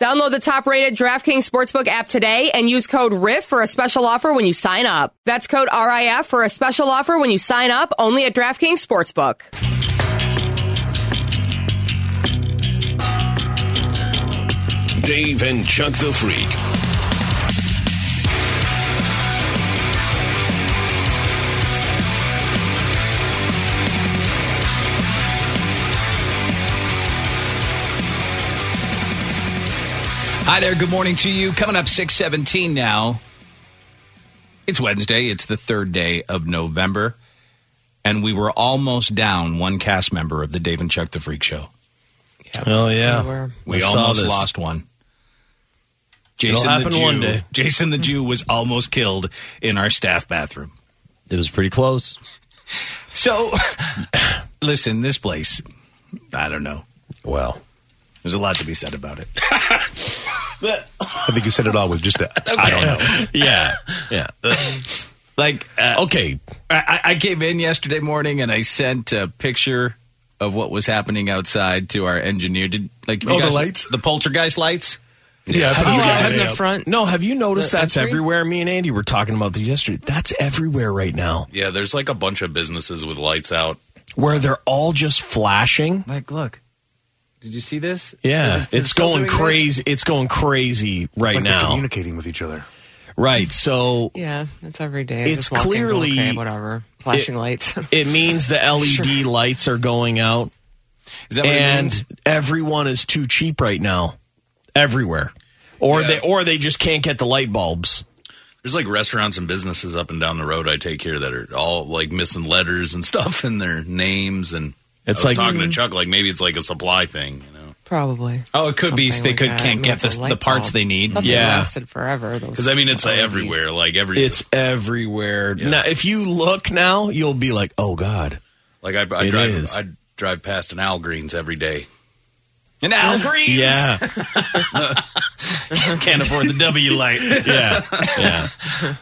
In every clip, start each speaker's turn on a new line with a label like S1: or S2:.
S1: Download the top rated DraftKings Sportsbook app today and use code RIF for a special offer when you sign up. That's code RIF for a special offer when you sign up only at DraftKings Sportsbook.
S2: Dave and Chuck the Freak.
S3: Hi there. Good morning to you. Coming up 617 now. It's Wednesday. It's the third day of November. And we were almost down one cast member of the Dave and Chuck the Freak Show.
S4: Oh yeah,
S3: We
S4: I saw
S3: almost
S4: this.
S3: lost one.
S4: It'll
S3: Jason the
S4: happen
S3: Jew.
S4: one day.
S3: Jason the Jew was almost killed in our staff bathroom.
S4: It was pretty close.
S3: So, listen, this place, I don't know.
S4: Well,
S3: There's a lot to be said about it.
S5: I think you said it all with just that. I don't know.
S4: yeah, yeah.
S3: Uh, Like, uh,
S4: Okay,
S3: I, I came in yesterday morning and I sent a picture of what was happening outside to our engineer. Did like you
S5: Oh, the
S3: guys-
S5: lights?
S3: the poltergeist lights?
S5: Yeah, oh, but you got
S1: out in
S5: it.
S1: the front.
S4: No, have you noticed
S1: The
S4: that's
S1: entry?
S4: everywhere? Me and Andy were talking about this yesterday. That's everywhere right now,
S6: Yeah, there's like a bunch of businesses with lights out.
S4: where they're all just flashing.
S3: Like, look, did you see this? Is it-
S4: Yeah,
S3: is
S4: it's
S3: it still
S4: going
S3: doing this?
S4: crazy. It's going crazy right
S5: Like they're
S4: now.
S5: communicating with each other.
S4: Right, so
S7: Yeah, it's every day. I
S4: It's
S7: just walk in, go,
S4: clearly-
S7: okay, uh, whatever. Flashing lights.
S4: it means the LED lights are going out,
S3: Is that what it means?
S4: and everyone is too cheap right now, everywhere, or they or they just can't get the light bulbs.
S6: There's like restaurants and businesses up and down the road I take here that are all like missing letters and stuff in their names. And
S4: It's
S6: I was
S4: like-
S6: talking
S3: Mm-hmm.
S6: to Chuck, like maybe it's like a supply thing. You know,
S7: Probably.
S3: Oh, it could be
S7: Something
S3: they
S7: like
S3: could
S7: that.
S3: can't
S7: I mean,
S3: get
S7: it's a
S3: the, the
S7: light
S3: parts
S7: bulb.
S3: they need.
S7: Thought they
S4: Yeah.
S7: lasted forever. Because
S6: because I mean it's
S3: Oh,
S6: uh, everywhere, like every
S4: It's everywhere now. If you look now, you'll be like, "Oh God,
S6: like I, I
S4: it
S6: drive
S4: is.
S6: I drive past an Al Greens every day.
S3: And Al Green
S4: yeah,
S3: can't afford the W light. Um,
S4: yeah,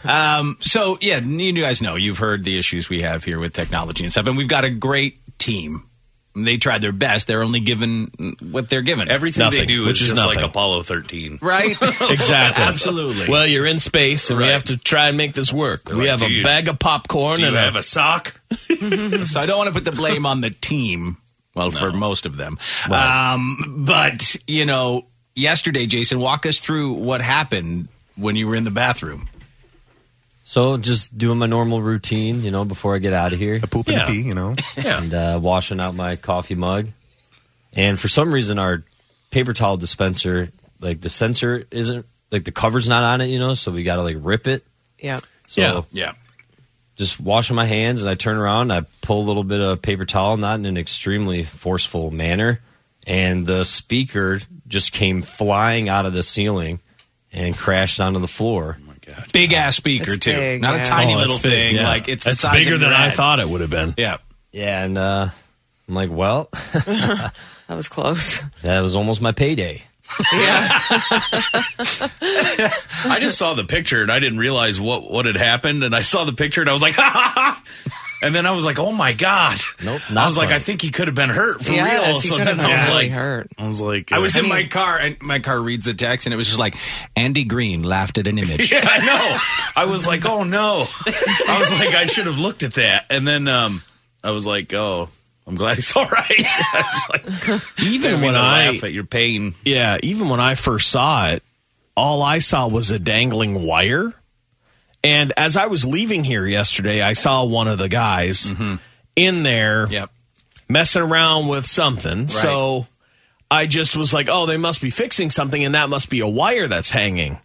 S4: yeah."
S3: So yeah, you guys know you've heard the issues we have here with technology and stuff, and we've got a great team. They tried their best. They're only given what they're given.
S6: Everything they
S4: Nothing,
S6: do
S4: which
S6: is,
S4: is
S6: just
S4: nothing.
S6: like Apollo 13.
S3: right?
S4: Exactly.
S3: Absolutely.
S4: Well, you're in space, and we
S6: Oh, Right.
S4: have to try and make this work. we
S6: like,
S4: have
S6: "Do
S4: a
S6: you-
S4: bag of popcorn,
S6: Do you
S4: and
S6: have a sock?
S3: so I don't want to put the blame on the team. Well, for most of them. Um, but, you know, yesterday, Jason, walk us through what happened when you were in the bathroom.
S8: So just doing my normal routine, you know, before I get out of here
S5: A poop and
S4: Yeah.
S5: a pee, you know.
S8: and uh, washing out my coffee mug. And for some reason, our paper towel dispenser, like the sensor isn't, like the cover's not on it, you know, so we got to like rip it.
S7: Yeah.
S8: So
S4: Yeah.
S3: Yeah.
S8: just washing my hands and I turn around, I pull a little bit of paper towel, not in an extremely forceful manner. And the speaker just came flying out of the ceiling and crashed onto the floor.
S3: Big ass speaker,
S7: It's
S3: too.
S7: big,
S3: Not a
S7: yeah.
S3: tiny
S4: Oh,
S3: little
S4: that's big,
S3: thing.
S4: yeah.
S3: Like, it's the
S4: that's
S3: size
S4: bigger
S3: of
S4: than
S3: your
S4: I
S3: head.
S4: thought it would have been.
S3: Yeah.
S8: Yeah, and uh, I'm like, well,
S7: That was close.
S8: that was almost my payday.
S7: yeah.
S6: I just saw the picture and I didn't realize what what had happened. And I saw the picture and I was like, ha ha ha. And then I was like, oh my god.
S8: Nope,
S6: I
S8: not
S6: was like,
S8: funny.
S6: I think he could have been hurt for
S7: yes,
S6: real.
S7: you
S6: So
S7: could have
S6: then I was
S7: been really
S6: like,
S7: hurt.
S6: I was like,
S3: I was
S6: uh,
S3: in my car, and my car reads the text, and it was just like, Andy Green laughed at an image.
S6: yeah, I know. I was like, oh no. I was like, I should have looked at that. And then um, I was like, oh, I'm glad he's all right. I was like,
S4: Even
S6: I mean,
S4: when
S6: I
S4: I,
S6: laugh at your pain.
S4: yeah, even when I first saw it, all I saw was a dangling wire. And as I was leaving here yesterday, I saw one of the guys in there
S3: Mm-hmm. Yep.
S4: messing around with something. So I just was like, oh, they must be fixing something, and that must be a wire that's hanging.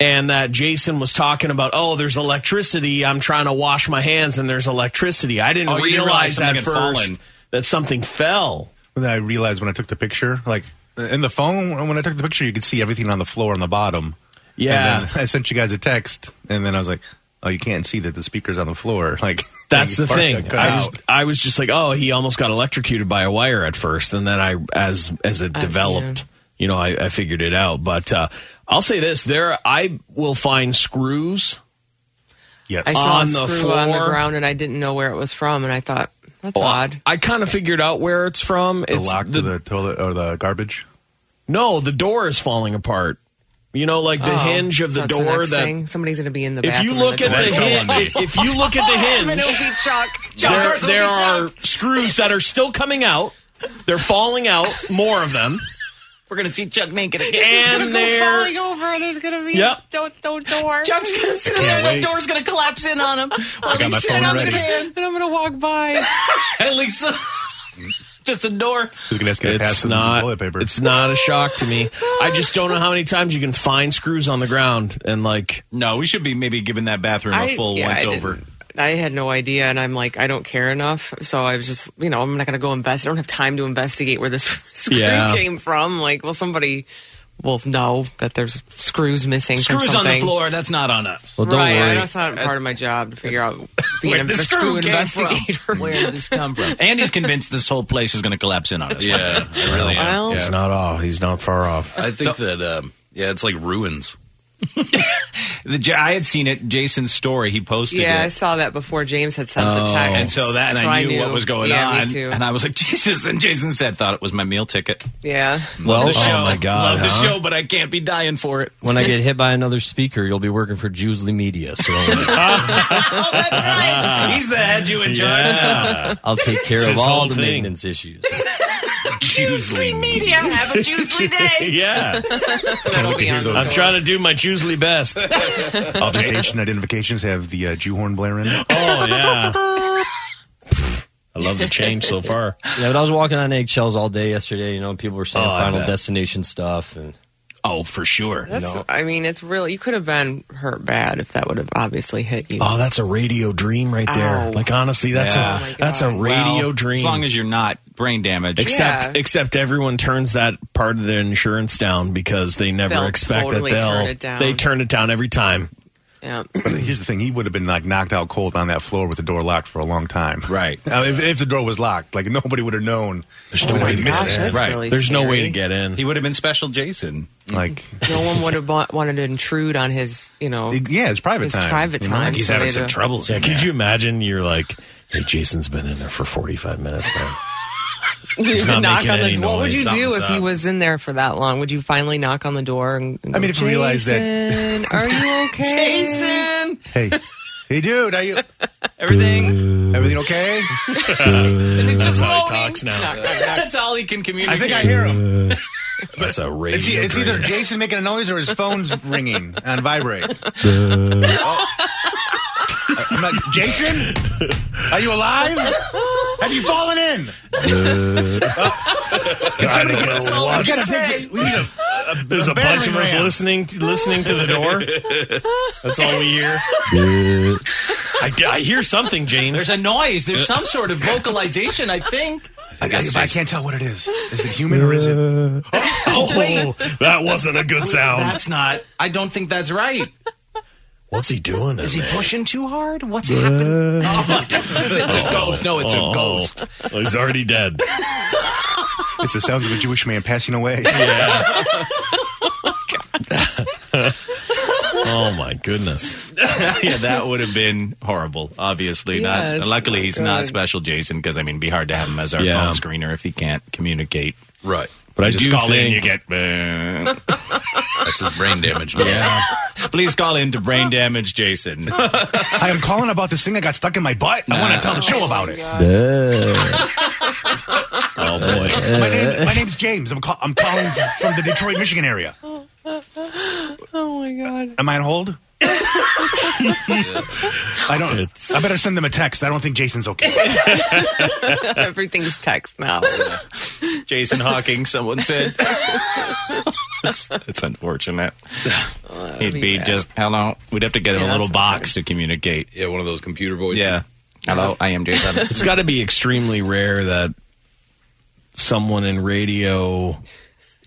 S4: And that Jason was talking about, oh, there's electricity. I'm trying to wash my hands, and there's electricity. I didn't
S3: Oh, you didn't realize
S4: realize
S3: something
S4: at
S3: had
S4: first
S3: fallen.
S4: that something fell.
S5: And then I realized when I took the picture, like in the phone, when I took the picture, you could see everything on the floor on the bottom.
S4: Yeah.
S5: And then I sent you guys a text, and then I was like, "Oh, you can't see that the speaker's on the floor." Like
S4: That's the
S5: part got
S4: thing.
S5: cut
S4: I was
S5: out.
S4: I was just like, oh, he almost got electrocuted by a wire at first, and then I as as
S7: Uh,
S4: it developed, you know, I, I figured it out. But uh, I'll say this: there, I will find screws.
S5: Yes.
S7: I saw a
S4: On the
S7: screw on the
S4: floor.
S7: ground and I didn't know where it was from. And I thought, that's odd.
S4: I kind of figured out where it's from.
S5: the
S4: it's
S5: lock to the toilet or the garbage.
S4: No, the door is falling apart. You know, like the
S7: Oh,
S4: hinge of the
S7: that's
S4: door
S7: next
S4: that.
S7: thing. somebody's going to be in the
S4: If
S7: bathroom.
S4: you look at
S7: and
S4: the
S9: That's
S7: door-
S9: Helen.
S4: hinge, if you look at the
S7: I'm an
S4: hinge,
S7: OG Chuck. Chuck,
S4: there,
S7: ours will
S4: there
S7: be Chuck.
S4: are screws that are still coming out. They're falling out, more of them,
S3: We're gonna see Chuck make it again.
S4: and they're
S7: falling over. There's going to be
S4: Yep.
S7: a do- do- door.
S3: Chuck's gonna sit there. The door's gonna collapse in on him.
S5: I got my phone
S7: and I'm
S5: ready.
S7: gonna and I'm gonna walk by.
S3: At least uh, just a door.
S5: Who's gonna ask you to pass
S4: It's
S5: them
S4: not.
S5: toilet paper?
S4: It's not a shock to me. I just don't know how many times you can find screws on the ground and like.
S3: No, we should be maybe giving that bathroom a full
S7: yeah,
S3: once
S7: I
S3: over.
S7: didn't- I had no idea, and I'm like, I don't care enough. So I was just, you know, I'm not going to go invest. I don't have time to investigate where this screw
S4: Yeah.
S7: came from. Like, well, somebody will know that there's screws missing. from
S3: Screws on the
S7: something.
S3: floor. That's not on us.
S8: Well, don't
S7: right,
S8: worry.
S7: I know it's not part of my job to figure out being
S3: Where
S7: a,
S3: did the
S7: a
S3: screw
S7: screw
S3: came from?
S7: investigator.
S3: Where did this come from? Andy's convinced this whole place is going to collapse in on us.
S9: Yeah, I really am.
S7: Well,
S4: He's not off. He's not far off.
S9: I think that um, yeah, it's like ruins.
S3: The, J- I had seen it. Jason's story. He posted
S7: yeah, I
S3: it.
S7: saw that before James had sent
S4: Oh.
S9: Oh.
S7: the text,
S3: And so that, and I, knew what was going
S7: yeah,
S3: on,
S7: Me too.
S3: and I was like, Jesus! And Jason said, "Thought it was my meal ticket."
S7: yeah,
S3: Well, the
S8: oh
S3: show.
S8: my God,
S3: love the
S8: huh?
S3: show, but I can't be dying for it.
S8: when I get hit by another speaker, you'll be working for Jewsley Media. So
S3: Oh, that's right. He's the head Jew in charge.
S8: I'll take care of
S4: his
S8: all
S4: whole
S8: the
S4: thing.
S8: maintenance issues.
S9: Juicely media.
S3: Have a Jewsley day.
S4: Yeah,
S7: that'll be on. the-
S4: I'm trying to do my Jewsly best. Oh
S5: All the station identifications have the uh, Jew horn blaring. in it.
S4: Oh, yeah. I love the change so far.
S8: Yeah, but I was walking on eggshells all day yesterday. You know, people were saying
S9: Oh, I
S8: Final
S9: bet.
S8: Destination stuff, and
S3: Oh, for sure.
S7: That's, I mean, it's really, you could have been hurt bad if that would have obviously hit you.
S4: Oh, that's a radio dream right there.
S7: Ow.
S4: Like honestly, that's
S3: Yeah.
S7: Oh, my
S4: a that's a
S7: God.
S4: radio
S3: Well,
S4: dream.
S3: As long as you're not brain damaged.
S4: except
S7: Yeah.
S4: except everyone turns that part of their insurance down because they never
S7: They'll
S4: expect
S7: totally
S4: that they'll
S7: turn it down.
S4: they turn it down every time.
S7: Yeah.
S5: But here's the thing: he would have been like knocked out cold on that floor with the door locked for a long time.
S3: Right.
S5: Now, if, if the door was locked, like nobody would have known.
S4: There's no
S7: Oh my
S4: way to
S7: gosh,
S4: get in.
S7: that's Right. really
S4: There's no way
S7: scary.
S4: to get in.
S3: He would have been special Jason.
S5: Like,
S7: No one would have wa- wanted to intrude on his, you know,
S5: it- yeah, it's private
S7: his
S5: time.
S7: private
S5: you know?
S7: time.
S9: He's
S7: so
S9: having
S7: they'd
S9: some
S7: have-
S9: troubles.
S4: Yeah,
S9: in there.
S4: could you imagine? You're like, hey, Jason's been in there for 45 minutes, man. He's not
S7: knock
S4: making
S7: on the
S4: any
S7: door. What would
S4: noise.
S7: you do
S4: Something's
S7: if he
S4: up.
S7: was in there for that long? Would you finally knock on the door? And, and
S5: I
S7: go,
S5: mean, if you realize that-
S7: "Jason, are you okay?
S3: Jason!
S5: Hey, hey, dude, are you
S3: Everything.
S5: everything okay?
S3: It's just
S4: how he
S3: moaning.
S4: talks now.
S3: That's all he can communicate.
S5: I think I hear him.
S4: That's a radio.
S5: It's, e- it's
S4: dream.
S5: either Jason making a noise or his phone's ringing on vibrate.
S4: Uh.
S5: Oh. I'm like, Jason, are you alive? Have you fallen in?
S4: I don't know
S5: We
S4: what.
S5: gotta pick- we need a-
S4: There's a bunch of
S5: battering
S4: us
S5: ram.
S4: listening listening to the door. That's all we hear. I, I hear something, James.
S3: There's a noise. There's some sort of vocalization, I think.
S5: I, I, I can't tell what it is. Is it human or is it?
S4: Uh. Oh, that wasn't a good sound.
S3: That's not. I don't think that's right.
S4: What's he doing?
S3: Is he pushing too hard? What's happening? Oh, it's a ghost. No, it's
S4: Oh.
S3: a ghost.
S4: he's already dead.
S5: It's the sounds of a Jewish man passing away.
S4: Oh my goodness.
S3: yeah, that would have been horrible. Obviously,
S7: Yeah,
S3: not.
S7: it's
S3: Luckily,
S7: not
S3: he's not
S7: good.
S3: special, Jason, because I mean, it'd be hard to have him as our
S4: Yeah.
S3: phone screener if he can't communicate.
S9: Right.
S4: But I
S3: just
S4: do
S3: call in,
S4: think
S3: you get. "Uh,
S9: That's his brain damage.
S3: Please call in to brain damage, Jason.
S5: I am calling about this thing that got stuck in my butt. I want to tell the show about it.
S4: Oh boy.
S5: My, name, my name's James. I'm, call, I'm calling from the Detroit, Michigan area.
S7: Oh my god!
S5: Am I on hold? I don't.
S4: It's-
S5: I better send them a text. I don't think Jason's okay.
S7: Everything's text now.
S3: Jason Hawking, someone said. it's, it's unfortunate. He'd be,
S7: be bad.
S3: just, hello. We'd have to get him
S7: Yeah,
S3: a little
S7: that's
S3: box to communicate.
S9: Yeah, one of those computer voices.
S3: Yeah. Hello, I am Jason.
S4: It's got to be extremely rare that someone in radio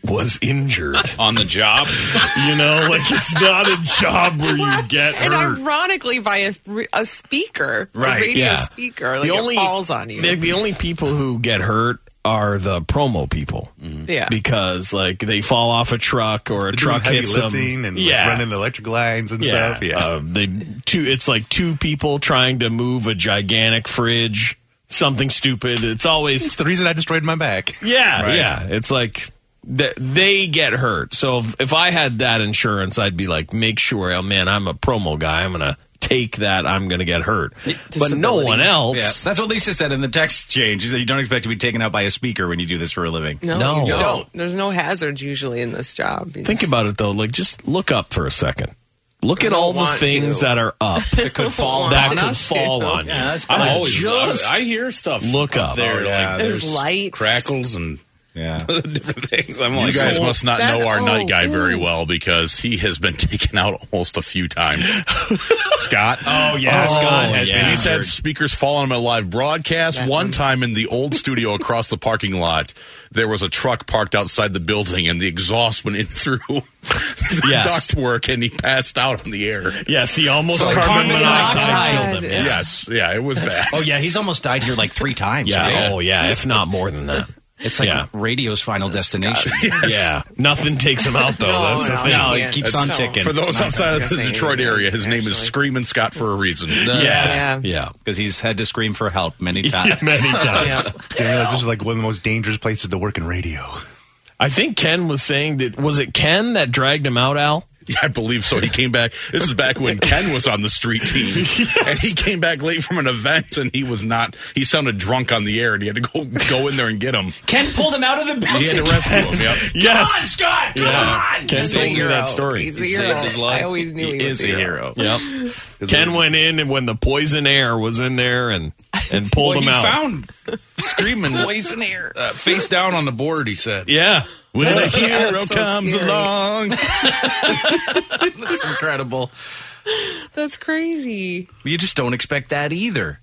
S4: was injured.
S9: On the job.
S4: you know, like it's not a job where you get
S7: and
S4: hurt.
S7: ironically, by a, re- a speaker,
S4: Right,
S7: a radio
S4: yeah.
S7: speaker, like it falls on you.
S4: The, the only people who get hurt are the promo people.
S3: Mm.
S7: yeah,
S4: Because like they fall off a truck or a truck
S5: heavy
S4: hits
S5: lifting
S4: them
S5: and like,
S4: yeah,
S5: running electric lines and
S4: yeah.
S5: stuff. Yeah.
S4: Uh, they two. It's like two people trying to move a gigantic fridge. Something stupid. It's always
S5: it's the reason I destroyed my back.
S4: Yeah, yeah. It's like th- they get hurt. So if, if I had that insurance, I'd be like, make sure, oh man, I'm a promo guy. I'm gonna take that. I'm gonna get hurt. But no
S7: disability.
S4: one
S3: Yeah,
S4: else.
S3: that's what Lisa said in the text change. Is that you don't expect to be taken out by a speaker when you do this for a living.
S7: No,
S4: No.
S7: you don't.
S4: Don't.
S7: There's no hazards usually in this job. You
S4: Think
S7: just-
S4: about it though. Like just look up for a second. Look at
S7: don't
S4: all the
S7: want
S4: things
S7: to.
S4: that are up that
S7: could fall
S4: that
S7: on
S4: could
S7: us,
S4: fall
S7: you know?
S4: on you.
S9: Yeah, that's
S4: I'm
S9: bad. always.
S4: just-
S9: I, I hear stuff.
S4: Look up.
S9: there.
S4: Oh,
S3: yeah,
S9: like,
S7: there's, lights.
S9: crackles and
S3: Yeah.
S9: different things. I'm
S10: You
S9: like,
S10: guys
S9: so-
S10: must not
S7: that-
S10: know our
S7: oh,
S10: night guy very
S7: ooh.
S10: well because he has been taken out almost a few times. Scott.
S3: Oh yeah, Scott has
S10: And
S3: been
S10: he's had
S3: injured.
S10: speakers fall on him at a live broadcast.
S7: That
S10: One
S7: one.
S10: time in the old studio across the parking lot, there was a truck parked outside the building, and the exhaust went in through the
S4: Yes.
S10: ductwork, and he passed out on the air.
S4: Yes, he almost
S3: like
S4: carbon
S3: carbon
S4: monoxide
S3: monoxide.
S4: killed him.
S7: God, yeah.
S10: Yes, yeah, it was bad.
S3: Oh yeah, he's almost died here like three times.
S4: Yeah.
S3: right?
S4: Oh, yeah. If not more than that.
S3: It's like
S4: Yeah.
S3: radio's final destination.
S4: Yeah. Nothing takes him out, though.
S7: No,
S4: That's the
S7: no,
S4: thing.
S3: Oh, No, it
S7: can't.
S3: keeps
S7: That's-
S3: on
S7: no.
S3: ticking
S10: For those outside of the
S7: gonna say
S10: Detroit
S7: anything,
S10: area, his name is
S7: actually.
S10: Screaming Scott for a reason.
S4: Yes.
S7: Yeah.
S4: Yeah.
S3: because he's had to scream for help many times.
S4: Many times.
S7: Yeah.
S5: Yeah, this is like one of the most dangerous places to work in radio.
S4: I think Ken was saying that. Was it Ken that dragged him out, Al?
S10: Yeah, I believe so. He came back. This is back when Ken was on the street team, and he came back late from an event, and he was not. He sounded drunk on the air, and he had to go go in there and get him.
S3: Ken pulled him out of the
S10: He had to rescue him. Yep.
S4: Yes.
S3: Scott, come on!
S4: Ken
S7: He's a
S4: told me
S7: hero.
S4: that story.
S7: He's a hero. I always knew he, was a hero.
S4: Yep. Ken went in, and when the poison air was in there, and and pulled
S9: well,
S4: him
S9: he
S4: out.
S9: found screaming poison air uh, face down on the board. He said,
S4: yeah.
S10: When a hero
S7: so
S10: comes
S7: scary.
S10: along,
S3: That's incredible.
S7: That's crazy.
S3: You just don't expect that either,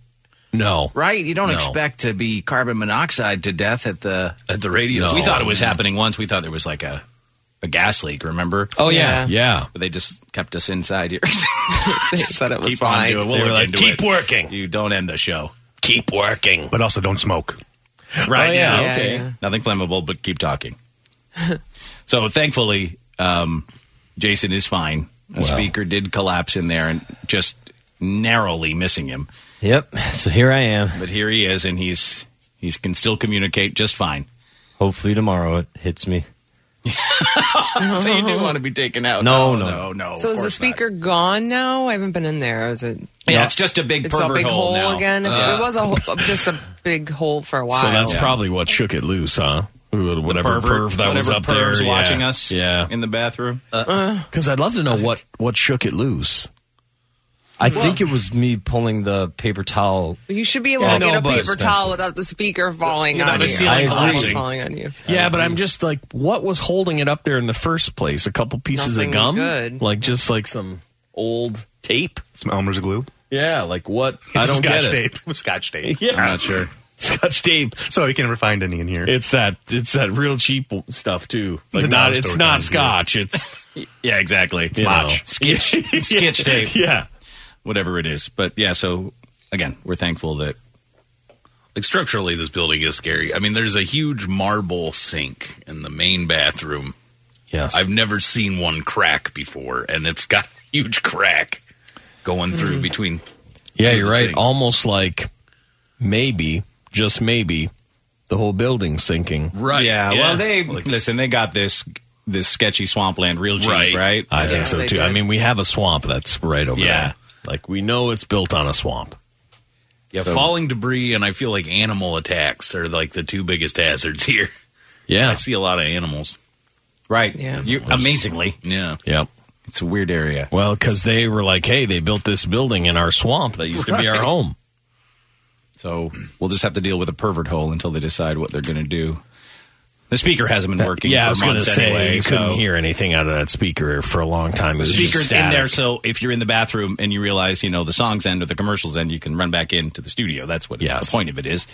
S4: No.
S3: right? You don't
S4: No.
S3: expect to be carbon monoxide to death at the at the radio.
S4: No.
S3: We thought it was happening once. We thought there was like a a gas leak. Remember?
S7: Oh yeah.
S4: Yeah.
S3: But they just kept us inside here.
S7: They said it was
S3: Keep on
S7: fine.
S3: doing. We'll
S4: They were
S3: look
S4: like,
S3: into
S4: "Keep
S3: it.
S4: working."
S3: You don't end the show.
S4: Keep working.
S5: But also, don't smoke.
S4: Right.
S3: Oh,
S4: yeah.
S7: Yeah,
S4: Okay.
S7: yeah.
S3: Nothing flammable, but keep talking. so thankfully, um, Jason is fine. The speaker did collapse in there and just narrowly missing him.
S8: Yep. So here I am.
S3: But here he is, and he's he can still communicate just fine.
S8: Hopefully tomorrow it hits me.
S3: So you do want to be taken out?
S8: No,
S3: no.
S8: no.
S3: no
S7: So
S3: of
S7: is the
S3: course
S7: speaker gone now? I haven't been in there. Is it?
S3: not. Yeah, it's just a big
S7: It's a
S3: pervert
S7: big
S3: hole,
S7: hole,
S3: now. Uh,
S7: again.
S3: Yeah.
S7: It was a ho- uh, just a big hole for a while.
S4: So that's probably what shook it loose, huh? Whatever
S3: Pervert,
S4: perv that was
S3: whatever
S4: up there
S3: perv's
S4: yeah.
S3: watching us
S4: Yeah.
S3: in the bathroom.
S7: Uh.
S4: Because I'd love to know what what shook it loose.
S8: I think it was me pulling the paper towel.
S7: you should be able
S4: Yeah,
S7: to get
S4: no,
S7: a
S4: but
S7: paper
S4: it's
S7: towel without the speaker falling
S9: Without
S7: on
S9: a
S7: you.
S9: ceiling
S7: I agree.
S9: collapsing.
S7: falling on you.
S4: Yeah, but I'm just like, what was holding it up there in the first place? A couple pieces
S7: Nothing
S4: of gum,
S7: good.
S4: like just like some old tape.
S5: Some Elmer's glue.
S4: Yeah, like what?
S5: It's
S4: I don't
S5: Scotch
S4: get it.
S5: tape. Scotch tape.
S4: Yeah,
S3: I'm not sure.
S4: Scotch tape.
S5: So you can never find any in here.
S4: It's that. It's that real cheap stuff too. Like
S5: The
S4: not.
S5: dollar
S4: It's
S5: store
S4: not
S5: kind,
S4: Scotch. It's
S3: Yeah, exactly.
S4: you know.
S3: Smotch. Sketch, sketch tape.
S4: Yeah.
S3: whatever it is. But yeah, so again, we're thankful that
S9: like structurally this building is scary i mean there's a huge marble sink in the main bathroom
S4: Yes.
S9: i've never seen one crack before and it's got a huge crack going through between
S4: yeah,
S9: two
S4: you're
S9: of the
S4: right.
S9: sinks.
S4: Almost like maybe, just maybe, the whole building's sinking.
S9: right
S3: Yeah,
S9: yeah.
S3: well, they listen. They got this this sketchy swampland real cheap, right?
S9: Right.
S4: I
S7: Yeah,
S4: think so
S7: they
S4: too. I
S7: did.
S4: mean, we have a swamp that's right over
S3: Yeah.
S4: there. Like we know it's built on a swamp.
S9: yeah falling debris and i feel like animal attacks are like the two biggest hazards here i
S4: Yeah.
S9: see a lot of animals
S3: right.
S7: Yeah.
S3: You, amazingly,
S9: yeah
S4: Yep.
S3: it's a weird area.
S4: Well, because they were like, hey, they built this building in our swamp that used to be our home.
S3: So we'll just have to deal with a pervert hole until they decide what they're going to do. The speaker hasn't been working.
S4: yeah,
S3: for
S4: I was going to
S3: months
S4: say
S3: anyway,
S4: you couldn't
S3: so-
S4: hear anything out of that speaker for a long time. It was just
S3: Speakers in there,
S4: static.
S3: so if you're in the bathroom and you realize, you know, the songs end or the commercials end, you can run back into the studio. That's what
S4: Yes.
S3: the point of it is.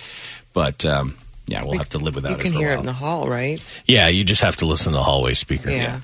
S3: But um, yeah, we'll have to live without
S7: You
S3: it.
S7: can
S3: for a
S7: hear it
S3: while.
S7: in the hall, right?
S4: Yeah, you just have to listen to the hallway speaker.
S7: Yeah.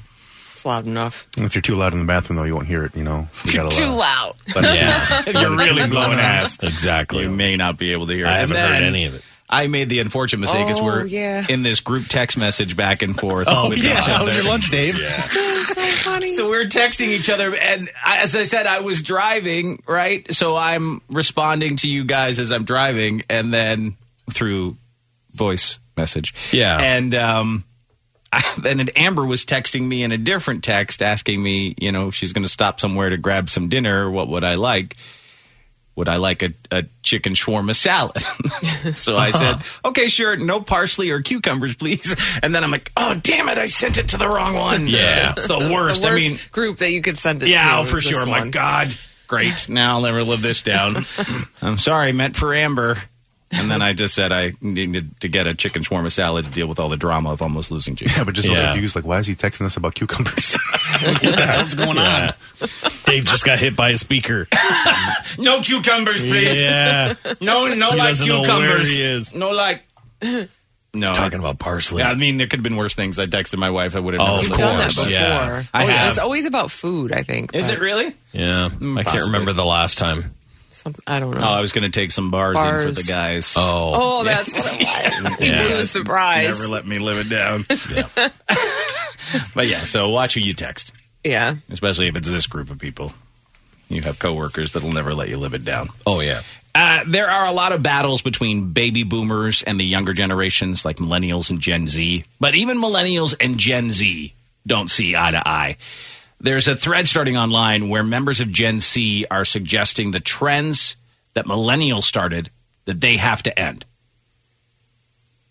S7: It's loud enough.
S5: If you're too loud in the bathroom, though, you won't hear it. You know, you gotta too loud.
S4: yeah,
S3: You're really blowing ass.
S4: exactly.
S3: You may not be able to hear. it.
S4: I
S3: And
S4: haven't heard
S3: then
S4: any of it.
S3: I made the unfortunate mistake as
S7: Oh,
S3: we're
S7: yeah.
S3: in this group text message back and forth. Oh with each other.
S4: Dave?
S3: So we're texting each other, and I, as I said, I was driving, right? So I'm responding to you guys as I'm driving, and then through voice message.
S4: Yeah.
S3: and um, then an Amber was texting me in a different text asking me, you know, if she's going to stop somewhere to grab some dinner. What would I like? Would I like a, a chicken shawarma salad? so I said,
S4: Uh-huh.
S3: okay, sure, no parsley or cucumbers, please. And then I'm like, oh, damn it, I sent it to the wrong one.
S4: Yeah.
S3: It's the worst.
S7: the worst
S3: I mean,
S7: group that you could send it to.
S3: yeah, oh,
S7: is
S3: for
S7: this
S3: sure. My
S7: one.
S3: God. Great. Now I'll never live this down. I'm sorry, meant for Amber. And then I just said I needed to get a chicken shawarma salad to deal with all the drama of almost losing
S5: Yeah,
S3: chicken.
S5: but just so
S4: Yeah.
S5: confused. Like, why is he texting us about cucumbers?
S4: What's going on? Dave just got hit by a speaker.
S3: no cucumbers, please.
S4: Yeah.
S3: No, no
S4: He
S3: like
S4: doesn't know
S3: cucumbers.
S4: where he is.
S3: No like. No,
S4: Talking about parsley.
S3: I, I mean, there could have been worse things. I texted my wife. I would have.
S4: Oh,
S3: never
S4: of
S7: We've
S3: lived
S7: done
S3: there,
S7: that
S4: course,
S7: before.
S3: but-
S4: yeah.
S3: I
S7: Oh, yeah,
S3: have.
S7: It's always about food, I think.
S3: Is
S7: but
S3: it really?
S4: Yeah. I can't remember the last time.
S7: some- I don't know.
S3: Oh, I was going to take some bars, in
S7: Bars.
S3: for the guys.
S7: oh, that's what it was. You
S4: Yeah.
S7: blew the surprise.
S3: never let me live it down. but yeah, so watch who you text,
S7: yeah.
S3: especially if it's this group of people. You have coworkers that'll never let you live it down.
S4: Oh, yeah.
S3: Uh, there are a lot of battles between baby boomers and the younger generations, like millennials and Gen Z. But even millennials and Gen Z don't see eye to eye. There's a thread starting online where members of Gen Z are suggesting the trends that millennials started that they have to end.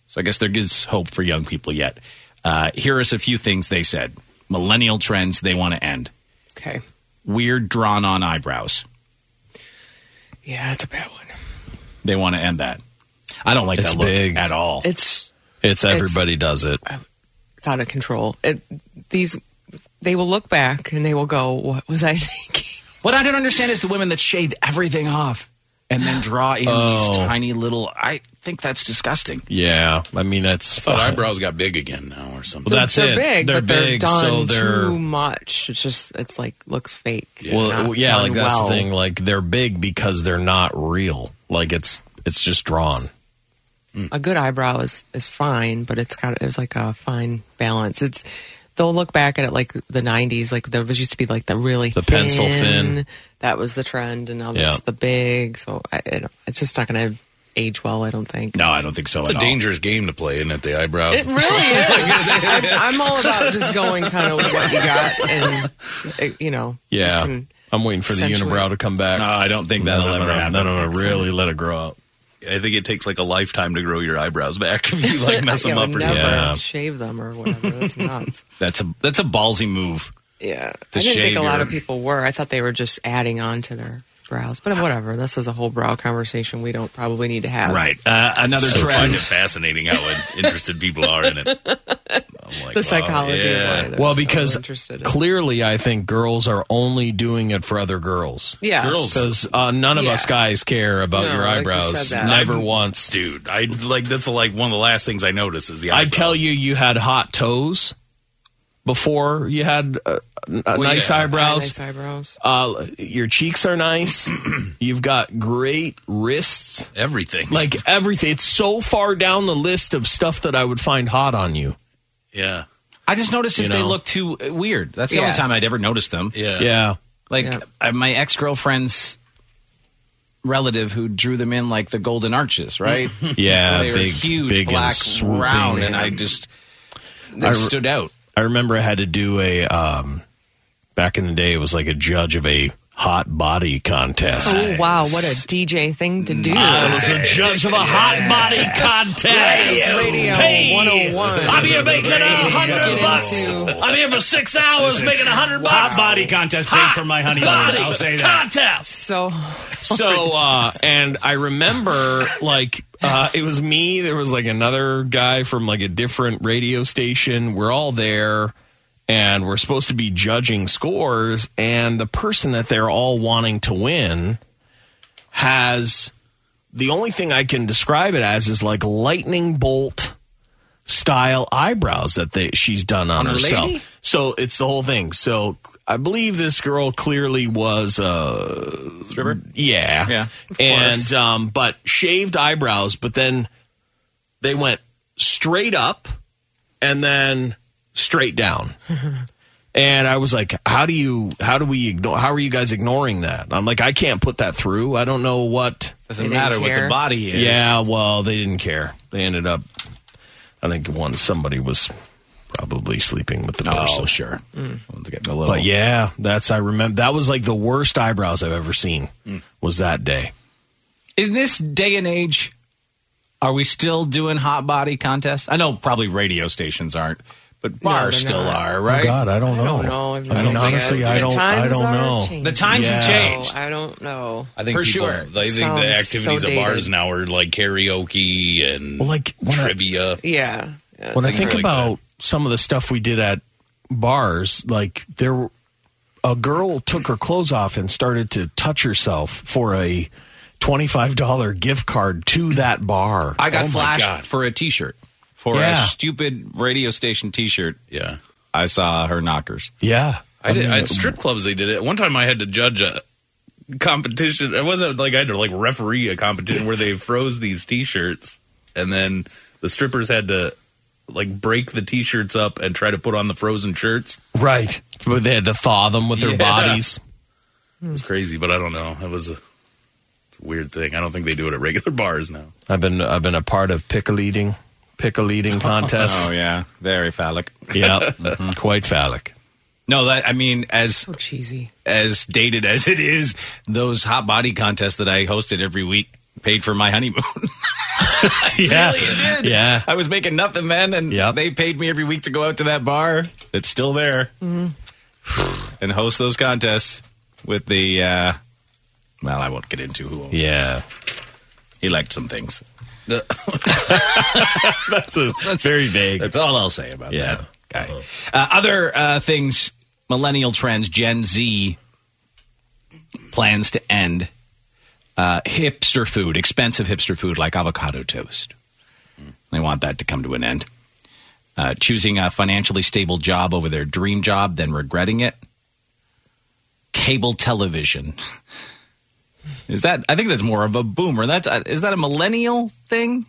S3: So I guess there is hope for young people yet. Uh, here is a few things they said millennial trends they want to end
S7: Okay.
S3: weird, drawn on eyebrows.
S7: Yeah, it's a bad one.
S3: They want to end that. I don't like
S4: It's
S3: that look
S4: big.
S3: at all.
S7: It's
S4: It's everybody does it.
S7: it's out of control. It, these they will look back and they will go, "What was I thinking?"
S3: What I don't understand is the women that shave everything off and then draw in
S4: Oh.
S3: these tiny little. I think that's disgusting.
S4: Yeah. I mean, that's.
S6: But eyebrows got big again now or something.
S4: Well, that's
S7: they're
S4: it.
S7: big,
S4: they're
S7: but they're
S4: big,
S7: done
S4: so they're
S7: too much. It's just it's like looks fake.
S4: well,
S7: Not
S4: yeah,
S7: done
S4: like that's
S7: well.
S4: the thing. Like they're big because they're not real. Like it's it's just drawn. Mm.
S7: A good eyebrow is is fine, but it's got there's like a fine balance. It's they'll look back at it like the '90s, like there was used to be like the really
S4: The pencil thin.
S7: That was the trend, and now
S4: Yeah.
S7: that's the big. So I, it, it's just not going to age well, I don't think.
S3: No, I don't think so.
S6: It's a
S3: at all.
S6: dangerous game to play, isn't it? The eyebrows.
S7: It really is. I'm, I'm all about just going kind of with what you got, and uh, you know,
S4: Yeah,
S7: you can-
S4: I'm waiting for the
S7: accentuate.
S4: unibrow to come back.
S3: No, I don't think that'll
S4: no, no,
S3: ever
S4: no,
S3: happen.
S4: no, no, no, really let it grow out.
S6: I think it takes like a lifetime to grow your eyebrows back if you like mess
S7: yeah,
S6: them up
S7: would
S6: or
S7: never
S6: something.
S4: Yeah.
S7: shave them or whatever. That's nuts.
S3: That's a that's a ballsy move.
S7: Yeah,
S3: To
S7: I didn't
S3: shave
S7: think a lot
S3: your-
S7: of people were. I thought they were just adding on to their brows, but whatever. This is a whole brow conversation we don't probably need to have.
S3: Right. Uh, another
S6: I find it
S3: trend.
S6: fascinating how in- interested people are in it. I'm like,
S7: The psychology.
S6: yeah.
S7: Of why they're
S4: Well,
S7: so
S4: because
S7: interested in-
S4: clearly, I think girls are only doing it for other girls.
S7: Yes. Girls.
S4: because uh, none of us
S7: Yeah.
S4: guys care about
S7: No,
S4: your
S7: like you
S4: eyebrows.
S7: said that.
S4: Never once.
S6: Dude, I like that's like one of the last things I notice is the.
S4: I
S6: Eyebrows.
S4: tell you, you had hot toes before you had uh, n- nice
S6: yeah.
S4: eyebrows.
S7: nice eyebrows.
S4: Uh, your cheeks are nice. You've got great wrists.
S6: everything.
S4: Like everything. It's so far down the list of stuff that I would find hot on you.
S6: yeah,
S3: I just noticed if
S4: You
S3: they
S4: know.
S3: look too uh, weird. That's the
S7: Yeah.
S3: only time I'd ever noticed them.
S6: yeah,
S4: Yeah.
S3: Like
S7: Yeah.
S3: uh, my ex girlfriend's relative who drew them in like the golden arches, right?
S4: Yeah.
S3: they were huge, black, round, and I just they
S4: I re-
S3: stood out.
S4: I remember I had to do a um back in the day it was like a judge of a hot body contest.
S7: Oh wow, what a DJ thing to do!
S4: I was a judge of a hot body contest.
S7: Radio
S4: Hey,
S7: 101.
S4: I'm here making a hundred
S7: Get
S4: bucks.
S7: into-
S4: I'm here for six hours making a hundred bucks. Hot body contest paid for my honeymoon. I'll say that. Contest.
S7: So
S4: So, uh, and I remember like uh, it was me. There was like another guy from like a different radio station. We're all there, and we're supposed to be judging scores. And the person that they're all wanting to win has the only thing I can describe it as is like lightning bolt style eyebrows that they she's done on, herself. So it's the whole thing. So I believe this girl clearly was uh stripper. Yeah.
S3: Yeah, of
S4: And um but shaved eyebrows, but then they went straight up and then straight down. And I was like, "How do you? How do we ignore? How are you guys ignoring that?" I'm like, "I can't put that through. I don't know what."
S3: Doesn't
S7: didn't
S3: matter what the
S7: care.
S3: body is.
S4: Yeah, well, they didn't care. They ended up. I think one somebody was probably sleeping with the
S3: Oh,
S4: person.
S3: sure. They're getting a little.
S4: But yeah, that's I remember that was like the worst eyebrows I've ever seen
S6: Mm.
S4: was that day.
S3: in this day and age, are we still doing hot body contests? I know probably radio stations aren't, but bars
S7: they're
S3: still
S7: not.
S3: are, right?
S4: God, I don't know.
S7: don't know. I've
S4: I
S7: never-
S4: mean, honestly,
S7: the
S4: I don't. I
S7: times
S4: don't
S7: are
S4: know.
S7: changing.
S3: The times have
S4: Yeah.
S3: changed.
S7: I don't know.
S6: I think
S3: For
S6: people,
S3: sure.
S6: I think
S7: Sounds
S6: the
S7: so
S6: activities of
S7: dated.
S6: bars now are like karaoke and
S4: Well, like when I,
S6: trivia.
S7: Yeah. Yeah.
S4: when I
S6: things
S4: think
S6: like
S4: about some of the stuff we did at bars, like there, were- a girl took her clothes off and started to touch herself for a twenty-five dollar gift card to that bar.
S3: I got
S6: Oh my
S3: flashed
S6: God.
S3: for a T-shirt for
S4: Yeah.
S3: a stupid radio station T-shirt.
S6: Yeah.
S3: I saw her knockers.
S4: yeah,
S6: I did. at strip clubs, they did it. One time, I had to judge a competition. It wasn't like I had to like referee a competition where they froze these T-shirts, and then the strippers had to like break the T-shirts up and try to put on the frozen shirts.
S4: right. But they had to thaw them with
S6: Yeah.
S4: their bodies.
S6: It was crazy, but I don't know. It was a, it's a weird thing. I don't think they do it at regular bars now.
S4: I've been I've been a part of pickle eating, pickle eating contests.
S3: Oh yeah, very phallic.
S4: yeah, mm-hmm. quite phallic.
S3: No, that I mean, as
S7: So cheesy.
S3: as dated as it is, those hot body contests that I hosted every week paid for my honeymoon.
S4: Yeah,
S3: Really, it did.
S4: yeah.
S3: I was making nothing then, and
S4: Yep.
S3: they paid me every week to go out to that bar that's still there
S9: Mm-hmm.
S3: and host those contests with the. Uh, well, I won't get into who.
S4: Yeah,
S3: He liked some things.
S4: that's very vague.
S3: That's all I'll say about
S4: Yeah.
S3: that. Okay. Uh, other uh, things, millennial trends, Gen Z plans to end uh, hipster food, expensive hipster food like avocado toast. They want that to come to an end. Uh, choosing a financially stable job over their dream job, then regretting it. Cable television. Is that? I think that's more of a boomer. That's a, is that a millennial thing?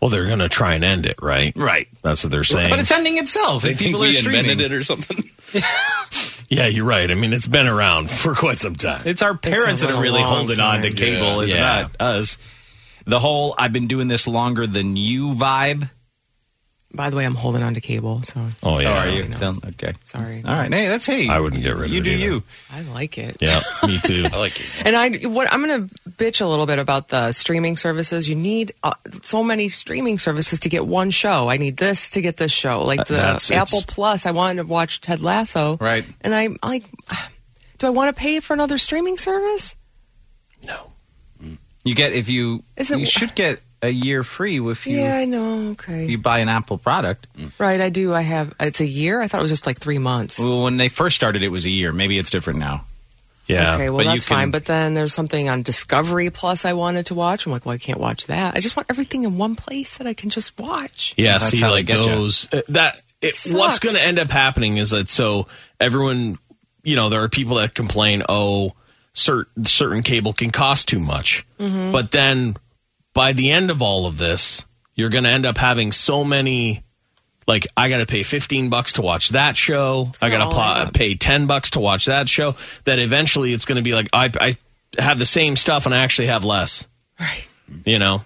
S4: Well, they're gonna try and end it, right?
S3: Right.
S4: That's what they're saying.
S3: But it's ending itself.
S6: They think
S3: People
S6: we
S3: are streaming.
S6: invented it or something.
S4: yeah, you're right. I mean, it's been around for quite some time.
S3: It's our parents that
S7: been
S3: are
S7: a
S3: really
S7: long
S3: holding
S7: time.
S3: on to cable. It's
S4: Yeah.
S3: not us. The whole "I've been doing this longer than you" vibe.
S7: By the way, I'm holding on to cable, so
S4: oh yeah,
S3: Are you
S7: knows?
S3: Phil? okay?
S7: sorry.
S3: All right. Hey, that's hey.
S4: I wouldn't get rid of
S3: you.
S4: it
S3: do
S4: either.
S3: you?
S7: I like it.
S4: Yeah, me too.
S7: And I, what I'm going to bitch a little bit about the streaming services. You need uh, so many streaming services to get one show. I need this to get this show, like the
S4: that's- it's-
S7: Apple Plus. I wanted to watch Ted Lasso,
S3: Right.
S7: And I am like, do I want to pay for another streaming service?
S3: You get if you.
S7: Is it-
S3: you should get a year free if you
S7: Yeah, I know. Okay,
S3: you buy an Apple product.
S7: right. I do. I have. It's a year. I thought it was just like three months.
S3: Well, when they first started, it was a year. Maybe it's different now.
S4: Yeah.
S7: Okay, well
S3: but you
S7: that's
S3: can-
S7: fine. But then there's something on Discovery Plus I wanted to watch. I'm like, well, I can't watch that. I just want everything in one place that I can just watch.
S4: Yeah,
S3: That's
S4: see,
S3: how they
S4: like
S3: get ya.
S4: those uh, that it, what's
S7: sucks.
S4: going to end up happening is that so everyone, you know, there are people that complain, oh, cert, certain cable can cost too much,
S9: Mm-hmm.
S7: Mm-hmm.
S4: but then by the end of all of this, you're going to end up having so many. Like I got to pay fifteen bucks to watch that show. I got
S7: all
S4: to
S7: add
S4: pa-
S7: up.
S4: pay ten bucks to watch that show. That eventually it's going to be like I, I have the same stuff and I actually have less.
S7: Right.
S4: You know,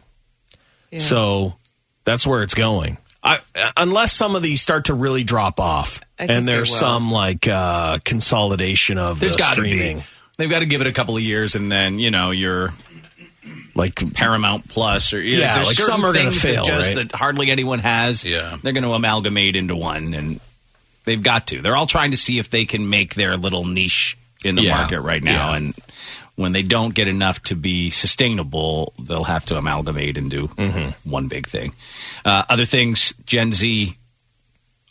S7: Yeah.
S4: so that's where it's going. I, unless some of these start to really drop off,
S7: I think
S4: and
S7: they
S4: there's
S7: will.
S4: some like uh, consolidation of
S3: There's
S4: the
S3: got to
S4: streaming,
S3: be. They've got to give it a couple of years, and then you know you're
S4: like
S3: Paramount Plus or you know,
S4: Yeah,
S3: there's
S4: like
S3: certain
S4: some are gonna
S3: things that
S4: fail,
S3: just
S4: right?
S3: that hardly anyone has.
S6: Yeah.
S3: they're going to amalgamate into one, and they've got to. They're all trying to see if they can make their little niche in the
S4: Yeah.
S3: market right now, and when they don't get enough to be sustainable, they'll have to amalgamate into
S4: Mm-hmm.
S3: one big thing. Uh, other things, Gen Z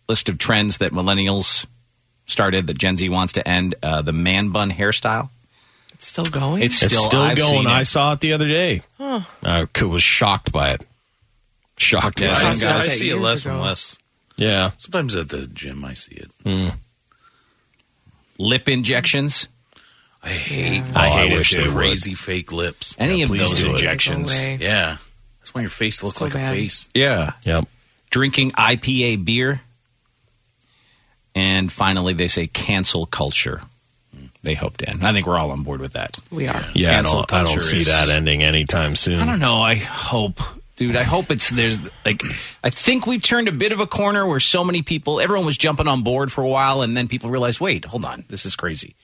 S3: list of trends that millennials started that Gen Z wants to end: uh, the man bun hairstyle.
S7: It's still going.
S3: It's still,
S4: it's still
S3: I've seen
S4: going.
S3: it.
S4: I saw it the other day. I c- Uh, was shocked by it.
S6: I,
S4: Shocked by
S7: Yeah.
S4: it.
S7: talked about
S6: I
S7: that
S6: see it
S7: years
S6: less and
S7: ago.
S6: less.
S4: Yeah, Hmm.
S6: Sometimes at the gym, I see it.
S3: lip injections.
S6: I hate.
S4: I hate it
S6: wish
S4: too.
S6: the crazy fake lips.
S3: Any of
S4: please
S3: those
S4: do it.
S3: injections.
S7: Go away.
S6: Yeah, that's why your face looks
S7: So
S6: like
S7: bad.
S6: a face.
S3: Yeah.
S4: Yep.
S3: Drinking IPA beer. And finally, they say cancel culture. They hope to end. I think we're all on board with that.
S7: We are.
S4: Yeah, I
S3: Cancel
S4: don't, I don't
S3: culture
S4: see
S3: is-
S4: that ending anytime soon.
S3: I don't know. I hope dude. I hope it's there's like I think we've turned a bit of a corner where so many people, everyone was jumping on board for a while, and then people realized, wait, hold on, this is crazy.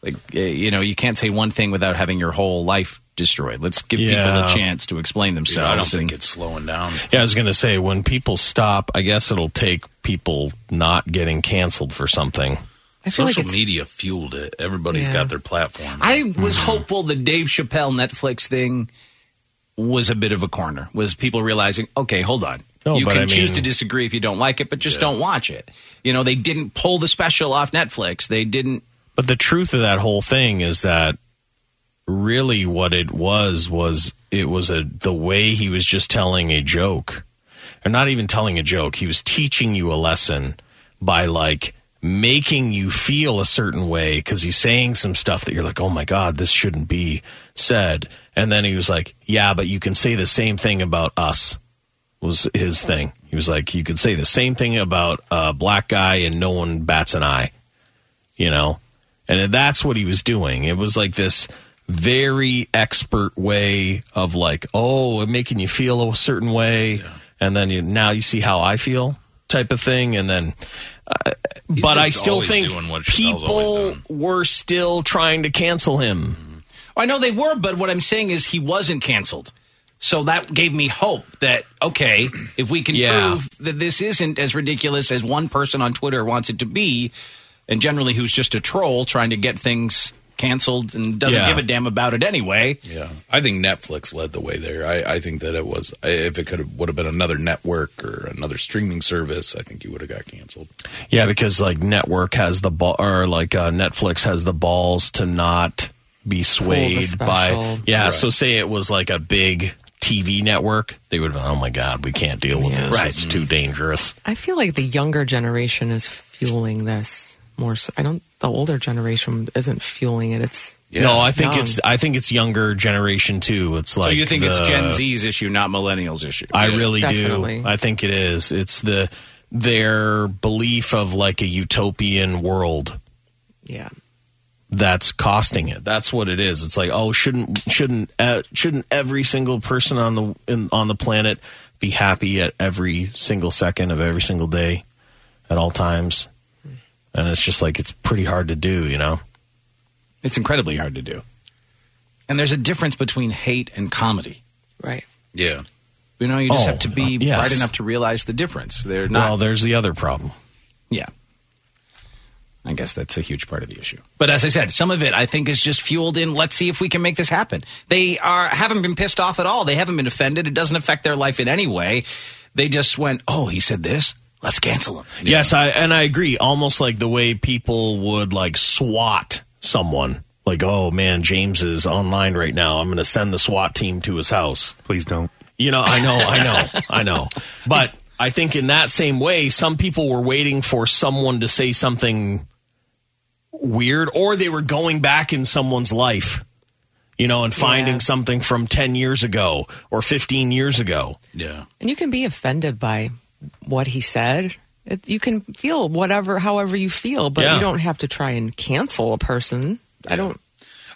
S3: Like eh, you know, you can't say one thing without having your whole life destroyed. Let's give people
S4: Yeah.
S3: a chance to explain themselves.
S6: I don't think
S3: and-
S6: it's slowing down.
S4: Yeah, I was going to say when people stop, I guess it'll take people not getting canceled for something.
S7: I feel like
S6: Social
S7: it's
S6: media fueled it. Everybody's
S7: Yeah.
S6: got their platform.
S3: I was
S4: Hmm.
S3: hopeful the Dave Chappelle Netflix thing was a bit of a corner. Was people realizing, okay, hold on.
S4: No,
S3: you
S4: but
S3: can
S4: I
S3: choose
S4: mean-
S3: to disagree if you don't like it, but just don't watch it. You know, they didn't pull the special off Netflix. They didn't.
S4: But the truth of that whole thing is that really what it was was it was a the way he was just telling a joke. Or not even telling a joke. He was teaching you a lesson by like making you feel a certain way cuz he's saying some stuff that you're like, "Oh my god, this shouldn't be said." And then he was like, "Yeah, but you can say the same thing about us." was his thing. He was like, you could say the same thing about a black guy and no one bats an eye, you know? And that's what he was doing. It was like this very expert way of like, oh, and making you feel a certain way. And then you, now you see how I feel type of thing. And then, uh, but I
S6: just
S4: still
S6: always
S4: think
S6: doing what Chappelle's always
S4: people
S6: done.
S4: were still trying to cancel him.
S3: I know they were, but what I'm saying is he wasn't canceled. So that gave me hope that okay, if we can
S4: Yeah.
S3: prove that this isn't as ridiculous as one person on Twitter wants it to be, and generally who's just a troll trying to get things canceled and doesn't
S4: Yeah.
S3: give a damn about it anyway.
S6: Yeah, I think Netflix led the way there. I, I think that it was if it could have would have been another network or another streaming service, I think you would have got canceled.
S4: Yeah, because like network has the ball, or like uh, Netflix has the balls to not be swayed by.
S7: special.
S4: Yeah, so say it was like a big TV network, they would have been, oh my god, we can't deal with this. It's too dangerous.
S7: I feel like the younger generation is fueling this more. So I don't. The older generation isn't fueling it. It's
S4: No, I think
S7: No.
S4: it's I think it's younger generation too. It's like
S3: so you think it's
S4: the-
S3: Gen Z's issue, not millennials' issue?
S4: I really
S7: Definitely.
S4: do. I think it is. It's the their belief of like a utopian world
S7: yeah.
S4: that's costing it. That's what it is. It's like, oh, shouldn't shouldn't uh, shouldn't every single person on the in, on the planet be happy at every single second of every single day, at all times? And it's just like it's pretty hard to do, you know.
S3: it's incredibly hard to do. And there's a difference between hate and comedy.
S7: Right.
S6: Yeah,
S3: You know, you just
S4: Oh,
S3: have to be
S4: uh, yes.
S3: bright enough to realize the difference. They're not.
S4: well, there's the other problem.
S3: Yeah. I guess that's a huge part of the issue. But as I said, some of it I think is just fueled in let's see if we can make this happen. They are haven't been pissed off at all. They haven't been offended. It doesn't affect their life in any way. They just went, "Oh, he said this. Let's cancel him."
S4: Yes, I and I agree. Almost like the way people would like SWAT someone. Like, oh man, James is online right now. I'm going to send the SWAT team to his house.
S5: Please don't.
S4: You know, I know, I know, I know. But I think in that same way, some people were waiting for someone to say something weird, or they were going back in someone's life, you know, and finding
S7: Yeah.
S4: something from 10 years ago or 15 years ago.
S6: yeah.
S7: And you can be offended by what he said. It, you can feel whatever, however you feel, but
S4: Yeah.
S7: you don't have to try and cancel a person. I don't.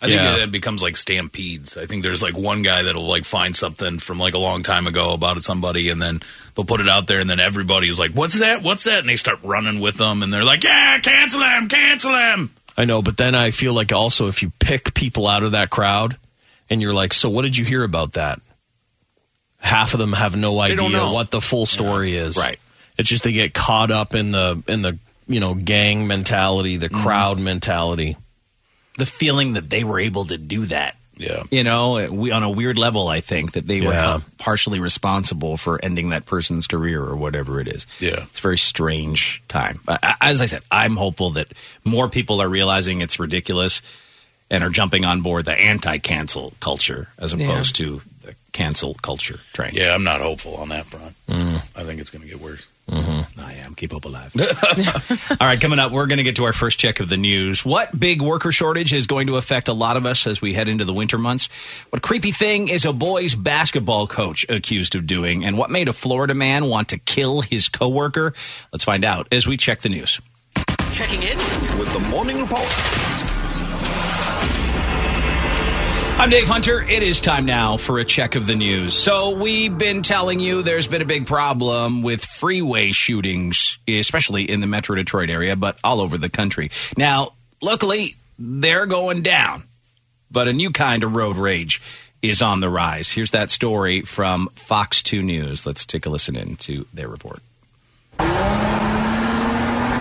S6: I think
S4: Yeah.
S6: it, it becomes like stampedes. I think there's like one guy that'll like find something from like a long time ago about somebody, and then they'll put it out there, and then everybody's like, "What's that? What's that?" And they start running with them, and they're like, "Yeah, cancel him, cancel him."
S4: I know, but then I feel like also if you pick people out of that crowd and you're like, so what did you hear about that? Half of them have no
S6: don't
S4: idea
S6: know.
S4: what the full story is.
S6: Right.
S4: It's just they get caught up in the in the you know gang mentality, the
S6: Mm-hmm.
S4: crowd mentality.
S3: The feeling that they were able to do that.
S6: Yeah.
S3: You know, we on a weird level I think that they were
S4: Yeah.
S3: uh, partially responsible for ending that person's career or whatever it is.
S6: Yeah.
S3: It's a very strange time. Uh, As I said, I'm hopeful that more people are realizing it's ridiculous and are jumping on board the anti-cancel culture as
S7: Yeah.
S3: opposed to the cancel culture train. Mm,
S6: Yeah, I'm not hopeful on that front. I think it's going to get worse.
S3: I am. Keep hope alive. All right, coming up, we're going to get to our first check of the news. What big worker shortage is going to affect a lot of us as we head into the winter months? What creepy thing is a boys basketball coach accused of doing? And what made a Florida man want to kill his coworker? Let's find out as we check the news.
S11: Checking in with the morning report.
S3: I'm Dave Hunter. It is time now for a check of the news. So, we've been telling you there's been a big problem with freeway shootings, especially in the metro Detroit area, but all over the country. Now, luckily, they're going down, but a new kind of road rage is on the rise. Here's that story from Fox 2 News. Let's take a listen in to their report.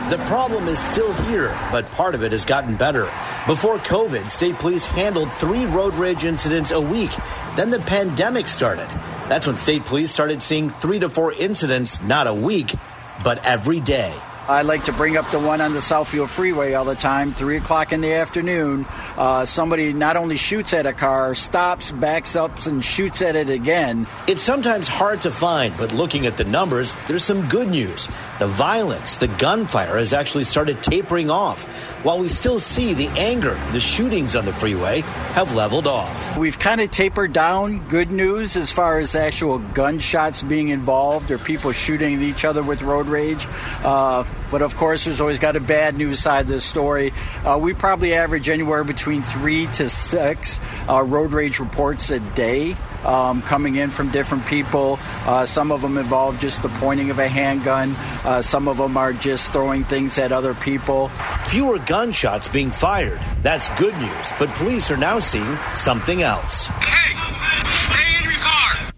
S11: The problem is still here, but part of it has gotten better. Before COVID, state police handled three road rage incidents a week. Then the pandemic started. That's when state police started seeing three to four incidents, not a week, but every day.
S12: I like to bring up the one on the Southfield Freeway all the time, 3 o'clock in the afternoon. Uh, somebody not only shoots at a car, stops, backs up, and shoots at it again.
S11: It's sometimes hard to find, but looking at the numbers, there's some good news. The violence, the gunfire has actually started tapering off. While we still see the anger, the shootings on the freeway have leveled off.
S12: We've kind of tapered down good news as far as actual gunshots being involved or people shooting at each other with road rage. Uh, but of course, there's always got a bad news side to the story. Uh, we probably average anywhere between three to six uh, road rage reports a day um, coming in from different people. Uh, some of them involve just the pointing of a handgun, uh, some of them are just throwing things at other people.
S11: Fewer gunshots being fired. That's good news, but police are now seeing something else.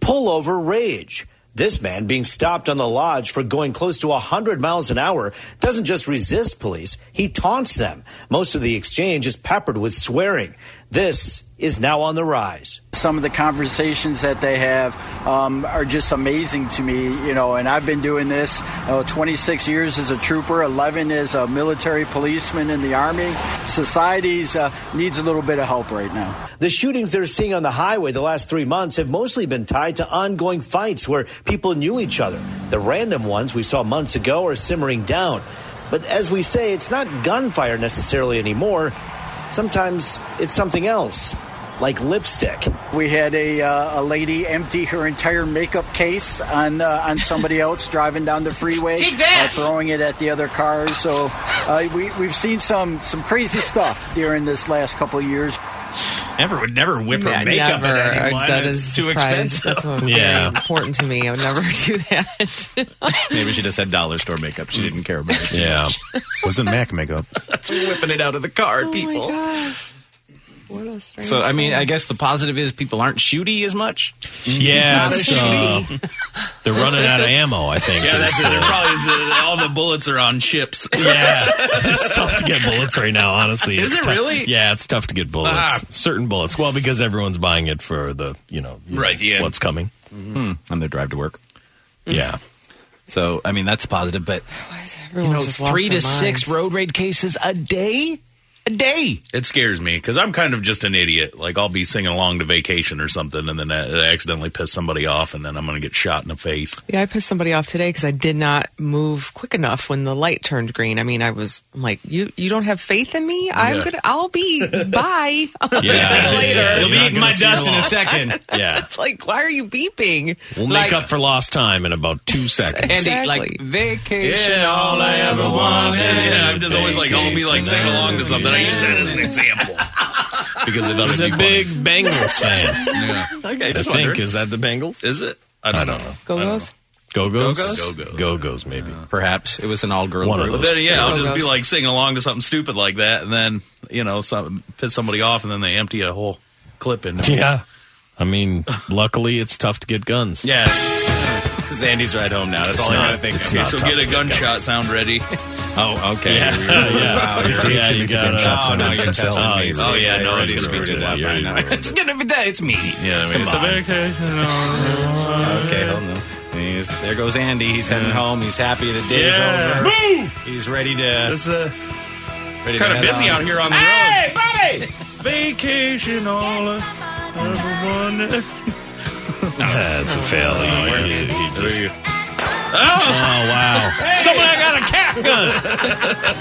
S11: pullover rage. This man being stopped on the lodge for going close to 100 miles an hour doesn't just resist police, he taunts them. Most of the exchange is peppered with swearing. This is now on the rise.
S12: some of the conversations that they have um, are just amazing to me you know and i've been doing this uh, 26 years as a trooper 11 as a military policeman in the army society's uh, needs a little bit of help right now
S11: The shootings they're seeing on the highway the last three months have mostly been tied to ongoing fights where people knew each other. The random ones we saw months ago are simmering down. But as we say, it's not gunfire necessarily anymore. Sometimes it's something else, like lipstick.
S12: We had a, uh, a lady empty her entire makeup case on uh, on somebody else driving down the freeway, uh, throwing it at the other cars. So uh, we we've seen some some crazy stuff during this last couple of years.
S3: Never would never whip
S7: Yeah,
S3: her makeup
S7: never.
S3: at anyone.
S7: That
S3: It's
S7: is
S3: too
S7: surprise.
S3: expensive.
S7: That's what-
S4: Yeah.
S7: important to me. I would never do that.
S3: Maybe she just had dollar store makeup. She didn't care about it.
S4: Yeah.
S5: Wasn't Mac makeup?
S3: whipping it out of the car,
S7: Oh
S3: people.
S7: my gosh. What a strange
S3: So I mean,
S7: story.
S3: I guess the positive is people aren't shooty as much.
S6: Mm-hmm.
S4: Yeah. it's, uh, they're running out of ammo, Oh, I think.
S6: Yeah,
S4: is
S6: that's it.
S4: the-
S6: They're probably it's, uh, all the bullets are on ships.
S4: Yeah, it's tough to get bullets right now. Honestly,
S6: Is
S4: It's
S6: it
S4: tou-
S6: really?
S4: Yeah, it's tough to get bullets.
S6: Ah.
S4: Certain bullets. Well, because everyone's buying it for the you know you
S6: Right,
S4: know,
S6: yeah.
S4: what's coming.
S6: Hmm.
S3: On their drive to work.
S4: Yeah,
S3: So I mean, that's positive. But
S7: Why is
S3: you
S7: everyone
S3: know,
S7: just lost
S3: three
S7: their
S3: to six
S7: minds?
S3: road rage cases a day, a day.
S6: It scares me because I'm kind of just an idiot. Like I'll be singing along to vacation or something, and then I I accidentally piss somebody off, and then I'm going to get shot in the face.
S7: Yeah, I pissed somebody off today because I did not move quick enough when the light turned green. I mean, I was I'm like, you you don't have faith in me. I'm
S6: Yeah.
S7: gonna, I'll be bye. I'll
S4: Yeah,
S7: be
S4: yeah,
S6: Uh,
S7: later.
S4: yeah.
S3: You'll
S4: You're
S3: be
S4: not
S3: eating
S4: gonna
S3: my
S4: see
S3: dust
S4: them
S3: in a
S4: all.
S3: second.
S4: yeah.
S7: It's like, why are you beeping?
S4: We'll
S3: Like-
S4: make up for lost time in about two seconds.
S3: Andy,
S7: Exactly.
S3: like vacation.
S6: all I ever wanted. Yeah, I'm just always like I'll be like singing along to something. I use that as an example because I thought
S4: He's a
S6: it'd be funny.
S4: big Bengals fan.
S6: Yeah. Okay, I
S4: I
S6: just
S4: think
S6: wondered.
S4: is that the Bengals?
S6: Is it? I don't, know.
S7: Go goes.
S4: Go goes.
S6: Go-Go's?
S4: Go goes. Maybe.
S3: Perhaps it was an all-girl
S4: One of
S3: group.
S6: But then, yeah, I'll
S7: Go
S6: just be
S7: Go's.
S6: like singing along to something stupid like that, and then you know, some piss somebody off, and then they empty a whole clip in.
S4: Yeah. I mean, luckily it's tough to get guns.
S6: Yeah.
S3: Andy's right home now. That's
S4: It's
S3: all I
S4: not-
S3: gotta think.
S4: it's
S3: of.
S6: Okay,
S4: not
S6: so
S4: tough
S6: get
S4: to
S6: a
S4: get
S6: gunshot sound ready.
S3: Oh, okay. You're- Wow, you're-
S4: Yeah, you
S5: Make the
S4: gotta-
S5: gunshots
S3: Oh,
S5: on
S3: no,
S5: it.
S3: you're testing
S4: Oh,
S3: me.
S4: you're
S6: right.
S3: yeah, no,
S6: You're
S3: it's
S6: right.
S3: gonna be
S6: You're
S3: done.
S6: right.
S3: I know. It's gonna be done. It's me.
S6: Yeah, I mean, it's a big
S3: Okay, hold on. He's- there goes Andy. He's heading home. He's happy the day's
S6: Yeah.
S3: over. He's ready to.
S6: It's uh,
S3: ready to
S6: kind of
S3: head
S6: busy
S3: on.
S6: out here on the road.
S3: Bobby!
S6: Vacation all everyone.
S4: That's a fail. He- he just-
S6: Oh,
S4: Oh wow! Someone got a cap gun.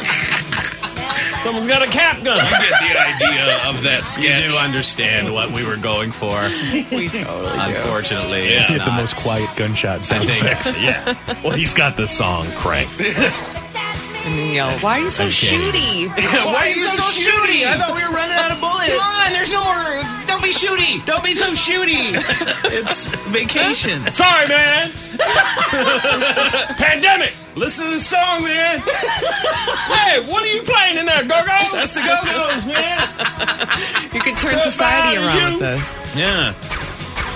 S4: Someone's got a cap gun.
S6: I get the idea of that
S3: You
S6: sketch.
S3: do understand what we were going for.
S7: We totally do.
S3: Unfortunately, it's
S5: Hit the
S3: not.
S5: most quiet gunshot
S3: I
S5: sound.
S3: think
S4: yeah. Well, he's got the song crank.
S7: And then yell, why are you so shooty?
S3: Why are you so shooty? I thought we were running out of bullets. Come on, there's no more. Don't be shooty.
S9: Don't be so shooty.
S3: it's vacation.
S9: Sorry, man. Pandemic. Listen to the song, man. hey, what are you playing in there, Gogo? That's the Go-Go's, man.
S7: You could turn society
S9: Goodbye,
S7: around
S9: you.
S7: with this.
S3: Yeah.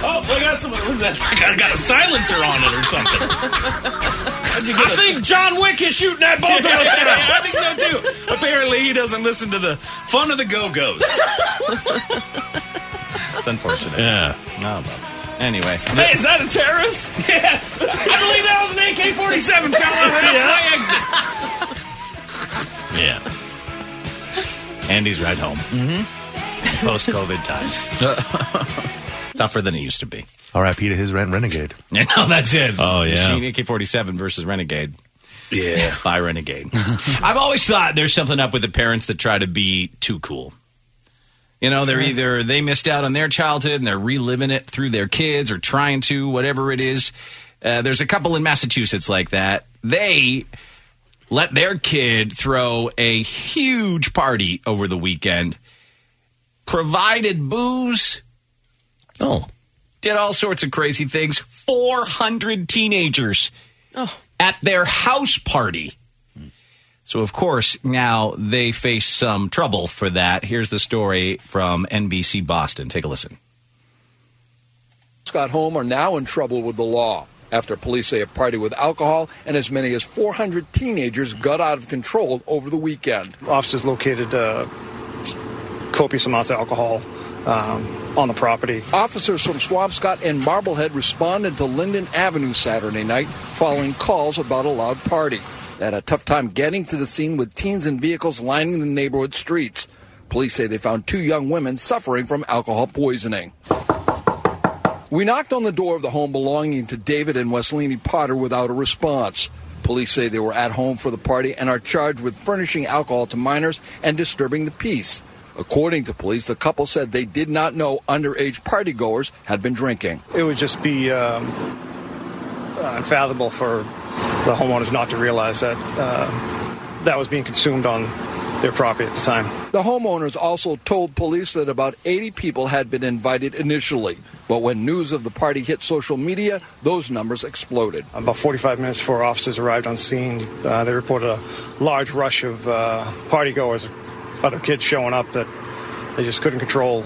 S9: Oh, I got some. What was that?
S6: I got, got a silencer on it or something.
S9: I think John Wick is shooting at both of us now.
S6: I think so too. Apparently, he doesn't listen to the fun of the Go Go's.
S3: It's unfortunate.
S9: Yeah.
S3: No, but anyway.
S9: Hey, is that a terrorist? Yeah. I believe that was an AK 47, fella. That's my exit.
S3: Yeah. Andy's right home. Mm-hmm. Post COVID times. Tougher than it used to be.
S5: R.I.P. to his rent renegade.
S3: Yeah, no, that's it.
S5: Oh, yeah.
S3: Machine AK forty seven versus Renegade. Yeah, by Renegade. I've always thought there's something up with the parents that try to be too cool. You know, they're either they missed out on their childhood and they're reliving it through their kids or trying to, whatever it is. Uh, there's a couple in Massachusetts like that. They let their kid throw a huge party over the weekend, provided booze. Oh. Did all sorts of crazy things. 400 teenagers at their house party. So, of course, now they face some trouble for that. Here's the story from NBC Boston. Take a listen.
S13: got home are now in trouble with the law after police say a party with alcohol and as many as 400 teenagers got out of control over the weekend.
S14: Officers located uh, copious amounts of alcohol um, on the property.
S13: Officers from Swampscott and Marblehead responded to Linden Avenue Saturday night following calls about a loud party. They had a tough time getting to the scene with teens and vehicles lining the neighborhood streets. Police say they found two young women suffering from alcohol poisoning. We knocked on the door of the home belonging to David and Weslini Potter without a response. Police say they were at home for the party and are charged with furnishing alcohol to minors and disturbing the peace. According to police, the couple said they did not know underage partygoers had been drinking.
S14: It would just be um, unfathomable for the homeowners not to realize that uh, that was being consumed on their property at the time.
S13: The homeowners also told police that about 80 people had been invited initially, but when news of the party hit social media, those numbers exploded.
S14: About 45 minutes before officers arrived on scene, uh, they reported a large rush of uh, partygoers, other kids showing up that they just couldn't control.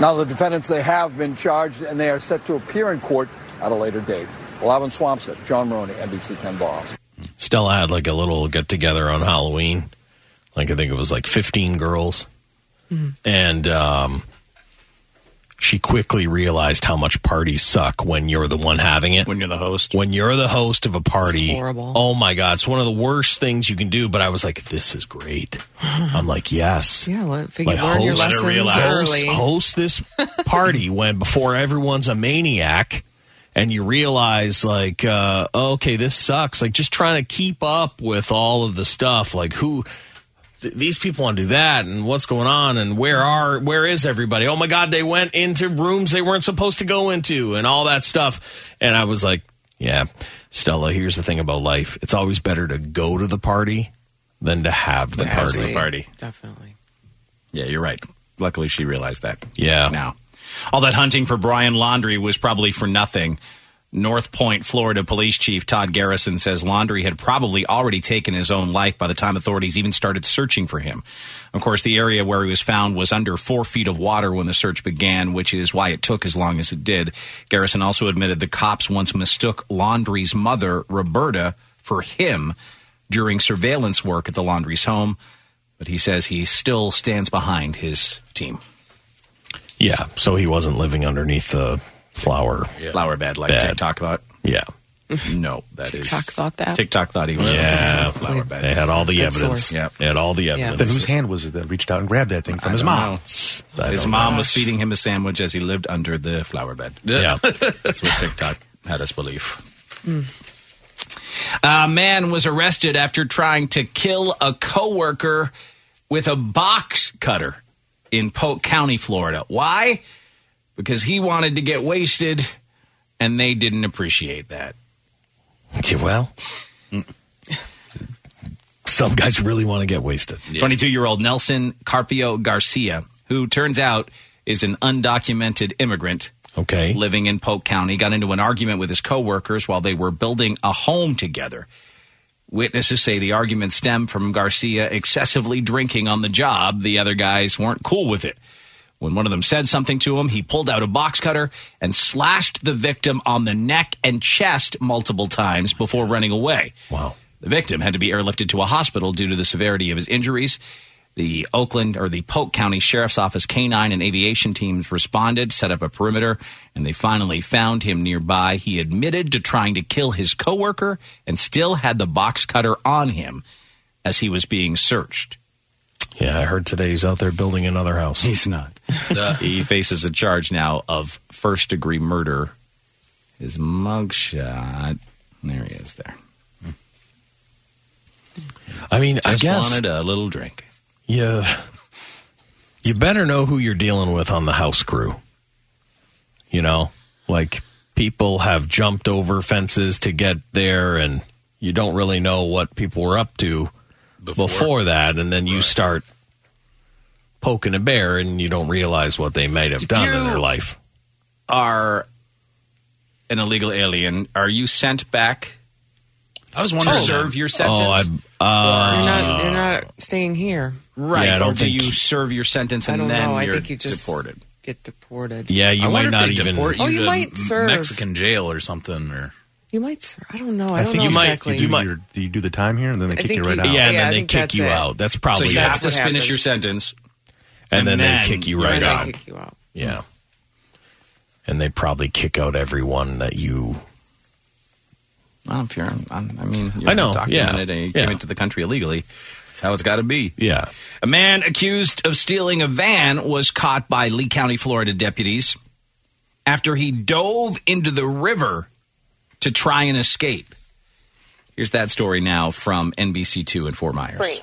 S13: Now, the defendants, they have been charged and they are set to appear in court at a later date. Lavin Swampscott, John Maroney, NBC 10 Boston.
S4: Stella had like a little get together on Halloween. Like I think it was like 15 girls.
S7: Mhm.
S4: And um, she quickly realized how much parties suck when you're the one having it. When
S3: you're the host.
S4: When you're the host of a party.
S7: horrible.
S4: Oh my god, it's one of the worst things you can do, but I was like this is great. I'm like yes.
S7: Yeah, let, figure,
S4: Like
S7: learn your
S4: host,
S7: lessons
S4: host,
S7: early.
S4: host this party when before everyone's a maniac and you realize like uh, okay this sucks like just trying to keep up with all of the stuff like who th- these people want to do that and what's going on and where are where is everybody oh my god they went into rooms they weren't supposed to go into and all that stuff and i was like yeah stella here's the thing about life it's always better to go to the party than to have the party
S3: Absolutely. Party.
S7: Definitely.
S3: Yeah, you're right. Luckily, she realized that.
S4: Yeah.
S3: Now, all that hunting for Brian Laundry was probably for nothing. North Point, Florida Police Chief Todd Garrison says Laundry had probably already taken his own life by the time authorities even started searching for him. Of course, the area where he was found was under four feet of water when the search began, which is why it took as long as it did. Garrison also admitted the cops once mistook Laundry's mother, Roberta, for him during surveillance work at the Laundry's home but he says he still stands behind his team.
S4: Yeah, so he wasn't living underneath the flower
S3: flower bed like TikTok thought.
S4: Yeah,
S3: no, that is
S4: TikTok
S3: thought
S7: that?
S3: TikTok thought he was.
S4: Yeah,
S3: flower bed.
S4: they had all the
S3: Good
S4: evidence.
S3: source. Yep.
S4: They had all the
S3: Yeah.
S4: evidence.
S3: Then
S5: Whose hand was it that reached out and grabbed that thing from
S3: I
S5: his
S3: don't
S5: mom?
S3: know.
S5: I
S3: His
S5: don't
S3: mom
S5: know.
S3: was feeding him a sandwich as he lived under the flower bed.
S4: Yeah,
S3: that's what TikTok had us believe.
S5: Hmm.
S3: A man was arrested after trying to kill a coworker with a box cutter in Polk County, Florida. Why? Because he wanted to get wasted, and they didn't appreciate that.
S4: Well, Some guys really want to get wasted.
S3: 22 year old Nelson Carpio Garcia, who turns out is an undocumented immigrant.
S4: Okay.
S3: Living in Polk County, got into an argument with his coworkers while they were building a home together. Witnesses say the argument stemmed from Garcia excessively drinking on the job. The other guys weren't cool with it. When one of them said something to him, he pulled out a box cutter and slashed the victim on the neck and chest multiple times before running away. Wow. The victim had to be airlifted to a hospital due to the severity of his injuries. The Oakland or the Polk County Sheriff's Office canine and aviation teams responded, set up a perimeter, and they finally found him nearby. He admitted to trying to kill his coworker and still had the box cutter on him as he was being searched.
S4: Yeah, I heard today he's out there building another house.
S3: He's not. he faces a charge now of first degree murder. His
S9: Uh,
S3: mugshot. There he is there.
S4: I mean, I
S3: Just
S4: guess
S3: wanted a little drink.
S4: Yeah. You better know who you're dealing with on the house crew. You know, like people have jumped over fences to get there, and you don't really know what people were up to before, that. And then you start poking a bear and you don't realize what they might have done in their life.
S3: Are an illegal alien, are you sent back? I was wondering,
S7: Oh.
S3: serve your sentence.
S4: Oh, I, uh,
S7: you're, not, you're not staying here.
S3: Right.
S4: Yeah, I
S3: or
S4: don't
S3: do
S4: think-
S3: you serve your sentence
S7: I
S3: and
S7: don't
S3: then
S7: know. I
S3: you're
S7: think you just
S3: deported?
S7: Get deported.
S4: Yeah,
S6: I
S4: you might
S6: wonder if
S4: not
S6: they
S4: even-
S6: deport you
S7: Oh, you
S6: to
S7: might serve.
S6: Mexican jail or something, or
S7: You might, sir. I don't know. Oh, I, don't
S5: think
S7: know
S5: you might.
S7: exactly.
S5: You do, your, you do the time here, and then they
S7: I
S5: kick
S7: think
S5: you right
S7: you-
S5: out.
S7: Yeah, and Yeah, then I they think kick that's you it. out.
S4: That's probably
S3: so you
S4: it.
S3: have to
S4: That's
S3: finish
S4: what
S3: your sentence,
S4: And then they kick you right
S7: And they
S4: out.
S7: kick you out.
S4: Yeah. And they probably kick out everyone that you.
S3: Well, if you're, I'm, I mean,
S4: I know, yeah,
S3: documented and you
S4: yeah.
S3: came into the country illegally. That's how it's got to be.
S4: Yeah.
S3: A man accused of stealing a van was caught by Lee County, Florida deputies after he dove into the river to try and escape. Here's that story now from NBC2 in Fort Myers.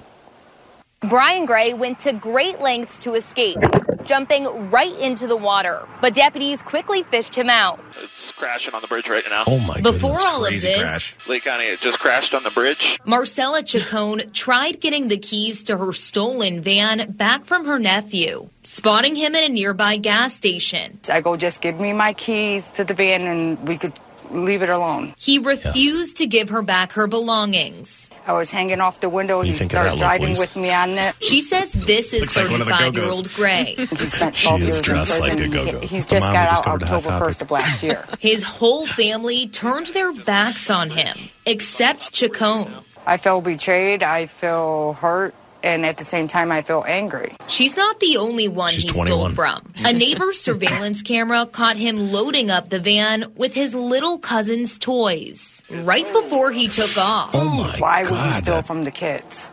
S15: Brian Gray went to great lengths to escape, jumping right into the water. But deputies quickly fished him out.
S9: It's crashing on the bridge right now.
S4: Oh my
S15: Before goodness. all of Crazy this- crash.
S9: Lee County, it just crashed on the bridge.
S15: Marcella Chacon tried getting the keys to her stolen van back from her nephew, spotting him at a nearby gas station.
S16: I go, just give me my keys to the van and we could leave it alone.
S15: He refused to give her back her belongings.
S16: I was hanging off the window.
S15: You
S16: he
S15: think of that
S16: started
S15: look,
S16: driving
S15: Lisa.
S16: with me on it.
S15: She says this is
S16: Looks like one of the
S15: 35 year old
S16: Go-Go's.
S15: Gray.
S16: He spent 12
S15: She is
S16: years in prison.
S15: dressed like the
S16: He-
S15: Go-Go's.
S16: He's
S15: The
S16: just
S15: mom
S16: got
S15: who
S16: out
S15: discovered the Hot
S16: October 1st of last year.
S15: His whole family turned their backs on him, except Chacon.
S16: I feel betrayed. I feel hurt. And at the same time, I feel angry.
S15: She's not the only one he
S16: 21.
S15: stole from. A neighbor's surveillance camera caught him loading up the van with his little cousin's toys right before he took off.
S16: why would you steal from the kids?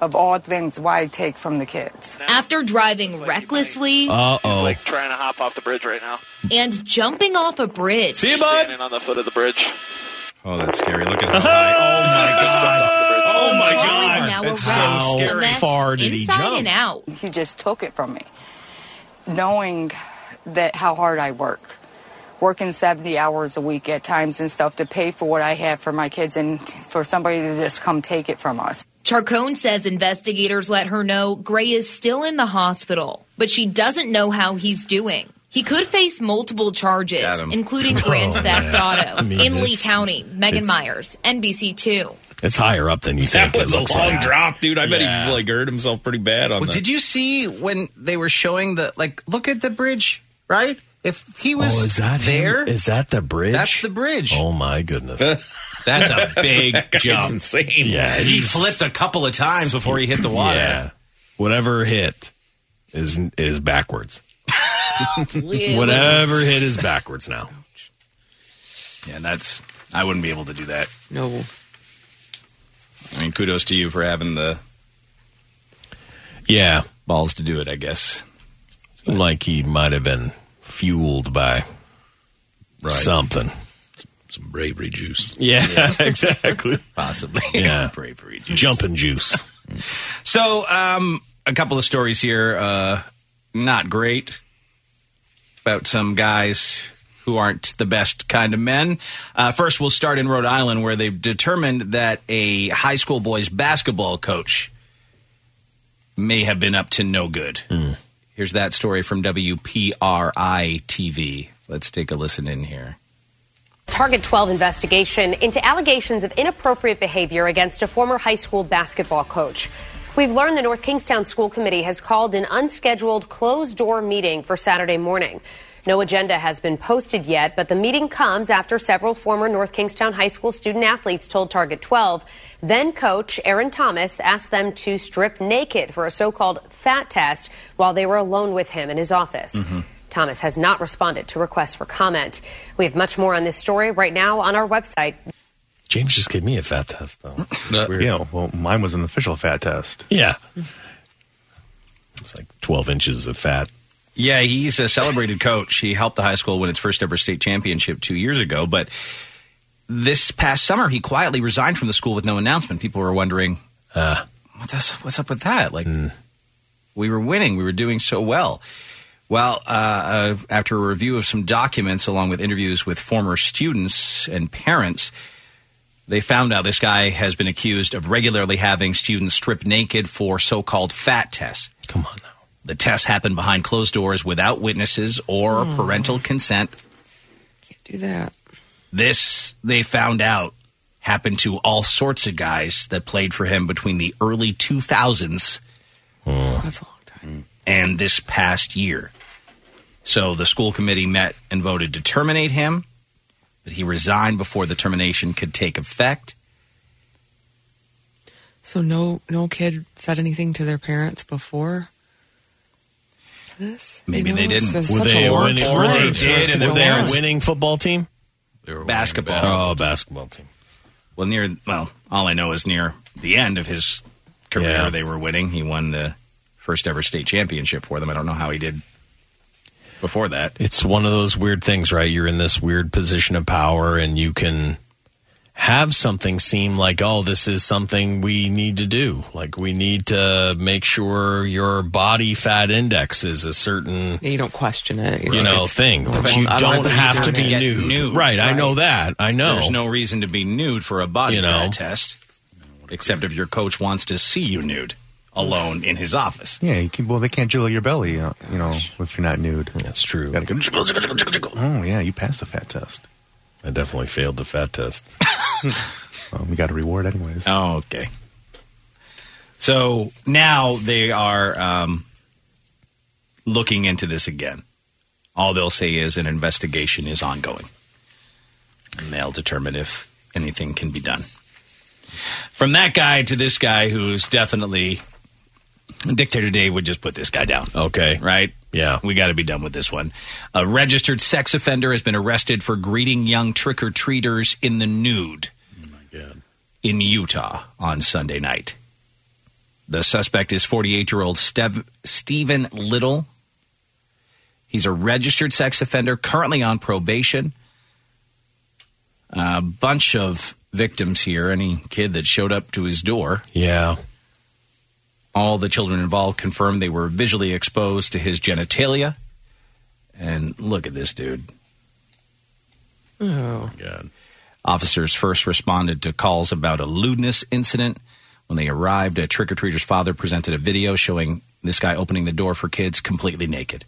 S16: Of all things, why take from the kids?
S15: After driving recklessly
S4: oh.
S9: Like trying to hop off the bridge right now.
S15: and jumping off a bridge.
S9: Standing on the foot of the bridge.
S3: Oh, that's scary. Look at how high. Oh, my God. Oh, my God. It's so
S16: How
S3: scary.
S16: far
S3: did he jump?
S15: out.
S16: He just took it from me, knowing that how hard I work, working 70 hours a week at times and stuff to pay for what I have for my kids and for somebody to just come take it from us.
S15: Charcone says investigators let her know Gray is still in the hospital, but she doesn't know how he's doing. He could face multiple charges,
S4: Got him.
S15: including grand
S4: Oh,
S15: theft
S4: man.
S15: auto
S4: I mean,
S15: in Lee
S4: it's-
S15: County. Megan
S4: it's-
S15: Myers, NBC2.
S4: It's higher up than you think.
S6: That was
S4: it
S6: a
S4: looks
S6: long
S4: like.
S6: drop, dude. I bet he, like,
S4: hurt himself pretty bad on
S6: Well,
S4: that.
S3: Did you see when they were showing the like? Look at the bridge, right? If he was
S4: oh, is that him?
S3: there,
S4: Is that the bridge?
S3: That's the bridge.
S4: Oh my goodness.
S3: that's a big
S4: That guy's
S3: jump.
S4: insane. Yeah,
S3: he
S4: he's-
S3: flipped a couple of times before he hit the water.
S4: Yeah. Whatever hit is is backwards. Whatever hit is backwards now.
S3: Yeah, and that's I wouldn't be able to do that.
S7: No.
S3: I mean, kudos to you for having the
S4: yeah
S3: balls to do it. I guess
S4: Seemed like he might have been fueled by something.
S6: Some bravery juice.
S4: Yeah, exactly.
S3: Possibly.
S4: Yeah.
S3: bravery juice.
S4: Jumping juice.
S3: So, um, a couple of stories here. Uh, not great about some guys who aren't the best kind of men. Uh, first, we'll start in Rhode Island, where they've determined that a high school boys basketball coach may have been up to no good.
S4: Mm.
S3: Here's that story from WPRI TV. Let's take a listen in here.
S17: Target 12 investigation into allegations of inappropriate behavior against a former high school basketball coach. We've learned the North Kingstown School Committee has called an unscheduled closed door meeting for Saturday morning. No agenda has been posted yet, but the meeting comes after several former North Kingstown High School student athletes told Target 12 then coach Aaron Thomas asked them to strip naked for a so called fat test while they were alone with him in his office. Thomas has not responded to requests for comment. We have much more on this story right now on our website.
S5: James just gave me a fat test, though. Yeah, well, mine was an official fat test.
S4: Yeah.
S5: It's like 12 inches of fat.
S3: Yeah, he's a celebrated coach. He helped the high school win its first ever state championship two years ago. But this past summer, he quietly resigned from the school with no announcement. People were wondering, uh, what does- what's up with that? Like,
S5: Hmm.
S3: we were winning, we were doing so well. Well, uh, uh, after a review of some documents, along with interviews with former students and parents, they found out this guy has been accused of regularly having students stripped naked for so called fat tests. Come on now. The tests happen behind closed doors without witnesses or
S7: Mm.
S3: parental consent.
S7: Do that.
S3: This, they found out, happened to all sorts of guys that played for him between the early 2000s
S7: Hmm. That's a long
S3: time. and this past year. So the school committee met and voted to terminate him, but he resigned before the termination could take effect.
S7: So no no kid said anything to their parents before this.
S3: Maybe
S7: You know,
S3: they
S7: it's
S3: didn't.
S7: just
S3: Were
S7: such
S3: they
S7: a long
S3: winning-
S7: time.
S3: were
S4: They
S3: Right.
S4: did, and
S3: Were
S4: they
S3: they
S4: a
S3: a
S4: winning football team?
S3: basketball.
S4: basketball.
S3: Oh, basketball team. Well, near well, all I know is near the end of his career, they were winning. He won the first ever state championship for them. I don't know how he did before that.
S4: It's one of those weird things, right? You're in this weird position of power and you can have something seem like, oh, this is something we need to do. Like, we need to make sure your body fat index is a certain.
S7: You don't question it.
S4: You know, thing. But you don't have to be nude. Right, I know that. I know.
S3: There's no reason to be nude for a body fat test, except if your coach wants to see you nude alone in his office.
S5: Yeah, you can, well, they can't jiggle your belly, uh, you know, if you're not nude.
S4: That's true.
S5: Gotta go, jiggle, jiggle, jiggle, jiggle, jiggle. Oh, yeah, you passed the fat test.
S4: I definitely failed the fat test.
S5: well, we got a reward, anyways.
S3: Oh, okay. So now they are um, looking into this again. All they'll say is an investigation is ongoing. And they'll determine if anything can be done. From that guy to this guy who's definitely dictator Dave would just put this guy down.
S4: Okay.
S3: Right? Yeah. We got to be done with this one. A registered sex offender has been arrested for greeting young trick or treaters in the nude in Utah on Sunday night. The suspect is 48 year old Stev- Stephen Little. He's a registered sex offender currently on probation. A bunch of victims here, any kid that showed up to his door.
S4: Yeah.
S3: All the children involved confirmed they were visually exposed to his genitalia. And look at this dude.
S7: Oh.
S3: Officers first responded to calls about a lewdness incident. When they arrived, a trick or treater's father presented a video showing this guy opening the door for kids completely naked.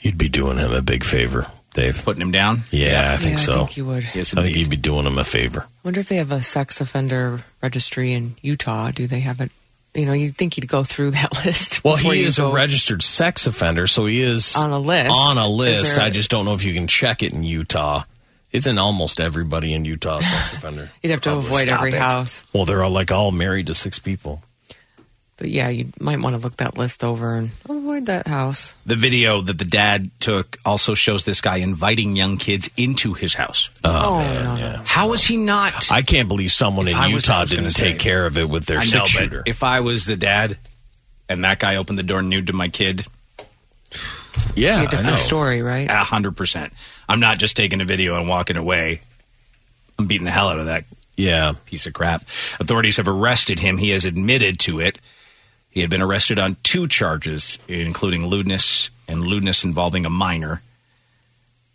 S4: You'd be doing him a big favor, Dave.
S3: Putting him down?
S4: Yeah, I think
S7: Yeah, I
S4: so.
S7: think you would. Yes,
S4: I think you'd be doing him a favor.
S7: I wonder if they have a sex offender registry in Utah. Do they have it? You know, you'd think you'd go through that list.
S4: Well,
S7: before
S4: he
S7: you
S4: is
S7: go-
S4: a registered sex offender, so he is
S7: On a list.
S4: On a
S7: Is
S4: list.
S7: there-
S4: I just don't know if you can check it in Utah. Isn't almost everybody in Utah a sex offender?
S7: You'd have to
S4: Probably.
S7: avoid
S4: Stop
S7: every
S4: it.
S7: house.
S4: Well, they're all like all married to six people.
S7: But yeah, you might want to look that list over and avoid that house.
S3: The video that the dad took also shows this guy inviting young kids into his house.
S4: Oh,
S7: no, no,
S4: yeah.
S3: How is he not?
S4: I can't believe someone in
S3: If I was- I
S4: Utah
S3: was
S4: didn't
S3: gonna
S4: take
S3: say-
S4: care of it with their
S3: I know,
S4: six
S3: but
S4: shooter.
S3: If I was the dad and that guy opened the door nude to my kid,
S4: Yeah,
S7: Be a different story, right?
S3: A hundred percent. I'm not just taking a video and walking away. I'm beating the hell out of that.
S4: Yeah,
S3: piece of crap. Authorities have arrested him. He has admitted to it. He had been arrested on two charges, including lewdness and lewdness involving a minor.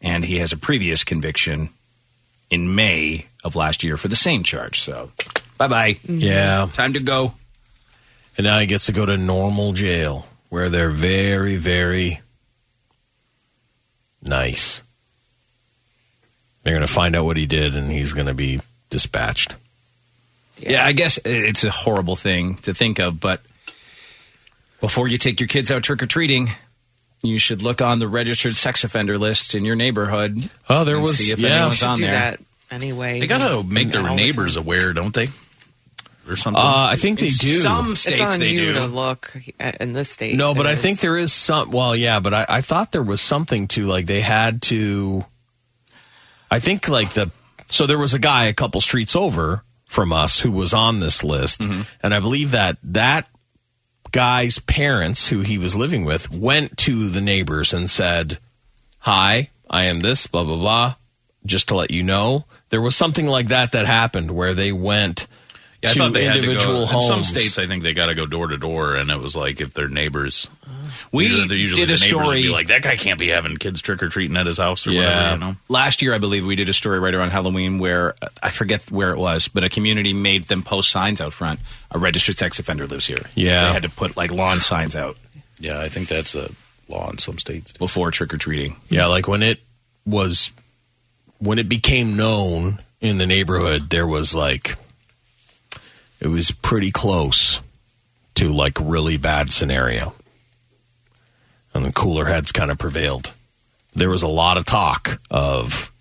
S3: and he has a previous conviction in May of last year for the same charge. So, bye bye.
S4: Yeah.
S3: Time to go.
S4: And now he gets to go to normal jail where they're very, very nice. They're going to find out what he did and he's going to be dispatched.
S3: Yeah. I guess
S4: uh,
S3: it's a horrible thing to think of, but before you take your kids out trick or treating, you should look on the registered sex offender list in your neighborhood.
S4: Oh, there
S3: and
S4: was-
S3: see if
S4: yeah.
S3: anyone's
S4: Should
S3: on
S4: do
S3: there.
S4: that.
S7: Anyway,
S6: They gotta make their
S7: All the
S6: neighbors aware, don't they? Or something.
S4: Uh, I think they
S6: In
S4: do.
S6: Some
S4: It's
S6: states
S7: it's on
S6: they
S7: you
S6: do.
S7: to look at- in this state.
S4: No, but
S7: It
S4: I
S7: is.
S4: think there is some. Well, yeah, but I, I thought there was something to like they had to. I think like the so there was a guy a couple streets over from us who was on this list,
S6: Mm-hmm.
S4: and I believe that that guy's parents who he was living with went to the neighbors and said, "Hi, I am this blah blah blah." Just to let you know, there was something like that that happened where they went
S6: Yeah, I
S4: to
S6: thought they had to
S4: individual
S6: go.
S4: homes.
S6: In some states, I think they got to go door to door, and it was like if their neighbors.
S3: We
S6: usually, they're usually
S3: did a
S6: the neighbors would
S3: story-
S6: be like that guy can't be having kids trick or treating at his house or whatever. You know,
S3: Last year, I believe we did a story right around Halloween where uh, I forget where it was, but a community made them post signs out front. A registered sex offender lives here.
S4: Yeah.
S3: They had to put like lawn signs out.
S6: Yeah, I think that's a law in some states.
S3: Before trick or treating.
S4: Yeah, like when it was when it became known in the neighborhood, there was like it was pretty close to like really bad scenario. And the cooler heads kind of prevailed. There was a lot of talk of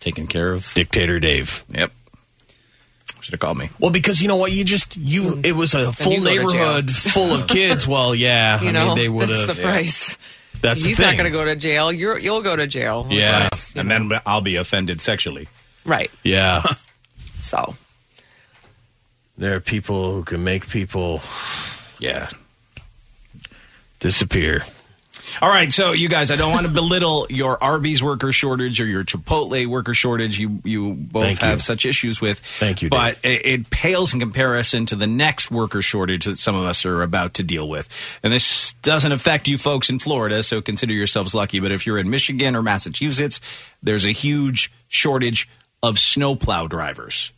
S3: taking care of
S4: dictator Dave.
S3: Yep. Should have called me.
S4: Well, because you know what, you just you it was a full
S7: you go to jail.
S4: neighborhood full of kids. Well, yeah,
S7: You
S4: I
S7: know,
S4: mean they would
S7: that's
S4: have
S7: the price.
S4: That's the
S7: he's not
S4: thing.
S7: going to go to jail. You're, you'll go to jail.
S4: Yeah.
S3: and then I'll be offended sexually.
S7: Right.
S4: Yeah.
S7: So
S4: there are people who can make people
S3: Yeah.
S4: disappear.
S3: All right, so you guys, I don't want to belittle your Arby's worker shortage or your Chipotle worker shortage. You you both
S4: Thank
S3: have
S4: you.
S3: such issues with. Thank
S4: you,
S3: but it, it pales in comparison to the next worker shortage that some of us are about to deal with. And this doesn't affect you folks in Florida, so consider yourselves lucky. But if you're in Michigan or Massachusetts, there's a huge shortage of snowplow drivers.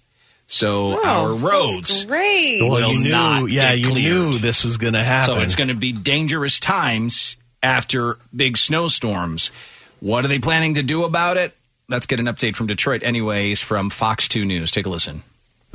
S3: So Oh,
S18: Oh,
S3: our roads
S7: great.
S3: will
S4: Well, you knew,
S3: not
S4: yeah,
S3: get
S4: you
S3: cleared.
S4: knew this was going to happen.
S3: So it's going to be dangerous times after big snowstorms. What are they planning to do about it? Let's get an update from Detroit, anyways, from Fox 2 News. Take a listen.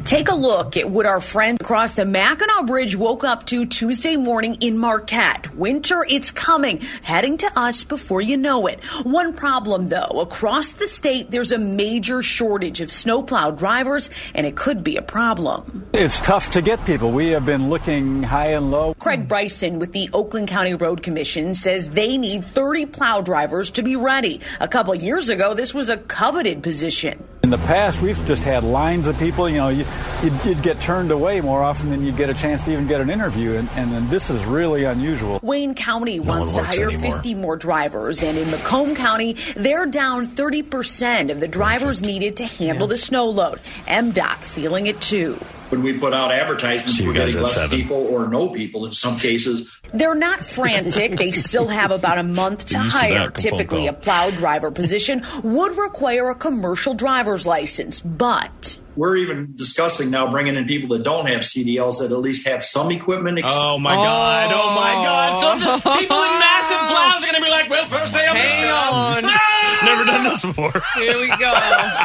S19: Take a look at what our friends across the Mackinac Bridge woke up to Tuesday morning in Marquette. Winter, it's coming, heading to us before you know it. One problem though, across the state, there's a major shortage of snowplow drivers, and it could be a problem.
S20: It's tough to get people. We have been looking high and low.
S19: Craig Bryson with the Oakland County Road Commission says they need 30 plow drivers to be ready. A couple years ago, this was a coveted position.
S20: In the past, we've just had lines of people. You know, you, you'd, you'd get turned away more often than you'd get a chance to even get an interview, and, and, and this is really unusual.
S19: Wayne County wants to
S20: works
S19: hire
S20: anymore.
S19: 50 more drivers, and in Macomb County, they're down 30% of the drivers needed to handle the snow load. MDOT feeling it too.
S12: When we put out advertisements,
S4: See you
S12: we're
S4: guys
S12: getting
S4: at
S12: less
S4: seven.
S12: people or no people in some cases.
S19: They're not frantic. they still have about a month to
S12: You're used to that
S19: hire.
S12: from phone
S19: Typically, a
S12: call.
S19: plow driver position would require a commercial driver's license, but
S12: We're even discussing now bringing in people that don't have CDLs that at least have some equipment.
S6: Oh my God! Oh my God! So the people in massive plows are going to be like, "Well, first day of
S7: Hang
S6: the job. Ah!
S7: on.
S6: Never done this before.
S7: here we go.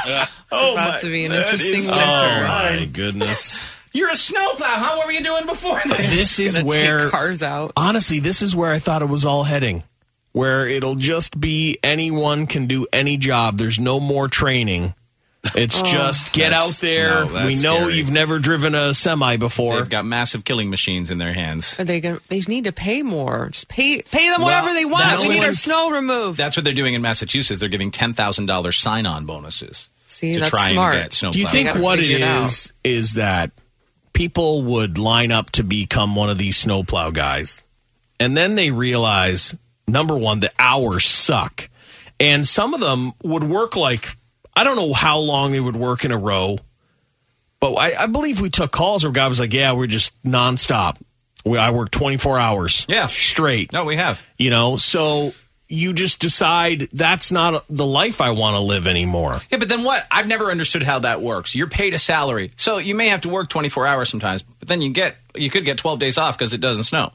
S6: oh
S7: about
S6: my-
S7: to be an
S6: that
S7: interesting
S6: is
S7: winter.
S6: terrifying.
S4: Oh My goodness.
S3: You're a snowplow. How were you doing before
S4: this is
S7: Gonna take
S4: where
S7: cars out.
S4: Honestly, this is where I thought it was all heading. Where it'll just be anyone can do any job. There's no more training. It's
S3: Oh.
S4: just get out
S3: That's- no,
S4: there.
S3: that's
S4: we know
S3: scary.
S4: you've never driven a semi before.
S3: They've got massive killing machines in their hands.
S7: Are they going? to They need to pay more. Just pay pay them
S3: Well,
S7: whatever they want.
S3: that's
S7: We need
S3: what-
S7: our snow removed.
S3: That's what they're doing in Massachusetts. They're giving $10,000 sign on bonuses
S7: See,
S3: to
S7: that's
S3: try
S7: smart.
S3: and get snowplow.
S4: Do you think what it
S7: figure
S4: is
S7: it out.
S4: is that people would line up to become one of these snowplow guys, and then they realize number one, the hours suck, and some of them would work like I don't know how long they would work in a row, but I, I believe we took calls where a guy was like, "Yeah, we're just nonstop. We, I work twenty four hours, yeah, straight.
S3: No, we have.
S4: You know, so you just decide that's not the life I want to live anymore.
S3: Yeah, but then what? I've never understood how that works. You're paid a salary, so you may have to work 24 hours sometimes, but then you get you could get 12 days off because it doesn't snow,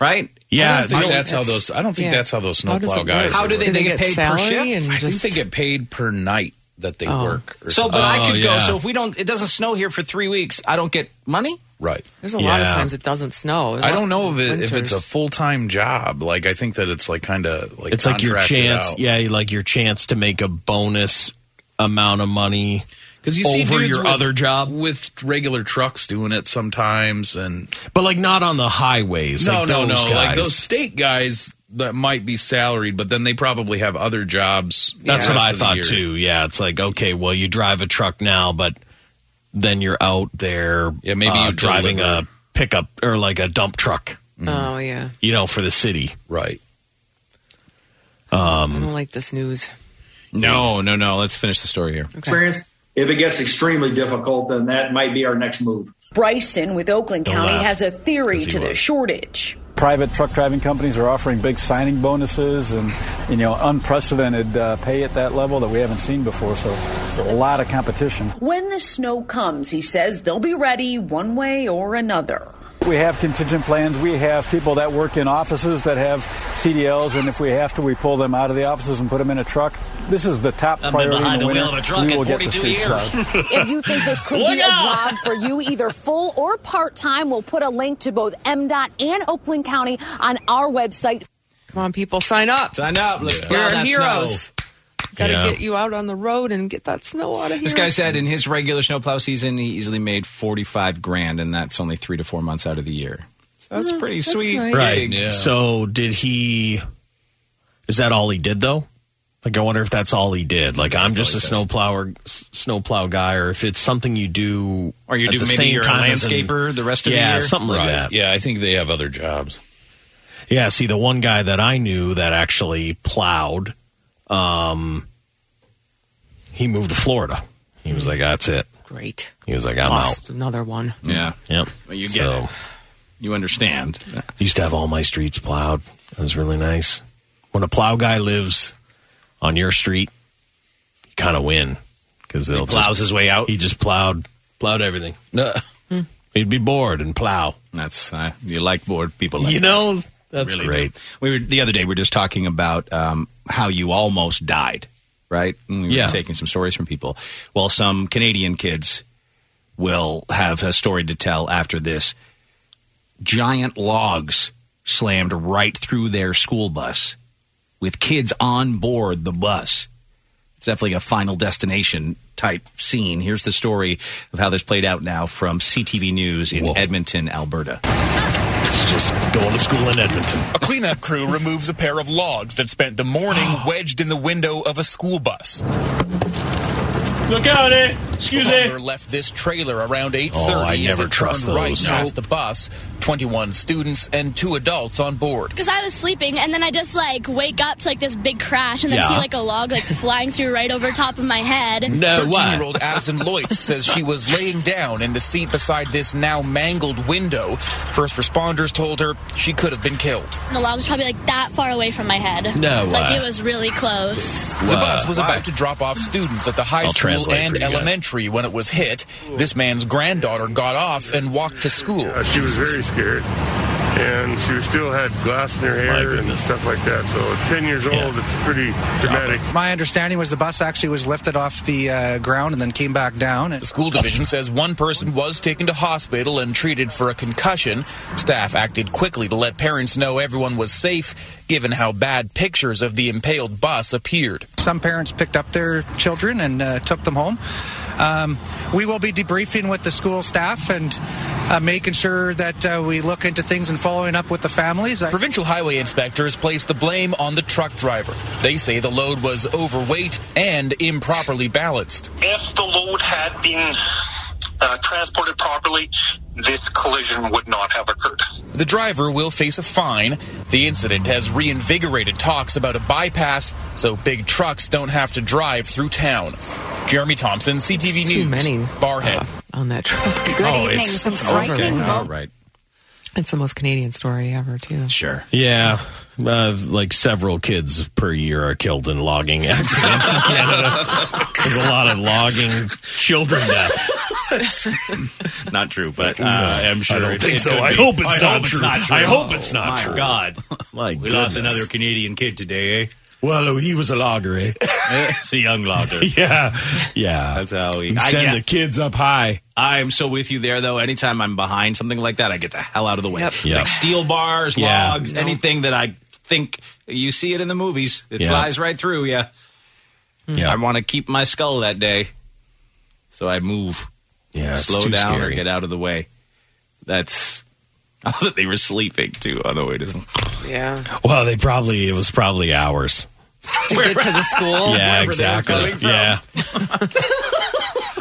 S3: right?
S6: Yeah, I don't think that's how those. I don't think
S3: yeah.
S6: that's how those
S3: How does
S6: snowplow
S3: it
S6: guys.
S3: work? How do they- Do they they get get paid per salary shift? and
S6: I think
S3: just-
S6: they get paid per night that they
S3: Oh.
S6: work. Or
S3: So, but I
S6: something.
S3: could go. So if we don't, it doesn't snow here for three weeks, I don't get money.
S6: Right.
S7: There's a lot of
S6: Yeah.
S7: times it doesn't snow. There's a
S6: I
S7: lot
S6: don't know
S7: of
S6: if, it, if it's a
S7: winters.
S6: full time job. Like I think that it's like kind of like
S4: it's like your
S6: contracted
S4: chance,
S6: out.
S4: yeah, like your chance to make a bonus amount of money
S6: because you see
S4: over
S6: dudes
S4: your
S6: with-
S4: other job
S6: with regular trucks doing it sometimes, and
S4: but like not on the highways.
S6: no,
S4: like
S6: no, no,
S4: those
S6: like
S4: guys.
S6: those state guys that might be salaried, but then they probably have other jobs. the
S4: That's what
S6: rest
S4: I
S6: of the
S4: thought
S6: year.
S4: too. Yeah, it's like okay, well, you drive a truck now, but then you're out there. Yeah,
S6: maybe you
S4: driving
S6: deliver.
S4: a pickup or like a dump truck.
S7: Oh yeah.
S4: You know, for the city,
S6: right?
S7: I
S4: Um,
S7: don't like this news.
S3: No, no, no. Let's finish the story here.
S13: Experience. If it gets extremely difficult, then that might be our next move.
S21: Bryson with Oakland
S20: Don't
S21: County
S20: laugh.
S21: has a theory
S20: Busy
S21: to the
S20: work.
S21: shortage.
S20: Private truck driving companies are offering big signing bonuses and you know unprecedented uh, pay at that level that we haven't seen before. So it's a lot of competition.
S21: When the snow comes, he says they'll be ready one way or another.
S20: We have contingent plans. We have people that work in offices that have CDLs, and if we have to, we pull them out of the offices and put them in a truck. This is the top
S9: I've been
S20: priority. in
S9: behind
S20: the
S9: the wheel
S20: winter.
S9: of a truck
S20: we
S9: in
S20: will get the
S9: 42
S20: streets
S9: years.
S20: plowed.
S19: If you think this could
S9: Look
S19: be a
S9: out!
S19: job for you, either full or part time, we'll put a link to both MDOT and Oakland County on our website.
S7: Come on, people, sign up.
S3: Sign up. Let's
S7: You're
S3: plow that
S7: heroes.
S3: snow.
S7: Got to
S3: Yeah.
S7: get you out on the road and get that snow out of here.
S3: This guy said in his regular snowplow season, he easily made 45 grand, and that's only three to four months out of the year. So that's
S7: Oh,
S3: pretty
S7: that's
S3: sweet.
S7: nice.
S4: right?
S3: Yeah.
S4: So Oh, did he? Is that all he did though? Like I wonder if that's all he did. Like I'm just a snowplower, s- snowplow guy, or if it's something you do,
S3: Or you
S4: at
S3: do
S4: the
S3: maybe
S4: same
S3: you're a
S4: time as an-
S3: landscaper the rest of the
S4: yeah,
S3: year?
S4: something like
S3: Right.
S4: that.
S6: Yeah, I think they have other jobs.
S4: Yeah, see, the one guy that I knew that actually plowed, um, he moved to Florida. He was like, "That's it."
S7: Great.
S4: He was like, "I'm
S7: Lost Another one.
S4: out." Mm. Yep.
S3: Well, you get
S4: So-
S3: it. You understand.
S4: Used to have all my streets plowed. It was really nice. When a plow guy lives on your street, you kind of win because he
S3: plows his way out.
S4: He just plowed, plowed everything. He'd be bored and plow.
S3: That's uh, you like bored people. Like
S4: You know, that's
S3: really
S4: great.
S3: do. We were the other day. We were just talking about um, how you almost died, right? And we were
S4: Yeah.
S3: taking some stories from people. Well, some Canadian kids will have a story to tell after this. Giant logs slammed right through their school bus with kids on board the bus. It's definitely a final destination type scene. Here's the story of how this played out now from CTV News in Edmonton, Alberta.
S4: It's just going to school in Edmonton.
S22: A cleanup crew removes a pair of logs that spent the morning wedged in the window of a school bus. Look out, eh? Excuse me. left this trailer around 8:30.
S4: Oh, I
S22: as
S4: never
S22: it
S4: trust
S22: turned Right
S4: those.
S22: past the bus, 21 students and two adults on board.
S23: Because I was sleeping, and then I just like wake up to like this big crash, and then
S22: Yeah.
S23: see like a log like flying through right over top of my head.
S22: 13-year-old Addison Lloyd says she was laying down in the seat beside this now mangled window. First responders told her she could have been killed.
S23: The log was probably like that far away from my head.
S22: No
S23: like
S22: way.
S23: it was really close.
S22: The bus was about to drop off students at the high I'll school translate for and you guys. elementary when it was hit. This man's granddaughter got off and walked to school.
S24: Uh, She was very scared. And she was still had glass in her hair and stuff like that. So at 10 years old, it's pretty dramatic.
S25: My understanding was the bus actually was lifted off the uh, ground and then came back down.
S22: The school division says one person was taken to hospital and treated for a concussion. Staff acted quickly to let parents know everyone was safe, given how bad pictures of the impaled bus appeared.
S25: Some parents picked up their children and uh, took them home. Um, we will be debriefing with the school staff and uh, making sure that uh, we look into things and following up with the families. I-
S22: Provincial highway inspectors place the blame on the truck driver. They say the load was overweight and improperly balanced.
S26: If the load had been uh, transported properly, this collision would not have occurred.
S22: The driver will face a fine. The incident has reinvigorated talks about a bypass so big trucks don't have to drive through town. Jeremy Thompson, CTV
S7: too
S22: News,
S7: many, Uh,
S22: Barhead.
S7: on that truck.
S3: Oh, it's- okay, all right.
S7: It's the most Canadian story ever, too.
S3: Sure.
S4: Yeah. Uh, like several kids per year are killed in logging accidents in Canada. There's a lot of logging children death.
S3: not true, but uh,
S4: No,
S3: I'm sure.
S4: I don't
S3: it,
S4: think
S3: it
S4: so.
S3: could
S4: I
S3: be.
S4: hope it's
S3: I
S4: not
S3: hope
S4: true.
S3: It's not true.
S4: I hope it's not
S3: my
S4: true.
S3: God,
S4: My
S3: we lost
S4: goodness.
S3: another Canadian kid today, eh?
S4: Well, he was a logger, eh?
S3: it's a young logger.
S4: yeah, yeah.
S3: That's how we
S4: You send the kids up high.
S3: I am so with you there, though. Anytime I'm behind something like that, I get the hell out of the way.
S4: Yep. Yep.
S3: Like steel bars,
S4: Yeah.
S3: logs,
S4: No.
S3: anything that I think you see it in the movies, it
S4: Yeah. Hmm.
S3: flies right through you.
S4: Yeah.
S3: I want to keep my skull that day, so I move.
S4: Yeah, it's
S3: slow
S4: too
S3: down or
S4: scary.
S3: get out of the way. That's. I love that they were sleeping too on the way to.
S7: Yeah.
S4: Well, they probably it was probably hours.
S7: To get to the school?
S4: yeah, exactly. Yeah.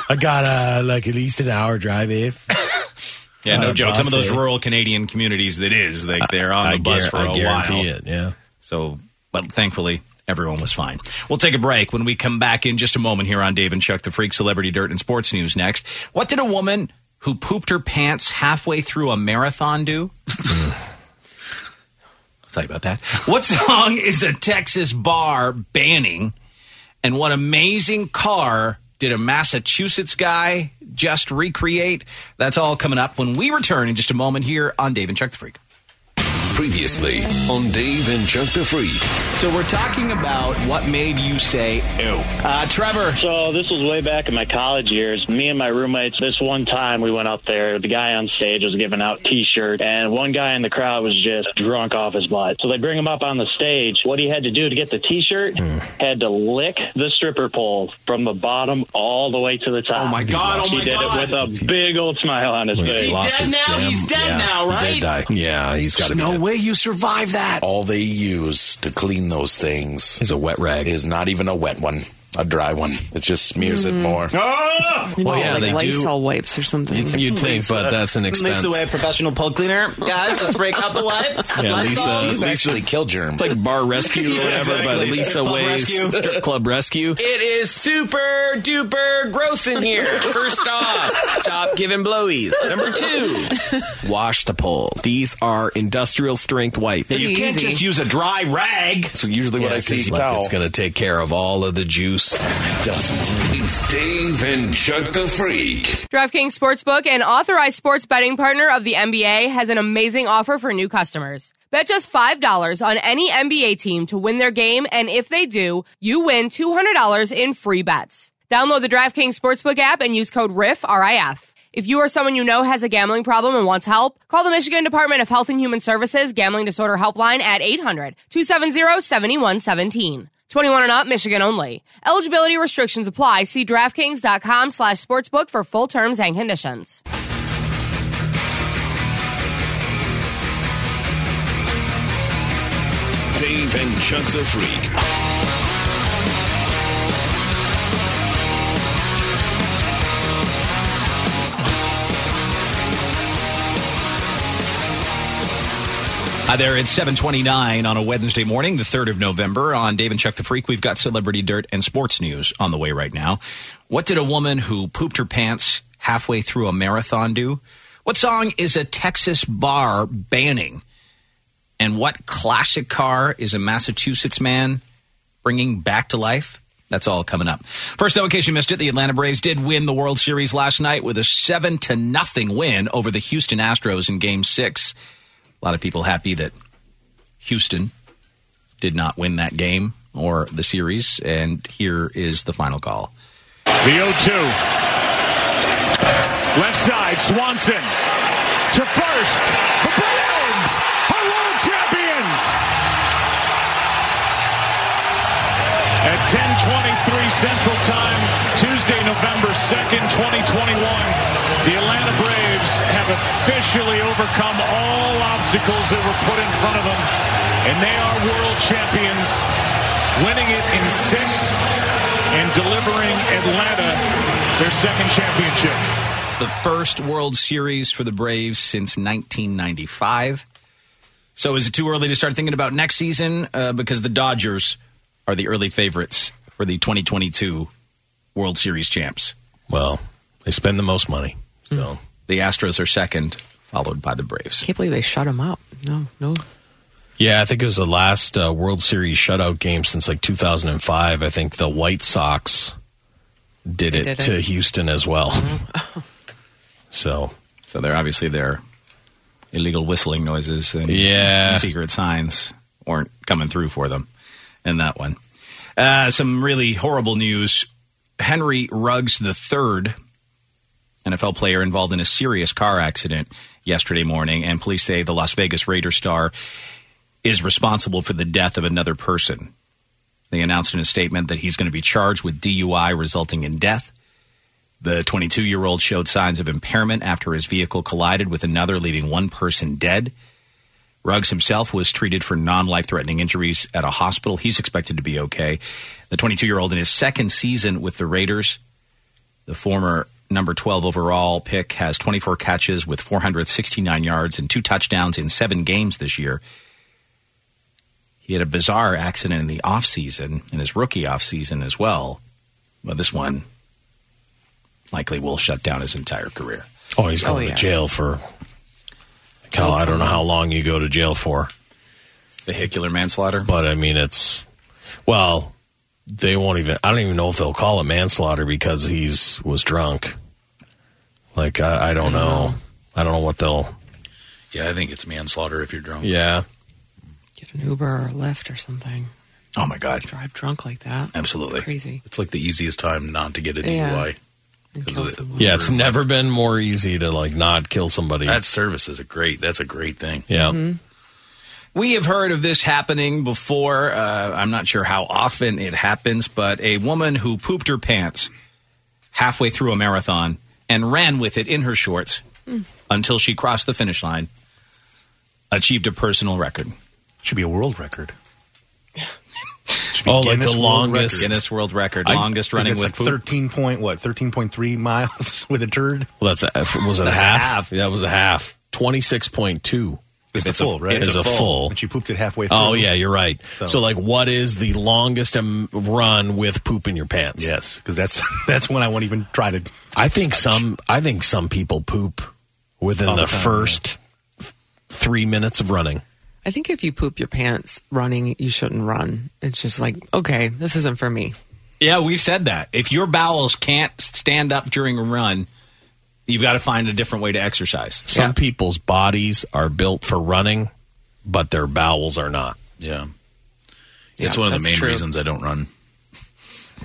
S4: I got uh, like at least an hour drive if.
S3: Yeah, no
S4: Uh,
S3: joke. Some of those
S4: bus, eh?
S3: rural Canadian communities, that is, like they're on the
S4: I
S3: bus
S4: guar-
S3: for
S4: I
S3: a
S4: guarantee
S3: while.
S4: it, Yeah.
S3: So, but thankfully, everyone was fine. We'll take a break. When we come back in just a moment here on Dave and Chuck, the Freak Celebrity Dirt and Sports News next. What did a woman who pooped her pants halfway through a marathon do? I'll tell you about that. What song is a Texas bar banning? And what amazing car did a Massachusetts guy just recreate? That's all coming up when we return in just a moment here on Dave and Chuck the Freak.
S27: Previously on Dave and Chuck the Freak.
S3: So we're talking about what made you say ew. Uh, Trevor.
S28: So this was way back in my college years. Me and my roommates, this one time we went up there. The guy on stage was giving out T-shirts, and one guy in the crowd was just drunk off his butt. So they bring him up on the stage. What he had to do to get the T-shirt
S4: Hmm.
S28: had to lick the stripper pole from the bottom all the way to the top. Oh my
S3: God, oh
S28: He
S3: my
S28: did
S3: God.
S28: it with a big old smile on his
S4: Well,
S28: face.
S4: he lost his damn- yeah, he did die. Yeah, he's got to be
S3: way you survive that.
S6: All they use to clean those things
S4: is a wet rag.
S6: Is not even a wet one, a dry one. It just smears it
S7: Mm.
S6: more.
S7: You know,
S6: Well, yeah,
S7: like
S6: they do.
S7: Lysol wipes or something.
S6: You'd think, but that's an
S4: Lisa expense. Webb,
S3: professional pole cleaner. Guys, let's break out the wipes.
S4: Yeah, Lisa. Lisa actually
S6: kill germ.
S4: It's like bar rescue or
S6: Yeah,
S4: whatever, but
S6: exactly.
S4: Lisa
S6: Strip club
S4: Way's
S6: rescue.
S4: strip club rescue.
S9: It is super duper gross in here. First off, stop giving blowies. Number two,
S4: Wash the pole. These are industrial strength wipes.
S9: You can't Easy. just
S3: use a dry rag.
S4: So usually
S6: what I see is a
S4: like,
S6: towel.
S4: it's going to take care of all of the juice. It doesn't.
S27: It's Dave and Chuck the Freak.
S1: DraftKings Sportsbook, an authorized sports betting partner of the NBA, has an amazing offer for new customers. Bet just $5 on any NBA team to win their game, and if they do, you win $200 in free bets. Download the DraftKings Sportsbook app and use code RIF, RIF. If you or someone you know has a gambling problem and wants help, call the Michigan Department of Health and Human Services Gambling Disorder Helpline at 800 270 7117. 21 and up, Michigan only. Eligibility restrictions apply. See DraftKings.com slash sportsbook for full terms and conditions.
S27: Dave and Chuck the Freak.
S3: Hi Uh, there, it's 729 on a Wednesday morning, the 3rd of November. On Dave and Chuck the Freak, we've got celebrity dirt and sports news on the way right now. What did a woman who pooped her pants halfway through a marathon do? What song is a Texas bar banning? And what classic car is a Massachusetts man bringing back to life? That's all coming up. First, though, in case you missed it, the Atlanta Braves did win the World Series last night with a seven to nothing win over the Houston Astros in Game Six. A lot of people happy that Houston did not win that game or the series. And here is the final call.
S9: The 0 2. Left side, Swanson to first. The Braves are world champions. At 10:23 Central Time, Tuesday, November 2nd, 2021, the Atlanta Braves have officially overcome all obstacles that were put in front of them, and they are world champions, winning it in six and delivering Atlanta their second championship.
S3: It's the first World Series for the Braves since 1995. So is it too early to start thinking about next season? Uh, because the Dodgers are the early favorites for the 2022 World Series champs.
S4: Well, they spend the most money. So
S3: the Astros are second, followed by the Braves.
S7: Can't believe they shut him out. No, no.
S4: Yeah, I think it was the last uh, World Series shutout game since like 2005. I think the White Sox did,
S7: They
S4: it,
S7: did
S4: to
S7: it. Mm-hmm.
S4: Houston as well. so,
S3: so they're obviously there. Illegal whistling noises and
S4: Yeah.
S3: secret signs weren't coming through for them in that one. Uh, some really horrible news. Henry Ruggs III, NFL player involved in a serious car accident yesterday morning, and police say the Las Vegas Raider star is responsible for the death of another person. They announced in a statement that he's going to be charged with DUI resulting in death. The 22 year old showed signs of impairment after his vehicle collided with another, leaving one person dead. Ruggs himself was treated for non life threatening injuries at a hospital. He's expected to be okay. The 22 year old in his second season with the Raiders, the former number 12 overall pick, has 24 catches with 469 yards and two touchdowns in seven games this year. He had a bizarre accident in the offseason, in his rookie offseason as well. But this one likely will shut down his entire career.
S4: oh, he's going
S3: Oh, yeah.
S4: to jail for. Hell, I don't know how long you go to jail for.
S3: Vehicular manslaughter.
S4: But I mean, it's well, they won't even. I don't even know if they'll call it manslaughter because he's was drunk. Like I, I don't know. I don't know what they'll.
S6: Yeah, I think it's manslaughter if you're drunk.
S4: Yeah.
S7: Get an Uber or a Lyft or something.
S3: Oh my God!
S7: Drive drunk like that.
S3: Absolutely.
S7: It's crazy.
S6: It's like the easiest time not to get a
S7: Yeah.
S6: DUI.
S7: And
S6: 'Cause
S7: kill
S6: of the-
S7: someone.
S4: Yeah, it's never been more easy to like not kill somebody.
S6: That service is a great. That's a great thing.
S4: yeah.
S7: Mm-hmm.
S3: We have heard of this happening before. Uh, I'm not sure how often it happens, but a woman who pooped her pants halfway through a marathon and ran with it in her shorts
S9: Mm.
S3: until she crossed the finish line achieved a personal record.
S5: Should be a world record. Should be
S3: Oh, like
S5: Guinness
S3: the
S5: World
S3: longest-
S5: Record.
S3: Guinness World Record, longest running
S5: it's
S3: with
S5: like
S3: poop.
S5: thirteen point what thirteen point three miles with a turd.
S4: Well, that's a, was it a
S5: That's a
S4: half?
S5: half.
S4: That was a half. Twenty six point two.
S5: It's the full, right?
S4: It's, a full.
S5: But you pooped it halfway through.
S4: Oh yeah, you're right. So,
S5: So-
S4: like, what is the longest um, run with poop in your pants?
S5: Yes, because that's that's when I won't even try to.
S4: I think some. I think some people poop within
S5: All
S4: the,
S5: the time,
S4: first three minutes of running.
S7: I think if you poop your pants running, you shouldn't run. It's just like, okay, this isn't for me.
S3: Yeah, we've said that. If your bowels can't stand up during a run, you've got to find a different way to exercise.
S4: Some people's bodies are built for running, but their bowels are not.
S6: Yeah.
S4: Yeah,
S6: it's one of the
S4: that's
S6: main
S4: true.
S6: reasons I don't run.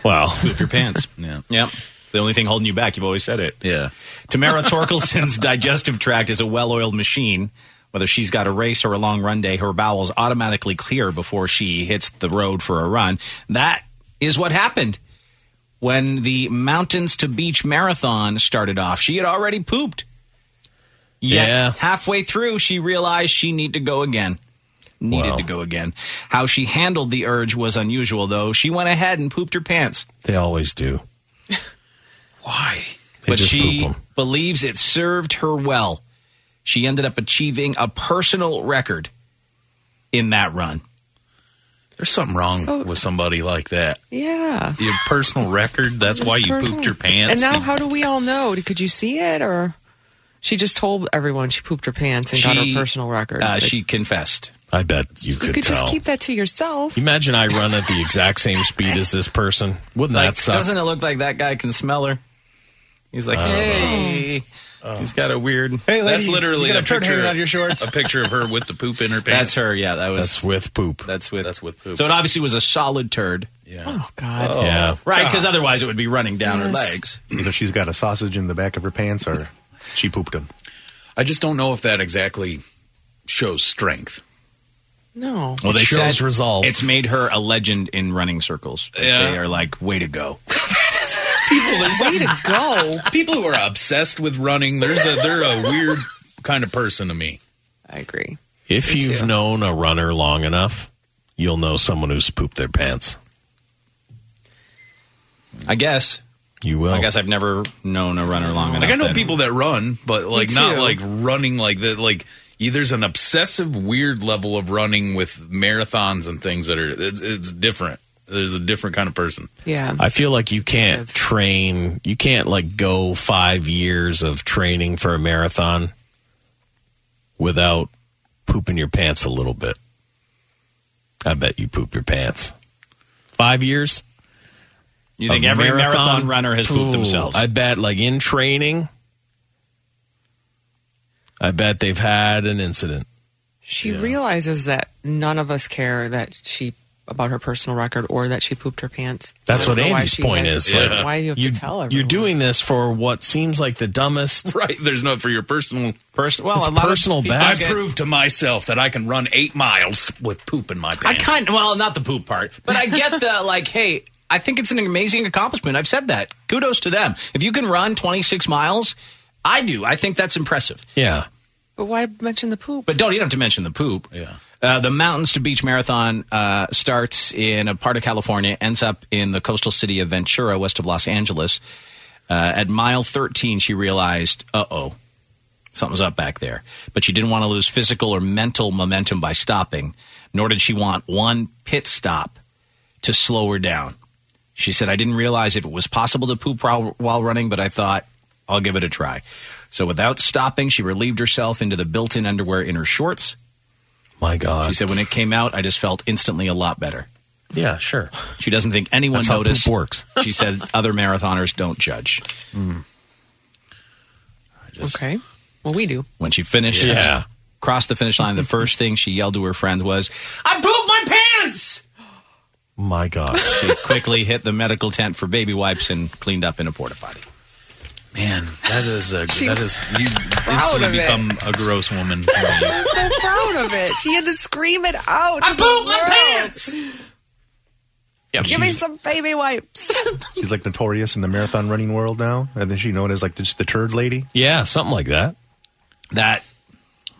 S4: Well,
S3: poop your pants. yeah. Yep. It's the only thing holding you back. You've always said it.
S6: Yeah.
S3: Tamara Torkelson's digestive tract is a well oiled machine. Whether she's got a race or a long run day, her bowels automatically clear before she hits the road for a run. That is what happened when the Mountains to Beach Marathon started off. She had already pooped. Yet
S4: Yeah.
S3: halfway through, she realized she need to go again. Needed to go again. How she handled the urge was unusual, though. She went ahead and pooped her pants.
S4: They always do.
S3: Why?
S4: They
S3: but
S4: just
S3: she
S4: poop 'em.
S3: believes it served her well. She ended up achieving a personal record in that run.
S6: There's something wrong with somebody like that.
S7: Yeah.
S6: Your personal record. That's why
S7: It's
S6: you
S7: personal.
S6: pooped your pants.
S7: And now, how do we all know? Could you see it or? She just told everyone she pooped her pants and got her
S3: She-
S7: personal record.
S3: Uh,
S7: But
S3: she confessed.
S4: I bet you
S7: you
S4: could,
S7: could just
S4: tell.
S7: keep that to yourself.
S4: Imagine I run at the exact same speed as this person. Wouldn't
S3: Like,
S4: that suck?
S3: doesn't it look like that guy can smell her? He's like,
S4: I don't know.
S3: hey. He's got a weird.
S5: Hey, lady,
S6: That's literally
S5: you got
S6: a
S5: a turd
S6: picture
S5: hanging out of your shorts.
S6: A picture of her with the poop in her pants.
S3: That's her. Yeah, that was.
S4: That's with poop.
S3: That's with. That's
S6: with poop.
S3: So it obviously was a solid turd.
S6: Yeah.
S7: Oh God.
S4: Yeah.
S3: Right, because otherwise it would be running down her
S7: Yes.
S3: legs.
S5: Either she's got a sausage in the back of her pants, or she pooped them.
S6: I just don't know if that exactly shows strength.
S7: No.
S3: Well, they
S6: shows
S3: said
S6: resolve.
S3: It's made her a legend in running circles.
S6: Yeah.
S3: They are like, way to go.
S6: People, there's
S7: Way to
S5: Oh.
S7: go.
S6: people who are obsessed with running. There's a they're a weird kind of person to me.
S7: I agree.
S4: If
S7: Me
S4: you've
S7: too.
S4: known a runner long enough, you'll know someone who's pooped their pants.
S3: I guess.
S4: You will.
S3: I guess I've never known a runner long enough.
S6: Like I know
S3: that-
S6: people that run, but like
S3: Me
S6: not
S3: too.
S6: like running like that. Like yeah, there's an obsessive weird level of running with marathons and things that are it's, it's different. There's a different kind of person.
S7: Yeah.
S4: I feel like you can't train. You can't like go five years of training for a marathon without pooping your pants a little bit? I bet you poop your pants. Five years?
S3: You think
S4: A
S3: every marathon runner has pooped themselves?
S4: I bet, like in training, I bet they've had an incident.
S7: She realizes that none of us care that she about her personal record or that she pooped her pants.
S4: That's
S7: I don't
S4: what
S7: know why
S4: Andy's
S7: she
S4: point
S7: had-
S4: is. like,
S7: why do you have to tell everyone?
S4: You're doing this for what seems like the dumbest.
S6: Right. There's no for your personal
S3: personal.
S4: Well, It's a lot of personal people- best.
S6: I proved to myself that I can run eight miles with poop in my
S3: I
S6: pants.
S3: kind well, not the poop part, but I get the like, hey, I think it's an amazing accomplishment. I've said that. Kudos to them. If you can run 26 miles, I do. I think that's impressive.
S4: Yeah.
S7: But why mention the poop?
S3: But don't you don't have to mention the poop. Yeah. Uh, the Mountains to Beach Marathon uh, starts in a part of California, ends up in the coastal city of Ventura, west of Los Angeles. Uh, at mile 13, she realized, uh oh, something's up back there. But she didn't want to lose physical or mental momentum by stopping, nor did she want one pit stop to slow her down. She said, I didn't realize if it was possible to poop while, while running, but I thought, I'll give it a try. So without stopping, she relieved herself into the built in underwear in her shorts.
S4: My God.
S3: She said, when it came out, I just felt instantly a lot better.
S4: Yeah, sure.
S3: She doesn't think anyone
S4: That's how poop
S3: noticed.
S4: works. Hmm.
S3: she said, other marathoners don't judge.
S7: okay. Well, we do.
S3: When she finished,
S7: Yeah.
S3: crossed the finish line, the first thing she yelled to her friends was, I pooped my pants.
S4: My God.
S3: She quickly hit the medical tent for baby wipes and cleaned up in a porta potty.
S6: Man, that is a
S7: She-
S6: that is you
S7: Proud of
S6: instantly
S7: it.
S6: become a gross woman.
S7: I'm so proud of it. She had to scream it out. I pooped my pants.
S6: Yeah,
S7: Give me some baby wipes.
S5: She's like notorious in the marathon running world now. And then she known as like just the turd lady.
S4: Yeah, something like that.
S3: That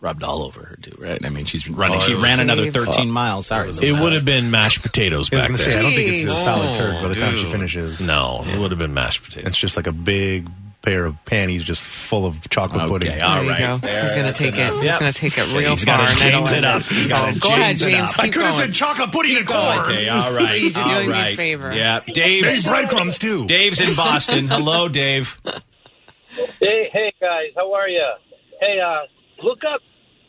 S3: rubbed all over her too, right? I mean, she's been running.
S4: Oh,
S3: she
S4: it
S3: ran
S4: was-
S3: another
S4: Fuck.
S3: 13 miles. Sorry,
S4: It would have been mashed potatoes
S5: I was
S4: back
S5: gonna
S4: then.
S5: say, I don't think it's a solid
S4: Jeez.
S5: turd by the time she
S4: dude.
S5: finishes.
S4: No, it would have been mashed potatoes.
S5: It's just like a big pair of panties just full of chocolate pudding.
S7: There you go. He's going to take it. He's going to take it real
S5: He's
S7: far.
S5: gotta
S7: and I don't
S5: James
S7: like
S5: it up.
S7: it.
S5: He's
S7: So,
S5: gotta
S7: go ahead,
S5: James it
S7: James.
S5: up. I
S7: Keep
S5: could've
S7: going.
S5: said chocolate pudding
S7: Keep
S5: and
S7: going.
S5: corn.
S3: Oh, Okay, all right.
S7: Please, you're
S3: all
S7: doing me a
S3: right.
S7: favor.
S3: Yeah, Dave's
S5: Hey, breadcrumbs, too.
S3: Dave's in Boston. Hello, Dave.
S9: Hey, hey guys, how are you? Hey, uh, look up.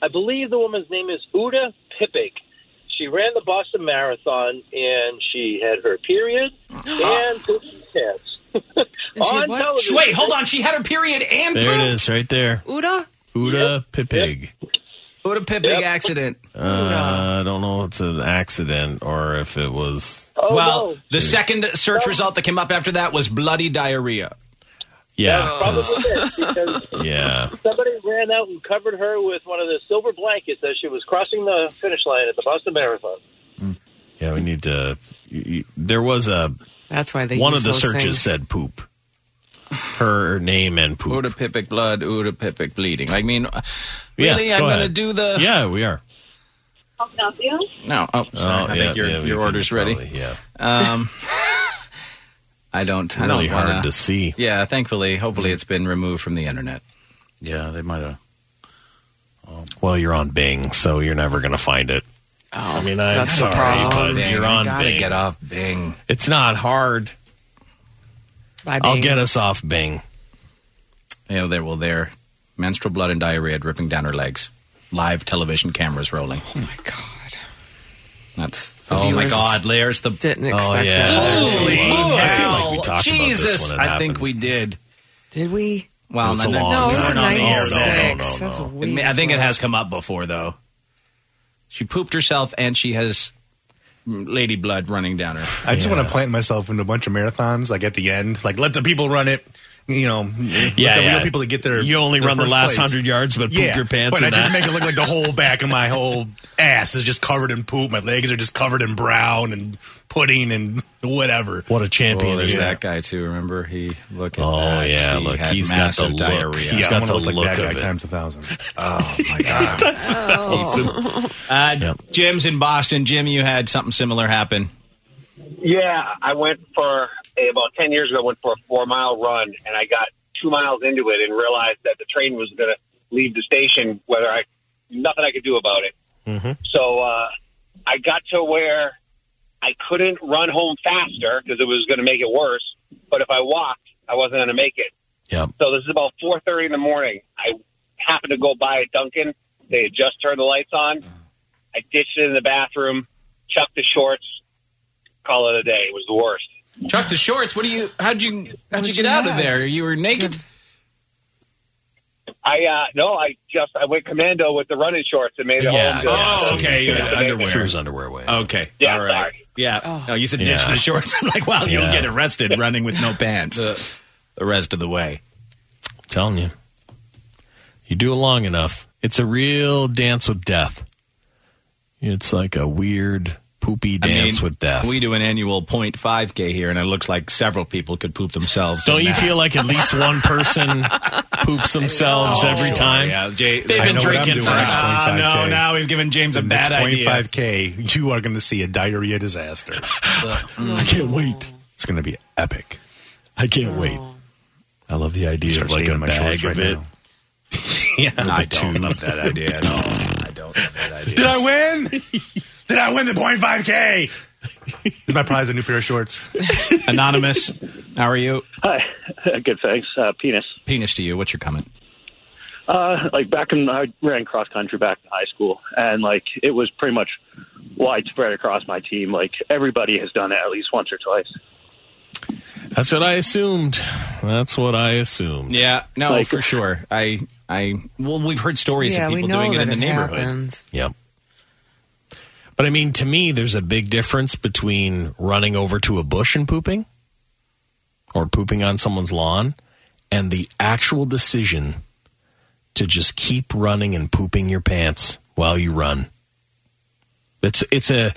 S9: I believe the woman's name is Uda Pipik. She ran the Boston Marathon and she had her period and pooped her pants. on television.
S3: Wait, hold on. She had her period and
S4: There it is, right there.
S3: Uda.
S4: Uda Pipig.
S3: Uda Pipig accident.
S4: Uh, I don't know if it's an accident or if it was.
S3: well, the second search result Oh, that came up after that was bloody diarrhea.
S4: Yeah. 'cause-
S9: Because
S4: yeah.
S9: somebody ran out and covered her with one of the silver blankets as she was crossing the finish line at the Boston Marathon.
S4: Yeah, we need to. y- y- There was a.
S7: That's why they
S4: One
S7: use
S4: of the
S7: those
S4: searches
S7: things.
S4: said poop. Her name and poop.
S3: Uda Pipik blood, Uda Pipik bleeding. I mean, uh,
S4: Yeah,
S3: really,
S4: go
S3: I'm going to
S4: ahead.
S3: do the.
S4: Yeah, we are.
S3: No, oh, sorry. I
S4: yeah,
S3: think your,
S4: yeah, we
S3: your
S4: can
S3: order's ready.
S4: probably, yeah.
S3: Um, I don't. I
S4: Really
S3: don't wanna-
S4: hard to see.
S3: Yeah, thankfully, hopefully, it's been removed from the internet.
S6: Yeah, they might have.
S4: Well, you're on Bing, so you're never going to find it. I mean, I'm
S3: Oh, that's the
S4: sorry,
S3: problem.
S4: but
S3: Bing,
S4: you're
S3: I
S4: on
S3: gotta
S4: Bing.
S3: get off Bing.
S4: It's not hard.
S7: Bye,
S4: I'll
S7: Bing.
S4: get us off Bing.
S3: Yeah, there. Well, there. Menstrual blood and diarrhea dripping down her legs. Live television cameras rolling. Oh my god. That's. oh my
S7: viewers
S3: god. There's the. Oh,
S7: Didn't
S4: Oh,
S7: expect that.
S3: Holy
S7: I feel like
S3: hell.
S7: we talked about this
S3: Jesus.
S7: when it
S3: I think
S7: happened.
S3: we did.
S7: Did we?
S3: Well,
S7: It's a
S3: not-
S7: long No, it was time.
S3: not on the air,
S7: 96. That was a
S3: It may- I
S7: week
S3: think
S7: for
S3: it has
S7: us.
S3: come up before though. She pooped herself and she has mm, lady blood running down her.
S5: I just want to plant myself into a bunch of marathons, like at the end, like let the people run it. You know, yeah, let the
S4: yeah.
S5: real people that get their.
S4: You only
S5: their
S4: run the
S5: first
S4: last
S5: place.
S4: 100 yards, but poop
S5: yeah,
S4: your pants
S5: But
S4: in
S5: I just
S4: that.
S5: make it look like the whole back of my whole ass is just covered in poop. My legs are just covered in brown and pudding and whatever.
S4: What a champion!
S3: Oh, there's
S5: Yeah.
S3: that guy too. Remember he look at
S4: Oh,
S3: that.
S4: yeah,
S3: he
S4: look,
S3: had
S4: he's got the
S3: massive
S4: look.
S3: diarrhea.
S4: He's
S5: Yeah,
S4: got
S5: I wanna
S4: the
S5: look like that
S4: look
S5: guy
S4: of it.
S5: times a thousand.
S3: Oh my god.
S7: Oh.
S3: Uh, Jim's in Boston. Jim, you had something similar happen.
S14: Yeah, I went for eh, about ten years ago. Went for a four mile run, and I got two miles into it and realized that the train was going to leave the station. Whether I nothing I could do about it. So uh, I got to where I couldn't run home faster because it was going to make it worse. But if I walked, I wasn't going to make it.
S4: Yep.
S14: So this is about four thirty in the morning. I happened to go by a Dunkin', They had just turned the lights on. I ditched it in the bathroom, chucked the shorts, call it a day. It was the worst.
S3: Chuck the shorts. What do you? How'd you? How'd you get out of there? You were naked.
S14: I uh no, I just I went commando with the running shorts and made it home. To,
S3: Oh, okay.
S14: to-
S3: you
S14: to-
S3: had underwear.
S14: to-
S3: underwear way. Okay.
S14: Yeah,
S3: All right.
S14: sorry.
S3: Yeah.
S7: Oh.
S3: No, you said ditch
S14: Yeah.
S3: the shorts. I'm like, well,
S14: Yeah.
S3: you'll get arrested running with no pants the rest of the way.
S9: telling you.
S4: You do it long enough. It's a real dance with death.
S9: It's like a weird poopy
S3: I
S9: dance
S3: mean,
S9: with death.
S3: We do an annual 0.5K here, and it looks like several people could poop themselves.
S4: Don't
S3: in
S4: you
S3: that.
S4: feel like at least one person poops themselves
S3: Oh,
S4: every
S3: sure,
S4: time?
S3: yeah. Jay-
S4: They've
S3: I
S4: been
S3: know what I'm
S4: drinking
S3: doing
S4: for
S3: next
S4: Ah,
S3: week.
S4: no,
S3: Okay.
S4: no.
S3: now uh, we've given James a
S5: The
S3: bad
S5: next
S3: idea.
S5: 25K, you are going to see a diarrhea disaster. I can't wait. It's going to be epic. I can't wait.
S9: I love the idea
S5: Start
S9: of like
S5: staying
S9: a
S5: in my
S9: bag
S5: shorts
S9: of
S5: right
S9: it.
S5: now.
S3: yeah, I
S5: don't
S3: love that idea at all. I don't love that idea.
S5: Did I win? Did I win the 0.5K? Is my prize a new pair of shorts?
S3: Anonymous, how are you?
S15: Hi. Good, thanks. Uh, penis.
S3: Penis to you. What's your comment?
S15: Uh, like back in, I ran cross country back in high school, and like it was pretty much widespread across my team. Like everybody has done it at least once or twice.
S4: That's what I assumed. That's what I assumed.
S3: Yeah, no,
S4: Like-
S3: for sure. I, I, well, we've heard stories
S4: Yeah,
S3: of
S4: we
S3: people
S4: know
S3: doing it in
S4: that
S3: the
S4: it
S3: neighborhood.
S4: happens. Yep. But I mean, to me, there's a big difference between running over to a bush and pooping or pooping on someone's lawn and the actual decision to just keep running and pooping your pants while you run. It's, it's a,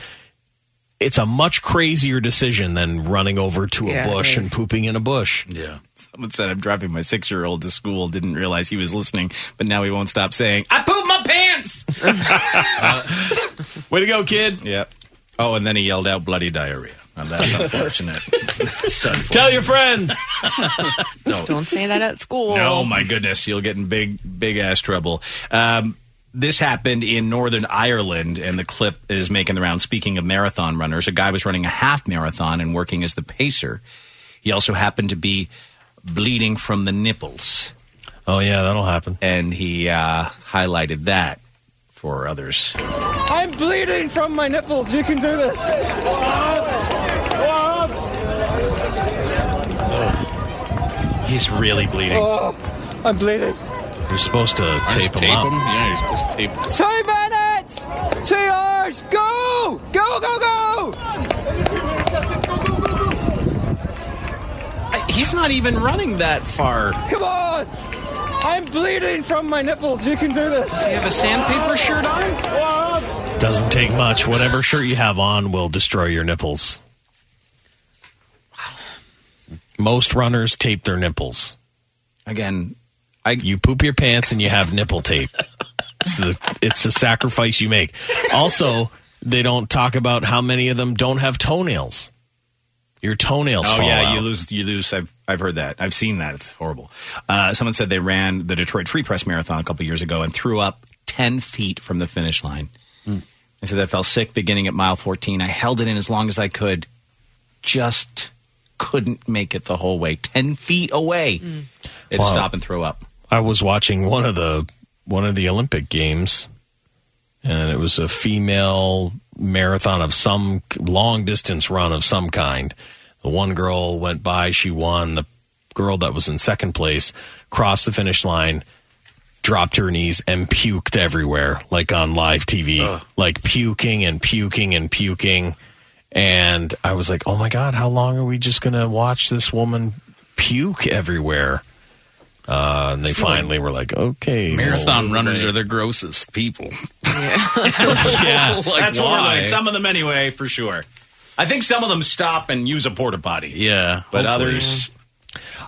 S4: it's a much crazier decision than running over to a
S3: Yeah, it
S4: bush and
S3: is.
S4: pooping in a bush.
S3: Yeah. Someone said I'm driving my six year old to school. Didn't realize he was listening, but now he won't stop saying. I pooped my pants. Way to go, kid. Yep. Oh, and then he yelled out bloody diarrhea. Now, that's unfortunate. That's unfortunate.
S4: Tell your friends.
S3: No.
S7: Don't say that at school.
S3: No, my goodness, you'll get in big, big ass trouble. Um, this happened in Northern Ireland, and the clip is making the round. Speaking of marathon runners, a guy was running a half marathon and working as the pacer. He also happened to be bleeding from the nipples.
S4: Oh, yeah, that'll happen.
S3: And he uh, highlighted that for others.
S29: I'm bleeding from my nipples. You can do this.
S3: He's really bleeding.
S29: Oh, I'm bleeding.
S4: You're supposed to tape, them up.
S3: Yeah, you're supposed to tape
S29: Two minutes. Two hours. Go. Go. Go. Go.
S3: He's not even running that far.
S29: Come on. I'm bleeding from my nipples. You can do this. Does
S3: he have a sandpaper shirt
S29: on?
S4: Doesn't take much. Whatever shirt you have on will destroy your nipples. Most runners tape their nipples.
S3: Again, I
S4: you poop your pants and you have nipple tape. It's the it's the sacrifice you make. Also, they don't talk about how many of them don't have toenails. Your toenails.
S3: Oh
S4: fall
S3: yeah,
S4: out.
S3: you lose. You lose. I've I've heard that. I've seen that. It's horrible. Uh, someone said they ran the Detroit Free Press Marathon a couple years ago and threw up ten feet from the finish line. I said I felt sick beginning at mile fourteen. I held it in as long as I could, just couldn't make it the whole way. Ten feet away, they'd
S4: Wow.
S3: stop and throw up.
S4: I was watching one of the one of the Olympic games, and it was a female marathon of some long distance run of some kind. The one girl went by, she won. The girl that was in second place crossed the finish line, dropped to her knees, and puked everywhere, like on live TV,
S3: Uh.
S4: like puking and puking and puking. And I was like, "Oh my god, how long are we just gonna watch this woman puke everywhere?" Uh, and they
S6: feel like
S4: finally were like, okay.
S6: Marathon
S4: well,
S6: runners
S4: they-
S6: are the grossest people.
S4: yeah.
S3: That's what we're
S6: why?
S3: like. Some of them anyway, for sure. I think some of them stop and use a porta potty.
S6: Yeah,
S3: but
S4: hopefully.
S3: others.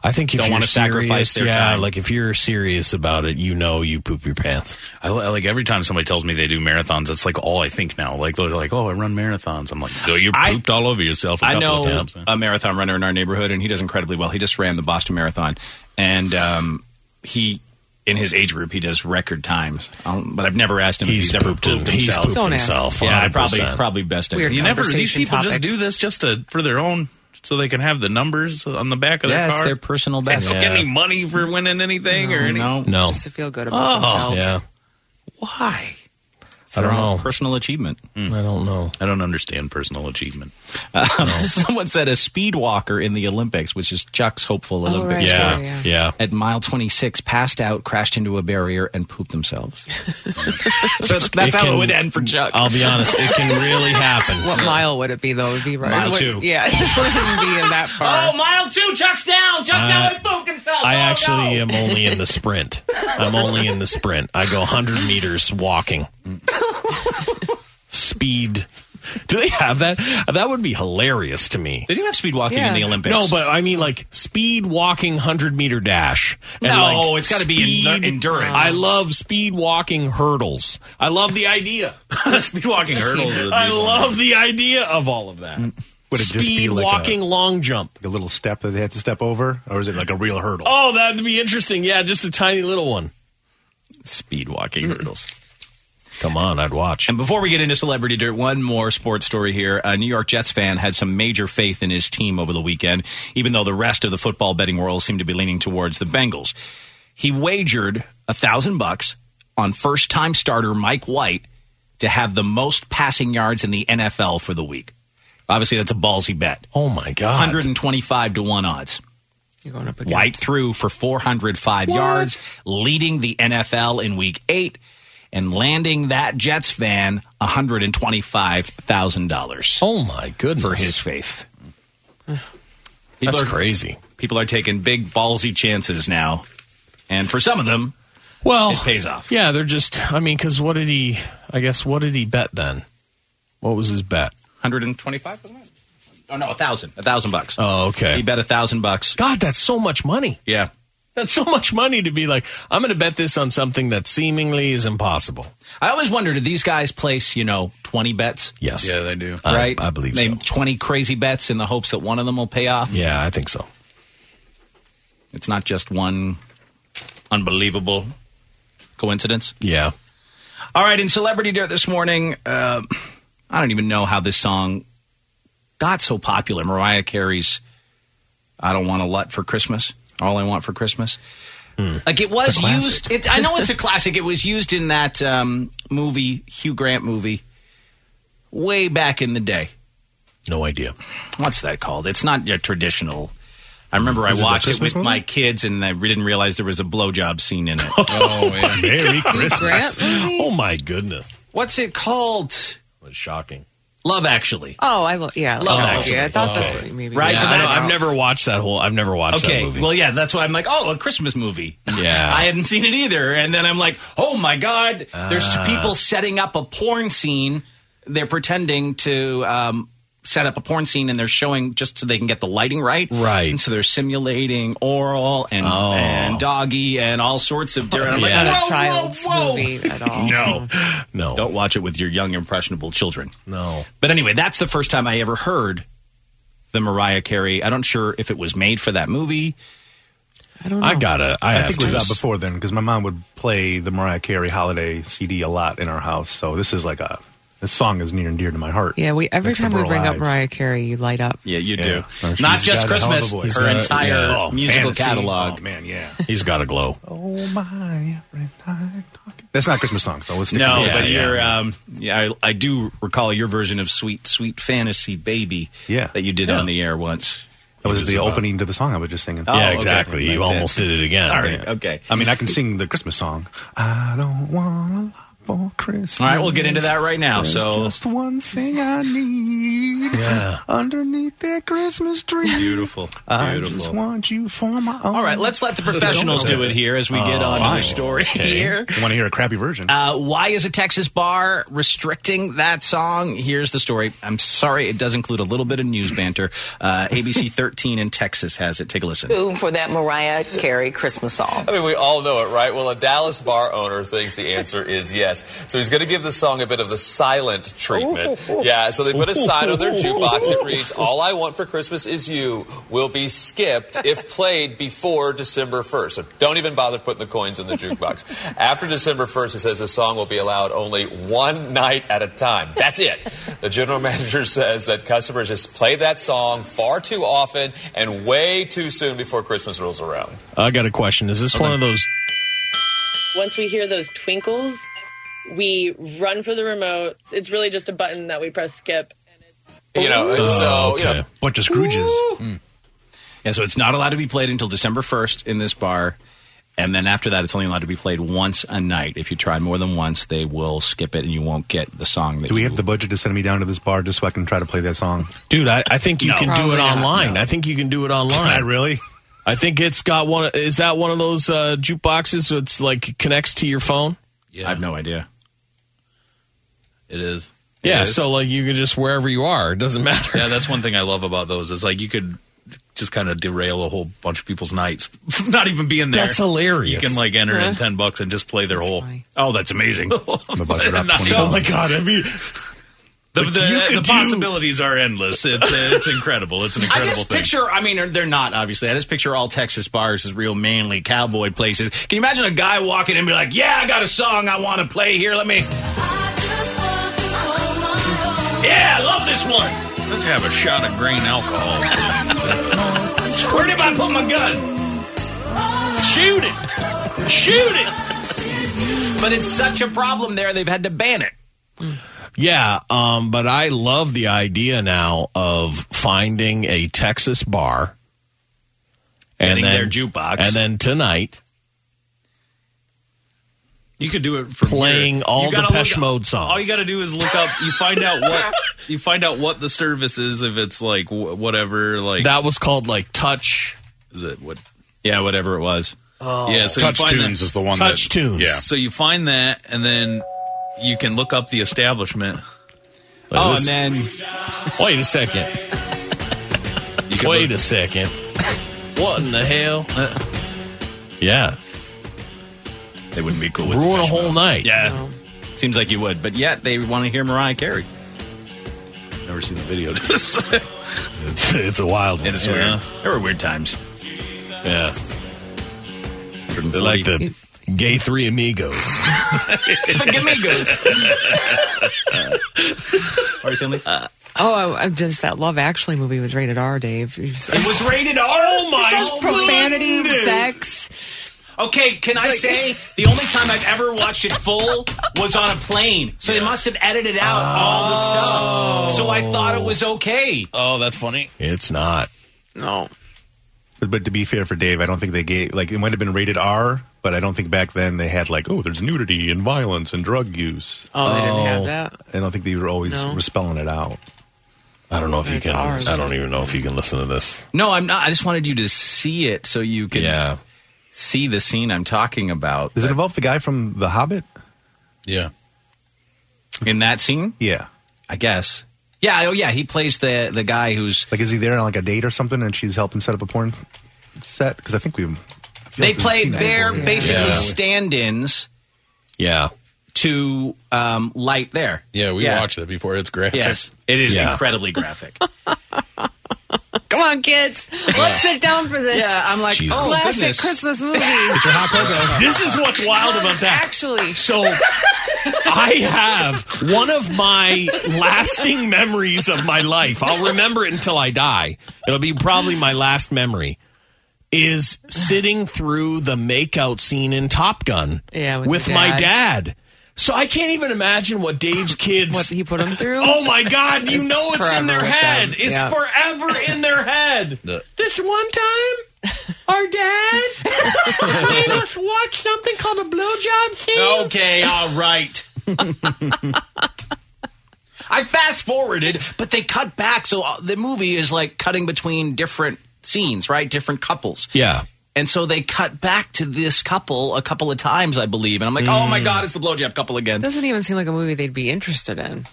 S4: I think if
S3: don't
S4: you're
S3: wanna sacrifice
S4: serious-
S3: their
S4: yeah,
S3: time.
S4: like if you're serious about it, you know you poop your pants.
S6: I, I like every time somebody tells me they do marathons, that's like all I think now. Like they're like, "Oh, I run marathons." I'm like, "So you pooped all over yourself." a
S3: I
S6: couple
S3: know
S6: of times.
S3: a marathon runner in our neighborhood, and he does incredibly well. He just ran the Boston Marathon, and um, he, in his age group, he does record times. Um, but I've never asked him
S4: He's
S3: if he's ever
S4: pooped
S3: pooped,
S4: him- he's
S3: himself.
S4: pooped Don't ask. himself,
S3: Yeah, I probably
S4: 100%.
S3: probably best.
S4: Weird
S6: you never. These
S4: conversation
S6: people just
S4: topic.
S6: do this just to for their own, so they can have the numbers on the back of
S3: Yeah,
S6: their
S3: it's
S6: car.
S3: their personal
S6: They
S3: best.
S6: don't get any money for winning anything or any.
S3: No,
S4: no.
S7: Just to feel good
S6: about
S7: about
S6: Oh, themselves.
S7: themselves.
S4: Yeah.
S3: Why?
S4: I don't know.
S3: Personal achievement.
S4: I don't know.
S3: I don't understand personal achievement. Um, Someone said a speed walker in the Olympics, which is Chuck's hopeful
S4: Oh,
S3: Olympics.
S4: right, Yeah, yeah, yeah. yeah.
S3: At mile 26, passed out, crashed into a barrier, and pooped themselves. that's that's
S4: It
S3: how it
S4: can-
S3: would end for Chuck.
S4: I'll be honest, it can really happen.
S7: What mile would it be though? It'd be right.
S4: Mile
S7: it
S4: two.
S7: wouldn't- Yeah, it wouldn't be in that far.
S4: Oh,
S3: mile two. Chuck's down.
S4: Chuck's down. He
S3: poked himself. Oh,
S4: I actually am only in the sprint. I'm only in the sprint. I go 100 meters walking. Speed. Do they have that? That would be hilarious to me. They
S3: do have speed walking
S4: in
S3: in the Olympics.
S4: No, but I mean like speed walking 100 meter dash.
S3: No, it's gotta be en-
S4: speed-
S3: endurance.
S4: I love speed walking hurdles. I love the idea.
S6: speed walking hurdles. would be
S4: I
S6: fun.
S4: love the idea of all of that.
S5: Would it just be
S4: Speed
S5: like
S4: walking
S5: a,
S4: long jump?
S5: A little step that they have to step over, or is it like a real hurdle?
S4: Oh, that'd be interesting. Yeah, just a tiny little one.
S3: Speed walking hurdles.
S4: Come on, I'd watch.
S3: And before we get into celebrity dirt, one more sports story here. A New York Jets fan had some major faith in his team over the weekend, even though the rest of the football betting world seemed to be leaning towards the Bengals. He wagered a thousand bucks on first time starter Mike White to have the most passing yards in the NFL for the week. Obviously, that's a ballsy bet.
S4: Oh my god,
S3: 125 to one odds.
S7: You're going up against
S3: White threw for 405 yards, leading the NFL in week eight and landing that Jets fan $125,000.
S4: Oh, my goodness.
S3: For his faith.
S4: That's crazy.
S3: People are taking big, ballsy chances now. And for some of them,
S4: well,
S3: it pays off.
S4: Yeah, they're just. I mean, because what did he? I guess what did he bet then? What was his bet?
S3: 125 wasn't it? Oh, no, a thousand. A thousand bucks.
S4: Oh, okay.
S3: He bet a thousand bucks.
S4: God, that's so much money.
S3: Yeah.
S4: That's so much money to be like, I'm going to bet this on something that seemingly is impossible.
S3: I always wonder, do these guys place, you know, 20 bets?
S4: Yes.
S6: Yeah, they do.
S4: I-
S3: Right?
S4: I believe
S3: Maybe
S4: so.
S3: 20 crazy bets in the hopes that one of them will pay off.
S4: Yeah, I think so.
S3: It's not just one unbelievable coincidence.
S4: Yeah.
S3: All right, in Celebrity Dirt this morning, uh, I don't even know how this song got so popular. Mariah Carey's I Don't Want a Lot for Christmas, All I Want for Christmas.
S4: Hmm.
S3: Like it
S9: It's a
S3: was
S9: classic.
S3: used. It, I know it's a classic. It was used in that um, movie, Hugh Grant movie, way back in the day.
S4: No idea.
S3: What's that called? It's not your traditional. I remember
S4: Is
S3: I
S4: it a
S3: watched it,
S4: Christmas
S3: with
S4: movie?
S3: my kids, and I didn't realize there was a blowjob scene in it.
S4: Oh, yeah. Merry
S3: God.
S4: Christmas. Oh, my goodness.
S3: What's it called?
S4: was shocking.
S3: Love Actually.
S7: Oh, I love. Yeah, I
S3: Love
S7: love that.
S3: Actually.
S7: Yeah, I thought that's
S3: Oh.
S7: what you maybe.
S3: Right, so
S4: I don't-
S3: that's-
S4: I've never watched that whole. I've never watched
S3: okay,
S4: that movie.
S3: well, yeah, that's why I'm like, oh, a Christmas movie.
S4: Yeah.
S3: I hadn't seen it either, and then I'm like, oh my god, there's
S4: Ah.
S3: people setting up a porn scene. They're pretending to um, set up a porn scene, and they're showing just so they can get the lighting right. Right, Oh. and so they're simulating oral and and doggy and all sorts of different. I'm like,
S7: It's not
S3: "Whoa,
S7: a child's movie at
S5: Oh.
S7: all.
S3: no, no. Don't watch it with your young, impressionable children.
S4: No.
S3: But anyway, that's the first time I ever heard the Mariah Carey. I don't sure if it was made for that movie.
S7: I don't
S5: I gotta. I,
S3: have
S5: think it was
S3: to.
S5: out before then because my mom would play the Mariah Carey holiday CD a lot in our house. So this is like a this song is near and dear to my heart.
S7: Yeah, we every
S5: Makes
S7: time
S5: up
S7: we
S5: our
S7: bring up
S5: lives.
S7: Mariah Carey, you light up.
S3: Yeah, you
S5: Yeah.
S3: do.
S5: Oh,
S3: Not
S5: she's
S3: just
S5: got a hell of a
S3: Christmas,
S5: voice.
S3: her
S5: He's got-
S3: entire
S5: yeah. Oh,
S3: musical
S5: fantasy.
S3: catalog.
S5: Oh, man, yeah.
S4: He's got a glow.
S5: Oh my! every night talking- That's not a Christmas song, so let's stick
S3: No,
S5: to
S3: but
S5: Christmas.
S3: you're, um, yeah, I, I do recall your version of "Sweet Sweet Fantasy Baby."
S5: Yeah.
S3: that you did
S5: Yeah.
S3: on the air once.
S5: That was,
S3: It
S5: the
S3: about-
S5: opening to the song I was just singing.
S3: Oh, okay. That's All right,
S5: Yeah.
S3: okay.
S5: I mean, I can sing the Christmas song. I don't want a lot for Christmas.
S3: All right, we'll get into that right now. So
S5: Just one thing I need
S3: Yeah.
S5: underneath that Christmas tree. Oh.
S3: beautiful,
S5: I
S3: beautiful.
S5: just want you for my own.
S3: All right, let's let the professionals do it here as we
S5: Oh,
S3: get on to the story here.
S5: Want to hear a crappy version?
S3: Uh, why is a Texas bar restricting that song? Here's the story. I'm sorry it does include a little bit of news banter. Uh, ABC 13 in Texas has it. Take a listen.
S19: Boom for that Mariah Carey Christmas song.
S30: I mean, we all know it, right? Well, a Dallas bar owner thinks the answer is yes. So he's going to give the song a bit of the silent treatment. Yeah, so they put a sign on their jukebox. It reads, All I Want for Christmas Is You will be skipped if played before December 1st. So don't even bother putting the coins in the jukebox. After December 1st, it says the song will be allowed only one night at a time. That's it. The general manager says that customers just play that song far too often and way too soon before Christmas rolls around.
S4: I got a question. Is this one of those?
S1: Once we hear those twinkles,
S20: We run for the remote. It's really just a button that we press skip.
S31: You know, and
S6: Oh,
S31: so, you know,
S3: bunch of Scrooges.
S5: Hmm.
S3: Yeah, so it's not allowed to be played until December first in this bar, and then after that, it's only allowed to be played once a night. If you try more than once, they will skip it, and you won't get the song that
S16: Do we have the budget to send me down to this bar just so I can try to play that song?
S4: Dude, I, I think you
S16: No.
S4: can do
S16: Probably
S4: it
S16: not,
S4: online. I think you can do it online.
S16: Can I really?
S4: I think it's got one. Is that one of those uh, jukeboxes that's like connects to your phone?
S6: Yeah. I
S3: have no idea.
S6: It is. It
S4: Yeah,
S6: is.
S4: so like you can just wherever you are, it doesn't matter.
S6: Yeah, that's one thing I love about those. Is like you could just kind of derail a whole bunch of people's nights, not even being there.
S4: That's hilarious.
S6: You can like enter
S4: Yeah.
S6: in ten bucks and just play their whole.
S3: Oh, that's amazing.
S6: And not-
S5: Oh my god! I mean,
S6: The, the,
S5: Like, you
S6: the
S5: could do-
S6: possibilities are endless. It's it's incredible. It's an
S3: I
S6: incredible
S3: just
S6: thing.
S3: picture. I mean, they're not obviously. I just picture all Texas bars as real manly cowboy places. Can you imagine a guy walking in and be like, "Yeah, I got a song I want to play here. Let me." Yeah, I love this one.
S6: Let's have a shot of grain alcohol.
S3: Where did I put my gun? Shoot it! Shoot it! but it's such a problem there. They've had to ban it.
S4: Yeah, um, but I love the idea now of finding a Texas bar
S3: Getting their jukebox.
S4: and then tonight
S6: You could do it from
S4: Playing
S6: here.
S4: all
S6: You gotta
S4: Depeche
S6: look-
S4: Mode songs.
S6: All you got to do is look up. You find out what you find out what the service is. If it's like wh- whatever, like
S4: that was called like Touch.
S6: Is it what?
S3: Yeah, whatever it was.
S4: Oh.
S6: Yeah, so you
S4: Touch
S6: find
S4: Tunes
S6: that-
S4: is the one Touch that- Tunes. yeah.
S6: So you find that, and then you can look up the establishment.
S4: Oh, this-
S3: and then
S4: wait a second. Wait a second. What in the hell?
S6: Uh,
S4: yeah,
S3: they wouldn't be cool. with
S4: Ruin a whole night.
S3: Yeah, seems like you would, but yet they want to hear Mariah Carey. Never seen the video. to this.
S4: it's, it's a wild one.
S3: It's
S4: Yeah.
S3: weird. There were weird times.
S4: Yeah. They're like the gay three amigos.
S3: the Gamigos. Are you seeing
S7: Oh, I, I just that Love Actually movie was rated R, Dave. It was,
S3: It was rated R. Oh my!
S7: It says profanity,
S3: goodness.
S7: sex.
S3: Okay, can I say the only time I've ever watched it full was on a plane, so they must have edited out all the stuff. So I thought it was okay.
S6: Oh, that's funny.
S4: It's not.
S7: No.
S16: But, but to be fair for Dave, I don't think they gave like it might have been rated R, but I don't think back then they had like oh there's nudity and violence and drug use.
S7: Oh, they didn't have that?
S16: I don't think they were always
S7: No.
S16: were spelling it out.
S4: I don't know if you
S16: It's
S4: can.
S16: ours.
S4: I don't even know if you can listen to this.
S3: No, I'm not. I just wanted you to see it so you could
S4: yeah.
S3: see the scene I'm talking about.
S16: Does it involve the guy from The Hobbit?
S6: Yeah.
S3: In that scene?
S16: Yeah.
S3: I guess. Yeah. Oh, yeah. He plays the the guy who's
S16: like is he there on like a date or something, and she's helping set up a porn set? Because I think we've I feel
S3: They
S16: like we've seen
S3: played
S16: that
S3: their
S16: before.
S3: basically
S16: Yeah.
S3: stand-ins
S4: Yeah.
S3: to um, light there.
S6: Yeah,
S3: Yeah.
S6: watched it before. It's graphic.
S3: Yes, it is
S6: Yeah.
S3: incredibly graphic.
S20: Come on, kids. Let's sit down for this.
S3: Yeah, I'm like, Jesus. oh,
S20: classic
S3: goodness.
S20: Christmas movie.
S4: this is what's wild about that.
S20: Actually,
S4: so I have one of my lasting memories of my life. I'll remember it until I die. It'll be probably my last memory. Is sitting through the makeout scene in Top Gun
S7: Yeah, with
S4: with,
S7: your
S4: my
S7: dad.
S4: dad. So I can't even imagine what Dave's kids. What
S7: he put them through?
S4: Oh my God! You
S7: It's
S4: know it's in
S7: forever
S4: their
S7: with
S4: head.
S7: them.
S4: It's
S7: Yeah.
S4: forever in their head. This one time, our dad made us watch something called a blowjob scene.
S3: okay, all right. I fast forwarded, but they cut back, so uh, the movie is like cutting between different scenes, right? Different couples.
S4: Yeah.
S3: And so they cut back to this couple a couple of times, I believe. And I'm like, oh my
S7: Mm.
S3: God, it's the blowjob couple again.
S7: Doesn't even seem like a movie they'd be interested in.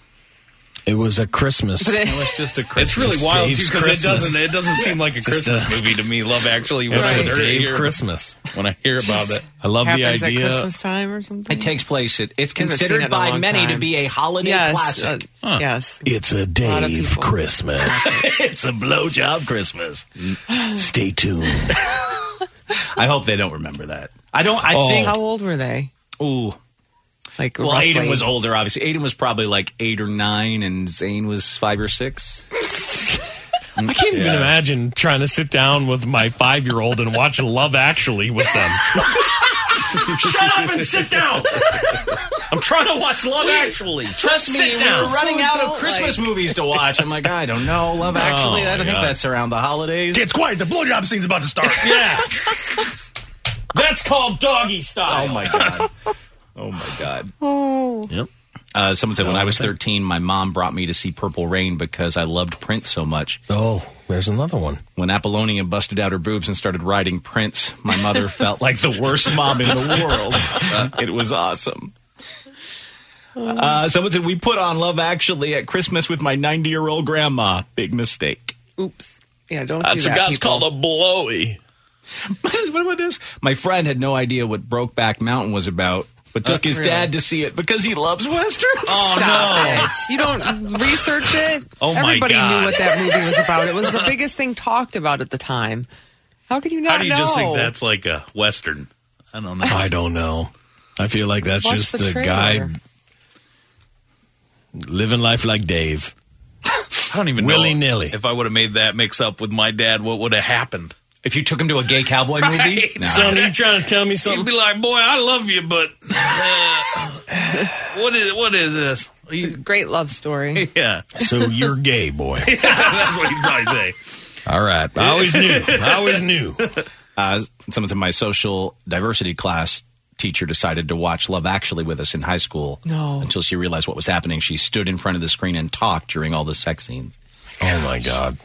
S4: It was a Christmas.
S7: But it-
S4: was just a
S6: It's really wild too because it doesn't it doesn't seem like a
S4: Just,
S6: Christmas
S4: uh,
S6: movie to me. Love Actually, when
S4: It's
S6: I
S4: a
S6: hear-
S4: Dave
S6: hear-
S4: Christmas.
S6: when I hear about
S7: Just
S6: it.
S4: I love the
S7: happens
S4: idea.
S7: at Christmas time or something.
S3: It takes place. It, it's
S7: Haven't seen it
S3: considered
S7: in a
S3: by
S7: long
S3: many to
S7: time.
S3: be a holiday
S7: Yes,
S3: classic.
S7: uh, Yes.
S4: It's a
S7: lot of
S4: Dave
S7: people.
S4: Christmas. it's a blowjob Christmas. Stay tuned.
S3: I hope they don't remember that. I don't. I think.
S7: How old were they?
S3: Ooh.
S7: Like
S3: Well,
S7: roughly.
S3: Aiden was older, obviously. Aiden was probably like eight or nine, and Zane was five or six.
S4: I can't even
S3: Yeah.
S4: imagine trying to sit down with my five year old and watch Love Actually with them.
S3: Shut up and sit down.
S4: I'm trying to watch Love Actually.
S3: Trust me,
S4: Sit
S3: we
S4: down.
S3: were running
S4: So
S3: out of
S4: don't,
S3: Christmas
S4: like-
S3: movies to watch. I'm like, I don't know. Love Actually,
S4: Oh,
S3: I
S4: my
S3: don't think
S4: God.
S3: that's around the holidays.
S16: It's quiet. The blowjob scene's about to start.
S4: yeah. That's called doggy style.
S3: Oh my god. Oh my god.
S4: Oh.
S3: Yep. Uh, someone said when I was 13, my mom brought me to see Purple Rain because I loved Prince so much.
S4: Oh, there's another one.
S3: When Apollonia busted out her boobs and started riding Prince, my mother felt like the worst mom in the world. it was awesome. Uh, someone said we put on Love Actually at Christmas with my 90 year old grandma. Big mistake.
S7: Oops. Yeah, don't do
S3: That's
S7: that.
S3: a guy's
S7: people.
S3: called
S4: a blowy.
S3: what about this? My friend had no idea what Brokeback Mountain was about, but took
S7: Uh,
S3: his
S7: really?
S3: dad to see it because he loves westerns.
S7: Stop it. You don't research it.
S3: Oh, my
S7: Everybody
S3: God.
S7: knew what that movie was about. It was the biggest thing talked about at the time. How could you not
S6: How do you
S7: know?
S6: just think that's like a western? I don't know.
S4: I don't know. I feel like that's
S7: Watch
S4: just
S7: the
S4: a
S7: trailer.
S4: guy living life like Dave.
S6: I don't even
S4: Willy
S6: know
S4: nilly.
S6: if I would have made that mix up with my dad, what would have happened?
S3: If you took him to a gay cowboy movie? No.
S4: Son, are you trying to tell me something?
S6: He'd be like, "Boy, I love you, but uh, what is what is this?" Are you-
S7: Great love story.
S6: yeah.
S4: So you're gay, boy.
S6: That's what he'd probably say.
S4: All right. I always knew. I always knew.
S3: Uh, someone's in my social diversity class teacher decided to watch Love Actually with us in high school.
S7: No.
S3: Until she realized what was happening, she stood in front of the screen and talked during all the sex scenes.
S4: Oh my god.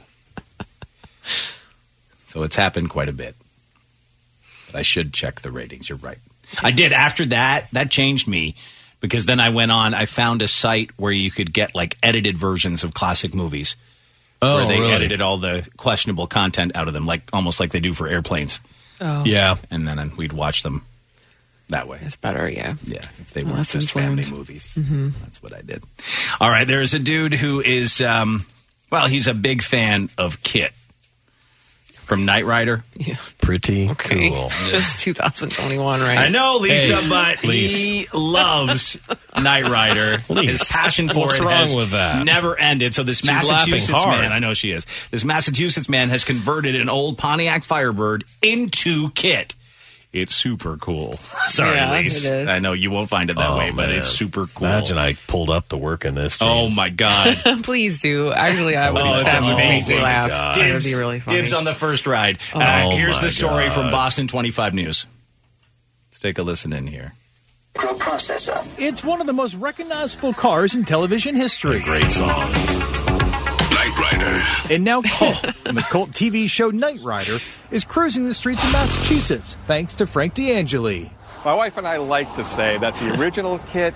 S3: So it's happened quite a bit. But I should check the ratings. You're right. I did after that. That changed me because then I went on. I found a site where you could get like edited versions of classic movies.
S4: Oh,
S3: where they
S4: really?
S3: edited all the questionable content out of them, like almost like they do for airplanes.
S7: Oh.
S4: Yeah.
S3: And then we'd watch them that way. It's
S7: better, yeah.
S3: Yeah, if they weren't
S7: Lessons
S3: just family
S7: learned.
S3: movies.
S7: Mhm.
S3: That's what I did. All right, there's a dude who is, um, well, he's a big fan of Kit from Knight Rider.
S7: Yeah.
S4: Pretty
S3: cool.
S7: It's 2021, right?
S3: I know, Lisa,
S7: Hey,
S3: but he loves Knight Rider.
S4: Lise,
S3: His passion for
S4: what's
S3: it
S4: wrong
S3: has
S4: with that?
S3: never ended. So this
S4: She's laughing
S3: Massachusetts
S4: hard.
S3: man, I know she is. This Massachusetts man has converted an old Pontiac Firebird into Kit. It's super cool. Sorry,
S4: Yeah,
S3: Lise.
S4: it is.
S3: I know you won't find it that
S4: Oh,
S3: way, but
S4: man.
S3: it's super cool.
S4: Imagine I pulled up the work in this.
S3: Oh my god.
S7: Please do. Actually, I would.
S3: Oh, it's
S7: that would make
S3: amazing.
S7: me laugh. It would
S3: Dibs,
S7: be really funny.
S3: dibs on the first ride.
S7: Oh.
S3: Uh,
S7: Oh,
S3: here's
S7: my
S3: the story from
S7: God.
S3: Boston 25 News. Let's take a listen in here.
S32: processor. It's one of the most recognizable cars in television history.
S4: Great song.
S32: Knight Rider. And now Kit from the cult TV show Knight Rider is cruising the streets of Massachusetts thanks to Frank D'Angeli.
S18: My wife and I like to say that the original kit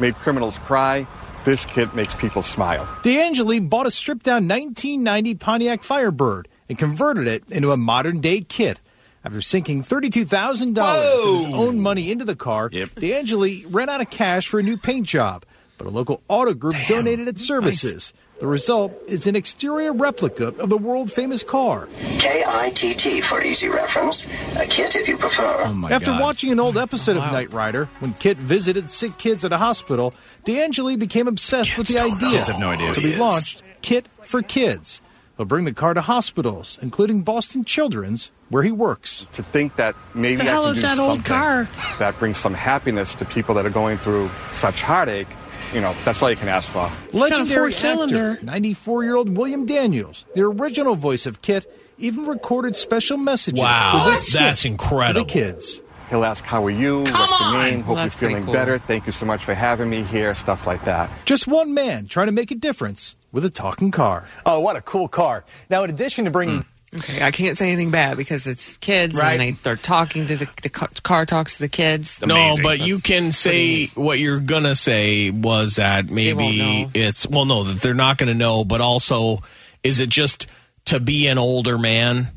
S18: made criminals cry. This kit makes people smile.
S32: D'Angeli bought a stripped down 1990 Pontiac Firebird and converted it into a modern day kit. After sinking $32,000 of his own money into the car, D'Angeli ran out of cash for a new paint job, but a local auto group donated its services. The result is an exterior replica of the world famous car.
S33: K-I-T-T for easy reference. A kit if you prefer. Oh my
S32: After watching an old episode of Knight Rider, when Kit visited sick kids at a hospital, D'Angeli became obsessed with the idea.
S3: Kids have no idea
S32: So
S3: who he
S32: he
S3: is.
S32: launched Kit for Kids. He'll bring the car to hospitals, including Boston Children's, where he works.
S18: To think that
S32: The
S18: maybe I
S32: hell
S18: can
S32: is
S18: do
S32: that old
S18: something
S32: car?
S18: that brings some happiness to people that are going through such heartache, you know, that's all you can ask for.
S32: Legendary actor, 94 year old William Daniels, the original voice of Kit, even recorded special messages.
S18: Wow,
S32: for this
S18: that's
S32: kid,
S18: incredible.
S32: For the kids.
S18: He'll ask, How are you? What's your name? Hope
S32: That's
S18: you're
S32: pretty
S18: feeling
S32: cool.
S18: better. Thank you so much for having me here. Stuff like that.
S32: Just one man trying to make a difference with a talking car. Oh, what a cool car. Now, in addition to bringing.
S7: Okay, I can't say anything bad because it's kids
S32: Right.
S7: and they, they're talking to the, the ca- car talks to the kids.
S4: No, but you can say what you're gonna say was that maybe it's well, no, that they're not gonna know. But also, is it just to be an older man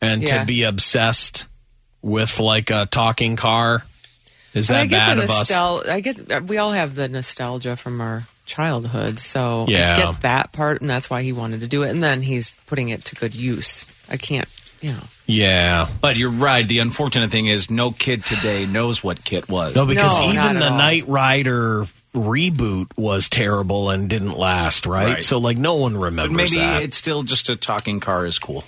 S4: and
S7: Yeah.
S4: to be obsessed with like a talking car? Is
S7: I
S4: that
S7: get
S4: bad
S7: the
S4: of us?
S7: nostalgia. I get. We all have the nostalgia from our childhood, so
S4: Yeah.
S7: I get that part, and that's why he wanted to do it. And then he's putting it to good use. I can't. You know.
S4: Yeah.
S3: But you're right. The unfortunate thing is no kid today knows what Kit was.
S4: No, because even the
S3: night.
S4: Knight Rider reboot was terrible and didn't last, right?
S3: Right.
S4: So like no one
S3: But
S4: remembers
S3: maybe
S4: that.
S3: it's still just a talking car is cool.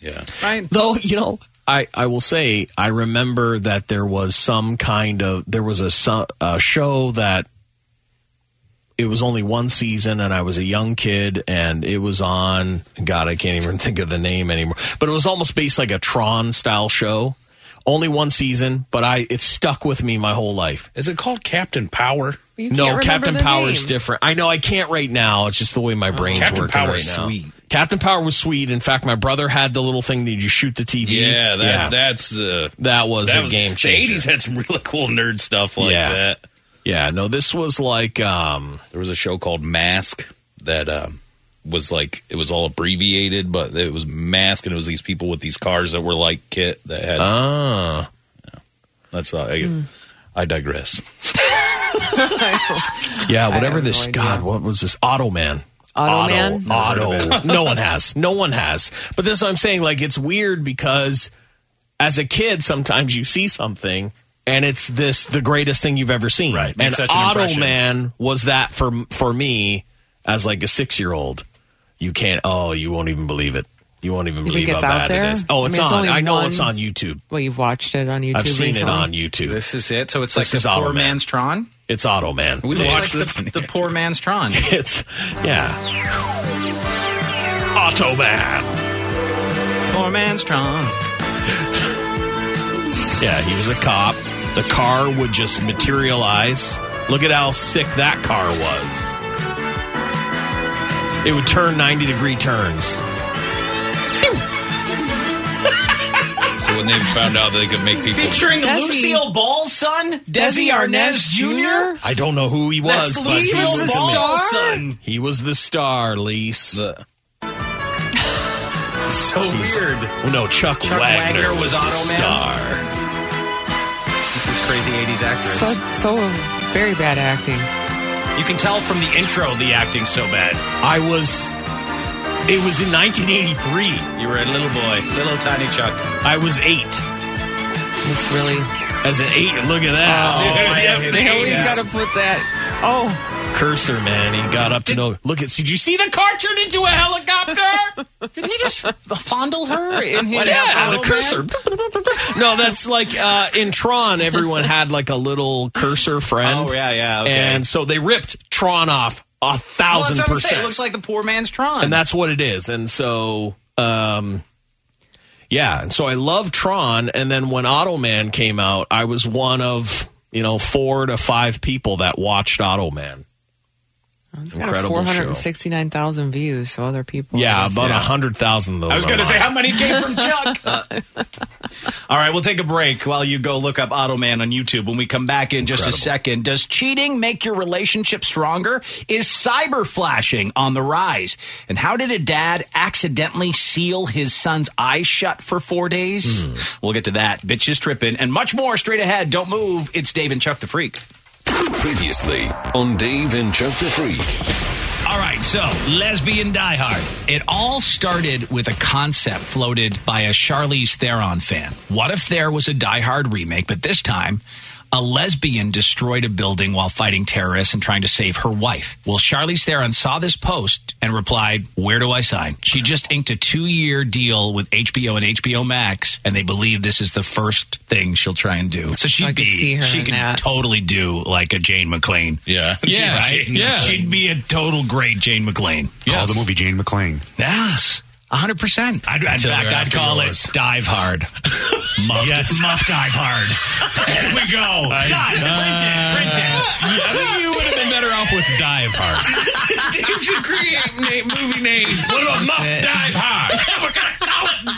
S6: Yeah.
S4: Though, you know, I, I will say I remember that there was some kind of there was a, su- a show that it was only one season and I was a young kid and it was on God I can't even think of the name anymore but it was almost based like a Tron style show only one season but I it stuck with me my whole life
S5: Is it called Captain Power?
S4: no Captain Power's different I know I can't right now it's just the way my brain's
S5: Captain
S4: working
S5: Power's
S4: right now
S5: sweet.
S4: Captain Power was sweet in fact my brother had the little thing that you shoot the TV
S6: Yeah, that, that's uh,
S4: that was a game changer.
S6: The 80s had some really cool nerd stuff like
S4: Yeah.
S6: that.
S4: Yeah, no, this was like um
S6: there was a show called Mask that um was like it was all abbreviated, but it was Mask, and it was these people with these cars that were like Kit that had.
S4: Ah,
S6: that's uh, all. I,
S4: Mm.
S6: I digress.
S4: Yeah, whatever this. God, what was this? Auto Man.
S6: Auto Man?
S4: Auto.
S6: Never heard of it.
S4: no one has. No one has. But this is what I'm saying. Like, it's weird because as a kid, sometimes you see something and it's this the greatest thing you've ever seen. Right. And
S9: Makes such an
S4: Auto
S9: impression.
S4: Man was that for for me as like a six year old. You can't. Oh, you won't even believe it. You won't even
S7: You
S4: believe
S7: think it's
S4: how
S7: out
S4: bad
S7: there?
S4: it is. Oh,
S7: I
S4: it's
S7: mean, it's
S4: on.
S7: only
S4: I know
S7: one-
S4: it's on YouTube.
S7: Well, you've watched it on YouTube.
S4: I've seen
S7: recently.
S4: it on YouTube.
S3: This is it. So it's
S4: This
S3: like
S4: is
S3: the
S4: Auto
S3: poor
S4: Man.
S3: man's Tron.
S4: It's Auto Man.
S3: We
S4: It's
S3: watched this. The poor man's Tron.
S4: It's yeah. Automan.
S3: Poor man's Tron.
S4: Yeah, he was a cop. The car would just materialize. Look at how sick that car was. It would turn 90 degree turns.
S6: so when they found out they could make people
S3: Featuring
S6: Desi.
S3: Lucille Ball's son, Desi Arnaz Jr.
S4: I don't know who he was,
S3: That's
S4: but he
S3: Lucille
S4: was the
S3: Ball's
S4: star.
S3: son.
S4: He was the star, Lise.
S3: so weird.
S4: Oh, No, Chuck,
S3: Chuck
S4: Wagner,
S3: Wagner was
S4: the
S3: Auto Man?
S4: star.
S3: This crazy 80s actress.
S7: So, so very bad acting.
S3: you can tell from the intro the acting so bad.
S4: I was. It was in 1983.
S3: You were a little boy, little tiny Chuck.
S4: I was eight.
S7: That's really.
S4: As an eight, look at that.
S3: Oh,
S7: they always got to put that. Oh,
S4: Cursor, man. He got up to no. Look at. Did you see the car turn into a helicopter?
S3: Did he just fondle her in his
S4: yeah,
S3: Auto
S4: the
S3: Man?
S4: cursor. no, that's like uh, in Tron. Everyone had like a little cursor friend.
S3: Oh, yeah, yeah, okay.
S4: And so they ripped Tron off a
S3: Well,
S4: thousand
S3: that's what I'm saying.
S4: percent,
S3: It looks like the poor man's Tron.
S4: and that's what it is. And so, um, yeah. And so I love Tron. And then when Automan came out, I was one of you know four to five people that watched Automan.
S7: it's got
S4: Incredible show.
S7: 469,000 views, so other people.
S4: Yeah, uh, about a hundred thousand of those.
S3: I was going to
S4: are
S3: say
S4: mine.
S3: how many came from Chuck. all right, we'll take a break while you go look up Auto Man on YouTube. When we come back in just a second, does cheating make your relationship stronger? Is cyber flashing on the rise? And how did a dad accidentally seal his son's eyes shut for four days? We'll get to that. Bitches tripping and much more straight ahead. Don't move. It's Dave and Chuck the Freak.
S34: Previously on Dave and Chuck the Freak.
S3: All right, so lesbian diehard. It all started with a concept floated by a Charlize Theron fan. What if there was a diehard remake, but this time a lesbian destroyed a building while fighting terrorists and trying to save her wife? Well, Charlize Theron saw this post and replied, Where do I sign? She just inked a two year deal with HBO and HBO Max, and they believe this is the first thing she'll try and do. So she'd be,
S7: see her
S3: she
S7: in
S3: can
S7: that.
S3: totally do like a Jane McClain. Yeah.
S16: Yeah,
S3: Right?
S16: she- yeah.
S3: She'd be a total great Jane McClain.
S16: Call the movie Jane McClain.
S3: Yes. 100%. I'd, in
S16: Until
S3: fact,
S16: they're
S3: I'd
S16: after
S3: call
S16: yours.
S3: it Dive Hard. Muff, muff Dive Hard. Here we go.
S9: I-
S3: Done. Print it. Print it.
S9: you would have been better off with Dive Hard.
S6: Dave should create name, movie names. What about Muff Dive Hard? We're gonna go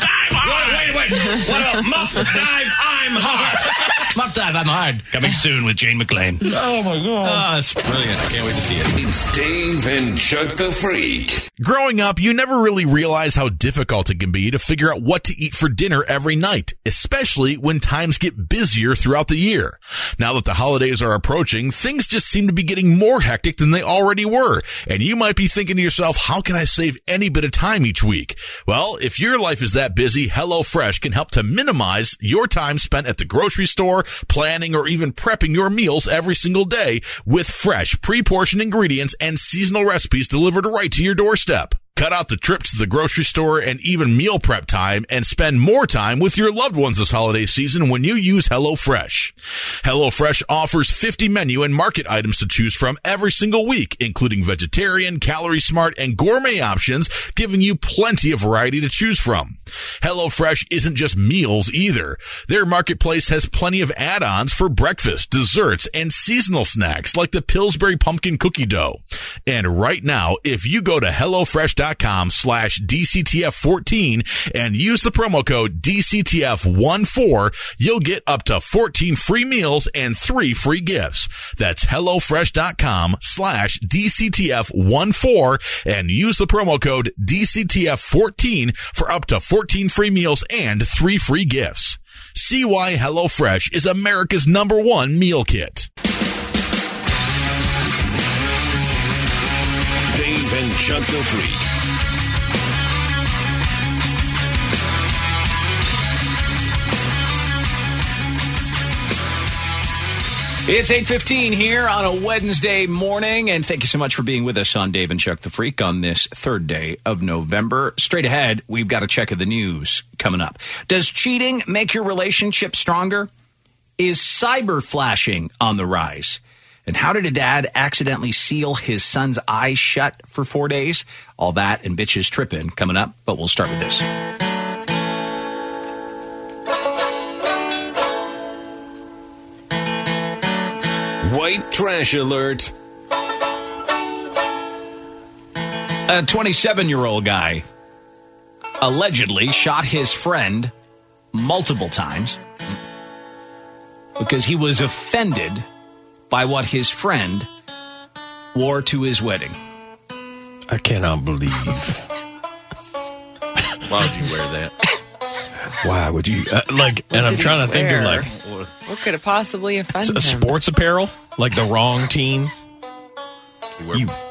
S6: dive hard. Wait, wait, wait. What about Muff Dive I'm Hard?
S3: Muff Dive I'm Hard. Coming soon with Jane McClain.
S34: Oh my god.
S3: Ah, that's brilliant. I can't wait to see it.
S34: It's Dave and Chuck the Freak.
S10: Growing up, you never really realize how difficult it can be to figure out what to eat for dinner every night, especially when times get busier throughout the year. Now that the holidays are approaching, things just seem to be getting more hectic than they already were. And you might be thinking to yourself, how can I save any bit of time each week? Well, if your life is that busy, HelloFresh can help to minimize your time spent at the grocery store, planning, or even prepping your meals every single day with fresh, pre-portioned ingredients and seasonal recipes delivered right to your doorstep. Cut out the trips to the grocery store and even meal prep time and spend more time with your loved ones this holiday season when you use HelloFresh. HelloFresh offers 50 menu and market items to choose from every single week, including vegetarian, calorie smart, and gourmet options, giving you plenty of variety to choose from. HelloFresh isn't just meals either. Their marketplace has plenty of add-ons for breakfast, desserts, and seasonal snacks like the Pillsbury pumpkin cookie dough. And right now, if you go to HelloFresh.com slash DCTF14 and use the promo code DCTF14, you'll get up to 14 free meals and three free gifts. That's HelloFresh.com slash DCTF14 and use the promo code DCTF14 for up to 14 free meals and three free gifts. See why HelloFresh is America's number one meal kit.
S34: Dave and Chuck the Freak.
S3: It's 8:15 here on a Wednesday morning and thank you so much for being with us on Dave and Chuck the Freak on this 3rd day of November. Straight ahead, we've got a check of the news coming up. Does cheating make your relationship stronger? Is cyber flashing on the rise? And how did a dad accidentally seal his son's eyes shut for 4 days? All that and bitches tripping coming up, but we'll start with this.
S34: White trash alert.
S3: A 27 year old guy allegedly shot his friend multiple times because he was offended by what his friend wore to his wedding.
S4: I cannot believe. Why
S6: would you wear that?
S4: Why would you uh, like?
S7: What
S4: and I'm
S7: did he
S4: trying to think of
S7: wear?
S4: like
S7: What could have possibly offend
S4: s-
S7: him?
S4: sports apparel, like the wrong team.
S6: You wear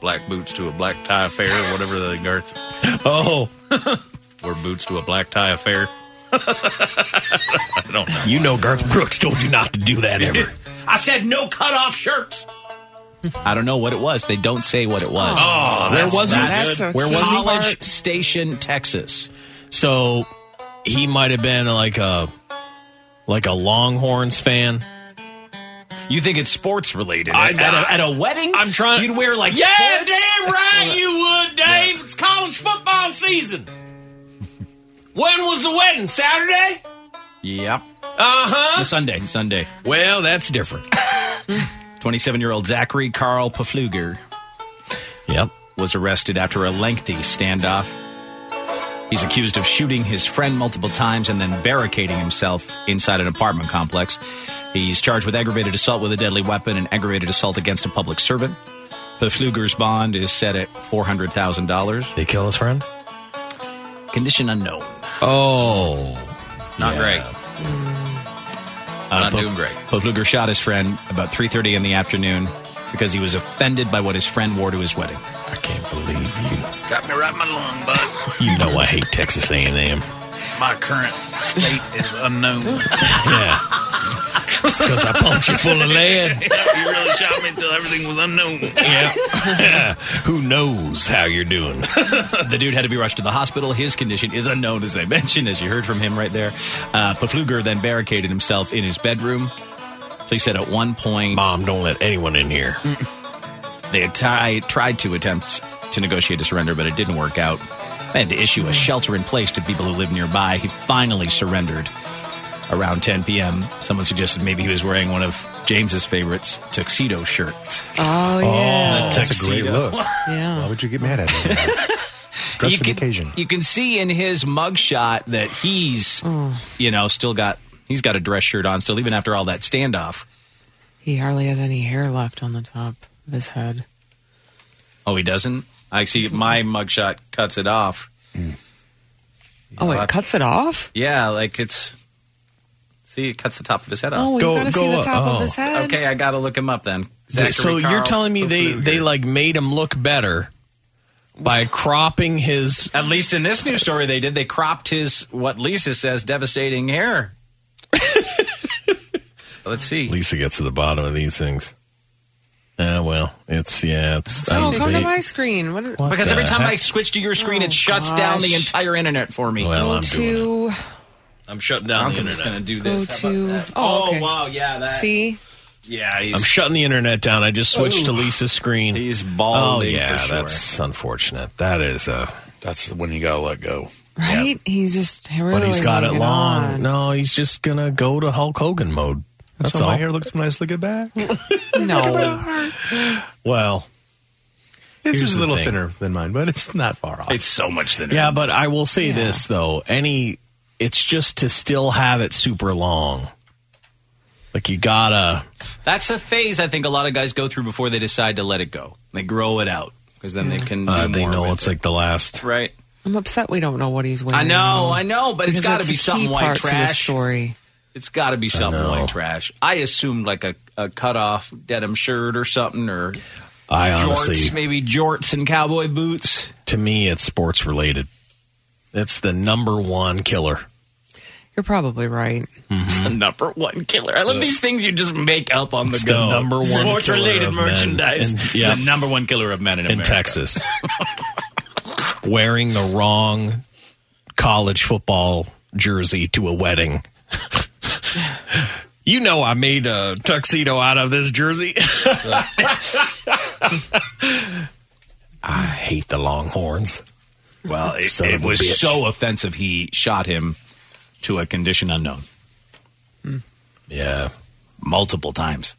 S6: black boots to a black tie affair, whatever the Garth.
S4: Oh,
S6: wear boots to a black tie affair. I don't know.
S4: You know oh, Garth Brooks told you not to do that ever.
S3: I said no cutoff shirts. I don't know what it was. They don't say what it was.
S4: Oh, Where that's- was he? that's
S3: That's-
S4: so
S3: Where
S4: cute.
S3: was he?
S4: College
S3: Station, Texas.
S4: So he might have been like a like a Longhorns fan.
S3: You think it's sports related at, a, at a wedding? I'm
S4: trying.
S3: You'd wear like
S5: yeah,
S3: sports.
S5: damn right you would, Dave. It's college football season. when was the wedding? Saturday?
S3: Yep.
S5: Uh huh.
S3: Sunday. Sunday.
S4: Well, that's different.
S3: 27 year old Zachary Carl Pafluger.
S4: Yep.
S3: Was arrested after a lengthy standoff. He's accused of shooting his friend multiple times and then barricading himself inside an apartment complex. He's charged with aggravated assault with a deadly weapon and aggravated assault against a public servant. Pafluger's bond is set at $400,000.
S4: They kill his friend?
S3: Condition unknown.
S4: Oh.
S6: Not great. Not
S3: Paf-
S6: doing great.
S3: Pafluger shot his friend about 3.30 in the afternoon because he was offended by what his friend wore to his wedding.
S4: I can't believe you.
S6: Got me right my lung, bud.
S4: You know I hate Texas A&M.
S6: My current state is unknown.
S4: Yeah. It's because I pumped you full of lead.
S6: you really shot me until everything was unknown.
S4: Yeah. Who knows how you're doing?
S3: the dude had to be rushed to the hospital. His condition is unknown, as I mentioned, as you heard from him right there. Uh, Pafluger then barricaded himself in his bedroom. Police said at one point,
S4: "Mom, don't let anyone in here."
S3: They had ti- tried to attempt to negotiate a surrender, but it didn't work out. They had to issue a shelter in place to people who live nearby. He finally surrendered around 10 p.m. Someone suggested maybe he was wearing one of James's favorites, tuxedo shirt.
S7: Oh, yeah.
S16: that's a great
S3: Tuxedo.
S16: look.
S7: Yeah.
S16: Why would you get mad at him? Dress
S3: You
S16: for the
S3: can-
S16: occasion.
S3: You can see in his mugshot that he's,
S7: Mm.
S3: you know, still got he's got a dress shirt on still, even after all that standoff.
S7: He hardly has any hair left on the top of his head.
S3: Oh, he doesn't. I see. My mugshot cuts it off.
S7: Oh, it cuts it off?
S3: Yeah, like it's. See, it cuts the top of his head off.
S7: Oh, we
S4: Go-
S7: gotta see
S4: go
S7: the
S4: up.
S7: top
S4: Oh.
S7: of his head.
S3: Okay, I gotta look him up then. Zachary
S4: so you're
S3: Carl
S4: telling me they,
S3: Pafluger.
S4: they like made him look better by cropping his
S3: At least in this new story, they did. They cropped his what Lisa says devastating hair. Let's see.
S4: Lisa gets to the bottom of these things. Ah, well, it's yeah, it's.
S7: Oh,
S4: I-
S7: come to
S4: they-
S7: my screen. What is,
S3: because every time I
S4: heck?
S3: switch to your screen,
S7: Oh,
S3: it shuts down the
S7: gosh.
S3: entire internet for me.
S4: Well,
S7: go to
S3: I'm shutting down the internet. going to do
S7: go
S3: this. How about-
S7: to.
S3: Oh,
S7: Oh, okay.
S3: wow, yeah, that.
S7: See,
S3: Yeah,
S4: I'm shutting the internet down. I just switched to
S7: Ooh.
S4: Lisa's screen. He's
S3: balding
S4: Oh yeah,
S3: for sure.
S4: that's unfortunate. That is uh
S6: That's when you gotta let go.
S7: right? He's just really.
S4: but he's got it
S7: laying
S4: long.
S7: on.
S4: No, he's just gonna go to Hulk Hogan mode. That's,
S16: That's why
S4: all.
S16: my hair looks when I look it back.
S7: No.
S4: Well,
S16: This
S4: Here's
S16: is a
S4: the
S16: little
S4: thing.
S16: thinner than mine, but it's not far off.
S3: It's so much thinner.
S4: yeah, but I will say this though: any, it's just to still have it super long. Like you gotta.
S3: That's a phase I think a lot of guys go through before they decide to let it go. They grow it out because then they can. Do
S4: Uh, they
S3: more
S4: know
S3: with
S4: it's like the last.
S3: it. right.
S7: I'm upset we don't know what he's wearing.
S3: I know,
S7: now.
S3: I know, but it's
S7: Because
S3: got
S7: that's
S3: to
S7: a
S3: be
S7: key
S3: something white
S7: part to the
S3: trash.
S7: story.
S3: It's got to be something white trash. I assumed like a, a cut off denim shirt or something, or
S4: I honestly,
S3: jorts, maybe jorts and cowboy boots.
S4: to me, it's sports related. It's the number one killer. Mm-hmm.
S7: You're probably right.
S3: It's the number one killer. I love these things you just make up on the
S4: It's the
S3: go.
S4: number one
S3: sports
S4: killer
S3: related
S4: of men.
S3: merchandise.
S4: And-
S3: It's
S4: yeah.
S3: the number one killer of men in,
S4: in
S3: America.
S4: Texas wearing the wrong college football jersey to a wedding. you know, I made a tuxedo out of this jersey. I hate the Longhorns.
S3: Well, it,
S4: Son
S3: it
S4: of a
S3: was
S4: bitch.
S3: so offensive. He shot him to a condition unknown.
S4: Hmm. Yeah.
S3: multiple times.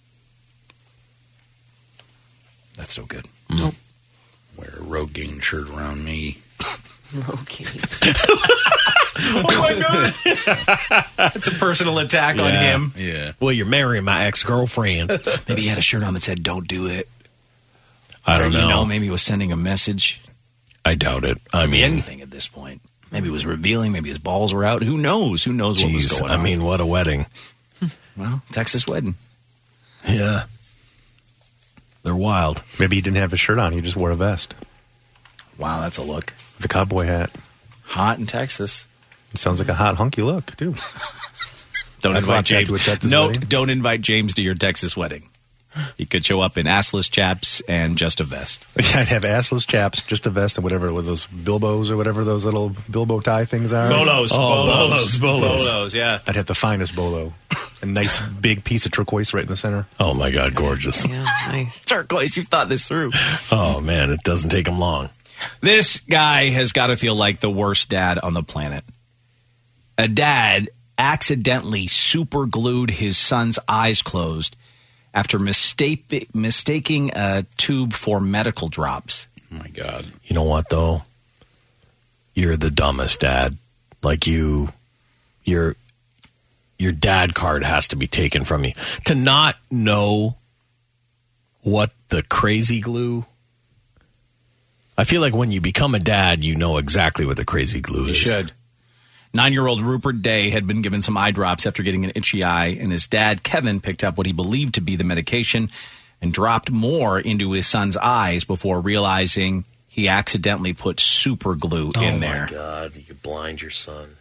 S3: That's no good.
S6: Wear a Rogaine shirt around me.
S7: Okay.
S3: oh my god! It's a personal attack on him.
S6: Yeah.
S4: Well, you're marrying my ex girlfriend.
S3: Maybe he had a shirt on that said "Don't do it."
S4: I
S3: Or,
S4: don't
S3: You
S4: know.
S3: know, maybe he was sending a message.
S4: I doubt it. I mean,
S3: anything at this point. Maybe it was revealing. Maybe his balls were out. Who knows? Who knows what was
S4: Jeez,
S3: going
S4: I
S3: on?
S4: mean, what a wedding.
S3: well, Texas wedding.
S4: Yeah. They're wild.
S16: Maybe he didn't have a shirt on. He just wore a vest,
S3: Wow, that's a look.
S16: the cowboy hat.
S3: Hot in Texas.
S16: It sounds like a hot hunky look too.
S3: Don't
S16: I'd
S3: invite
S16: rock that
S3: James.
S16: to a Texas
S3: Note:
S16: wedding.
S3: Don't invite James to your Texas wedding. He could show up in assless chaps and just a vest.
S16: I'd have assless chaps, just a vest, and whatever with those Bilbos or whatever those little Bilbo tie things are.
S3: Oh, bolos, bolos, Yeah.
S16: I'd have the finest bolo, a nice big piece of turquoise right in the center.
S4: Oh my God, gorgeous.
S7: Yeah, nice.
S3: Turquoise, you've thought this through.
S4: Oh man, it doesn't take them long.
S3: This guy has got to feel like the worst dad on the planet. A dad accidentally super glued his son's eyes closed after mistake, mistaking a tube for medical drops.
S6: Oh my God.
S4: You know what though? You're the dumbest dad. Like you your your dad card has to be taken from you. To not know what the crazy glue I feel like when you become a dad, you know exactly what the crazy glue is.
S3: Nine year old Rupert Day had been given some eye drops after getting an itchy eye, and his dad, Kevin, picked up what he believed to be the medication and dropped more into his son's eyes before realizing he accidentally put super glue in there.
S4: Oh, god, you blind your son.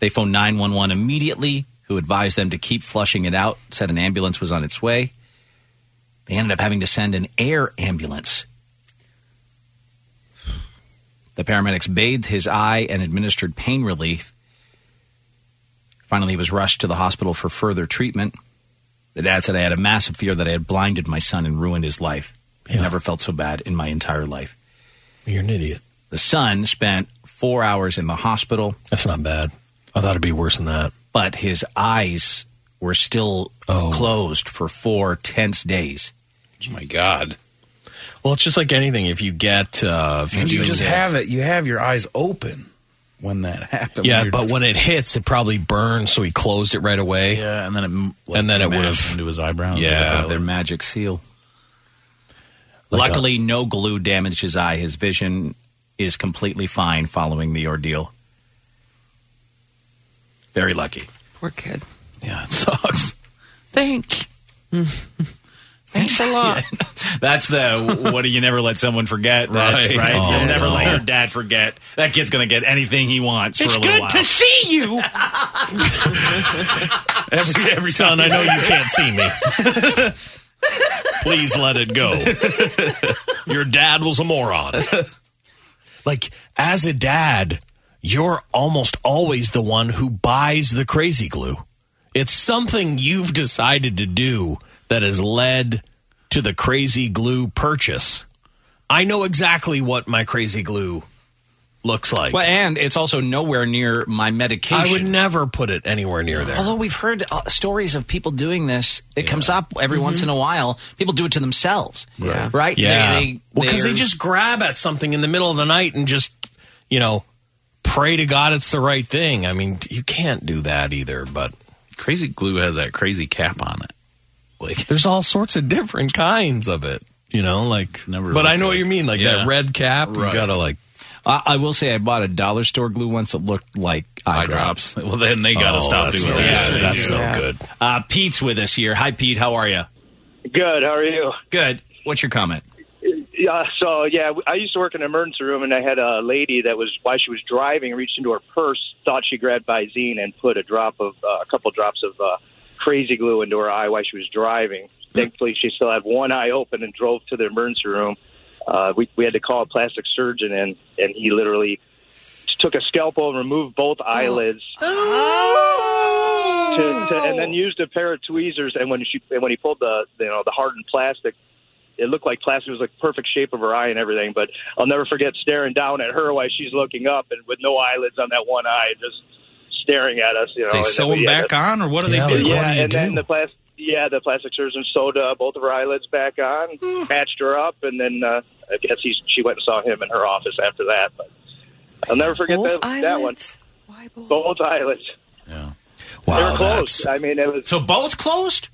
S3: They phoned 911 immediately, who advised them to keep flushing it out, said an ambulance was on its way. They ended up having to send an air ambulance. The paramedics bathed his eye and administered pain relief. Finally, he was rushed to the hospital for further treatment. The dad said, I had a massive fear that I had blinded my son and ruined his life. I never felt so bad in my entire life.
S4: You're an idiot.
S3: The son spent four hours in the hospital
S4: That's not bad. I thought it'd be worse than that. Oh.
S3: but his eyes were still closed for four tense days.
S6: Oh my God.
S4: Well, it's just like anything. If you get, uh, if
S6: And you
S4: get-
S6: just have it. You have your eyes open when that happens.
S4: yeah, but when it hits, it probably burns. So he closed it right away.
S6: yeah, and then it
S4: And then it
S6: mashed
S4: would've-
S6: into his eyebrow.
S4: Yeah.
S3: Uh, their magic seal.
S4: Like
S3: Luckily, no glue damaged his eye. His vision is completely fine following the ordeal. Very lucky.
S7: Poor kid.
S6: yeah, it sucks.
S3: Thank. Thanks a lot. That's the what do you never let someone forget? That's
S6: Right.
S3: right.
S4: Oh,
S3: You'll never
S4: no.
S3: let your dad forget. That kid's gonna get anything he wants for a little while.
S4: see you,
S6: Every, every
S4: son. I know you can't see me. Please let it go. Your dad was a moron. Like, as a dad, you're almost always the one who buys the crazy glue. It's something you've decided to do that has led to the crazy glue purchase. I know exactly what my crazy glue looks like.
S3: Well, and it's also nowhere near my medication.
S4: I would never put it anywhere near there.
S3: Although we've heard uh, stories of people doing this, it comes up every once in a while. People do it to themselves,
S4: Yeah.
S3: right?
S4: Yeah.
S3: They- they-
S4: well, because they
S3: they're-
S4: just grab at something in the middle of the night and just, you know, pray to God it's the right thing. I mean, you can't do that either, but.
S6: Crazy glue has that crazy cap on it.
S4: Like, there's all sorts of different kinds of it, you know, like. Never but I know what you mean, like that red cap, you gotta like.
S3: I, I will say, I bought a dollar store glue once that looked like eye,
S6: Eye drops.
S3: drops. Oh,
S6: Well, then they gotta stop doing that. Yeah, they do.
S3: Uh, Pete's with us here. Hi, Pete. How are you?
S35: Good. How are you?
S3: Good. What's your comment?
S35: Yeah, so yeah, I used to work in an emergency room, and I had a lady that was while she was driving, reached into her purse, thought she grabbed Visine, and put a drop of uh, a couple drops of uh, crazy glue into her eye while she was driving.
S14: Mm.
S35: Thankfully, she still had one eye open and drove to the emergency room. Uh, we we had to call a plastic surgeon, and and he literally took a scalpel and removed both
S14: Oh.
S35: eyelids.
S3: Oh!
S35: To, to, and
S6: Oh.
S35: then used a pair of tweezers, and when she and when he pulled the you know the hardened plastic it looked like plastic. It was like perfect shape of her eye and everything. But I'll never forget staring down at her while she's looking up and with no eyelids on that one eye, just staring at us. You know,
S6: They
S35: And
S6: sew
S35: then
S6: them
S35: we had
S6: back
S35: to-
S6: on, or what do they do?
S35: Yeah, and then the plastic. Yeah, the plastic surgeon sewed uh, both of her eyelids back on, patched her up, and then uh, I guess he, she went and saw him in her office after that. But I'll never forget that, that one. both? eyelids. Yeah. They were closed. I mean, it was
S3: so both closed.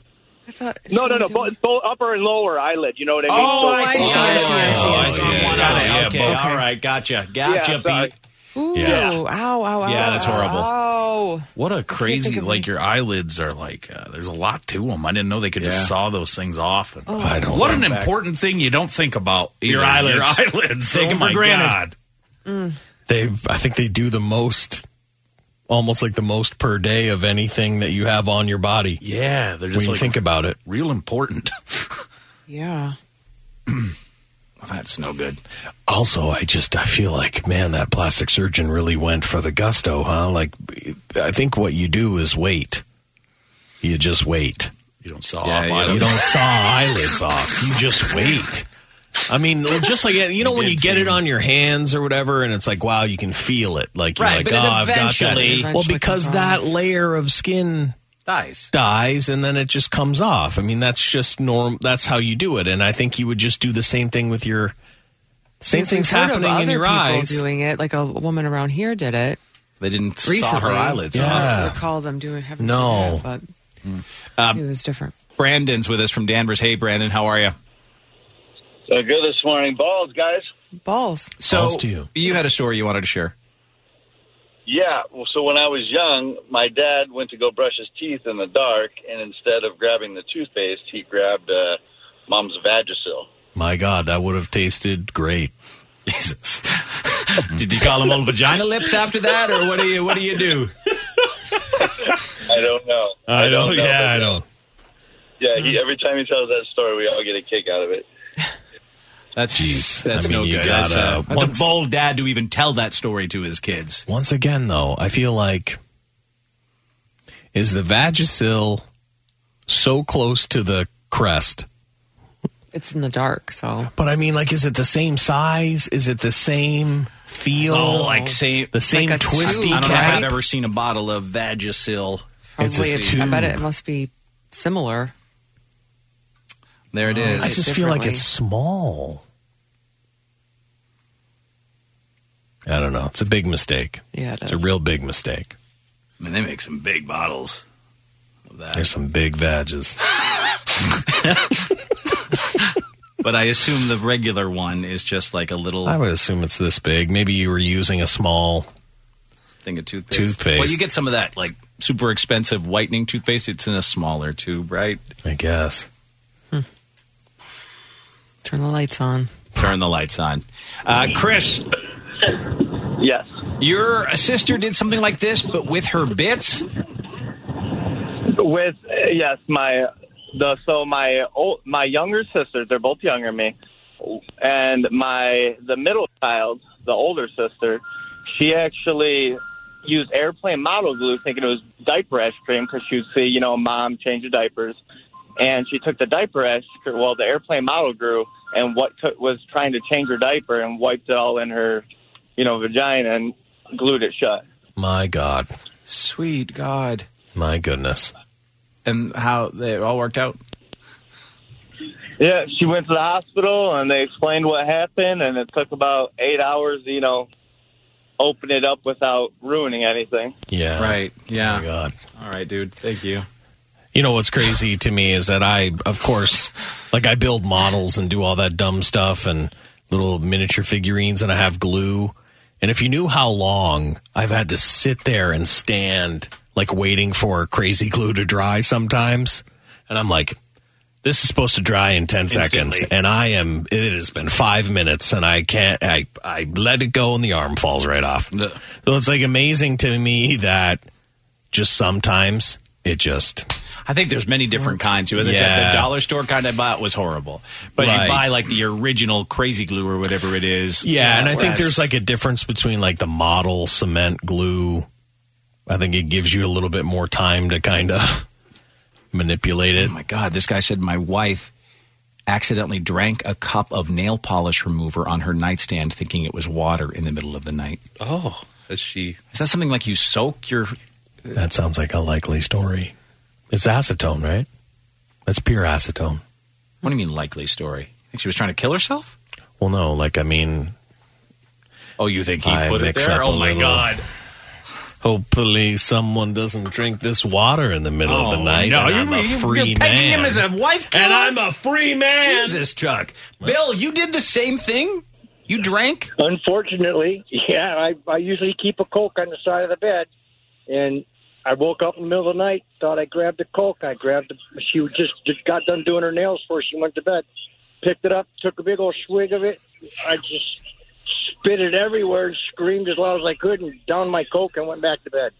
S35: I thought, no, no, no, both, both upper and lower eyelid. You know what I mean?
S3: Oh,
S35: So-
S3: I see, I see, I see,
S4: Oh
S3: I see. Got
S6: Oh,
S3: it.
S35: yeah,
S3: okay,
S35: both.
S3: all right, gotcha, gotcha, Pete.
S7: Ooh,
S6: Yeah.
S7: ow, ow, ow. Oh,
S6: Yeah, that's horrible.
S7: Ow.
S6: What a
S7: think
S6: crazy!
S7: of
S6: Like your eyelids are like uh, there's a lot to them. I didn't know they could
S3: Yeah.
S6: just saw those things off. And,
S7: Oh. I
S3: don't
S6: What
S3: like
S6: an
S3: that.
S6: important thing you don't think about.
S4: Your
S6: either.
S4: eyelids.
S6: Your eyelids.
S4: Take 'em
S6: oh
S4: for
S6: my
S4: granted.
S6: God.
S36: Mm.
S4: They, I think they do the most, almost like the most per day of anything that you have on your body.
S6: Yeah, they're just
S4: when you
S6: like
S4: think about it,
S6: real important.
S7: Yeah.
S6: That's no good.
S4: Also, I just I feel like man, that plastic surgeon really went for the gusto, huh? Like, I think what you do is wait. You just wait.
S6: You don't saw
S4: Yeah,
S6: off
S4: you
S6: eyelids.
S4: don't saw eyelids off. You just wait. I mean, just like you know when you get it on your hands or whatever, and it's like, wow, you can feel it. Like you're
S9: Right,
S4: like,
S9: but
S4: oh,
S9: it
S4: I've got
S9: eventually-
S4: that. Well, because that layer of skin
S6: dies,
S4: dies, and then it just comes off. I mean, that's just norm. That's how you do it, and I think you would just do the same thing with your same
S7: Since we've
S4: things
S7: heard of
S4: happening
S7: other
S4: in your
S7: people
S4: eyes.
S7: doing it, like a woman around here did it.
S3: They didn't saw
S7: Recently,
S3: her eyelids.
S7: I
S3: off.
S7: don't recall them doing having
S3: No.
S7: done that,
S3: Um,
S7: it was different.
S3: Brandon's with us from Danvers. Hey, Brandon, how are you?
S37: So good this morning. Balls, guys.
S7: but balls.
S3: So you. had a story you wanted to share.
S37: Yeah. Well, so when I was young, my dad went to go brush his teeth in the dark, and instead of grabbing the toothpaste, he grabbed uh, mom's Vagisil.
S4: My God, that would have tasted great.
S3: Jesus. Did you call them all vagina lips after that, or what do you what do you do?
S37: I don't know.
S4: I don't. Yeah, I don't.
S37: Yeah. He, every time he tells that story, we all get a kick out of it.
S3: That's that's
S4: I mean,
S3: no
S4: you
S3: good.
S4: gotta-
S3: that's a, that's
S4: once-
S3: a bold dad to even tell that story to his kids.
S4: Once again, though, I feel like is the Vagisil so close to the crest?
S7: It's in the dark, so.
S4: But I mean, like, is it the same size? Is it the same feel?
S3: Oh, like same
S4: the same
S3: like a
S4: twisty
S3: tube. I don't know if I've
S4: cap?
S3: ever seen a bottle of Vagisil.
S7: Probably a I bet it must be similar.
S3: There it is.
S4: I just feel like it's small. I don't know. It's a big mistake.
S7: Yeah, it
S4: it's
S7: is.
S4: a real big mistake.
S3: I mean, they make some big bottles.
S4: There's some big vages.
S3: But I assume the regular one is just like a little
S4: I would assume it's this big. Maybe you were using a small.
S3: thing of toothpaste.
S4: Toothpaste.
S3: Well, you get some of that like super expensive whitening toothpaste. It's in a smaller tube, right?
S4: I guess.
S7: Turn the lights on.
S3: Turn the lights on. Uh, Chris.
S37: Yes.
S3: Your sister did something like this, but with her bits.
S37: With uh, yes, my the so my old, my younger sisters, they're both younger than me, and my the middle child, the older sister, she actually used airplane model glue, thinking it was diaper ash cream because she would see, you know, mom change the diapers, and she took the diaper ash, well, the airplane model grew, and what took, was trying to change her diaper and wiped it all in her, you know, vagina and glued it shut.
S4: My God.
S3: Sweet God.
S4: My goodness.
S3: And how they all worked out?
S37: Yeah, she went to the hospital and they explained what happened, and it took about eight hours, to, you know, open it up without ruining anything.
S4: Yeah.
S3: Right. Yeah.
S4: God.
S3: All right, dude. Thank you.
S4: You know what's crazy to me is that I, of course, like I build models and do all that dumb stuff and little miniature figurines, and I have glue. And if you knew how long I've had to sit there and stand, like waiting for crazy glue to dry sometimes, and I'm like, this is supposed to dry in 10 seconds.
S38: Instantly.
S4: And I am, it has been five minutes and I can't, I, I let it go and the arm falls right off. So it's like amazing to me that just sometimes it just.
S3: I think there's many different kinds too. As I said,
S4: Yeah.
S3: the dollar store kind I bought was horrible, but
S4: Right.
S3: you buy like the original crazy glue or whatever it is.
S4: Yeah, and I think
S3: whereas-
S4: there's like a difference between like the model cement glue. I think it gives you a little bit more time to kind of manipulate it.
S3: Oh my God, this guy said my wife accidentally drank a cup of nail polish remover on her nightstand thinking it was water in the middle of the night.
S6: Oh, is she?
S3: Is that something like you soak your.
S4: That sounds like a likely story. It's acetone, right? That's pure acetone.
S3: What do you mean likely story? Think she was trying to kill herself?
S4: Well, no, like I mean,
S3: Oh, you think he
S4: I
S3: put it
S4: mix
S3: there?
S4: up
S3: Oh
S4: a
S3: my
S4: little.
S3: God.
S4: hopefully someone doesn't drink this water in the middle
S3: Oh,
S4: of the night. and I'm a free man.
S3: wife
S4: And I'm
S3: a free man. Jesus, Chuck. Bill, you did the same thing? You drank?
S9: Unfortunately, yeah, I, I usually keep a Coke on the side of the bed. And I woke up in the middle of the night, thought I grabbed a Coke. I grabbed the, she was just, just got done doing her nails before she went to bed. Picked it up, took a big old swig of it. I just spit it everywhere, screamed as loud as I could, and down my Coke and went back to bed.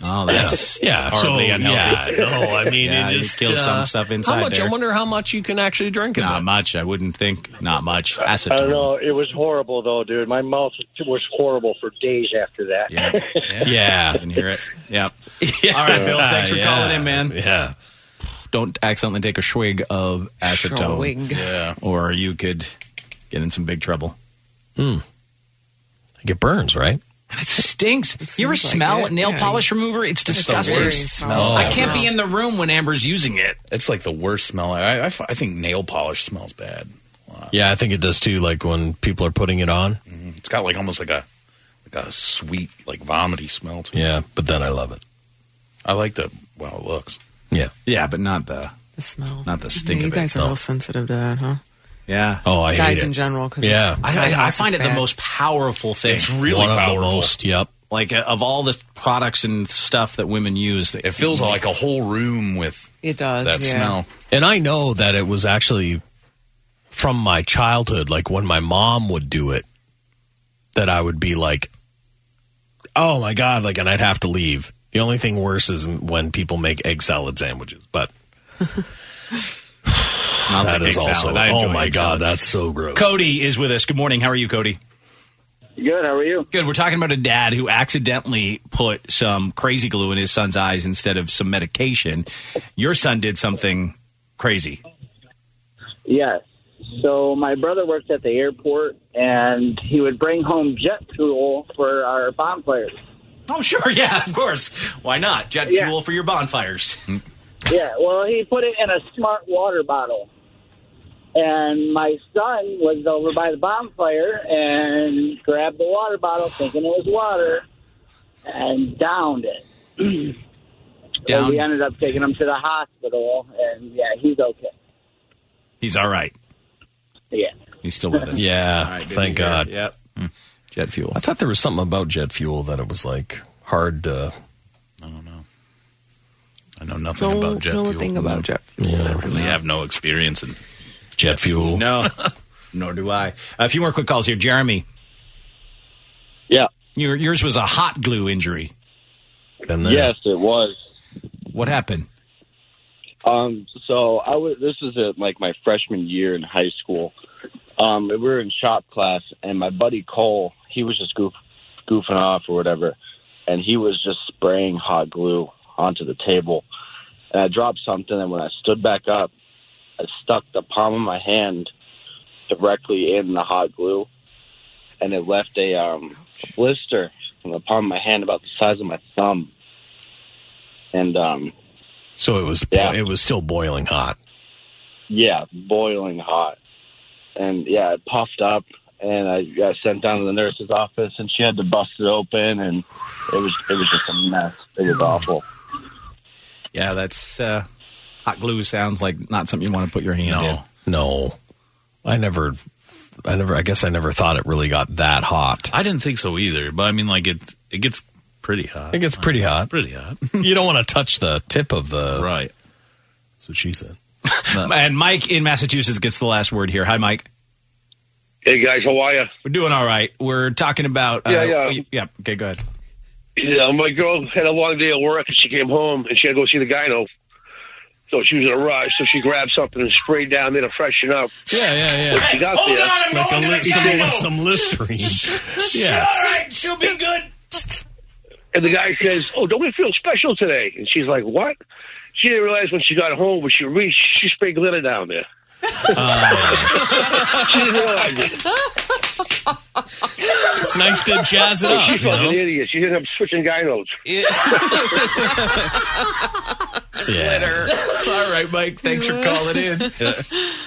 S3: Oh,
S4: that's yeah,
S3: horribly
S4: so,
S3: unhealthy.
S4: yeah, no, I mean,
S3: Yeah,
S4: it
S3: you
S4: just
S3: kill
S4: uh,
S3: some stuff inside
S4: How much?
S3: there.
S4: I wonder how much you can actually drink of
S3: Not
S4: it.
S3: much, I wouldn't think. Not much. Acetone.
S9: I don't know. It was horrible, though, dude. My mouth was horrible for days after that.
S4: Yeah.
S3: I can hear it. Yep. All right, Bill. Thanks for
S9: Yeah.
S3: calling in, man.
S4: Yeah.
S3: Don't accidentally take a swig of acetone.
S7: Swig.
S3: Yeah. Or you could get in some big trouble.
S4: Mm. Like it burns, right?
S3: It stinks. you ever smell
S9: it.
S3: nail
S9: Yeah.
S3: polish remover? It's
S9: It's the
S3: disgusting.
S9: worst smell.
S3: I can't be in the room when Amber's using it.
S6: Oh. It's like the worst smell. I, I, f- I think nail polish smells bad.
S4: Yeah, I think it does too. Like when people are putting it on.
S6: Mm-hmm. It's got like almost like a like a sweet like vomity smell to it.
S4: Yeah, but then I love it.
S6: I like the wow it looks.
S4: Yeah.
S3: Yeah, but not the
S7: The smell.
S3: not the stink
S7: you
S3: of it.
S7: guys are real sensitive to that, huh?
S3: Yeah.
S4: Oh, I
S7: guys
S4: hate it.
S7: in general. 'cause
S4: Yeah.
S7: it's-
S3: I, I, I
S7: guys,
S3: find it
S7: it's
S3: the
S7: bad.
S3: most powerful thing.
S6: It's really
S4: One of the
S6: powerful.
S4: most. Yep.
S3: Like uh, of all the products and stuff that women use,
S6: It fills like a whole room with
S7: It does.
S6: that
S7: yeah.
S6: smell.
S4: And I know that it was actually from my childhood, like when my mom would do it, that I would be like, oh my God, like, and I'd have to leave. The only thing worse is when people make egg salad sandwiches, but
S3: Not
S4: that
S3: like
S4: is
S3: egg
S4: also,
S3: salad. I
S4: oh
S3: enjoy
S4: my
S3: egg
S4: God,
S3: salad.
S4: that's so gross.
S3: Cody is with us. Good morning. How are you, Cody?
S9: Good. How are you?
S3: Good. We're talking about a dad who accidentally put some crazy glue in his son's eyes instead of some medication. Your son did something crazy.
S9: Yes. So my brother worked at the airport, and he would bring home jet fuel for our bonfires.
S3: Oh, sure. Yeah, of course. Why not? Jet fuel for your bonfires.
S9: Yeah, well, he put it in a smart water bottle. And my son was over by the bonfire and grabbed the water bottle, thinking it was water, and downed it.
S3: Down.
S9: So we ended up taking him to the hospital, and yeah, he's okay.
S3: He's all right.
S9: Yeah.
S3: He's still with us.
S4: Yeah,
S3: All right, good
S4: thank
S3: to hear.
S4: God. Hmm.
S3: Yep. Jet fuel.
S4: I thought there was something about jet fuel that it was like hard to.
S6: I know nothing
S7: No-
S6: about jet
S7: no
S6: fuel.
S7: thing about jet
S6: fuel. I really have no experience in
S4: jet fuel.
S3: No, nor do I. A few more quick calls here. Jeremy.
S29: Yeah.
S3: Your, yours was a hot glue injury.
S29: Yes, it was.
S3: What happened?
S9: Um, so I was. This is uh like my freshman year in high school. Um, we were in shop class, and my buddy Cole, he was just goof, goofing off or whatever, and he was just spraying hot glue onto the table. And I dropped something, and when I stood back up, I stuck the palm of my hand directly in the hot glue, and it left a, um, a blister on the palm of my hand about the size of my thumb. And um,
S4: So it was it was still boiling hot.
S9: yeah, boiling hot. And yeah, it puffed up, and I got sent down to the nurse's office, and she had to bust it open, and it was it was just a mess. It was awful.
S3: Yeah, that's uh, hot glue sounds like not something you want to put your hand in.
S4: No, I never. I never. I guess I never thought it really got that hot.
S6: I didn't think so either, but I mean, like it it gets pretty hot.
S4: It gets pretty hot.
S6: Pretty hot.
S4: you don't want to touch the tip of the
S6: right.
S4: Uh, That's what she said.
S3: And Mike in Massachusetts gets the last word here. Hi, Mike.
S24: Hey guys, how are you?
S3: We're doing all right. We're talking about. uh, oh,
S24: Yeah, yeah.
S3: yeah. Okay, go ahead.
S24: Yeah, my girl had a long day at work, and she came home, and she had to go see the gyno. So she was in a rush, so she grabbed something and sprayed down there to freshen up.
S4: Yeah, yeah, yeah.
S24: She got uh,
S4: Hold
S24: there.
S4: on, I'm Like going a to li- the some- gyno. some Listerine. Yeah. All
S24: right, she'll be good. And the guy says, "Oh, don't we feel special today?" And she's like, "What?" She didn't realize when she got home, when she reached, she sprayed glitter down there.
S4: Uh.
S24: she didn't realize it.
S4: It's nice to jazz it
S24: Oh,
S4: up,
S24: She's
S4: you
S24: fucking
S4: know?
S24: an idiot. She ended up switching gynos.
S3: Glitter. All right, Mike. Thanks for calling in.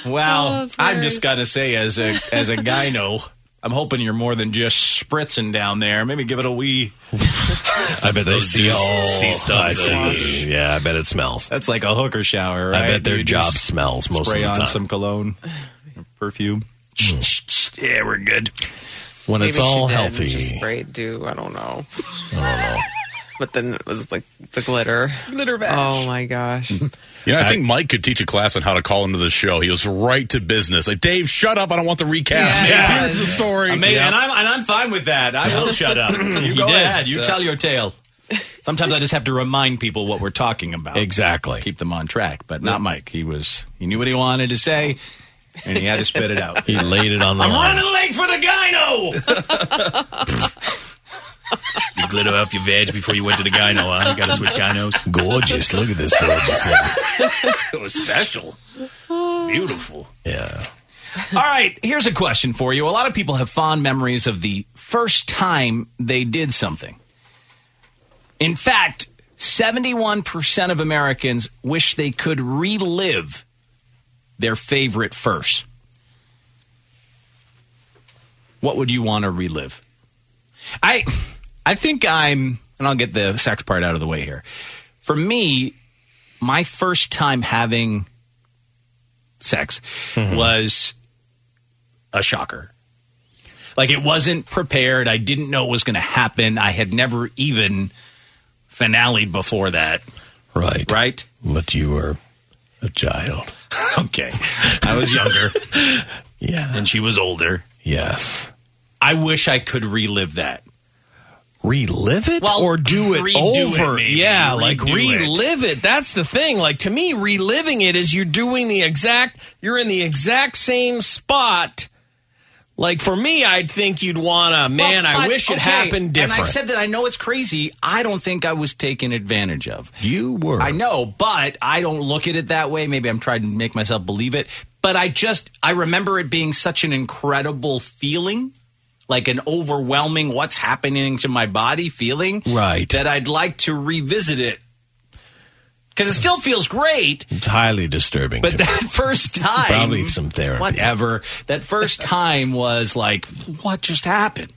S39: Oh,
S3: Wow.
S39: that's
S3: I'm
S39: hilarious.
S3: just gotta say, as a as a gyno, I'm hoping you're more than just spritzing down there. Maybe give it a wee.
S4: I bet they see
S3: dudes
S4: all.
S3: see stuff
S4: I
S3: they
S4: see. Yeah, I bet it smells.
S3: That's like a hooker shower.
S4: I
S3: right?
S4: bet their
S3: You
S4: job
S3: just
S4: smells most
S3: spray
S4: of the
S3: on
S4: time.
S3: some cologne, perfume. yeah, we're good.
S4: When it's
S7: Maybe she
S4: all
S7: did,
S4: healthy.
S7: She sprayed do I don't know.
S4: I don't know.
S7: But then it was like the glitter. Glitter
S10: bash.
S7: Oh my gosh.
S10: You know, I, think Mike could teach a class on how to call into the show. He was right to business. Like, Dave, shut up. I don't want the recap. Here's the story.
S3: Amazing. And I'm and I'm fine with that. I will shut up. You
S10: He
S3: go
S10: did.
S3: ahead. You
S10: Uh,
S3: tell your tale. Sometimes I just have to remind people what we're talking about.
S4: Exactly.
S3: Keep them on track. But not Mike. He was he knew what he wanted to say and he had to spit it out.
S4: He laid it on the
S3: I'm
S4: line.
S3: running late for the gyno.
S40: You glitter up your veg before you went to the gyno, huh? You gotta switch gynos.
S4: Gorgeous. Look at this gorgeous thing.
S40: it was special. Beautiful.
S4: Yeah.
S3: All right, here's a question for you. A lot of people have fond memories of the first time they did something. In fact, 71% of Americans wish they could relive their favorite first. What would you want to relive? I I think I'm and I'll get the sex part out of the way here. For me, my first time having sex
S4: Mm-hmm.
S3: was a shocker. Like it wasn't prepared. I didn't know it was going to happen. I had never even finaled before that.
S4: Right.
S3: Right?
S4: But you were a child.
S3: okay. I was younger.
S4: yeah.
S3: And she was older.
S4: Yes.
S3: I wish I could relive that.
S4: Relive it
S3: or
S4: do
S3: redo it,
S4: over.
S3: maybe.
S4: yeah, like
S41: like
S3: Do it.
S41: relive
S4: it. That's the thing. Like to me, reliving it is you're doing the exact
S41: you're in the exact same spot. Like for me, I'd think you'd wanna man,
S3: Well,
S41: I
S3: but-
S41: wish it
S3: okay,
S41: happened different.
S3: And I've said that I know it's crazy. I don't think I was taken advantage of.
S4: You were.
S3: I know, but I don't look at it that way. Maybe I'm trying to make myself believe it. But I just, I remember it being such an incredible feeling, like an overwhelming what's happening to my body feeling.
S4: Right.
S3: That I'd like to revisit it. Because it still feels great,
S4: It's highly disturbing.
S3: but
S4: to me.
S3: that first time.
S4: Probably some therapy.
S3: Whatever. That first time was like, what just happened?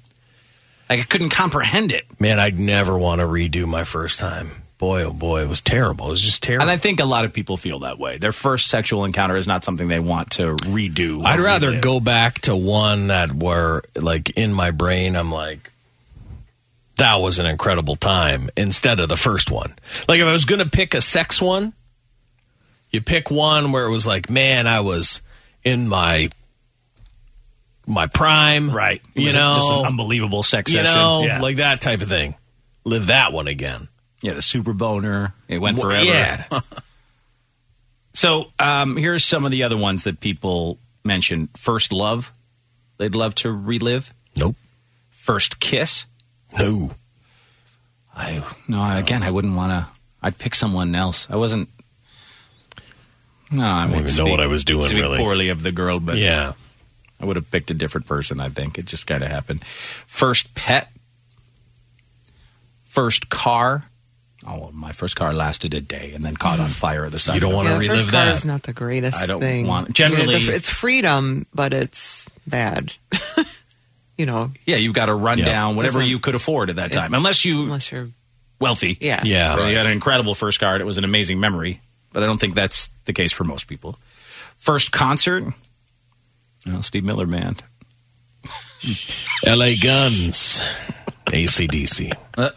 S3: Like I couldn't comprehend it.
S4: Man, I'd never want to redo my first time. Boy, oh boy, it was terrible. It was just terrible.
S3: And I think a lot of people feel that way. Their first sexual encounter is not something they want to redo.
S4: I'd rather go back to one that were like in my brain. I'm like, that was an incredible time instead of the first one.
S41: Like if I was gonna pick a sex one, you pick one where it was like, man, I was in my my prime,
S3: right? It
S41: You
S3: was a-
S41: know,
S3: just an unbelievable sex
S41: you
S3: session.
S41: know,
S3: Yeah.
S41: like that type of thing. Live that one again.
S3: Yeah, the super boner. It went
S41: Wh-
S3: forever.
S41: yeah.
S3: So um, here's some of the other ones that people mentioned. First love, they'd love to relive.
S4: Nope.
S3: First kiss.
S4: No.
S3: I no. I- Again, I wouldn't want to. I'd pick someone else. I wasn't. No, I, won't
S4: don't even know
S3: speak-
S4: what I was doing,
S3: Speak
S4: really.
S3: poorly of the girl, but
S4: Yeah.
S3: I would have picked a different person. I think it just kind of happened. First pet. First car. Oh, well, my first car lasted a day and then caught on fire at the side.
S4: You don't
S3: want
S4: wanna
S3: to
S7: yeah, first car is not the greatest
S3: I don't
S7: thing.
S3: want-
S7: I mean,
S3: generally-
S7: the- it's freedom, but it's bad. you know,
S3: Yeah, you've got to run
S7: Yeah.
S3: down whatever
S7: Doesn't-
S3: you could afford at that time, unless you
S7: unless you're
S3: wealthy.
S7: Yeah. Yeah.
S3: Well, you had an incredible first card. It was an amazing memory, but I don't think that's the case for most people. First concert, well, Steve Miller Band.
S4: L.A. Guns, ACDC.
S3: Uh,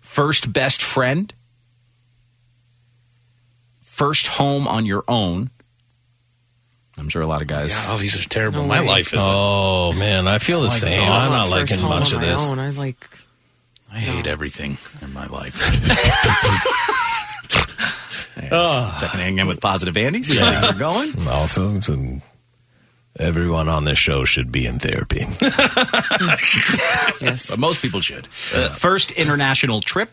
S3: first best friend, first home on your own. I'm sure a lot of guys.
S4: Yeah,
S3: oh,
S4: these are
S3: terrible.
S4: My life is. Oh man, I feel the same. I'm not liking much of this.
S7: I like.
S4: I hate everything in my life.
S3: Checking in again with positive Andy's.
S4: Yeah.
S3: Things are going.
S4: Also, it's an- everyone on this show should be in therapy.
S3: yes. But most people should. Uh, first international trip.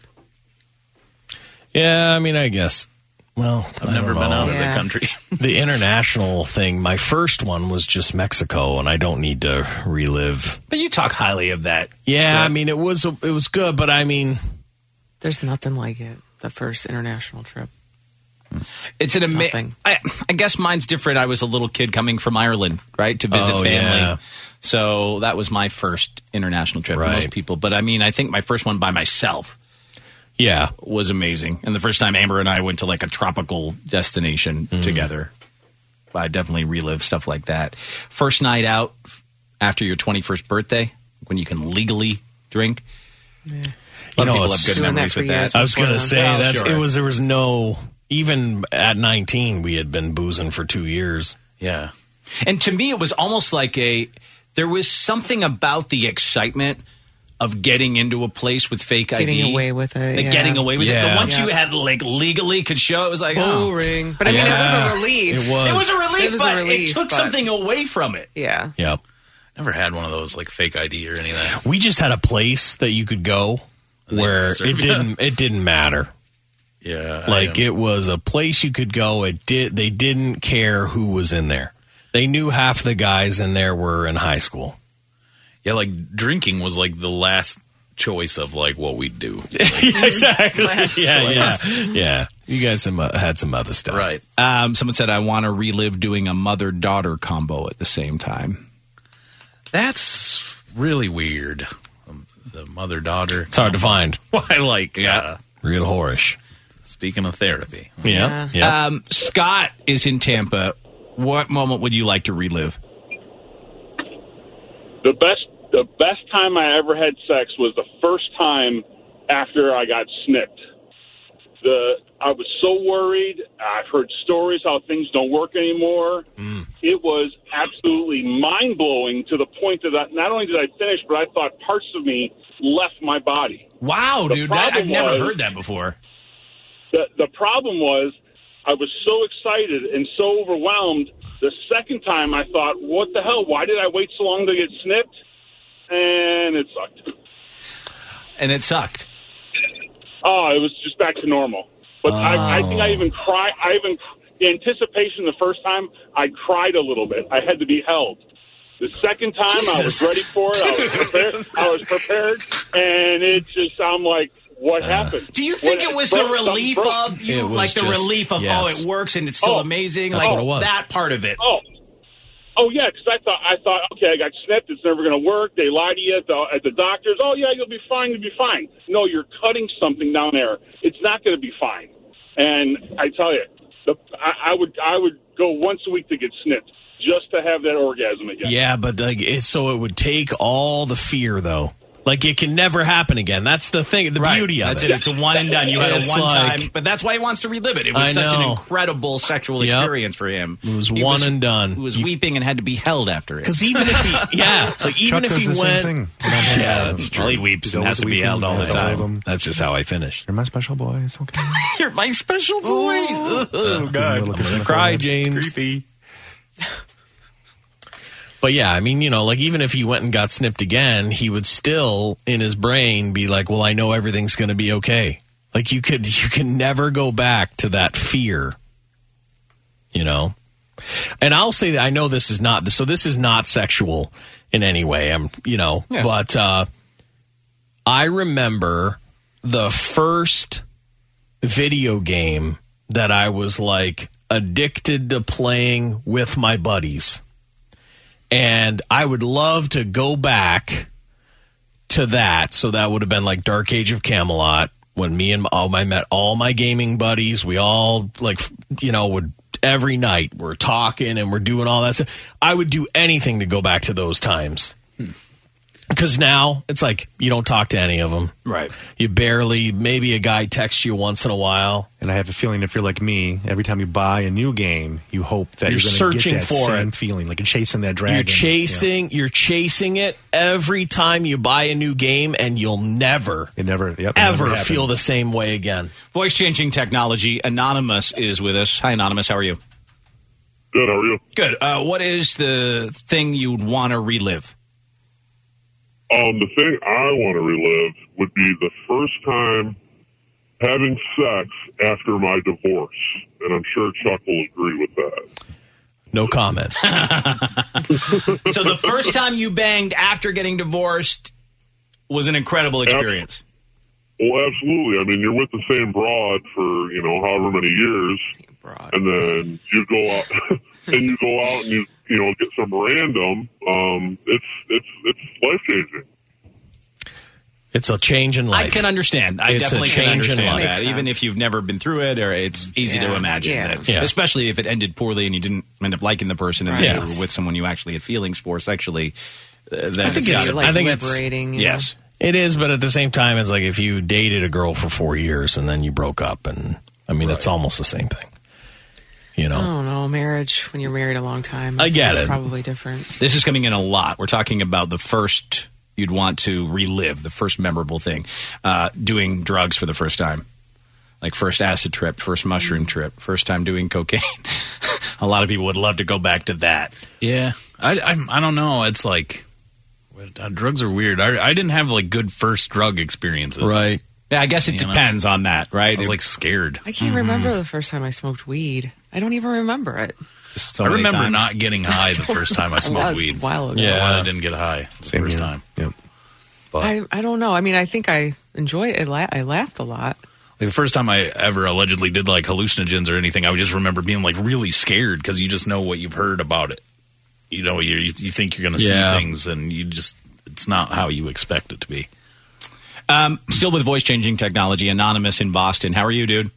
S4: Yeah, I mean, I guess. Well, I've
S6: never been out of the Yeah.
S4: country. the international thing. My first one was just Mexico, and I don't need to relive.
S3: But you talk highly of that.
S4: Yeah,
S42: I mean, it was it was good, but I mean,
S7: there's nothing like it. The first international trip.
S3: It's an amazing.
S7: Nothing.
S3: I, I guess mine's different. I was a little kid coming from Ireland, right, to visit
S4: Oh,
S3: family.
S4: yeah.
S3: So that was my first international trip. for Most
S4: Right.
S3: people, but I mean, I think my first one by myself.
S4: Yeah,
S3: was amazing. And the first time Amber and I went to like a tropical destination together, I definitely relive stuff like that. First night out after your twenty first birthday, when you can legally drink.
S4: You
S3: Lot of
S4: know,
S3: people
S4: it's-
S3: have good
S4: Doing that
S3: memories
S4: for
S3: with that.
S4: I was gonna say
S3: Well,
S4: that's
S3: sure.
S4: it was there was no even at 19 we had been boozing for 2 years.
S3: Yeah. And to me, it was almost like a there was something about the excitement of getting into a place with fake ID,
S7: Getting away with it,
S3: Like,
S7: yeah.
S3: getting away with it.
S7: Yeah.
S3: The once
S7: Yeah.
S3: you had like legally could show, it was like oh.
S7: Boring. But I mean, it was a relief.
S3: It was a relief,
S7: It was
S3: but
S7: a relief.
S3: it took
S7: but-
S3: something away from it.
S7: Yeah.
S4: Yep.
S6: Never had one of those like fake ID or any of that.
S4: We just had a place that you could go where
S6: serve
S4: it
S6: you.
S4: didn't it didn't matter.
S6: Yeah,
S4: Like it was a place you could go. It did they didn't care who was in there. They knew half the guys in there were in high school.
S6: yeah, like drinking was like the last choice of like what we do.
S4: exactly.
S6: Last
S4: yeah,
S6: choice.
S4: yeah. Yeah. You guys some, uh, had some other stuff.
S3: Right. Um, someone said, I want to relive doing a mother daughter combo at the same time.
S6: That's really weird. Um, the mother daughter. It's
S4: hard to find.
S6: Why, like, yeah,
S4: real horish.
S6: Speaking of therapy,
S3: Um, Scott is in Tampa. What moment would you like to relive?
S29: The best the best time I ever had sex was the first time after I got snipped. The I was so worried. I've heard stories how things don't work anymore. It was absolutely mind blowing to the point that I, not only did I finish, but I thought parts of me left my body.
S3: Wow,
S29: The
S3: dude. That, I've
S29: problem
S3: never
S29: was-
S3: heard that before.
S29: The, the problem was I was so excited and so overwhelmed. The second time I thought, what the hell? Why did I wait so long to get snipped? And it sucked.
S3: And it sucked.
S29: Oh, it was just back to normal. But I, I think I even cried. I even the anticipation the first time I cried a little bit. I had to be held. The second time I was
S9: Jesus.
S29: ready for it. I was prepared. I was prepared, and it just I'm like, what happened?
S3: Do you think
S29: What-
S3: it was the
S29: something
S3: relief
S29: broke.
S3: of you, like the relief of, oh, it works and it's still
S29: Oh,
S3: amazing?
S29: that's
S3: like
S29: what it was.
S3: that part of it.
S29: Oh, oh yeah, because I thought I thought okay, I got snipped. It's never going to work. They lie to you at the, at the doctors. Oh yeah, you'll be fine. You'll be fine. No, you're cutting something down there. It's not going to be fine. And I tell you, the, I, I would I would go once a week to get snipped just to have that orgasm again.
S4: Yeah, but like, it, so it would take all the fear though. Like it can never happen again. That's the thing. The
S3: Right.
S4: beauty of
S3: That's
S4: it.
S3: It's a one and done. You had a
S4: It's
S3: one time,
S4: like-
S3: but that's why he wants to relive it. It was
S4: I
S3: such an
S4: know.
S3: incredible sexual
S4: Yep.
S3: experience for him. It was
S4: one and done.
S3: He was weeping and had to be held after it.
S4: Because even if he, yeah, like even
S3: Chuck
S4: if he
S3: does the same
S4: went,
S3: thing.
S4: yeah, that's true.
S3: He weeps and has to be held all the time.
S4: That's just how I finish.
S5: You're my special boy. It's okay.
S3: You're my special boy.
S5: oh God,
S4: I'm gonna cry, James.
S5: Creepy.
S4: But yeah, I mean, you know, like even if he went and got snipped again, he would still in his brain be like, "Well, I know everything's going to be okay." Like you could, you can never go back to that fear, you know. And I'll say that I know this is not so. This is not sexual in any way. I'm, you know, but uh, I remember the first video game that I was like addicted to playing with my buddies. And I would love to go back to that. So that would have been like Dark Age of Camelot when me and all my met all my gaming buddies. We all like f- you know would every night we're talking and we're doing all that stuff. I would do anything to go back to those times. Because now it's like you don't talk to any of them. Right. You barely, maybe a guy texts you once in a while.
S5: And I have a feeling if you're like me, every time you buy a new game, you hope that
S4: You're
S5: you're, gonna
S4: searching
S5: get that
S4: for
S5: same
S4: it.
S5: feeling, like you're chasing that dragon.
S4: You're chasing, you're chasing it every time you buy a new game, and you'll never,
S5: it never, yep,
S4: ever feel the same way again.
S3: Voice changing technology. Anonymous is with us. Hi, Anonymous. How are you?
S43: Good. How are you?
S3: Good. Uh, what is the thing you'd want to relive?
S43: Um, the thing I want to relive would be the first time having sex after my divorce, and I'm sure Chuck will agree with that.
S4: No comment.
S3: so the first time you banged after getting divorced was an incredible experience.
S43: Well, absolutely. I mean, you're with the same broad for you know however many years, and then you go out and you go out and you you know get some random. Um, it's it's it's life changing.
S4: It's a change in life.
S3: I can understand. I
S4: It's a
S3: definitely can
S4: change in
S3: understand
S4: life.
S3: that,
S4: Makes
S3: even
S4: sense.
S3: if you've never been through it, or it's easy to
S4: Yeah.
S3: imagine
S4: Yeah.
S3: that,
S4: Yeah.
S3: especially if it ended poorly and you didn't end up liking the person and
S4: Right.
S3: you
S4: Yes.
S3: were with someone you actually had feelings for sexually. Uh, then
S4: I think
S3: it's
S4: it's,
S3: gotta be-
S4: I think it's
S3: you know? Yes.
S4: it is. But at the same time, it's like if you dated a girl for four years and then you broke up, and I mean, it's almost the same thing. You
S7: I
S4: know,
S7: don't know. Marriage, when you're married a long time,
S3: I get
S7: it's
S3: it.
S7: probably different.
S3: This is coming in a lot. We're talking about the first you'd want to relive, the first memorable thing, uh, doing drugs for the first time. Like first acid trip, first mushroom trip, first time doing cocaine. a lot of people would love to go back to that.
S6: Yeah, I, I I don't know. It's like uh, drugs are weird. I I didn't have like good first drug experiences.
S4: Right.
S3: Yeah, I guess it
S6: You know?
S3: depends on that, right?
S6: I was like scared.
S7: I
S4: Mm-hmm.
S7: can't remember the first time I smoked weed. I don't even remember it.
S6: I remember not getting high the first time I
S7: That
S6: smoked
S7: was a
S6: weed.
S7: while ago.
S6: I don't know why
S7: Yeah.
S6: I didn't get high the first time.
S5: Yep.
S7: I, I don't know. I mean, I think I enjoyed it. I, la- I laughed a lot.
S6: Like the first time I ever allegedly did like hallucinogens or anything, I would just remember being like really scared because you just know what you've heard about it. You know, you you think you're going to
S3: Yeah.
S6: see things, and you just it's not how you expect it to be.
S3: Um, still with voice changing technology, Anonymous in Boston. How are you, dude?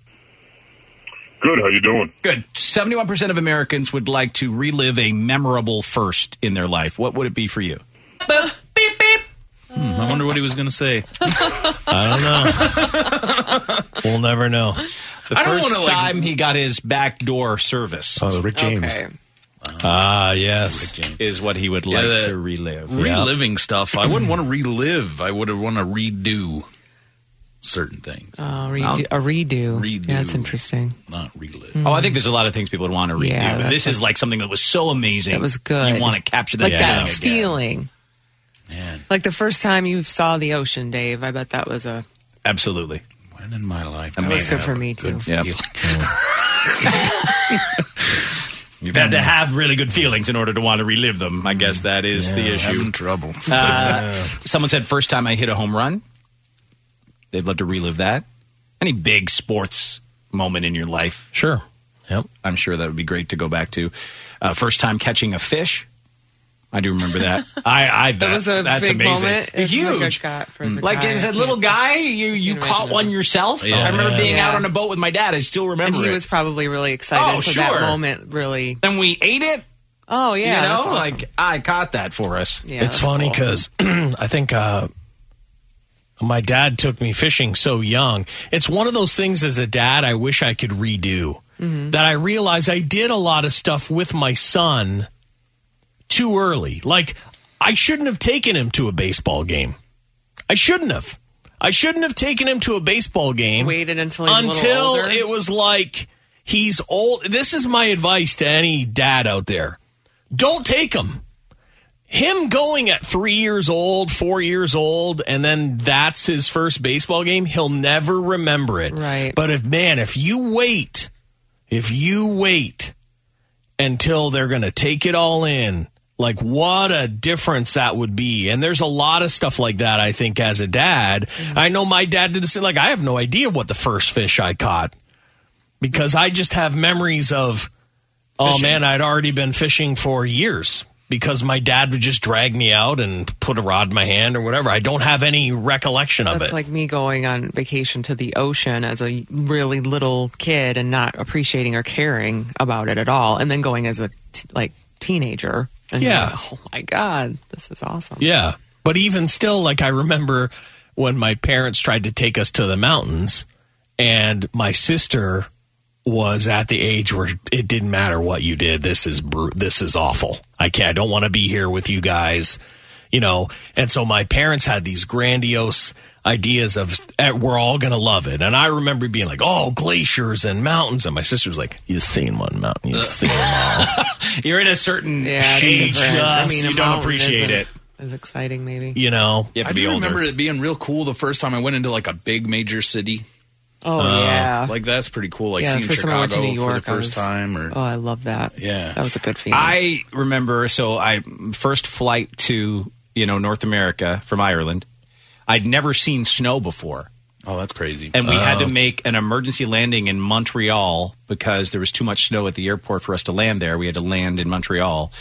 S43: Good. How you doing?
S3: Good. Seventy-one percent of Americans would like to relive a memorable first in their life. What would it be for you?
S6: Hmm, I wonder what he was going to say.
S4: we'll never know.
S3: The first time he got his backdoor service.
S5: Oh, Rick
S4: James. Ah, yes.
S3: Is what he would
S6: Yeah,
S3: like
S6: the-
S3: to relive.
S6: Reliving stuff, I wouldn't want to relive. I would want to redo certain things.
S7: Uh, redo, a redo. Yeah, that's interesting.
S6: Not relive.
S3: Oh, I think there's a lot of things people would want to redo,
S7: Yeah,
S3: but this
S7: that's-
S3: is like something that was so amazing.
S7: That was good.
S3: You want to capture that
S7: like
S3: feeling
S7: that
S3: again.
S7: feeling. Like the first time you saw the ocean, Dave. I bet that was a
S3: Absolutely.
S6: When in my life?
S7: That
S6: did
S7: was
S6: I
S7: good
S6: have
S7: for
S6: a
S7: me,
S6: good
S7: too.
S3: Yep.
S6: feeling?
S3: You've had to have really good feelings in order to want to relive them. I guess that is the
S6: Yeah,
S3: issue.
S6: having trouble.
S3: Uh,
S6: Yeah.
S3: Someone said, first time I hit a home run. They'd love to relive that. Any big sports moment in your life?
S4: Sure. Yep.
S3: I'm sure that would be great to go back to. Uh, first time catching a fish. I do remember that. I, I that,
S7: That was a
S3: that's
S7: big
S3: amazing.
S7: moment. It was like a
S3: Huge.
S7: got for the
S3: Like
S7: guy.
S3: as a little guy, you you caught one yourself.
S7: Yeah.
S3: I remember being
S7: Yeah.
S3: out on a boat with my dad. I still remember
S7: and he
S3: it.
S7: was probably really excited.
S3: Oh,
S7: so
S3: sure.
S7: that moment really.
S3: Then we ate it.
S7: Oh yeah,
S3: you know,
S7: that's awesome.
S3: like I caught that for us.
S4: it's funny because I think uh, My dad took me fishing so young. It's one of those things as a dad I wish I could redo. That I realized I did a lot of stuff with my son too early. Like I shouldn't have taken him to a baseball game. I shouldn't have. I shouldn't have taken him to a baseball game.
S7: Waited until he's a little
S4: until
S7: older.
S4: it was like he's old. This is my advice to any dad out there. Don't take him him going at three years old, four years old, and then that's his first baseball game, he'll never remember it. Right. But if, man, if you wait, if you wait until they're going to take it all in, like what a difference that would be. And there's a lot of stuff like that, I think, as a dad. I know my dad did this. Like, I have no idea what the first fish I caught because I just have memories of, oh, man, I'd already been fishing for years because my dad would just drag me out and put a rod in my hand or whatever. I don't have any recollection of
S7: That's
S4: it.
S7: like me going on vacation to the ocean as a really little kid and not appreciating or caring about it at all, and then going as a t- like teenager. And
S4: Yeah.
S7: like, oh my god, this is awesome.
S4: Yeah. But even still, like I remember when my parents tried to take us to the mountains, and my sister was at the age where it didn't matter what you did. This is bru- this is awful. I can't. I don't want to be here with you guys. You know. And so my parents had these grandiose ideas of eh, we're all gonna love it. And I remember being like, oh, glaciers and mountains. And my sister was like, you've seen one mountain,
S6: Uh,
S4: you've seen them all. You're in a certain
S7: it's
S4: she
S7: different. I
S4: just-
S7: mean, a
S4: you don't
S7: mountain
S4: appreciate
S7: isn't
S4: it.
S7: As exciting, maybe.
S4: You know,
S3: I do remember it being real cool the first time I went into like a big major city.
S7: Oh, Uh, yeah.
S3: like that's pretty cool. Like
S7: yeah, the
S3: seeing
S7: first time I went
S3: Chicago
S7: to New York
S3: for the
S7: I
S3: first
S7: was-
S3: time, or
S7: oh, I love that.
S3: Yeah.
S7: that was a good feeling.
S3: I remember. So I first flight to you know North America from Ireland. I'd never seen snow before.
S6: Oh, that's crazy.
S3: And we had to
S6: Oh.
S3: make an emergency landing in Montreal because there was too much snow at the airport for us to land there. We had to land in Montreal.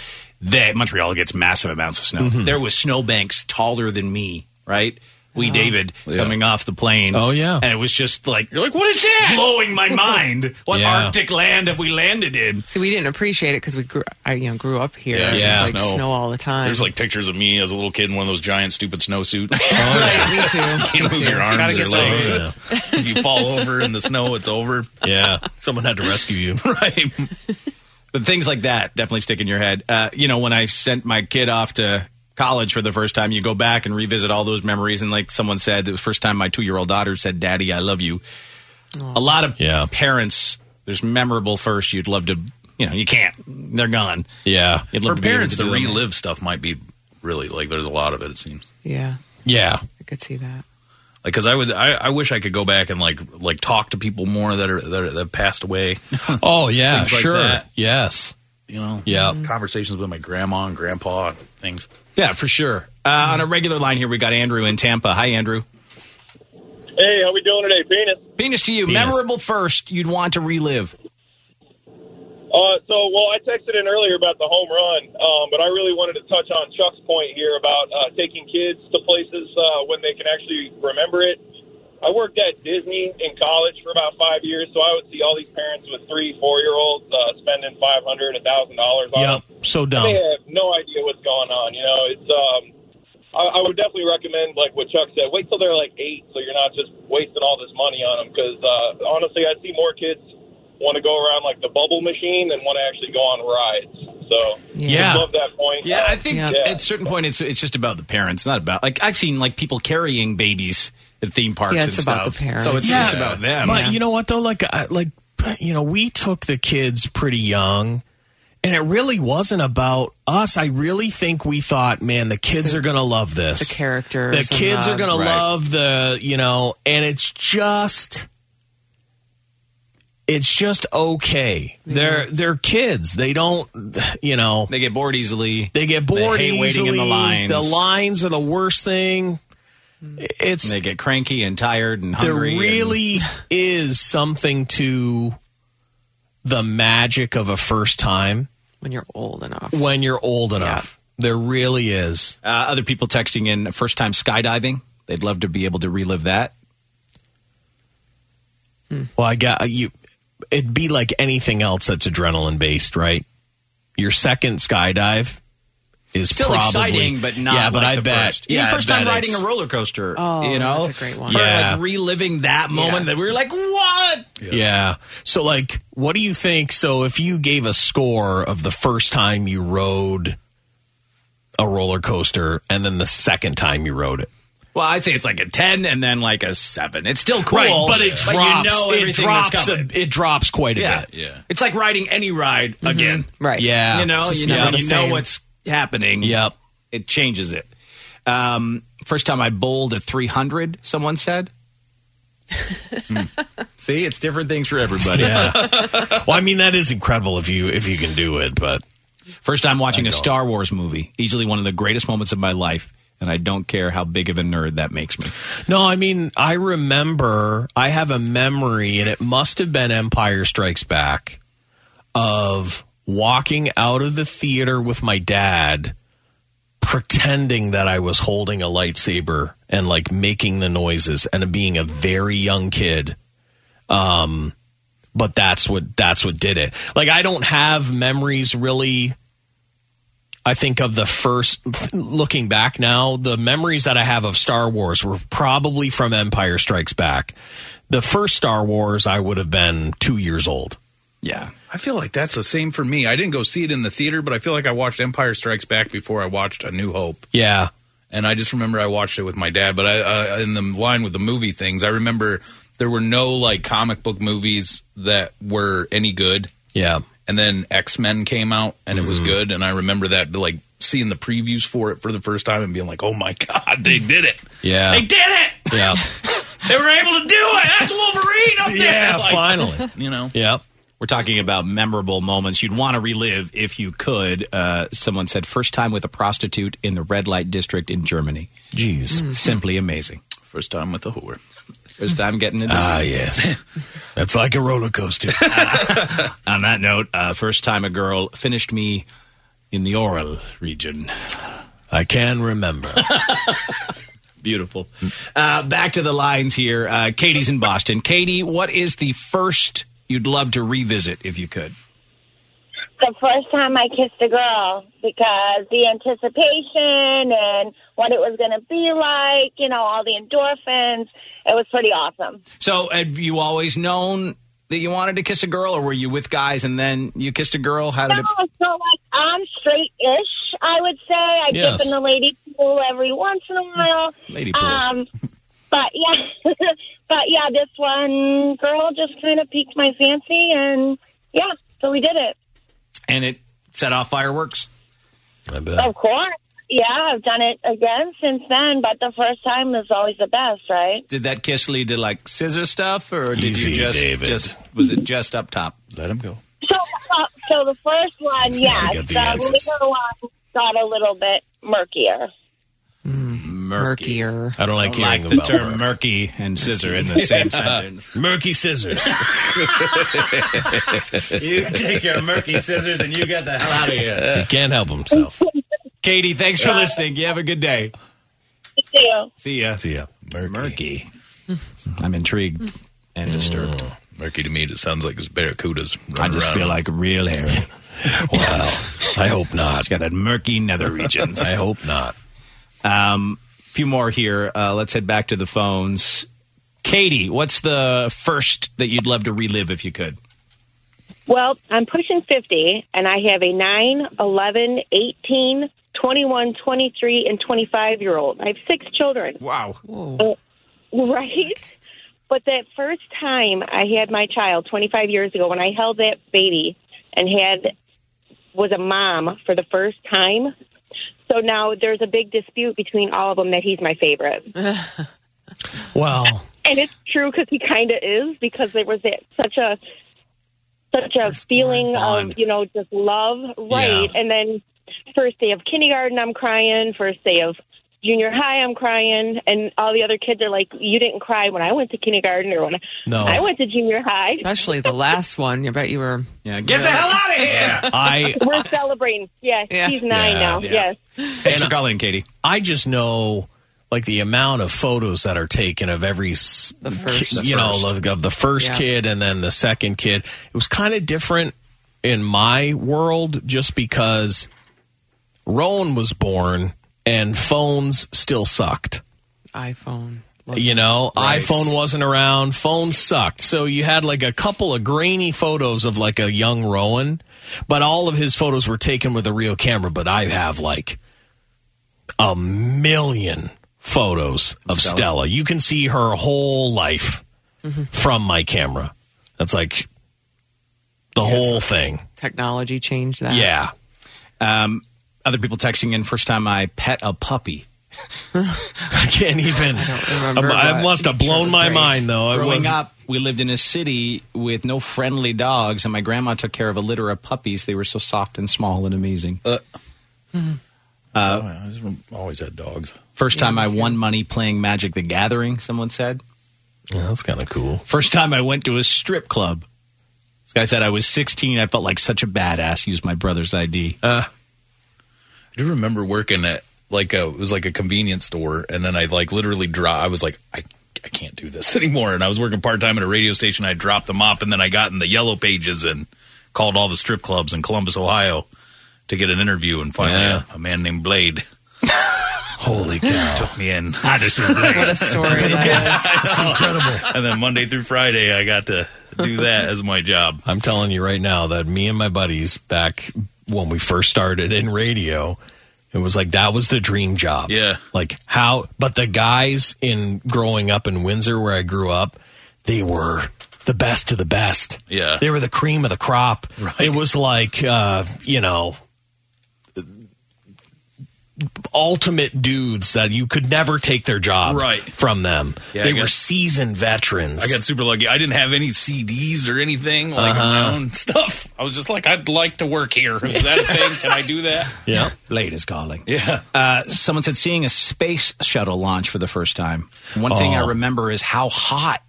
S3: That Montreal gets massive amounts of snow.
S6: Mhm.
S3: There was snowbanks taller than me, right? We
S6: Oh.
S3: David
S6: Yeah.
S3: coming off the plane.
S6: Oh, yeah.
S3: And it was just like
S6: You're like, what is that?
S3: blowing my mind. What
S7: Yeah.
S3: Arctic land have we landed in?
S7: See, we didn't appreciate it because we grew, I, you know, grew up here.
S6: Yeah,
S7: It's
S6: yeah.
S7: just, like
S6: Snow.
S7: snow. all the time.
S6: There's like pictures of me as a little kid in one of those giant stupid snowsuits.
S7: Right, me too.
S6: Can't move
S7: Me too.
S6: your
S7: Gotta
S6: arms or
S7: get
S6: legs.
S7: those.
S6: if you fall over in the snow, it's over.
S4: Yeah, someone had to rescue you.
S3: right. But things like that definitely stick in your head. Uh, you know, when I sent my kid off to college for the first time, you go back and revisit all those memories. And like someone said, the first time my two year old daughter said, Daddy, I love you. A lot of parents, there's memorable first you'd love to, you know, you can't. They're gone.
S4: Yeah.
S3: You'd
S6: For
S3: love to be able
S6: parents
S3: to
S6: to
S3: do them.
S6: relive stuff might be really like there's a lot of it, it seems.
S7: yeah,
S4: Yeah.
S7: I could see that.
S6: Like, cause I would, I, I wish I could go back and like, like talk to people more that are that, are, that passed away.
S4: Oh yeah,
S6: Things like
S4: sure.
S6: that.
S4: yes.
S6: You know,
S4: Yeah.
S6: Conversations with my grandma and grandpa and things.
S3: Yeah, for sure. Uh, on a regular line here, we got Andrew in Tampa. Hi, Andrew.
S44: Hey, how we doing today, Penis?
S3: Penis to you. Memorable first you'd want to relive.
S44: Uh, so, well, I texted in earlier about the home run, um, but I really wanted to touch on Chuck's point here about uh, taking kids to places uh, when they can actually remember it. I worked at Disney in college for about five years, so I would see all these parents with three, four-year-olds uh, spending five hundred, a thousand dollars on
S4: Yep. So dumb.
S44: They have no idea what's going on. You know, it's um, I, I would definitely recommend like what Chuck said. Wait till they're like eight, so you're not just wasting all this money on them. Because uh, honestly, I see more kids want to go around like the bubble machine than want to actually go on rides. So
S3: Yeah.
S44: I love that point.
S3: Yeah,
S44: Um,
S3: I think at a certain point it's it's just about the parents, not about like I've seen like people carrying babies at theme parks.
S44: Yeah,
S3: and
S44: it's about
S3: stuff.
S44: the parents.
S3: So it's
S4: Yeah.
S3: just about them.
S4: But you know what though? Like, I, like you know, we took the kids pretty young, and it really wasn't about us. I really think we thought, man, the kids are gonna love this.
S7: The characters
S4: The
S7: and
S4: kids
S7: the-
S4: are gonna
S7: Right.
S4: love the you know, and it's just. It's just okay. They're they're kids. They don't, you know.
S3: They get bored easily.
S4: They get bored
S3: They hate waiting
S4: easily.
S3: in the lines.
S4: The lines are the worst thing. It's
S3: they get cranky and tired and hungry.
S4: there
S3: and-
S4: really is something to the magic of a first time
S7: when you're old enough.
S4: When you're old enough, there really is.
S3: uh, other people texting in first time skydiving. They'd love to be able to relive that.
S4: Well, I got uh, you. It'd be like anything else that's adrenaline based, right? Your second skydive is
S3: Still
S4: probably,
S3: exciting, but not.
S4: Yeah, but
S3: like
S4: I
S3: the
S4: bet.
S3: First.
S4: Yeah,
S3: Even
S4: I
S3: first
S4: bet
S3: time riding
S4: it's-
S3: a roller coaster.
S4: Oh,
S3: you know,
S4: that's a great one.
S3: For,
S4: Yeah.
S3: like reliving that moment that we were like, what?
S4: Yeah. So, like, what do you think? So, if you gave a score of the first time you rode a roller coaster and then the second time you rode it,
S3: Well, I'd say it's like a ten and then like a seven. It's still cool,
S4: Right, but it
S3: you
S4: drops-
S3: know
S4: it
S3: everything
S4: drops
S3: that's coming.
S4: a- it drops quite a
S3: Yeah.
S4: bit. Yeah.
S3: It's like riding any ride again,
S4: Right. Yeah.
S3: You know,
S4: Just
S3: you know,
S4: never the
S3: you know
S4: same.
S3: what's happening. Yep, it changes it. Um, first time I bowled at three hundred, someone said. Hmm. See, it's different things for everybody.
S4: Yeah. well, I mean, that is incredible if you if you can do it, but
S3: First time watching
S4: I
S3: a
S4: don't.
S3: Star Wars movie, easily one of the greatest moments of my life, and I don't care how big of a nerd that makes me.
S4: No, I mean, I remember, I have a memory, and it must have been Empire Strikes Back, of walking out of the theater with my dad, pretending that I was holding a lightsaber and like making the noises and being a very young kid. Um, but that's what that's what did it. Like I don't have memories really I think of the first looking back now, the memories that I have of Star Wars were probably from Empire Strikes Back. The first Star Wars, I would have been two years old.
S3: Yeah.
S6: I feel like that's the same for me. I didn't go see it in the theater, but I feel like I watched Empire Strikes Back before I watched A New Hope.
S4: Yeah.
S6: And I just remember I watched it with my dad, but I uh, in the line with the movie things, I remember there were no like comic book movies that were any good.
S4: Yeah. Mm-hmm.
S6: And then X-Men came out and it was good and I remember that like seeing the previews for it for the first time and being like, "Oh my god, they did it."
S4: Yeah.
S6: They did it.
S4: Yeah.
S6: They were able to do it. That's Wolverine up there.
S3: Yeah,
S6: Like,
S3: finally.
S6: You know.
S4: Yep.
S3: We're talking about memorable moments you'd want to relive if you could. Uh, someone said, first time with a prostitute in the red light district in Germany.
S4: Jeez.
S3: Simply amazing.
S6: First time with a whore.
S3: First time getting into
S4: Ah, yes. That's like a roller coaster.
S3: On that note, uh, first time a girl finished me in the oral region.
S4: I can remember.
S3: Beautiful. Uh, back to the lines here. Uh, Katie's in Boston. Katie, what is the first you'd love to revisit if you could?
S45: the first time I kissed a girl because the anticipation and what it was going to be like, you know, all the endorphins, it was pretty awesome.
S3: So, have you always known that you wanted to kiss a girl, or were you with guys and then you kissed a girl? How did it?
S45: No, so like I'm straight-ish, I would say. I
S3: Yes.
S45: dip in the lady pool every once in a while.
S3: Lady pool.
S45: Um, but yeah, but yeah, this one girl just kind of piqued my fancy, and yeah, so we did it.
S3: And it set off fireworks.
S4: I
S45: Of course. Yeah, I've done it again since then, but the first time is always the best, right?
S3: Did that kiss lead to like scissor stuff, or did
S4: Easy,
S3: you just
S4: David.
S3: just was it just up top? Let him go.
S45: So, uh, so the first one,
S3: He's
S45: yes,
S3: gotta get the answers.
S45: later one got a little bit murkier.
S3: Murky. Murkier.
S4: I don't like
S3: I
S4: hearing
S3: like the
S4: about
S3: term
S4: work.
S3: murky and scissor in the same sentence.
S4: Murky scissors.
S3: you take your murky scissors and you get the hell out of
S4: He
S3: here.
S4: can't help himself.
S3: Katie, thanks for listening. You have a good day.
S45: Thank you.
S3: See ya. See
S4: ya.
S3: Murky. I'm intrigued and disturbed.
S6: Mm. Oh, Murky to me, it sounds like it's barracudas.
S3: I just feel like real hairy. wow.
S4: I hope not. It's
S3: got that murky nether regions.
S4: I hope not.
S3: Um, few more here. Uh, let's head back to the phones. Katie, what's the first that you'd love to relive if you could?
S33: Well, I'm pushing 50, and I have a 9, 11, 18, 21, 23, and 25 year old. I have six children. Oh,
S3: Wow.
S33: right? But that first time I had my child 25 years ago, when I held that baby and had was a mom for the first time. So now there's a big dispute between all of them that he's my favorite.
S4: Well,
S33: and it's true because he kind of is because there was that, such a such a feeling of you know just love right and then first day of kindergarten i'm crying first day of junior high i'm crying and all the other kids are like you didn't cry when i went to kindergarten or when I-
S7: No.
S33: i went to junior high
S7: Especially the last one. I bet you were.
S3: Yeah,
S7: get the hell out of here.
S4: I
S33: we're celebrating yeah, he's nine
S4: Yeah.
S33: now
S4: Yeah.
S33: yes
S3: Thanks for calling, Katie.
S4: I just know like the amount of photos that are taken of every s-
S3: first.
S4: ki- you
S3: The
S4: know
S3: first.
S4: of- of the first
S3: Yeah.
S4: kid and then the second kid it was kind of different in my world just because Roan was born and phones still sucked.
S7: iPhone.
S4: You know,
S7: Right.
S4: iPhone wasn't around, phone sucked. So you had like a couple of grainy photos of like a young Rowan, but all of his photos were taken with a real camera. But I have like a million photos of
S9: Stella.
S4: Stella. You can see her whole life
S3: Mm-hmm.
S4: from my camera. That's like the whole thing.
S7: Technology changed that.
S3: Yeah. Um, other people texting in first time I pet a puppy. I
S4: can't even.
S7: I,
S3: remember,
S4: I
S3: but
S4: must have
S3: I'm sure it
S4: blown
S3: was
S4: my
S3: great.
S4: mind though. I
S3: Growing
S4: was
S3: up, we lived in a city with no friendly dogs, and my grandma took care of a litter of puppies. They were so soft and small and amazing. Uh,
S6: I always had dogs.
S3: first time I won money playing Magic the Gathering, someone said.
S4: Yeah, that's kind of cool.
S3: First time I went to a strip club. This guy said I was 16. I felt like such a badass. Used my brother's ID.
S6: Uh, I do remember working at like a it was like a convenience store, and then I like literally dro I was like, I, I can't do this anymore, and I was working part time at a radio station. I dropped them off, and then I got in the yellow pages and called all the strip clubs in Columbus, Ohio, to get an interview. And finally,
S3: Yeah.
S6: a, a man named Blade. Holy cow! Took me in. Ah, this is Blade.
S7: What a story that
S6: It's incredible. And then Monday through Friday, I got to do that as my job.
S4: I'm telling you right now that me and my buddies back when we first started in radio, it was like that was the dream job.
S6: Yeah.
S4: Like how, but the guys in growing up in Windsor where I grew up, they were the best of the best.
S6: Yeah.
S4: They were the cream of the crop. It was like, uh, you know, ultimate dudes that you could never take their job
S6: Right.
S4: from them.
S6: Yeah, I
S4: they were
S6: guess-
S4: seasoned veterans.
S6: I got super lucky. I didn't have any CDs or anything like of
S4: Uh-huh.
S6: my own stuff. I was just like, I'd like to work here. Is that a thing? Can I do that?
S4: Yeah.
S3: Late is calling. Yeah. Uh, someone said seeing a space shuttle launch for the first time. One thing I
S6: Oh.
S3: remember is how hot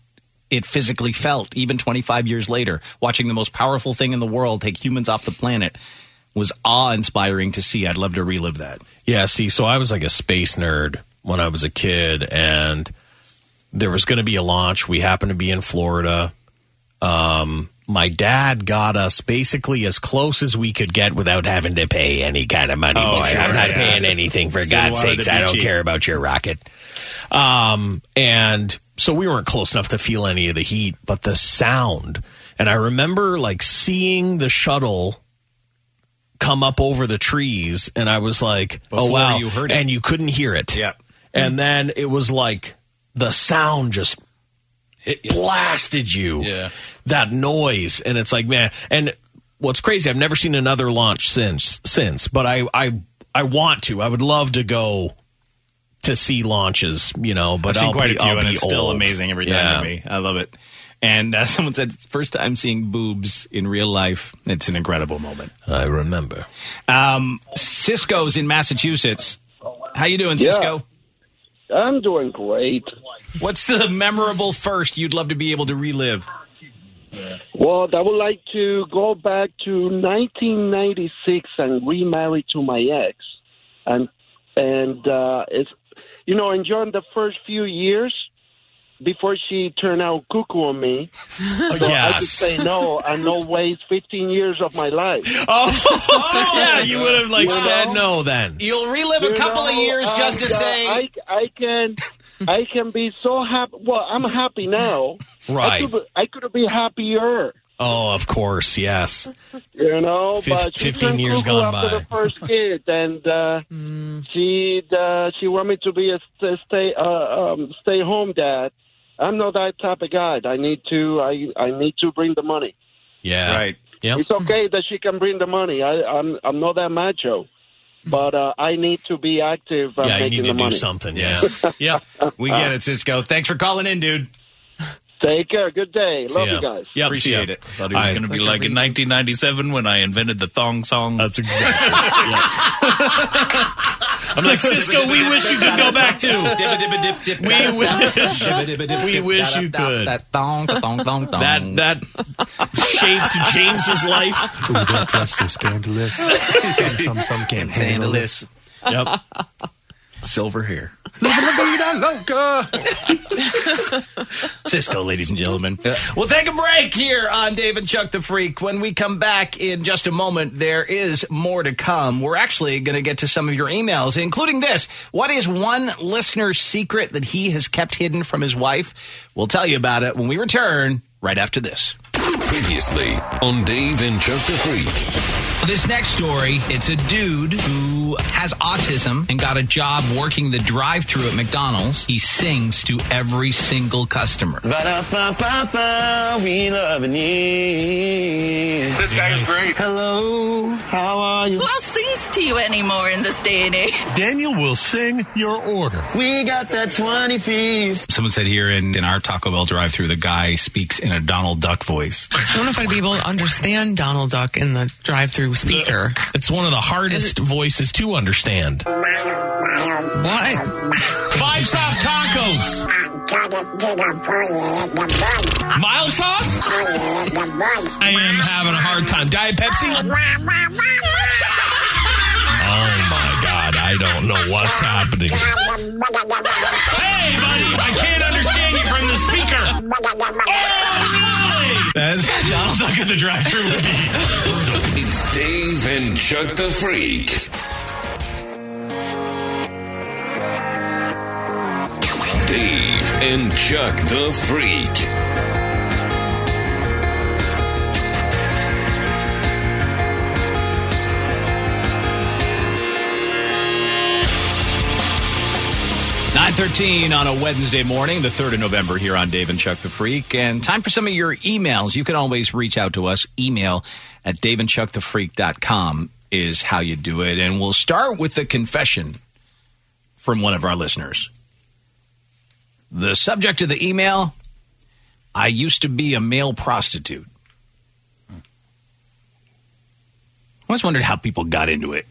S3: it physically felt, even 25 years later. Watching the most powerful thing in the world take humans off the planet was awe inspiring to see. I'd love to relive that.
S4: Yeah, see, so I was like a space nerd when I was a kid, and there was going to be a launch. We happened to be in Florida. Um, my dad got us basically as close as we could get without having to pay any kind of money.
S9: Oh,
S4: Boy,
S9: sure,
S4: I'm not
S9: yeah.
S4: paying anything for
S9: Still
S4: God's
S9: wanted to
S4: sakes.
S9: be
S4: I don't
S9: cheap.
S4: care about your rocket. Um, and so we weren't close enough to feel any of the heat, but the sound. And I remember like seeing the shuttle come up over the trees and I was like, oh
S9: Before
S4: wow.
S9: you heard it.
S4: And you couldn't hear it. Yeah. And then it was like the sound just blasted you. Yeah. That noise and it's like man and what's crazy I've never seen another launch since since but I I I want to. I would love to go to see launches, you know, but
S3: I've seen
S4: will
S3: quite
S4: be,
S3: a few,
S4: I'll
S3: and
S4: be
S3: it's still
S4: old.
S3: amazing every time
S4: Yeah.
S3: to me. I love it. And uh, someone said, first time seeing boobs in real life. It's an incredible moment.
S4: I remember.
S3: Um, Cisco's in Massachusetts. How you doing, Cisco?
S46: I'm doing great.
S3: What's the memorable first you'd love to be able to relive?
S46: Well, I would like to go back to 1996 and remarry to my ex, and and uh, it's you know enjoying the first few years before she turned out cuckoo on me. So I could
S4: yes.
S46: say no and no waste 15 years of my life.
S4: Oh, yeah, you would have like
S46: You know?
S4: said no then.
S3: You'll relive
S46: You
S3: a couple of
S46: know,
S3: years just to
S46: and, uh,
S3: say.
S46: I, I can I can be so happy. Well, I'm happy now.
S4: Right.
S46: I could, I could be happier.
S4: Oh, of course, yes.
S46: You know,
S4: Fif-
S46: but she
S4: 15
S46: turned
S4: years
S46: cuckoo
S4: gone
S46: after
S4: by.
S46: the first kid, and uh, she uh, she wanted me to be a st- stay uh, um, stay home dad. I'm not that type of guy. I need to I I need to bring the money.
S4: Yeah. Right. Yeah.
S46: It's okay that she can bring the money. I, I'm I'm not that macho, but uh, I need to be active. Uh,
S3: Yeah, you
S46: making
S3: need
S46: the
S3: to do
S46: money.
S3: something, yeah. yeah, we get it, Cisco. Thanks for calling in, dude.
S46: Take care. Good day.
S6: See
S46: Love
S6: ya.
S46: you guys.
S6: Appreciate it. Thought he was going to be like in 1997 when I invented the thong song. That's
S4: exactly.
S6: I'm like Cisco. We wish you could go back
S4: too.
S6: We
S4: wish- we wish you could. That that shaped James's life.
S47: Who don't trust are scandalous. Some, some, some can't handle this.
S4: Yep.
S3: Silver hair.
S47: Living la vida
S3: Cisco, ladies and gentlemen. We'll take a break here on Dave and Chuck the Freak. When we come back in just a moment, there is more to come. We're actually going to get to some of your emails, including this. What is one listener's secret that he has kept hidden from his wife? We'll tell you about it when we return right after this.
S27: Previously on Dave and Chuck the Freak.
S3: This next story, it's a dude who has autism and got a job working the drive thru at McDonald's. He sings to every single customer.
S9: Ba-da-ba-ba-ba, we loving you. This guy is great. Hello, how are you?
S48: Who else sings to you anymore in this day and age?
S9: Daniel will sing your order. We got that 20 piece.
S3: Someone said here in, in our Taco Bell drive thru the guy speaks in a Donald Duck voice.
S7: I don't know if I'd be able to understand Donald Duck in the drive-through speaker.
S4: It's one of the hardest voices to understand.
S7: What?
S4: Five soft tacos. Mild sauce? I am having a hard time. Diet Pepsi? Oh Oh, my God. I don't know what's happening.
S9: Hey, buddy, I can't understand you from the speaker.
S4: That's Donald Duck at the drive thru would be.
S27: It's Dave and Chuck the Freak. Dave and Chuck the Freak.
S3: Nine thirteen on a Wednesday morning, the third of November, here on Dave and Chuck the Freak, and time for some of your emails. You can always reach out to us. Email at daveandchuckthefreak.com is how you do it, and we'll start with a confession from one of our listeners. The subject of the email: I used to be a male prostitute. I always wondered how people got into it.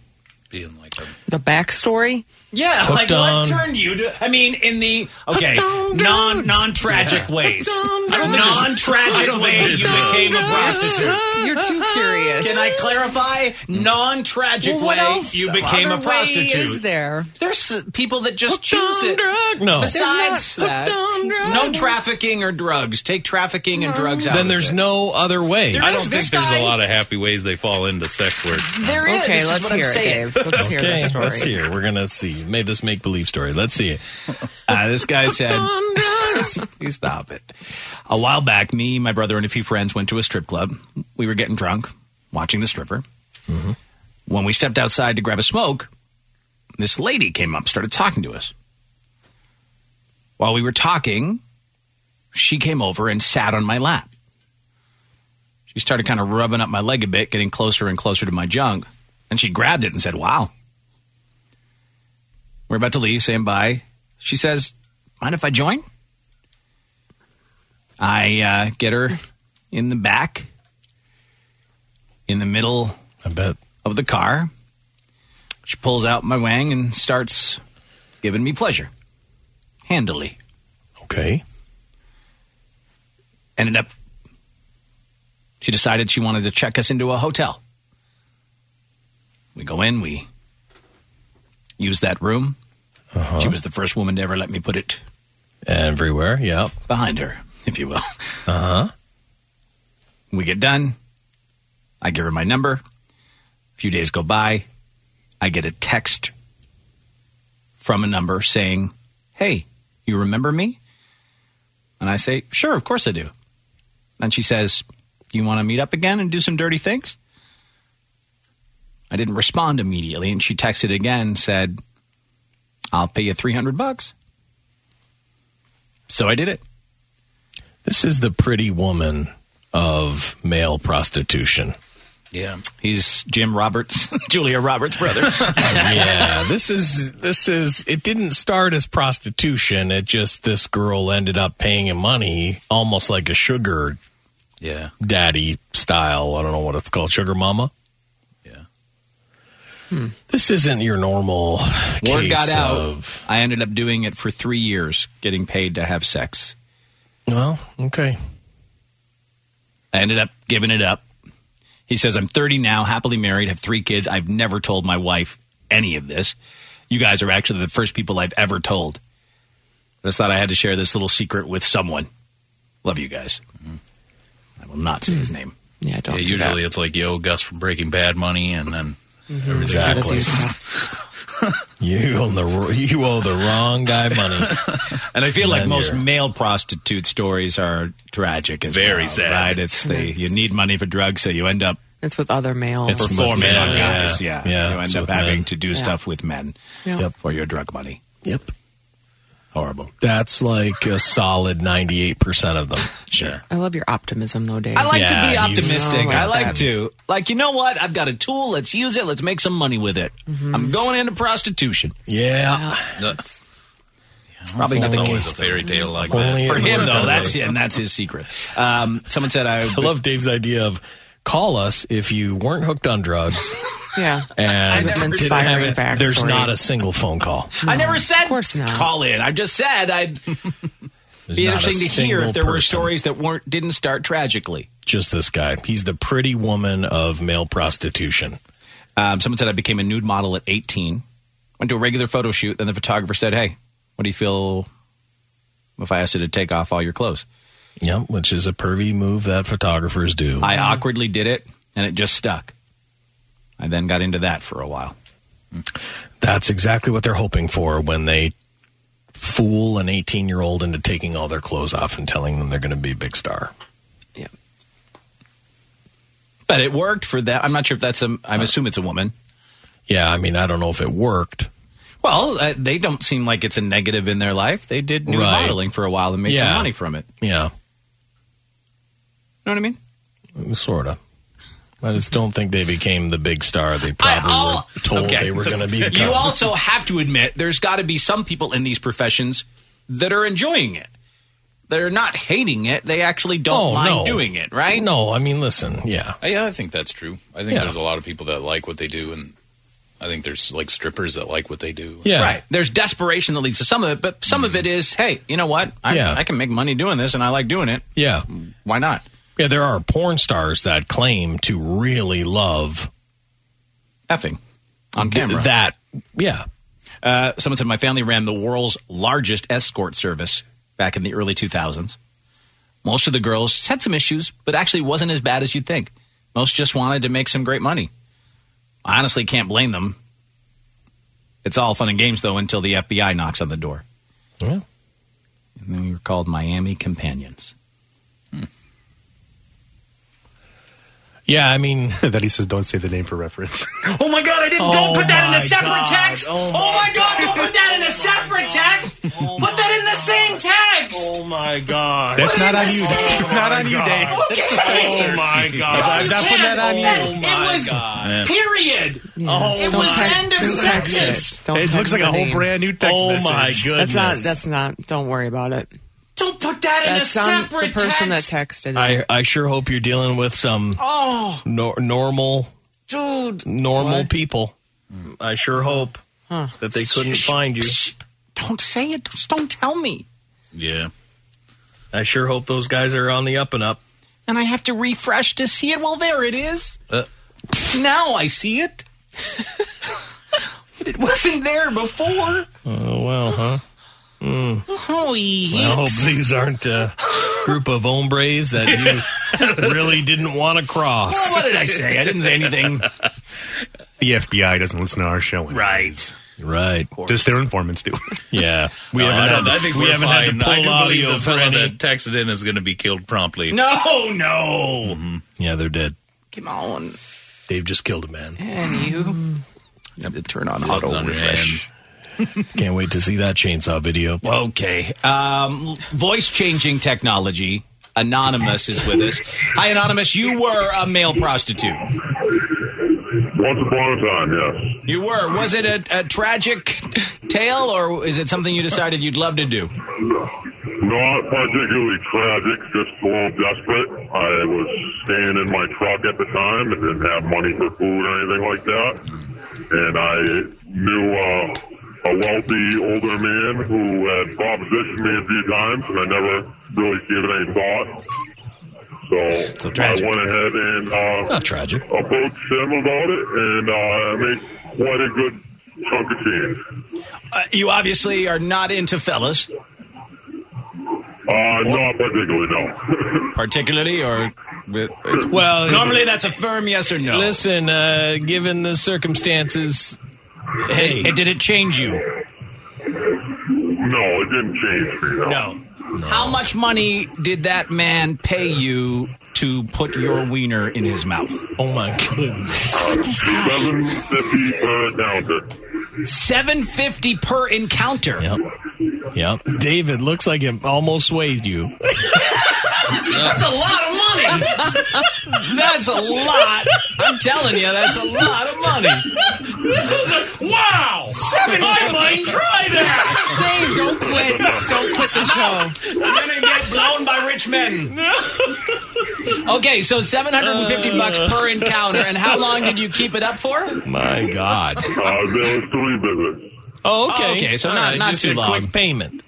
S3: Being like
S7: The backstory?
S3: Yeah, like what turned you to? I mean, in the okay
S7: Hooked on
S3: non
S7: drugs.
S3: non tragic
S7: Yeah.
S3: ways,
S7: Hooked on drugs.
S3: non tragic way you became a prostitute.
S7: You're too curious.
S3: Can I clarify? Non tragic
S7: Well, what
S3: way
S7: else?
S3: you became a
S7: other way
S3: prostitute.
S7: Is there?
S3: There's uh, people that just choose it.
S4: No.
S3: Besides
S7: There's not
S3: that,
S7: hooked on drugs.
S3: no trafficking or drugs. Take trafficking and drugs out.
S4: Then there's no other way.
S3: There
S6: I
S3: is
S6: don't think
S3: this
S6: there's
S3: guy-
S6: a lot of happy ways they fall into sex work.
S3: There is.
S7: Okay,
S3: This is
S7: let's
S3: what I'm
S7: hear it,
S3: saying.
S7: Dave. Let's hear
S4: Okay,
S7: the story.
S4: let's hear. We're gonna see. Made this make believe story. Let's see it.
S3: Uh, this guy said, "You stop it." A while back, me, my brother, and a few friends went to a strip club. We were getting drunk, watching the stripper.
S4: Mm-hmm.
S3: When we stepped outside to grab a smoke, this lady came up, started talking to us. While we were talking, she came over and sat on my lap. She started kind of rubbing up my leg a bit, getting closer and closer to my junk. And she grabbed it and said, Wow. We're about to leave, saying bye. She says, Mind if I join? I uh, get her in the back, in the middle I bet. of the car. She pulls out my wang and starts giving me pleasure handily. Okay. Ended up, she decided she wanted to check us into a hotel. We go in, we use that room. She was the first woman to ever let me put it
S4: Everywhere. Yeah.
S3: behind her, if you will.
S4: Uh huh.
S3: We get done. I give her my number. A few days go by. I get a text from a number saying, Hey, you remember me? And I say, Sure, of course I do. And she says, You want to meet up again and do some dirty things? I didn't respond immediately. And she texted again, said, I'll pay you 300 bucks. So I did it.
S4: This is the pretty woman of male prostitution.
S3: Yeah. He's Jim Roberts, Julia Roberts' brother.
S4: yeah, this is this is it didn't start as prostitution. It just this girl ended up paying him money almost like a sugar
S3: yeah,
S4: daddy style. I don't know what it's called, sugar mama. Yeah. This isn't your normal
S3: Word
S4: case
S3: got out.
S4: of
S3: I ended up doing it for three years, getting paid to have sex.
S4: well, okay.
S3: I ended up giving it up. He says, I'm 30 now, happily married, have three kids. I've never told my wife any of this. You guys are actually the first people I've ever told. I just thought I had to share this little secret with someone. Love you guys. I will not say
S6: Hmm.
S3: his name.
S7: Yeah, don't.
S3: do
S6: usually it's like yo Gus from Breaking Bad money, and then everything
S3: Exactly.
S4: You owe the you owe the wrong guy money.
S3: And I feel
S4: And
S3: like
S4: then
S3: most
S4: you're-
S3: male prostitute stories are tragic as
S6: Very
S3: well,
S6: sad.
S3: Right? It's the you need money for drugs, so you end up
S7: It's with other males.
S3: performing on guys. Yeah,
S7: Yeah,
S3: you
S7: it's
S3: end up
S7: with
S3: having
S7: men.
S3: to do
S7: Yeah.
S3: stuff with men
S7: Yeah. Yep.
S3: for your drug money.
S4: Yep.
S3: Horrible.
S4: That's like a solid ninety eight percent of them.
S3: Sure.
S7: I love your optimism, though, Dave.
S3: I like to
S4: Yeah,
S3: be
S4: he's-
S3: optimistic.
S4: Oh,
S3: I like
S4: yeah.
S3: to like you know what? I've got a tool. Let's use it. Let's make some money with it. I'm going into prostitution.
S4: Yeah.
S3: That's Probably not
S6: It's
S3: the
S6: always
S3: case.
S6: a fairy tale like
S3: For
S6: that.
S3: him though, that's and that's his secret. Um, someone said I,
S4: I love Dave's idea of call us if you weren't hooked on drugs
S7: Yeah.
S4: and
S7: With an
S4: didn't have
S7: inspiring
S4: it. There's
S7: backstory.
S4: not a single phone call.
S3: I never said call in. I just said I'd
S4: There's
S3: be
S4: not a
S3: interesting to hear
S4: single
S3: if there were
S4: person.
S3: stories that weren't didn't start tragically.
S4: Just this guy. He's the pretty woman of male prostitution.
S3: Um, someone said I became a nude model at 18. Went to a regular photo shoot. Then the photographer said, "Hey, what do you feel if I asked you to take off all your clothes?"
S4: Yep, which is a pervy move that photographers do.
S3: I awkwardly did it, and it just stuck. I then got into that for a while.
S4: That's exactly what they're hoping for when they fool an 18 year old into taking all their clothes off and telling them they're going to be a big star.
S3: But it worked for that. I'm not sure if that's a. I'm assuming it's a woman.
S4: Yeah, I mean, I don't know if it worked.
S3: Well, uh, they don't seem like it's a negative in their life. They did new
S4: Right.
S3: modeling for a while and made some
S4: Yeah.
S3: money from it.
S4: Yeah,
S3: You know what I mean?
S4: sort of. I just don't think they became the big star they probably were told
S3: oh, Okay.
S4: they were going to be.
S3: You also have to admit there's got to be some people in these professions that are enjoying it. They're not hating it. They actually don't
S4: Oh,
S3: mind
S4: no.
S3: doing it, right?
S4: No, I mean, listen, yeah.
S6: Yeah, I think that's true. I think
S4: Yeah.
S6: there's a lot of people that like what they do, and I think there's like strippers that like what they do.
S3: Right. There's desperation that leads to some of it, but some of it is, hey, you know what? I,
S4: Yeah.
S3: I can make money doing this and I like doing it.
S4: Yeah.
S3: Why not?
S4: Yeah, there are porn stars that claim to really love
S3: effing on camera.
S4: That, yeah.
S3: Uh, someone said my family ran the world's largest escort service back in the early 2000s. Most of the girls had some issues, but actually wasn't as bad as you'd think. Most just wanted to make some great money. I honestly can't blame them. It's all fun and games, though, until the FBI knocks on the door.
S4: Yeah.
S3: And then we were called Miami Companions.
S4: Yeah, I mean,
S5: then he says, "Don't say the name for reference."
S3: Oh my God! I didn't.
S9: don't put that in a
S5: my
S9: separate
S5: God.
S9: text.
S5: Oh
S9: Oh
S5: my
S9: my, God! Don't put that in a separate text. put that in the same text.
S49: Oh my god.
S9: That's not on you. That's
S49: not on you, Dave.
S9: Okay.
S49: Oh my god.
S9: I'm not putting that on you.
S49: Oh
S9: It
S49: my
S9: was-
S49: god.
S9: Period.
S49: Oh
S9: it
S49: my
S9: was
S49: God.
S9: end of
S49: Don't text
S9: sentence.
S49: it. Don't It looks text like a the whole name. brand new text
S9: Oh my
S49: message.
S9: goodness.
S7: That's not. That's not. Don't worry about it.
S9: Don't put that in a
S7: That's on the
S9: separate
S7: person
S9: text.
S7: that texted. it.
S4: I, I sure hope you're dealing with some
S9: Oh,
S4: nor- normal
S9: dude.
S4: normal people. I sure hope
S9: Huh.
S4: that they couldn't find you.
S3: Don't say it. Just don't tell me.
S6: Yeah.
S4: I sure hope those guys are on the up and up.
S3: And I have to refresh to see it. Well, there it is.
S6: Uh.
S3: Now I see it. But it wasn't there before.
S4: Oh well, huh? Mm.
S3: Oh,
S4: I hope these aren't a group of hombres that you really didn't want to cross.
S3: Well, what did I say? I didn't say anything.
S5: The FBI doesn't listen to our show, right?
S4: Right.
S5: Just their informants do.
S4: Yeah,
S5: we
S6: No, I,
S5: haven't.
S6: don't,
S5: had,
S6: I think
S5: we
S6: we're
S5: haven't
S6: fine.
S5: had to
S6: I
S5: pull
S6: do
S5: audio
S6: believe the
S5: for
S6: fellow
S5: any.
S6: that texted in is going to be killed promptly.
S3: No, no.
S4: Mm-hmm. Yeah, they're dead.
S3: Come on.
S4: They've just killed a man.
S3: And you. I have to turn on
S4: Blood's
S3: auto
S4: on your
S3: refresh.
S4: Can't wait to see that chainsaw video.
S3: Okay. Um, voice changing technology. Anonymous is with us. Hi, Anonymous. You were a male prostitute.
S17: Once upon a time, yes.
S3: You were. Was it a, a tragic tale, or is it something you decided you'd love to do?
S17: Not particularly tragic, just a little desperate. I was staying in my truck at the time and didn't have money for food or anything like that. And I knew uh, a wealthy older man who had propositioned me a few times, and I never really gave it any thought. So, I went ahead and uh,
S4: Not tragic.
S17: approached him about it, and uh, I made quite a good chunk of change.
S3: Uh, you obviously are not into fellas.
S17: Uh, not particularly, no.
S3: particularly or uh,
S4: Well,
S3: normally that's a firm yes or no.
S4: Listen, uh, given the circumstances, hey,
S3: did it change you?
S17: no, it didn't change me. No.
S3: How much money did that man pay you to put your wiener in his mouth?
S4: Oh my goodness!
S17: Seven fifty uh, per encounter.
S3: Seven fifty per encounter.
S4: Yep. David looks like it almost swayed you.
S9: That's a lot of money.
S3: that's a lot. I'm telling you, that's a lot of
S9: money. wow.
S3: Seven
S9: I
S3: fifty.
S9: might try that.
S7: Dave, don't quit. Don't quit the show.
S3: You're gonna get blown by rich men. Okay, so seven hundred and
S50: Uh.
S3: fifty bucks per encounter, and how long did you keep it up for?
S4: My God.
S17: Uh, there was three visits.
S4: Oh,
S3: okay. okay, so
S4: All
S3: not,
S4: right,
S3: not
S4: just
S3: too
S4: a
S3: long.
S4: quick payment.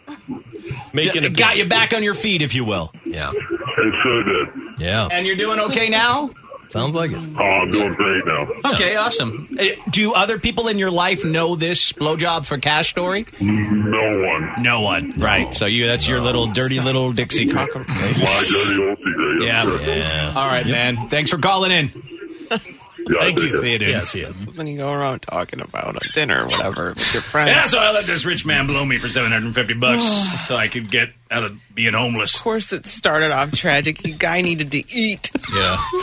S3: Making
S4: a
S3: got
S4: payment.
S3: you back on your feet, if you will. Yeah.
S17: It sure did.
S4: Yeah.
S3: And you're doing okay now?
S4: Sounds like it.
S17: Oh, I'm doing great now.
S3: Okay, awesome. Uh, Do other people in your life know this blowjob for cash story?
S17: No one.
S3: No one. Right. So you that's your little dirty little Dixie talk.
S17: My dirty old secret. yes,
S3: Yeah.
S17: sir.
S3: All right, man. Thanks for calling in.
S17: Yeah,
S3: Thank you.
S17: take it.
S3: See you, dude.
S17: Yeah,
S3: see you.
S7: When you go around talking about a dinner or whatever with your friends.
S50: Yeah, so I let this rich man blow me for 750 bucks so I could get out of being homeless.
S7: Of course, it started off tragic. The guy needed to eat.
S50: Yeah.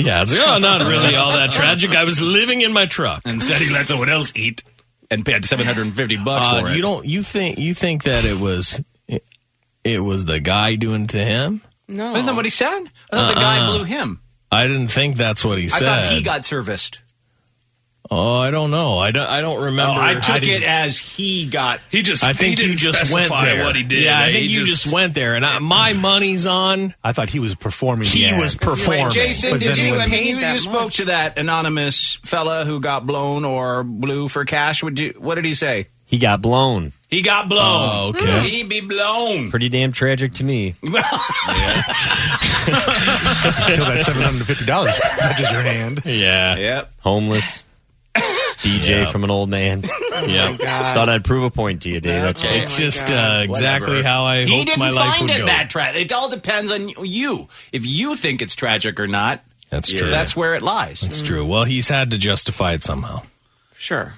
S4: Yeah, it's like, oh, not really all that tragic. I was living in my truck.
S50: Instead, he let someone else eat
S3: and paid 750 bucks
S4: Uh,
S3: for it.
S4: you don't. You think you think that it was it, it was the guy doing it to him?
S7: No.
S3: Isn't that what he said? I thought the guy
S4: Uh-uh.
S3: blew him.
S4: I didn't think that's what he
S3: I
S4: said.
S3: thought he got serviced. Oh,
S4: oh, I don't know. I don't. I don't remember.
S3: I took
S4: I didn't-
S3: it as he got.
S50: He just.
S4: I think you just went there. Yeah, I think you just, went there, and I, my money's on.
S5: I thought he was performing.
S4: He
S5: the act.
S4: was performing.
S3: Wait, Jason,
S5: But
S3: did
S5: then
S3: you?
S5: when-
S3: I mean, you, you spoke to that anonymous fella who got blown or blew for cash. Would you? What did he say?
S8: He got blown.
S3: He got blown.
S8: Oh, okay.
S3: He be blown. Oh,
S8: Pretty damn tragic to me.
S5: until that seven hundred and fifty dollars touches your hand.
S4: Yeah.
S3: Yep.
S8: Homeless. DJ from an old man.
S4: Yeah. my God.
S8: Thought I'd prove a point to you, Dave. That's
S3: Oh,
S8: all.
S4: It's just uh, exactly how I
S3: he
S4: hoped
S3: didn't
S4: my life
S3: find
S4: would
S3: it
S4: go.
S3: that tragic. It all depends on you. If you think it's tragic or not,
S4: That's
S3: yeah,
S4: true.
S3: That's where it lies. Mm-hmm.
S4: That's true. Well, he's had to justify it somehow.
S7: Sure.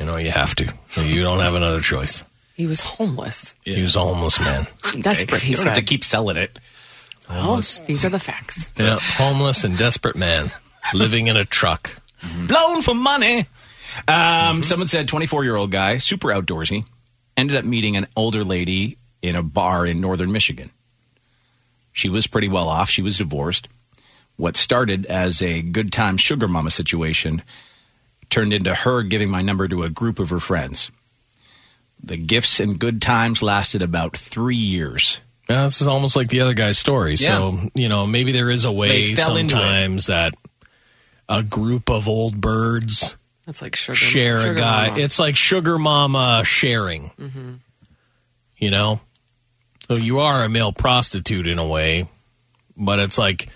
S4: You know, you have to. You don't have another choice.
S7: He was homeless.
S4: He was a homeless man.
S7: Desperate, he
S4: You don't have
S7: said.
S4: to
S3: keep selling it.
S7: Well, these are the facts.
S4: Yeah. Homeless and desperate man living in a truck.
S3: blown for money. Um, Someone said 24 year old guy, super outdoorsy, ended up meeting an older lady in a bar in northern Michigan. She was pretty well off. She was divorced. What started as a good time sugar mama situation turned into her giving my number to a group of her friends. The gifts and good times lasted about three years.
S4: Yeah, this is almost like the other guy's story. So,
S3: Yeah.
S4: you know, maybe there is a way
S3: They fell into it.
S4: sometimes that a group of old birds
S7: That's like sugar.
S4: share
S7: sugar
S4: a guy.
S7: mama.
S4: It's like sugar mama sharing,
S7: Mhm.
S4: you know? So you are a male prostitute in a way, but it's like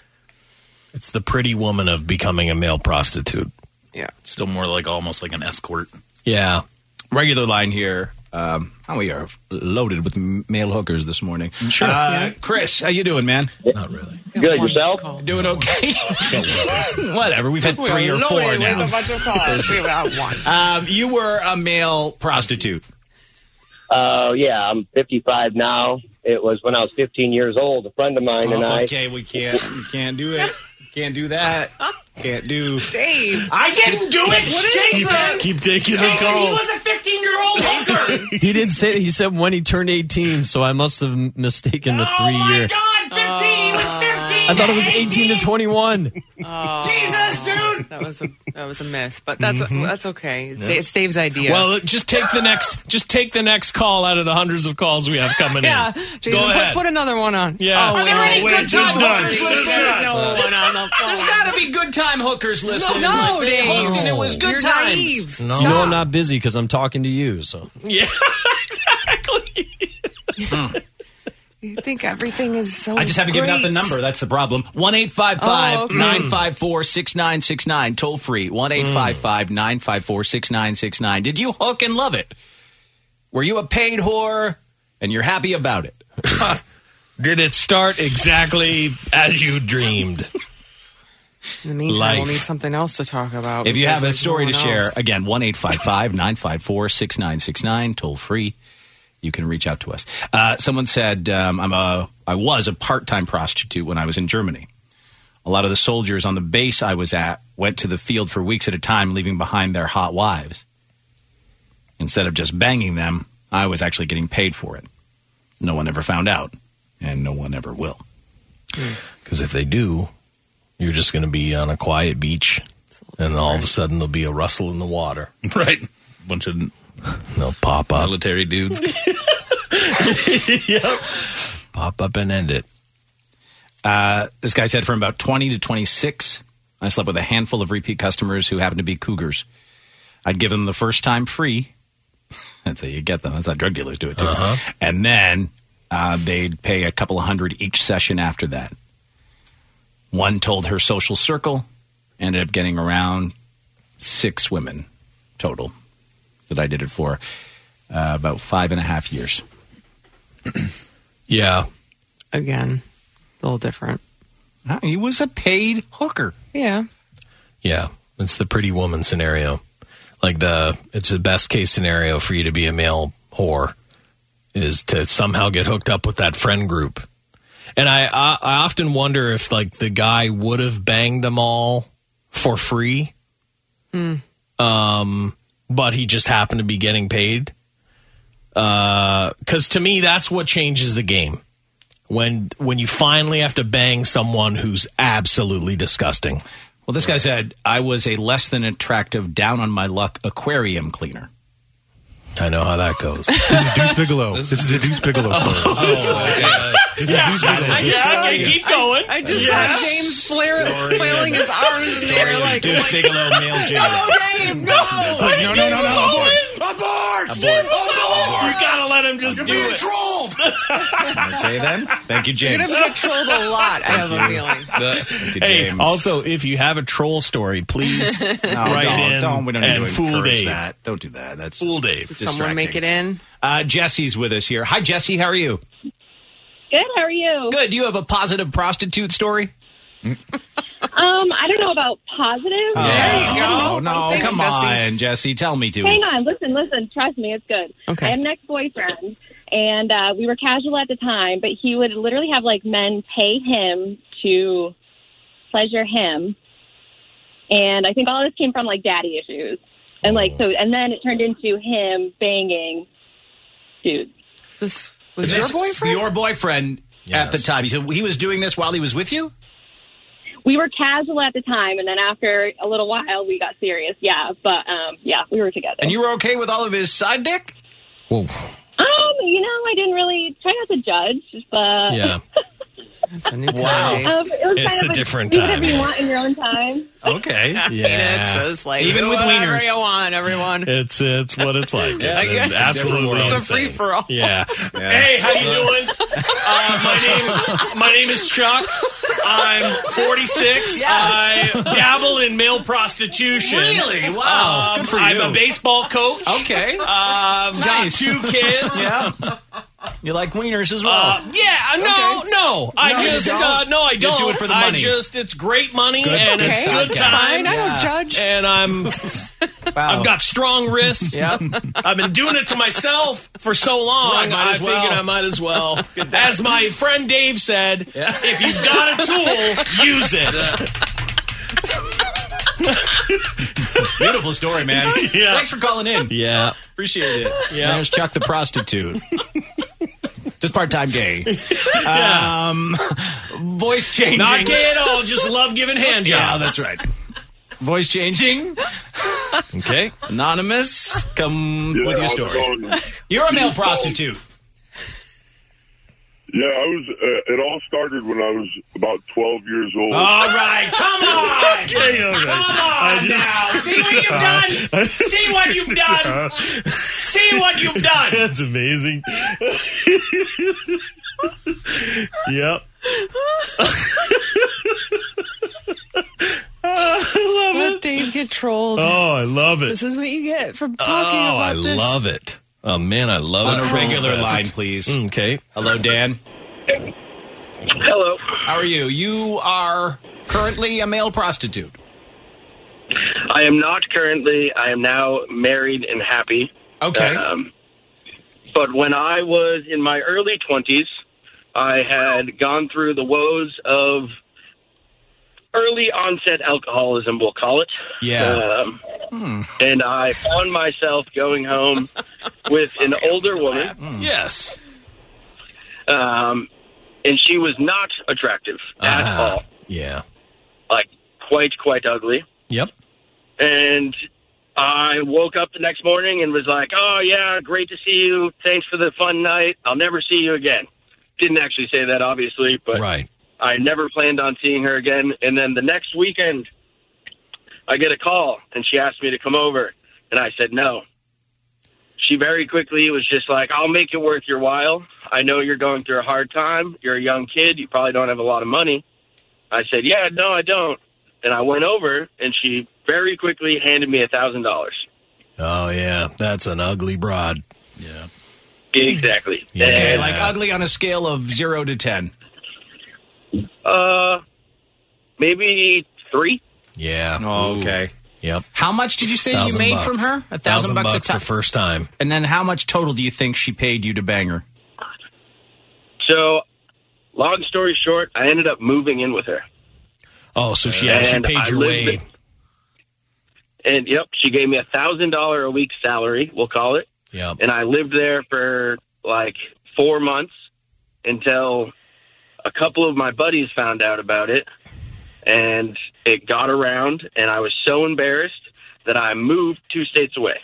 S4: it's the pretty woman of becoming a male prostitute.
S7: Yeah.
S6: Still more like almost like an escort.
S4: Yeah.
S3: Regular line here. Um, oh, we are loaded with m- male hookers this morning.
S4: Sure.
S3: Uh,
S4: Yeah.
S3: Chris, how you doing, man?
S4: Not really.
S3: Good. Yourself? Doing okay. Whatever. We've had
S7: We
S3: three
S7: are
S3: or four
S7: loaded with
S3: now.
S7: a bunch of calls. We have one.
S3: Um, you were a male prostitute.
S51: Uh, yeah, I'm 55 now. It was when I was 15 years old. A friend of mine and I.
S3: Oh, okay, we can't. We can't do it. Can't do that. Can't do.
S7: Dave.
S3: I didn't do it.
S9: What is
S3: Jason.
S9: that?
S8: Keep taking the
S9: Jason, He
S8: calls.
S9: was a 15 year old hooker.
S8: He didn't say. He said when he turned eighteen, so I must have mistaken the three year.
S9: God, 15. he
S7: Oh,
S9: was 15.
S8: I thought it was eighteen to twenty one.
S7: Jesus, dude. That was a that was a miss, but that's that's okay. It's,
S4: Yeah.
S7: it's Dave's idea.
S4: Well, just take the next. Just take the next call out of the hundreds of calls we have coming
S7: yeah,
S4: in.
S7: Jason,
S4: Go
S7: put,
S4: ahead.
S7: put another one on.
S4: Yeah.
S7: Oh,
S4: Are there
S7: wait,
S4: any
S7: wait,
S4: good
S7: there's
S4: time
S7: no-
S4: hookers
S7: There's
S4: listening?
S7: no one on the phone.
S3: There's got to be good time hookers listening.
S7: No,
S3: Like, they
S7: Dave.
S3: hooked and it was good
S7: You're
S3: times.
S7: naive.
S8: No, you know I'm not busy because I'm talking to you. So
S4: Yeah,
S7: You think everything is so.
S3: I just haven't given out the
S7: great.
S3: number. That's the problem. 1 855 954 6969. Toll free. 1 855 954 6969. Did you hook and love it? Were you a paid whore and you're happy about it?
S9: Did it start exactly as you dreamed?
S7: In the meantime, we'll
S3: Life.
S7: need something else to talk about.
S3: If you
S7: because
S3: have a
S7: there's
S3: story
S7: no
S3: to
S7: one
S3: share,
S7: else.
S3: again, 1 954 6969, toll free. You can reach out to us. Uh, someone said, um, I'm a, I was a part time prostitute when I was in Germany. A lot of the soldiers on the base I was at went to the field for weeks at a time, leaving behind their hot wives. Instead of just banging them, I was actually getting paid for it. No one ever found out, and no one ever will.
S4: Because if they do, you're just going to be on a quiet beach, and all of a sudden there'll be a rustle in the water.
S52: Right. Bunch of
S4: they'll pop up.
S52: Military dudes.
S4: yep. Pop up and end it.
S3: Uh, this guy said from about 20 to 26, I slept with a handful of repeat customers who happened to be cougars. I'd give them the first time free. That's how you get them. That's how drug dealers do it too. And then uh, they'd pay a couple of hundred each session after that. One told her social circle, ended up getting around six women total that I did it for uh, about five and a half years.
S4: yeah.
S7: Again, a little different.
S3: He was a paid hooker.
S7: Yeah.
S4: Yeah, it's the pretty woman scenario. Like the it's the best case scenario for you to be a male whore is to somehow get hooked up with that friend group. And I I, I often wonder if like the guy would have banged them all for free,
S36: Mm.
S4: um, but he just happened to be getting paid. Because to me, that's what changes the game. When when you finally have to bang someone who's absolutely disgusting.
S3: Well, this guy said, I was a less than attractive, down on my luck aquarium cleaner.
S4: I know how that goes.
S5: Deuce Bigelow. This is the Deuce Bigelow story. This is Deuce Bigelow.
S7: I just saw-
S36: Okay, keep going.
S7: I, I just
S36: Yeah.
S7: saw James Flair flailing his arms in the air like,
S53: Deuce Bigelow, male jiggle.
S7: no, Dave, no.
S53: Like, no, no, no, no, abort. Abort.
S36: Abort! Abort!
S53: You gotta
S4: let him just
S36: You're
S53: do
S36: being
S53: it.
S36: trolled!
S3: Okay, then. Thank you,
S7: You're
S4: James.
S7: going to get trolled a lot, I have a
S4: you.
S7: feeling.
S4: hey, also, if you have a troll story, please
S7: No,
S4: write
S3: don't,
S4: in
S3: don't. We don't need
S4: and
S3: to
S4: fool
S3: encourage
S4: Dave.
S3: that. Don't do that. That's
S4: fool Dave.
S7: Did someone make it in?
S3: Uh, Jesse's with us here. Hi, Jesse. How are you?
S48: Good. How are you?
S3: Good. Do you have a positive prostitute story?
S48: Um, I don't know about positive.
S3: Oh, no,
S48: Thanks,
S3: come
S48: Jesse.
S3: on, Jesse. Tell me to.
S48: Hang on, listen, listen. Trust me, it's good.
S3: Okay.
S48: I have an ex-boyfriend, and uh, we were casual at the time, but he would literally have like men pay him to pleasure him, and I think all this came from like daddy issues, and like
S3: Oh.
S48: so, and then it turned into him banging dudes.
S7: This
S3: Was your boyfriend? Your boyfriend at the time. So he was doing this while he was with you?
S48: we were casual at the time, and then after a little while, we got serious. Yeah, but um, yeah, we were together.
S3: And you were okay with all of his side dick?
S48: Um, you know, I didn't really try not to judge, but
S4: Yeah.
S7: That's a new
S48: Um, it was
S4: It's
S48: kind
S4: a
S48: of
S4: different
S48: do
S4: time.
S48: whatever you want in your own time.
S3: Okay.
S7: I hate it.
S4: Yeah.
S7: So it's like,
S4: Even
S7: do
S4: with
S7: whatever
S4: wieners.
S7: you want, everyone.
S4: It's it's what it's like.
S7: Yeah,
S4: It's
S7: I guess.
S4: absolutely
S7: It's a
S4: insane.
S7: free-for-all.
S4: Yeah.
S9: Hey, how you doing? Uh, my name my name is Chuck. I'm 46.
S36: Yeah.
S9: I dabble in male prostitution.
S36: Really? Wow.
S9: Um,
S36: Good for
S9: I'm
S36: you.
S9: a baseball coach.
S36: Okay.
S9: Uh, I've
S36: Nice.
S9: got two kids.
S36: Yeah.
S3: You like wieners as
S9: Uh, yeah, no,
S36: Okay.
S9: no. I
S36: No, you
S9: just,
S36: don't.
S9: uh, no, I
S36: Just
S9: don't.
S36: do it for the
S9: I
S36: money.
S9: just, it's great money
S36: Good-
S9: and
S36: good
S9: it's
S36: side
S9: good
S36: guy.
S9: times.
S36: Fine, I don't Yeah.
S7: judge.
S9: And I'm,
S3: Wow.
S9: I've got strong wrists.
S3: Yeah.
S9: I've been doing it to myself for so long.
S36: Right, might
S9: Oh, I
S36: as well.
S9: figured I might as well. as my friend Dave said, if you've got a tool, use it.
S3: Beautiful story, man.
S9: Yeah.
S3: Thanks for calling in.
S4: Yeah.
S3: Appreciate it.
S4: Yeah.
S3: There's Chuck the prostitute. Just part time gay.
S9: Yeah.
S3: Um, voice changing.
S9: Not gay at all, just love giving hand jobs.
S3: Yeah, that's right. Voice changing.
S4: Okay.
S3: Anonymous, come with your
S17: how's it
S3: story.
S17: going?
S3: You're a male prostitute.
S17: Yeah, I was. Uh, it all started when I was about 12 years old.
S36: All right, come on! Come on now! See what you've done! See what you've done! See what you've done!
S18: That's amazing. yep.
S7: I love Let Dave get trolled.
S18: Oh, I love it.
S7: This is what you get from
S18: Oh,
S7: talking
S4: Oh,
S7: about
S4: I
S7: this.
S4: love it. Oh man, I love
S3: On
S4: it.
S3: a regular
S4: Troll fest.
S3: line, please.
S4: Okay.
S3: Hello, Dan. Hello. How are you? You are currently a male prostitute.
S9: I am not currently. I am now married and happy.
S3: Okay.
S9: Um, but when I was in my early 20s, I had gone through the woes of early onset alcoholism, we'll call it. Um, And I found myself going home with an older woman.
S4: Mm.
S54: Yes.
S9: Um, and she was not attractive at all.
S54: Yeah.
S9: Like, quite, quite ugly.
S54: Yep.
S9: And I woke up the next morning and was like, oh, yeah, great to see you. Thanks for the fun night. I'll never see you again. Didn't actually say that, obviously, but
S54: right.
S9: I never planned on seeing her again. And then the next weekend, I get a call and she asked me to come over. And I said no. She very quickly was just like, I'll make it worth your while. I know you're going through a hard time. You're a young kid. You probably don't have a lot of money. I said, Yeah, no, I don't. And I went over and she very quickly handed me a thousand dollars.
S54: Oh yeah, that's an ugly broad.
S9: Exactly.
S3: Okay,
S9: And,
S3: like ugly on a scale of zero to ten.
S9: uh, maybe three.
S54: Yeah.
S3: Oh, okay.
S54: Yep.
S3: How much did you say you
S54: Thousand
S3: made
S54: bucks.
S3: from her? A
S54: Thousand
S3: thousand bucks a
S54: bucks
S3: time.
S54: the first time.
S3: And then how much total do you think she paid you to bang her?
S9: So, long story short, I ended up moving in with her.
S54: Oh, so she actually
S9: And
S54: paid
S9: I
S54: your
S9: lived
S54: way.
S9: it. And yep, she gave me a thousand dollar a week salary, we'll call it.
S54: Yep.
S9: And I lived there for like four months until a couple of my buddies found out about it and it got around and I was so embarrassed that I moved two states away.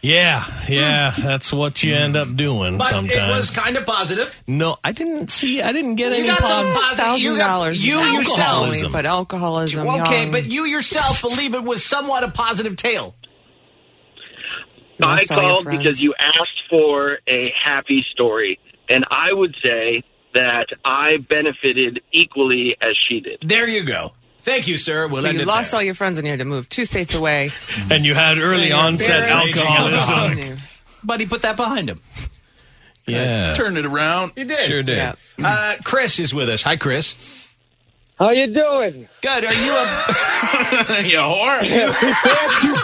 S4: Yeah, yeah,
S9: Hmm.
S4: that's what you end up doing sometimes.
S3: kind of positive.
S4: no, I didn't see. I didn't get
S3: You
S4: any.
S3: got some
S4: positive-
S3: positive-
S7: Thousand
S3: you got-
S7: dollars.
S3: you yourself.
S7: alcoholism, but alcoholism.
S3: okay,
S7: young.
S3: but you yourself believe it was somewhat a positive tale.
S9: I
S3: Lost all your
S9: called
S3: friends.
S9: because you asked for a happy story, and I would say that I benefited equally as she did.
S3: There you go. Thank you, sir. We'll
S7: But
S3: end
S7: you
S3: it
S7: lost all your friends and you had to move two states away.
S4: and you had early
S7: You're
S4: onset
S7: embarrassed.
S4: alcoholism.
S7: You.
S3: But he put that behind him.
S4: Yeah,
S3: Turned it around. You did.
S4: Sure did. Yeah.
S3: Uh, Chris is with us. Hi, Chris.
S36: How you doing?
S3: Good. Are you a you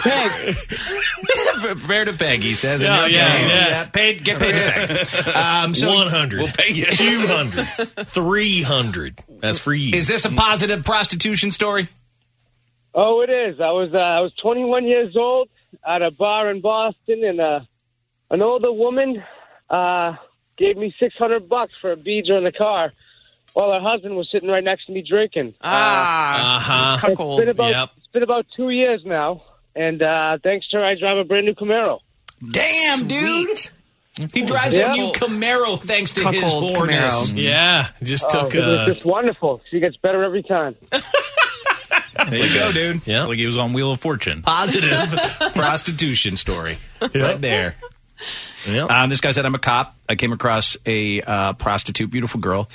S3: whore? Prepare to peg, he says.
S31: Oh,
S55: Yeah,
S3: And
S55: yeah,
S3: okay.
S55: yes.
S3: Paid, get paid to peg. Um, so
S4: 100.
S3: We'll pay you.
S4: 200. 300. That's free.
S3: Is this a positive prostitution story?
S36: Oh, it is. I was uh, I was 21 years old at a bar in Boston, and uh, an older woman uh, gave me 600 bucks for a beaver in the car, while her husband was sitting right next to me drinking. Uh,
S9: Uh,
S7: Ah,
S4: uh-huh.
S36: It's been about it's been about two years now, and uh, thanks to her, I drive a brand new Camaro.
S3: Damn, dude. He drives
S36: Yeah.
S3: a new Camaro thanks to his
S36: Cuckold
S3: whoreness.
S36: Camaro.
S4: Yeah, just
S36: Oh,
S4: took uh,
S36: it was
S4: a.
S36: just wonderful. She gets better every time.
S3: There you go, dude.
S4: Yeah.
S6: Like he was on Wheel of Fortune.
S3: Positive prostitution story. Right there. Um, this guy said, I'm a cop. I came across a uh, prostitute, beautiful girl.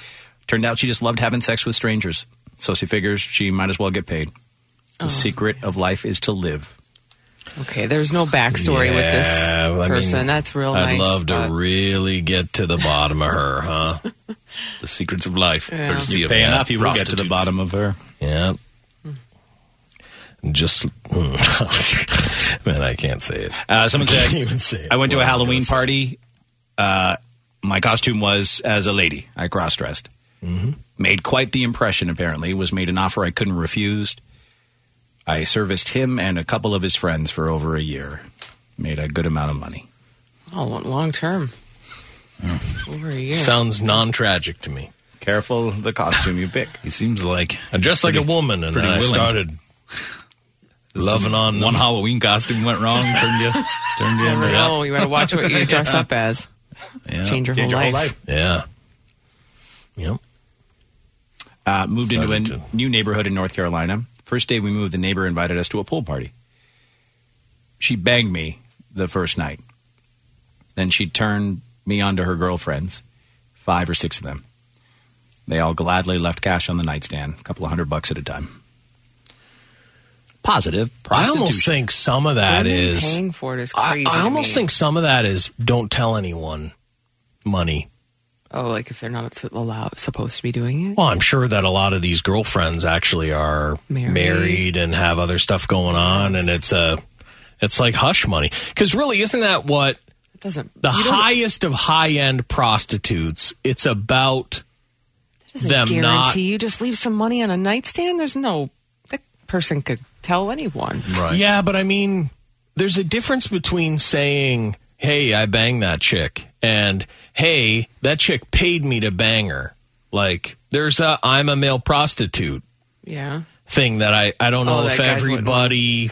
S3: Turned out she just loved having sex with strangers. So she figures she might as well get paid. The secret of life is to live.
S7: Okay, there's no backstory with this
S4: Yeah, well, Uh, I mean,
S7: person. That's real
S4: I'd
S7: nice.
S4: love to
S7: but-
S4: really get to the bottom of her, huh?
S6: The secrets of life.
S7: Yeah.
S6: Courtesy
S4: You
S6: of
S4: pay
S6: mad
S4: enough, you will get to the
S6: prostitutes.
S4: bottom
S3: of her.
S4: Yeah. Just hmm. man, I can't say it.
S3: Uh, someone
S4: I
S3: said,
S4: can't even say it.
S3: I went to
S4: What
S3: a
S4: I was
S3: Halloween party. Uh, my costume was as a lady. I cross dressed. Made quite the impression, apparently. Was made an offer I couldn't refuse. I serviced him and a couple of his friends for over a year. Made a good amount of money.
S7: Oh, long term. Over a year.
S4: Sounds non-tragic to me.
S3: Careful the costume you pick.
S6: he seems like
S4: I dressed like a woman, and then
S6: pretty
S4: I
S6: willing.
S4: started loving on
S6: One
S4: them.
S6: Halloween costume went wrong, turned you, turned Oh, you
S7: Never
S6: into
S7: know. You gotta watch what you dress up as. Change your whole life.
S4: Yeah. Yep.
S3: Uh, moved into a new neighborhood in North Carolina. First day we moved, the neighbor invited us to a pool party. She banged me the first night. Then she turned me on to her girlfriends, five or six of them. They all gladly left cash on the nightstand, a couple of hundred bucks at a time. Positive
S4: I
S3: prostitution.
S4: almost think some of that
S7: Women
S4: is
S7: paying for it is
S4: I-
S7: crazy.
S4: I,
S7: to
S4: almost
S7: me.
S4: think some of that is don't tell anyone money.
S7: Oh, like if they're not su- allow- supposed to be doing it?
S4: Well, I'm sure that a lot of these girlfriends actually are married, and have other stuff going on, and it's a, it's like hush money. Because really, isn't that what
S7: It doesn't.
S4: the
S7: you don't-
S4: highest of high end prostitutes? It's about
S7: doesn't
S4: them
S7: guarantee
S4: not
S7: you just leave some money on a nightstand. There's no that person could tell anyone.
S4: Right. Yeah, but I mean, there's a difference between saying, "Hey, I banged that chick," and "Hey, that chick paid me to bang her." Like, there's a "I'm a male prostitute"
S7: Yeah.
S4: thing that I I don't
S7: Oh,
S4: know
S7: that
S4: if
S7: guys wouldn't
S4: everybody.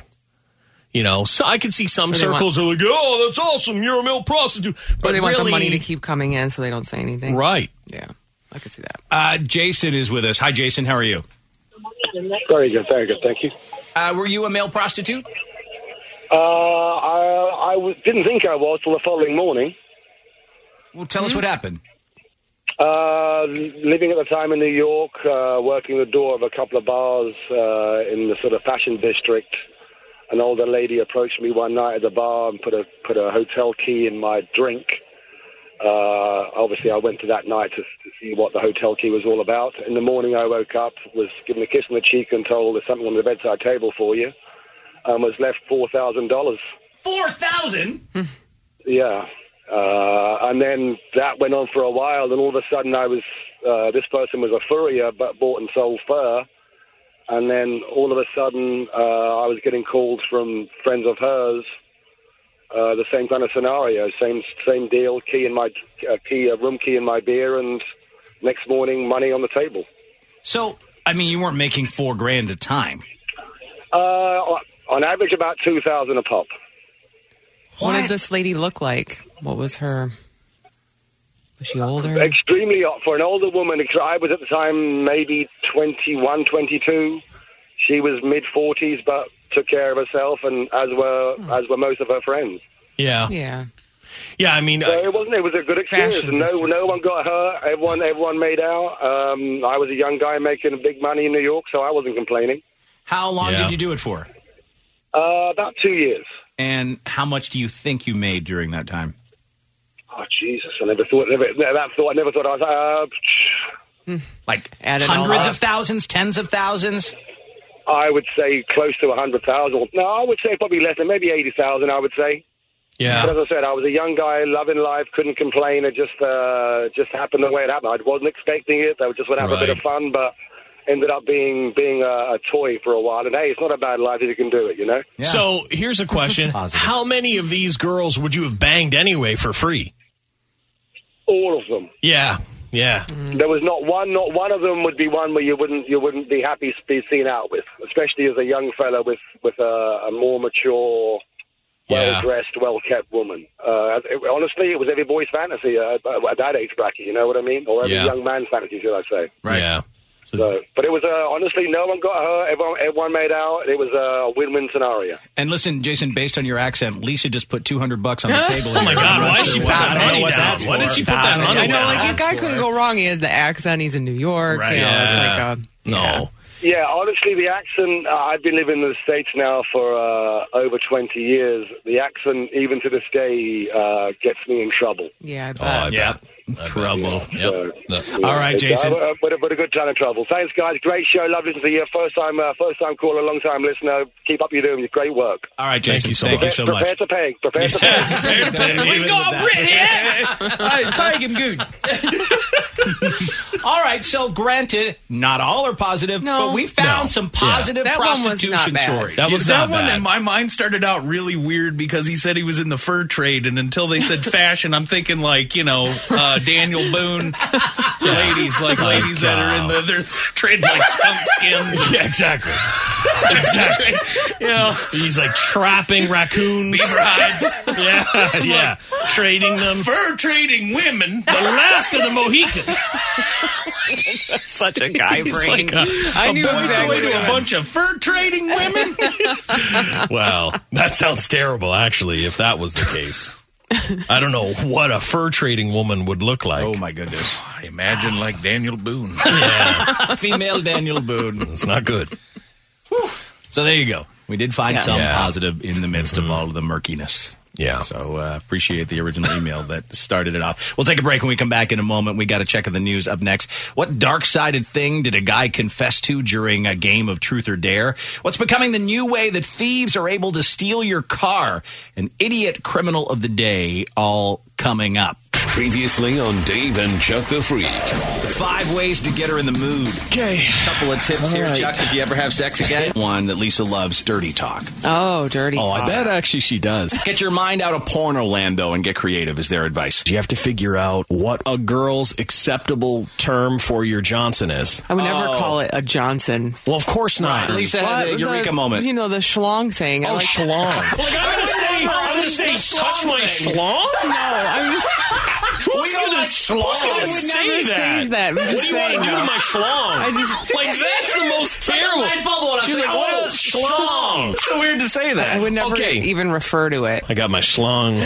S4: You know, so I could see some
S7: Or they want-
S4: circles are like, "Oh, that's awesome! You're a male prostitute," but
S7: But they want
S4: really,
S7: the money to keep coming in, so they don't say anything.
S4: right?
S7: Yeah, I could see that.
S3: Uh, Jason is with us. Hi, Jason. How are you?
S31: Very good, very good. Thank you.
S3: Uh, were you a male prostitute?
S31: Uh, I, I was, didn't think I was till the following morning.
S3: Well, tell
S7: Hmm?
S3: us what happened.
S31: Uh, living at the time in New York, uh, working the door of a couple of bars uh, in the sort of fashion district. An older lady approached me one night at the bar and put a put a hotel key in my drink. Uh, obviously, I went to that night to, to see what the hotel key was all about. In the morning, I woke up, was given a kiss on the cheek, and told there's something on the bedside table for you, and was left four thousand dollars.
S9: Four thousand.
S31: Yeah. Uh, and then that went on for a while, and all of a sudden, I was uh, this person was a furrier, but bought and sold fur. And then all of a sudden, uh, I was getting calls from friends of hers, uh, the same kind of scenario, same same deal, key in my uh, key, a room key in my beer, and next morning, money on the table.
S3: So, I mean, you weren't making four grand a time.
S31: Uh, on on average, about two thousand a pop.
S7: What? did this lady look like? What was her? Was she older?
S31: Extremely hot for an older woman. ex- I was at the time maybe 21, 22. She was mid 40s, but took care of herself, and as were as were most of her friends.
S4: yeah,
S7: yeah,
S4: yeah. I mean,
S31: So it wasn't. It was a good experience.
S4: Fashion
S31: No,
S4: districts.
S31: no one got hurt. Everyone, everyone made out. Um, I was a young guy making big money in New York, so I wasn't complaining.
S3: How long
S31: Yeah.
S3: did you do it for?
S31: Uh, about two years.
S3: And how much do you think you made during that time?
S31: Oh Jesus! I never thought. Never, that thought. I never thought I was. Uh,
S3: Like
S31: Added all
S3: hundreds
S31: up.
S3: of thousands, tens of thousands?
S31: I would say close to a hundred thousand. No, I would say probably less than maybe eighty thousand. I would say.
S4: Yeah.
S31: But as I said, I was a young guy, loving life, couldn't complain. It just uh, just happened the way it happened. I wasn't expecting it. I just went out for a bit of fun, but ended up being being a, a toy for a while. And hey, it's not a bad life if you can do it, you know.
S4: So here's a question: How many of these girls would you have banged anyway for free?
S31: All of them.
S4: Yeah, yeah.
S3: Mm.
S31: There was not one, not one of them would be one where you wouldn't you wouldn't be happy to be seen out with, especially as a young fella with with a, a more mature, well dressed, well kept woman. Uh, it, honestly, it was every boy's fantasy uh, at that age bracket. You know what I mean? Or every
S4: Yeah.
S31: young man's fantasy, should I say?
S4: Right. Yeah.
S31: So, but it was uh, honestly, no one got hurt. Everyone, everyone made out. It was a win-win scenario.
S3: And listen, Jason, based on your accent, Lisa just put 200 bucks on the table.
S31: Oh my
S3: here.
S31: God,
S3: I'm not
S31: why did
S3: sure
S31: she
S3: what-
S31: put that
S3: I don't know
S31: money
S3: what
S31: down?
S3: that's
S31: Why did
S3: for.
S31: she put that
S3: Stop it.
S31: money
S7: I know,
S31: down?
S7: like a
S31: That's
S7: guy couldn't go wrong. He has the accent. He's in New York. You know, it's like a
S4: no.
S31: Yeah, honestly, the accent. Uh, I've been living in the states now for uh, over twenty years. The accent, even to this day, uh, gets me in trouble.
S7: yeah. I
S9: Oh,
S7: bet.
S4: yeah. Trouble. All right,
S31: It's, uh,
S4: Jason.
S31: uh, but, a- but a good ton of trouble. Thanks, guys. Great show. Love listening to you. First time, uh, first time caller, long time listener. Keep up, you're doing your great work.
S3: All right, Jason. Thank you so
S31: prepare, Prepare
S3: much.
S31: to pay. Prepare to pay.
S9: we got Brit here.
S3: I banging good. all right, so granted, not all are positive, but we found
S6: No.
S3: some positive
S6: Yeah.
S3: prostitution stories.
S6: That was that one, and my mind started out really weird because he said he was in the fur trade, and until they said fashion, I'm thinking like you know uh, Daniel Boone, ladies like
S9: Like,
S6: ladies that are in the they're trading like skunk skins.
S9: Yeah,
S6: exactly.
S9: Exactly.
S6: you know,
S9: He's like trapping raccoons.
S6: Beaver hides.
S9: yeah, yeah. Trading them.
S6: Fur trading women.
S9: The last of the Mohicans.
S7: Such a guy
S9: He's
S7: brain.
S9: like a-
S7: I
S9: a
S7: knew
S9: boy's
S7: exactly.
S9: toy to a
S7: what-
S6: bunch of fur trading women.
S4: Wow, that sounds terrible. Actually, if that was the case, I don't know what a fur trading woman would look like. Oh
S3: my goodness!
S6: Imagine like Daniel Boone.
S3: Female Daniel Boone.
S4: It's not good.
S3: So there you go. We did find
S4: Yes.
S3: some
S4: Yeah. Mm-hmm.
S3: positive in the midst of all of the murkiness. Yeah. So uh, appreciate the original email that started it off. We'll take a break when we come back in a moment. We got a check of the news up next. What dark sided thing did a guy confess to during a game of truth or dare? What's becoming the new way that thieves are able to steal your car? An idiot criminal of the day, all coming up.
S27: Previously on Dave and Chuck the Freak.
S3: The five ways to get her in the mood. Okay. A couple of tips here, Chuck, if you ever have sex again. One that Lisa loves dirty talk.
S7: Oh, dirty.
S3: Oh, I
S7: talk.
S3: bet actually she does. Get your mind out of porno land, though, and get creative, is their advice.
S4: You have to figure out what a girl's acceptable term for your Johnson is.
S7: I would never call it a Johnson.
S4: Well, of course not.
S3: Oh. Lisa had a
S7: What?
S3: eureka
S7: The-
S3: moment.
S7: You know the schlong thing. I
S4: Oh,
S7: like-
S4: schlong.
S9: Like, I'm gonna say, I'm gonna say, touch my schlong.
S7: No, I mean,
S9: Who's
S7: We don't
S9: gonna,
S7: like
S9: who's
S7: schlong. I
S9: gonna
S7: would
S9: say
S7: never
S9: that?
S7: say that. I'm
S9: What
S7: just
S9: do you want
S7: saying,
S9: to do to
S7: no.
S9: my schlong?
S7: I just-
S9: like that's the most
S7: It's like a
S9: terrible.
S7: light bulb when I
S9: She's
S7: say,
S9: like,
S7: "I want
S9: oh,
S7: a
S9: schlong.
S4: It's so weird to say that.
S7: I would never
S4: Okay.
S7: even refer to it.
S4: I got my schlong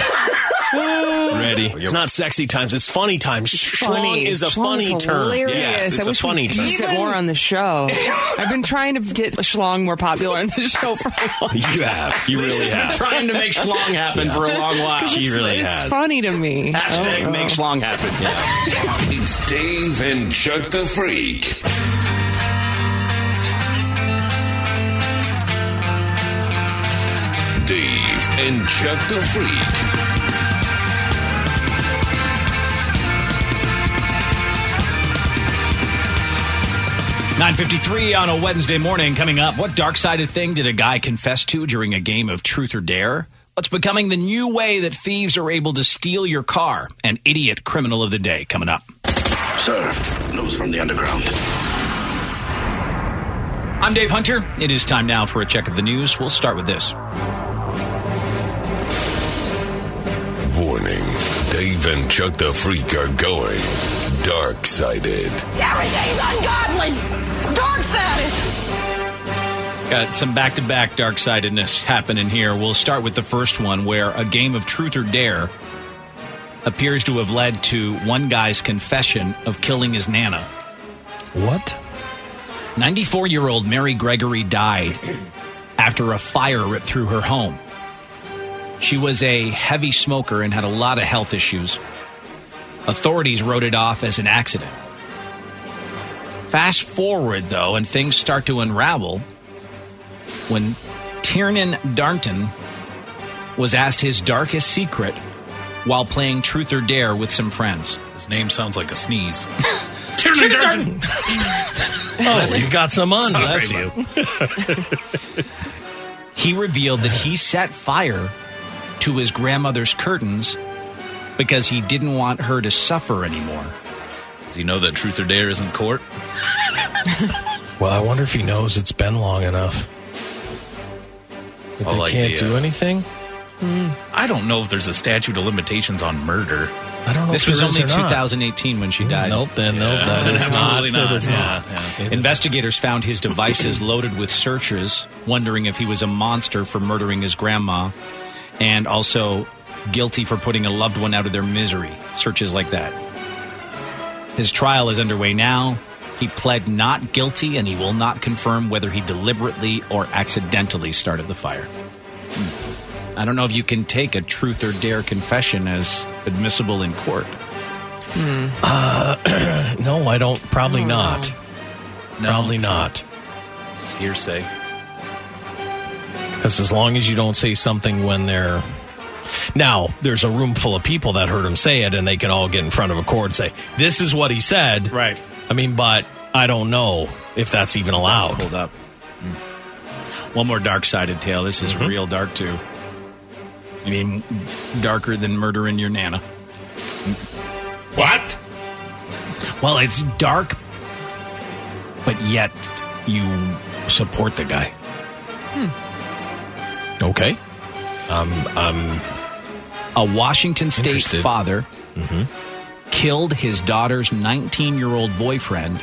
S4: ready. It's not sexy times. It's funny times. Schlong
S7: Funny.
S4: is a
S7: Schlong
S4: funny term.
S7: Hilarious.
S4: Yes, it's
S7: I
S4: a
S7: wish
S4: funny
S7: we
S4: term.
S7: used it more on the show. I've been trying to get schlong more popular on the show for a while.
S4: You have. You really
S3: Lisa's been
S4: have.
S3: trying to make schlong happen for a long while.
S4: She really has.
S7: funny to me.
S3: Hashtag
S7: Oh,
S3: make schlong happen.
S27: It's Dave and Chuck the Freak. Dave and Chuck the Freak.
S3: Nine fifty-three on a Wednesday morning. Coming up, what dark-sided thing did a guy confess to during a game of truth or dare? What's becoming the new way that thieves are able to steal your car? An idiot criminal of the day coming up.
S11: Sir, news from the underground.
S3: I'm Dave Hunter. It is time now for a check of the news. We'll start with this.
S27: Warning Dave and Chuck the Freak are going dark sided.
S9: Everything's ungodly. Dark side.
S3: Got some back to back dark sidedness happening here. We'll start with the first one where a game of truth or dare appears to have led to one guy's confession of killing his Nana. What? 94 year old Mary Gregory died after a fire ripped through her home. She was a heavy smoker and had a lot of health issues. Authorities wrote it off as an accident. Fast forward, though, and things start to unravel when Tiernan Darnton was asked his darkest secret while playing Truth or Dare with some friends. His name sounds like a sneeze. Oh, Tiernan Darnton!
S4: Oh, you got some on.
S3: Sorry,
S4: Bless
S3: man.
S4: you.
S3: he revealed that he set fire to his grandmother's curtains because he didn't want her to suffer anymore.
S6: Does he know that truth or dare isn't court?
S4: Well, I wonder if he knows it's been long enough. That
S6: Oh,
S4: they
S6: like
S4: can't
S6: the, uh,
S4: do anything.
S6: I don't know if there's a statute of limitations on murder.
S4: I don't know.
S3: This
S4: if
S3: was
S4: there is
S3: only
S4: or not.
S3: 2018 when she died.
S4: Nope, then nope. That
S3: Then
S4: is
S3: absolutely
S4: not.
S3: not.
S4: That is
S3: Yeah,
S4: not.
S3: yeah. Investigators found his devices loaded with searches, wondering if he was a monster for murdering his grandma, and also guilty for putting a loved one out of their misery. Searches like that. His trial is underway now. He pled not guilty, and he will not confirm whether he deliberately or accidentally started the fire. Hmm. I don't know if you can take a truth or dare confession as admissible in court.
S7: Hmm.
S4: Uh, no, I don't. Probably not. probably
S6: it's
S4: not.
S6: It's hearsay.
S4: Because as long as you don't say something when they're. Now, there's a room full of people that heard him say it, and they can all get in front of a court and say, This is what he said. Right. I mean, but I don't know if that's even allowed.
S3: Hold up. One more dark sided tale. This is
S4: Mm-hmm.
S3: real dark, too. I mean, darker than murdering your Nana. What? Well, it's dark, but yet you support the guy.
S4: Okay. Um, um,
S3: A Washington State
S4: Interested. Mm-hmm.
S3: father killed his daughter's 19 year old boyfriend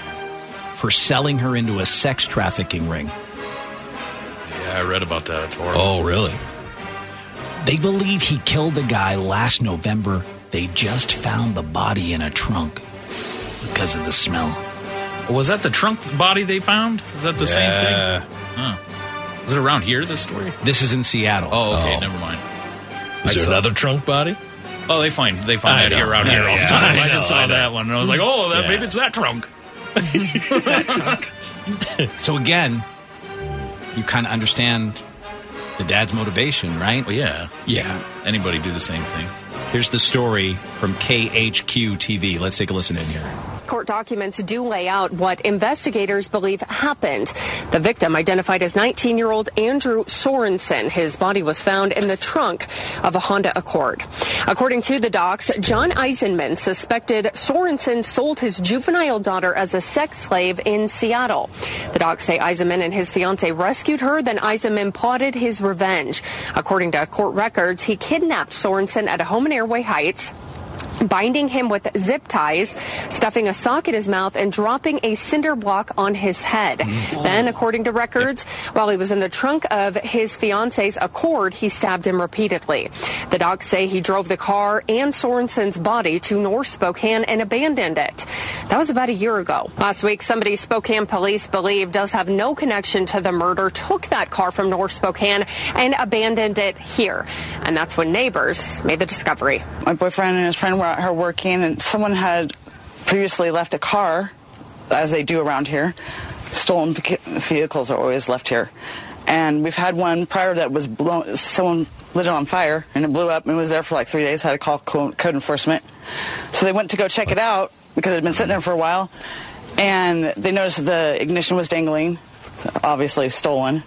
S3: for selling her into a sex trafficking ring.
S6: Yeah, I read about that. It's horrible.
S4: oh, really?
S3: They believe he killed the guy last November. They just found the body in a trunk because of the smell.
S6: Was that the trunk body they found? Is that the
S4: Yeah.
S6: same thing? Huh. Is it around here, this story?
S3: This is in Seattle.
S6: Oh, okay.
S4: Oh.
S6: Never mind.
S4: Is there
S6: saw-
S4: another trunk body?
S6: Oh, they find they find
S4: I
S6: that
S4: know.
S6: here around
S4: I
S6: here
S4: know.
S6: all the
S4: Yeah,
S6: time.
S4: I
S6: I,
S4: know,
S6: just saw
S4: I know.
S6: that one, and I was like, oh, that,
S3: Yeah.
S6: maybe it's that trunk.
S3: so again, you kind of understand the dad's motivation, right? Well, yeah. Yeah. Anybody do the same thing. Here's the story from KHQ TV. Let's take a listen in here.
S34: Court documents do lay out what investigators believe happened. The victim, identified as 19 year old Andrew Sorensen, his body was found in the trunk of a Honda Accord. According to the docs, John Eisenman suspected Sorensen sold his juvenile daughter as a sex slave in Seattle. The docs say Eisenman and his fiancee rescued her, then Eisenman plotted his revenge. According to court records, he kidnapped Sorensen at a home in Airway Heights binding him with zip ties, stuffing a sock in his mouth, and dropping a cinder block on his head. Then, according to records, while he was in the trunk of his fiance's Accord, he stabbed him repeatedly. The docs say he drove the car and Sorensen's body to North Spokane and abandoned it. That was about a year ago. Last week, somebody Spokane police believe does have no connection to the murder took that car from North Spokane and abandoned it here. And that's when neighbors made the discovery.
S18: my boyfriend and his friend were out here working, and someone had previously left a car, as they do around here. Stolen ve- vehicles are always left here, and we've had one prior that was blown. Someone lit it on fire, and it blew up, and was there for like three days. Had to call co- code enforcement, so they went to go check it out because it had been sitting there for a while, and they noticed that the ignition was dangling, so obviously stolen,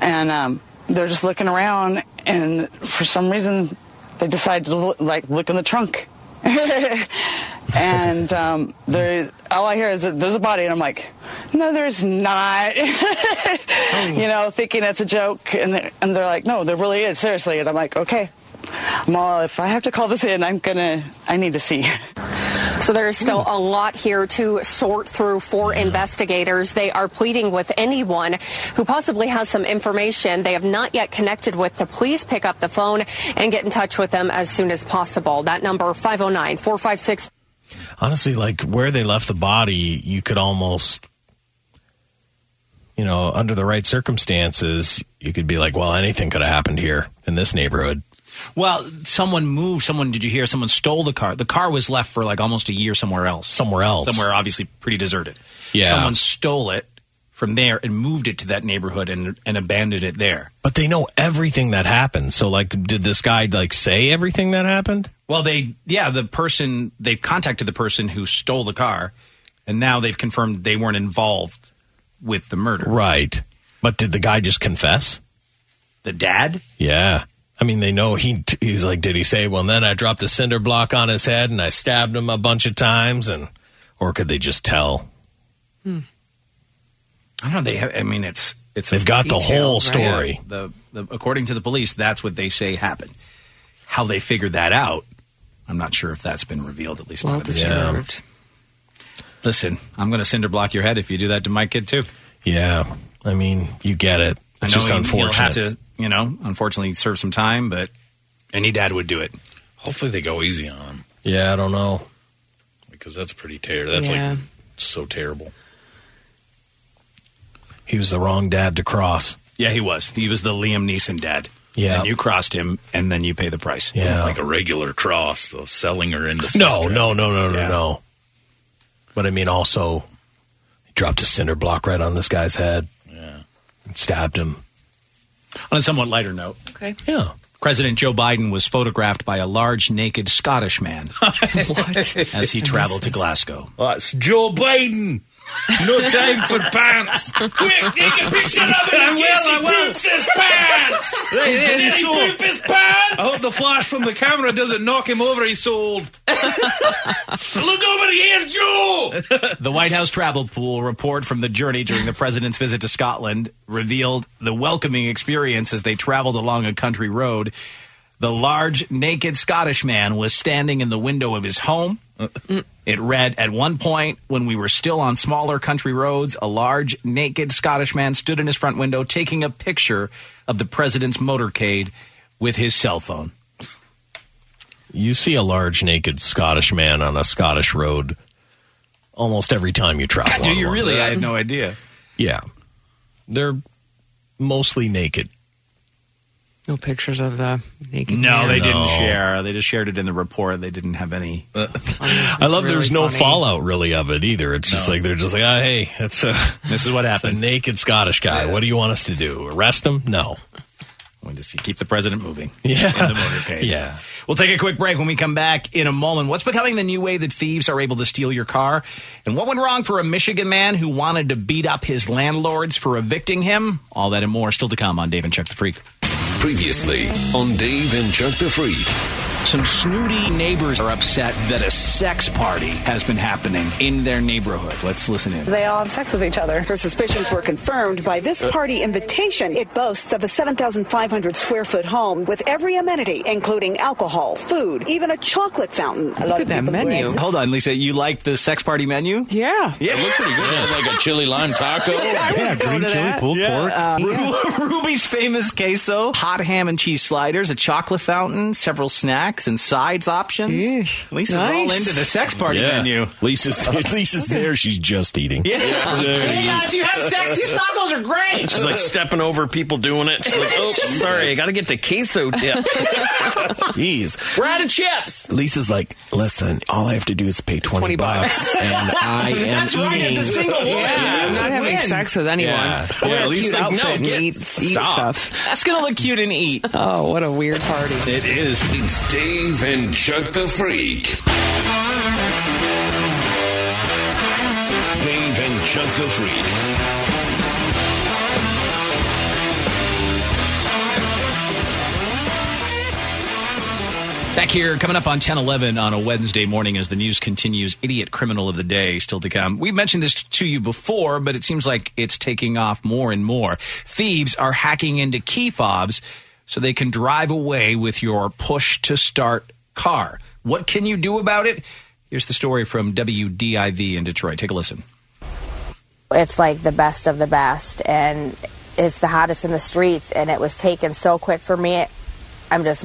S18: and um, they're just looking around, and for some reason they decided to look, like look in the trunk and um, there all i hear is that there's a body and i'm like no there's not you know thinking that's a joke and they're, and they're like no there really is seriously and i'm like okay I'm all, if i have to call this in i'm gonna i need to see
S34: So there is still a lot here to sort through for investigators. They are pleading with anyone who possibly has some information they have not yet connected with to please pick up the phone and get in touch with them as soon as possible. That number 509 456
S4: Honestly, like where they left the body, you could almost, you know, under the right circumstances, you could be like, well, anything could have happened here in this neighborhood.
S3: Well, someone moved. Someone did you hear? Someone stole the car. The car was left for like almost a year somewhere else. Somewhere
S4: else.
S3: Somewhere obviously pretty deserted.
S4: Yeah.
S3: Someone stole it from there and moved it to that neighborhood and and abandoned it there.
S4: But they know everything that happened. So, like, did this guy like say everything that happened?
S3: Well, they yeah, the person they've contacted the person who stole the car, and now they've confirmed they weren't involved with the murder.
S4: Right. But did the guy just confess?
S3: The dad?
S4: Yeah. I mean, they know he. He's like, did he say? Well, then I dropped a cinder block on his head and I stabbed him a bunch of times, and or could they just tell?
S3: I don't know. They have. I mean, it's it's
S4: They've got the
S3: detailed,
S4: whole
S3: right?
S4: story.
S3: Yeah. The, the according to the police, that's what they say happened. How they figured that out, I'm not sure if that's been revealed. At least
S56: Well
S3: not at this time.
S56: deserved.
S3: Listen, I'm going to cinder block your head if you do that to my kid too.
S4: Yeah, I mean, you get it.
S3: I
S4: It's
S3: know
S4: just
S3: he-
S4: unfortunate.
S3: He'll have to, you know, unfortunately serve some time, but any dad would do it.
S6: Hopefully they go easy on him
S4: yeah, I don't know.
S6: because that's pretty terrible. That's
S4: Yeah.
S6: like so terrible.
S4: He was the wrong dad to cross.
S3: Yeah, he was. He was the Liam Neeson dad.
S4: Yeah.
S3: and you crossed him, and then you pay the price.
S4: Yeah.
S6: Like a regular cross, though, selling her into
S4: No,
S6: sex
S4: no, no, no, no,
S6: Yeah.
S4: no. But I mean, also, he dropped a cinder block right on this guy's head. Yeah, and stabbed him.
S3: On a somewhat lighter note,
S56: Okay.
S4: Yeah.
S3: President Joe Biden was photographed by a large naked Scottish man as he traveled to Glasgow.
S6: That's Uh, Joe Biden. No time for pants.
S9: Quick, take a picture of it in case he poops his pants.
S6: Right there,
S9: Did
S6: he's
S9: he
S6: so-
S9: poop his pants?
S6: I hope the flash from the camera doesn't knock him over. He's so old.
S9: Look over here, Joe.
S3: The White House travel pool report from the journey during the president's visit to Scotland revealed the welcoming experience as they traveled along a country road. The large naked Scottish man was standing in the window of his home. It read At one point, when we were still on smaller country roads, a large naked Scottish man stood in his front window taking a picture of the president's motorcade with his cell phone.
S4: You see a large naked Scottish man on a Scottish road almost every time you travel.
S3: Do
S4: on
S3: you
S4: one.
S3: really? I had no idea.
S4: Yeah. They're mostly naked.
S7: No pictures of the naked.
S3: No,
S7: man.
S3: they didn't share. They just shared it in the report. They didn't have any.
S4: Uh, I love there's no fallout really of it either. It's just like they're just like, ah, hey, that's a
S3: this is what happened.
S4: a naked Scottish guy. What do you want us to do? Arrest him? No.
S3: We just keep the president moving.
S4: Yeah.
S3: In the motorcade.
S4: Yeah.
S3: We'll take a quick break when we come back in a moment. What's becoming the new way that thieves are able to steal your car? And what went wrong for a Michigan man who wanted to beat up his landlords for evicting him? All that and more still to come on Dave and Chuck the Freak.
S27: Previously on Dave and Chuck the Freak.
S3: Some snooty neighbors are upset that a sex party has been happening in their neighborhood. Let's listen in.
S18: They all have sex with each other. Her suspicions were confirmed by this party invitation. It boasts of a 7,500 square foot home with every amenity, including alcohol, food, even a chocolate fountain. A lot of people were ex-
S3: Hold on, Lisa. You like the sex party menu?
S7: Yeah.
S3: Yeah, it looked pretty good.
S6: like a chili lime taco.
S3: yeah,
S6: green
S3: chili, pulled pork. Ruby's famous queso, hot ham and cheese sliders, a chocolate fountain, several snacks and sides options. Lisa's all
S57: Nice.
S3: into the sex party
S57: Yeah.
S3: menu.
S4: Lisa's Lisa's there. She's just eating.
S3: Yeah.
S57: Hey guys, you have sex. These tacos are great.
S9: She's like stepping over people doing it. She's like, oh, sorry, I got to get the queso dip. Jeez.
S57: We're out of chips.
S9: Lisa's like, listen, all I have to do is pay 20,
S57: 20 bucks.
S9: bucks, and I am
S57: That's right,
S9: eating.
S57: as a single woman.
S7: Yeah, I'm not having
S57: Win.
S7: sex with anyone.
S9: Yeah.
S7: I'll
S9: Yeah,
S7: wear
S9: at
S7: a
S9: least,
S7: cute
S9: like,
S7: outfit
S9: no,
S7: and
S9: get-
S7: eat, eat
S9: stop.
S7: stuff.
S3: That's gonna look cute and eat.
S7: Oh, what a weird party!
S27: It is. It's Dave and Chuck the Freak. Dave and Chuck the Freak.
S3: Back here, coming up on 1011 on a Wednesday morning as the news continues, idiot criminal of the day still to come. We mentioned this to you before, but it seems like it's taking off more and more. Thieves are hacking into key fobs so they can drive away with your push to start car. What can you do about it? Here's the story from WDIV in Detroit. Take a listen.
S58: it's like the best of the best and it's the hottest in the streets and it was taken so quick for me i'm just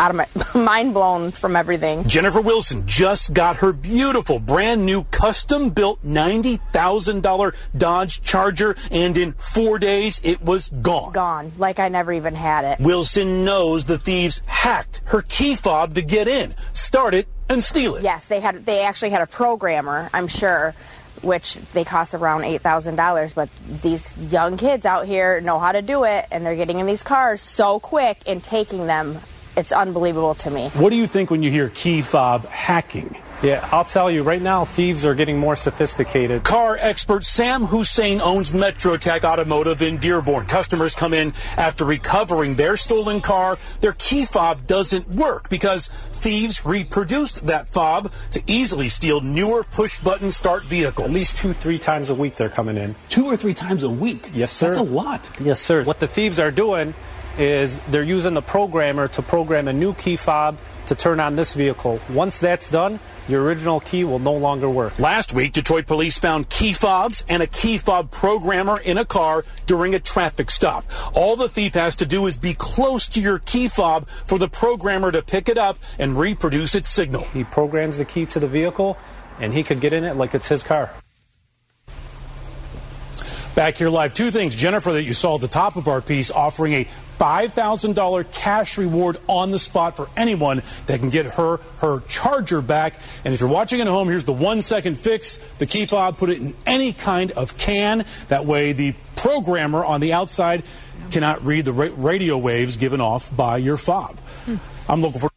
S58: out of my mind blown from everything
S54: Jennifer Wilson just got her beautiful brand new custom built $90,000 Dodge Charger, and in four days it was gone.
S58: gone like i never even had it
S54: Wilson knows the thieves hacked her key fob to get in, start it, and steal it.
S58: yes they had they actually had a programmer i'm sure which they cost around $8000 but these young kids out here know how to do it and they're getting in these cars so quick and taking them it's unbelievable to me
S54: What do you think when you hear key fob hacking?
S59: Yeah, I'll tell you, right now thieves are getting more sophisticated.
S54: Car expert Sam Hussein owns MetroTech Automotive in Dearborn. Customers come in after recovering their stolen car. Their key fob doesn't work because thieves reproduced that fob to easily steal newer push button start vehicles.
S59: At least two, three times a week they're coming in.
S54: two or three times a week.
S59: Yes, sir.
S54: That's a lot.
S59: Yes, sir. What the thieves are doing is they're using the programmer to program a new key fob to turn on this vehicle. Once that's done, your original key will no longer work.
S54: Last week, Detroit police found key fobs and a key fob programmer in a car during a traffic stop. All the thief has to do is be close to your key fob for the programmer to pick it up and reproduce its signal.
S59: He programs the key to the vehicle and he could get in it like it's his car.
S54: Back here live, two things, Jennifer, that you saw at the top of our piece offering a $5,000 cash reward on the spot for anyone that can get her her charger back. And if you're watching at home, here's the one second fix. The key fob, put it in any kind of can. That way, the programmer on the outside cannot read the ra- radio waves given off by your fob. I'm looking for.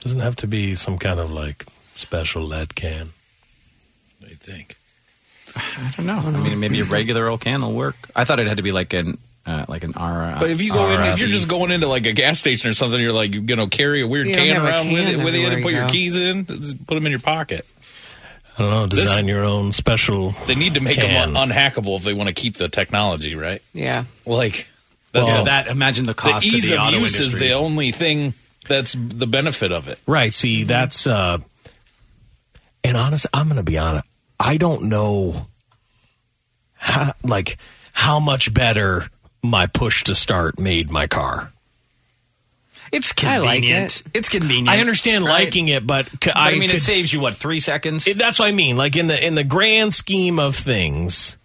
S4: Doesn't have to be some kind of like special lead can.
S6: I think.
S3: I don't know. I mean, maybe a regular old can will work. I thought it had to be like an uh, like an R.
S6: But if you go in, if you're
S3: RFE.
S6: just going into like a gas station or something, you're like, you're gonna carry a weird
S3: You don't
S6: can
S3: have a
S6: around with
S3: can
S6: it, with it,
S3: everywhere
S6: and put
S3: you
S6: your
S3: go.
S6: keys in, just put them in your pocket.
S4: I don't know. Design
S6: This-
S4: your own special.
S6: They need to make
S4: can.
S6: them un- unhackable if they want to keep the technology, right?
S7: Yeah.
S6: Like
S4: Well, Yeah,
S3: that- imagine the cost to
S6: ease
S3: the
S6: of
S3: auto
S6: use is
S3: industry.
S6: the only thing that's the benefit of it.
S4: Right. See, that's uh and honest I'm gonna be honest. I don't know how, like how much better my push to start made my car.
S3: It's
S4: I like
S3: convenient. It's convenient.
S4: I understand
S3: right?
S4: liking it, but, c-
S3: But I, mean,
S4: could-
S3: it saves you what three seconds.
S4: It- that's what I mean. Like in the in the grand scheme of things,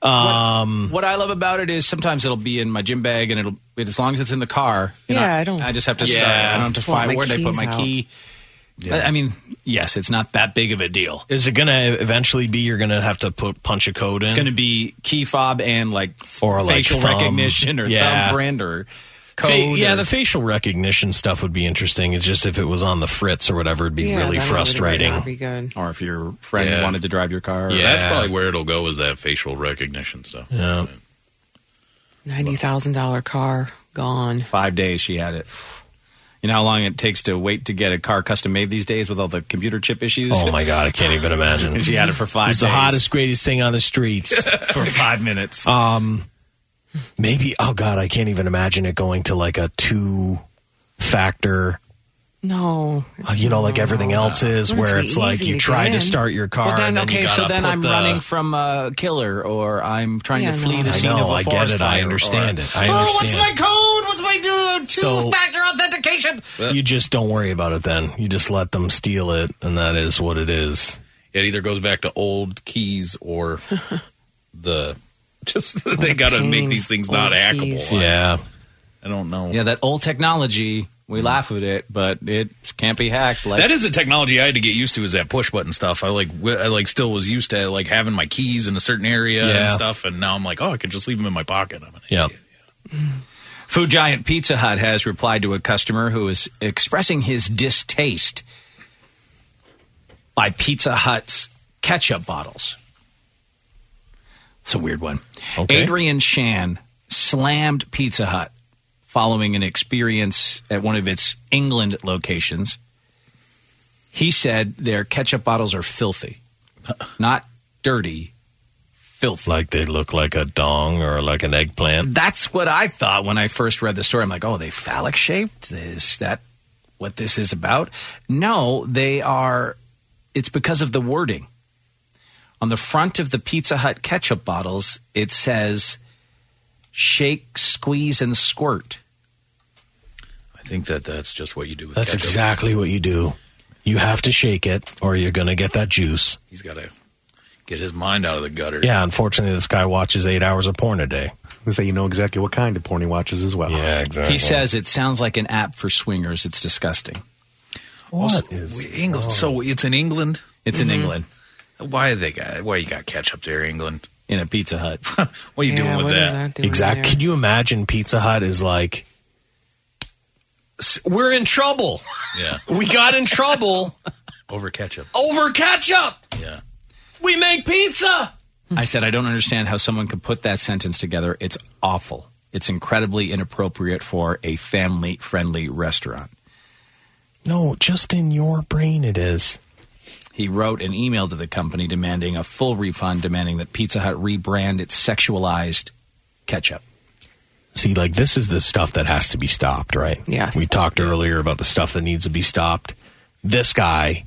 S3: Um, what, I love about it is sometimes it'll be in my gym bag, and it'll as long as it's in the car. you know,
S7: Yeah, I don't-
S3: I just have to
S7: Yeah.
S3: start. I don't have to
S7: Pull
S3: find
S7: my
S3: where they put
S7: keys
S3: my
S7: out.
S3: key. I- I mean, yes, it's not that big of a deal.
S4: Is it going to eventually be you're going to have to put punch a code in?
S3: It's going to be key fob and like
S4: or like
S3: facial
S4: thumb.
S3: recognition or
S4: Yeah.
S3: thumbprint or
S4: Fa-
S3: code.
S4: yeah,
S3: or-
S4: the facial recognition stuff would be interesting. It's just if it was on the fritz or whatever, it'd be
S7: Yeah,
S4: really
S7: that would-
S4: frustrating.
S7: would be good.
S3: Or if your friend
S6: Yeah.
S3: wanted to drive your car.
S6: Yeah, that's probably where it'll go is that facial recognition stuff.
S4: Yeah.
S7: Ninety thousand dollar car gone.
S3: Five days she had it. You know how long it takes to wait to get a car custom made these days with all the computer chip issues?
S4: Oh my god, I can't even imagine.
S3: she had it for five
S4: It's
S3: days.
S4: the hottest, greatest thing on the streets
S3: for five minutes.
S4: Um, maybe. Oh god, I can't even imagine it going to like a two factor.
S7: No.
S4: uh, you know, like everything else is,
S3: Well, it's
S4: where
S3: be
S4: it's like
S3: easy
S4: you
S3: to
S4: try
S3: get
S4: to
S3: in.
S4: start your car.
S3: Oh, Well, then,
S4: and then you
S3: okay, so
S4: gotta
S3: then
S4: put
S3: I'm
S4: the-
S3: running from a killer, or I'm trying
S4: Yeah,
S3: to flee
S4: no.
S3: the
S4: I
S3: scene
S4: know,
S3: of a
S4: I get
S3: forest
S4: it, I
S3: fire,
S4: understand
S3: or-
S4: it, I
S3: oh, what's my
S4: understand.
S3: code? What's my do?
S4: So-
S3: Two-factor authentication.
S4: You just don't worry about it. Then you just let them steal it, and that is what it is.
S6: It either goes back to old keys or the just
S3: Oh,
S6: they got to make these things not hackable.
S4: Yeah. Hmm.
S6: I don't know.
S3: Yeah, that old technology. We laugh at it, but it can't be hacked. Like
S6: that is a technology I had to get used to is that push button stuff. I like w- I like still was used to like having my keys in a certain area and
S3: Yeah.
S6: stuff, and now I'm like, oh, I could just leave them in my pocket. I'm an
S4: Yeah.
S3: Food giant Pizza Hut has replied to a customer who is expressing his distaste by Pizza Hut's ketchup bottles. It's a weird one. Adrian Shan slammed Pizza Hut following an experience at one of its England locations. He said their ketchup bottles are filthy, not dirty, filthy.
S4: Like they look like a dong or like an eggplant.
S3: That's what I thought when I first read the story. I'm like, oh, are they phallic shaped? Is that what this is about? No, they are. It's because of the wording. On the front of the Pizza Hut ketchup bottles, it says shake, squeeze, and squirt.
S6: I think that that's just what you do with
S4: That's
S6: ketchup.
S4: exactly what you do. You have to shake it, or you're going to get that juice.
S6: He's got to get his mind out of the gutter.
S4: Yeah, unfortunately, this guy watches eight hours of porn a day.
S5: So you know exactly what kind of porn he watches as well.
S4: Yeah,
S3: He says it sounds like an app for swingers. It's disgusting.
S6: What England? So it's in England. Mm-hmm.
S3: It's in England.
S6: Why they got? Why you got ketchup there, England?
S3: In a Pizza Hut.
S6: what are you doing with that?
S4: exactly. Can you imagine Pizza Hut is like, "S- we're in trouble.
S6: Yeah.
S4: We got in trouble
S6: Over ketchup.
S4: over ketchup.
S6: Yeah.
S4: We make pizza.
S3: I said, I don't understand how someone could put that sentence together. It's awful. It's incredibly inappropriate for a family friendly restaurant.
S4: No, just in your brain it is.
S3: He wrote an email to the company demanding a full refund, demanding that Pizza Hut rebrand its sexualized ketchup.
S4: See, like this is the stuff that has to be stopped, right?
S3: Yes.
S4: We talked earlier about the stuff that needs to be stopped. This guy,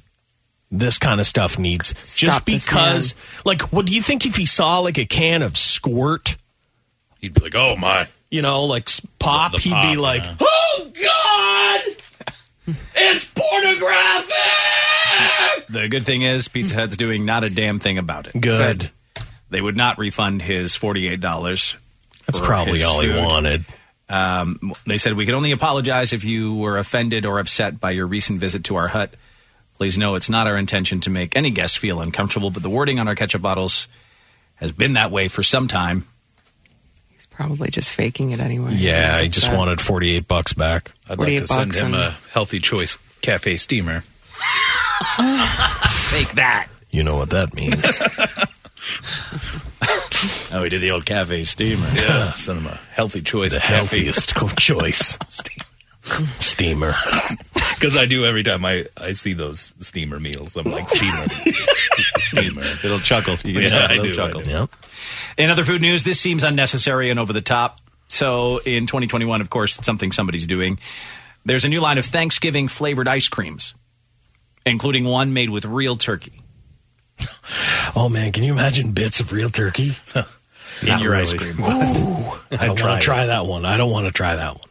S4: this kind of stuff needs just
S60: Stop this
S4: because. Like, what do you think if he saw like a can of squirt?
S6: He'd be like, "Oh my!"
S4: You know, like s- pop.
S60: The- the
S4: he'd
S60: pop,
S4: be like,
S60: yeah.
S4: "Oh God,
S9: It's pornographic!
S3: The good thing is, Pizza Hut's doing not a damn thing about it.
S4: Good.
S3: They would not refund his $48.
S4: That's
S3: for
S4: probably
S3: his
S4: all he
S3: food.
S4: wanted."
S3: Um, they said, We can only apologize if you were offended or upset by your recent visit to our hut. Please know it's not our intention to make any guests feel uncomfortable, but the wording on our ketchup bottles has been that way for some time.
S7: He's probably just faking it anyway.
S4: Yeah,
S7: It's
S4: he just
S7: upset.
S4: wanted forty-eight bucks back.
S6: I'd like
S7: 48
S6: to send
S7: bucks
S6: him
S7: and-
S6: a uh, healthy choice cafe steamer.
S3: Take that.
S4: You know what that means.
S3: Oh, he did the old cafe steamer.
S6: Yeah, send him a healthy choice.
S4: the healthiest choice. Steamer.
S6: Because I do every time I, I see those steamer meals. I'm like, steamer. It's a steamer.
S3: It'll chuckle. You
S6: yeah,
S3: yourself a
S6: I
S3: little
S6: do.
S3: chuckle.
S6: I do.
S3: In other food news, this seems unnecessary and over the top. So in 2021, of course, it's something somebody's doing. There's a new line of Thanksgiving flavored ice creams, including one made with real turkey
S4: Oh man, can you imagine bits of real turkey?
S3: in your ice cream.
S4: I don't want to try that one. I don't want to try that one.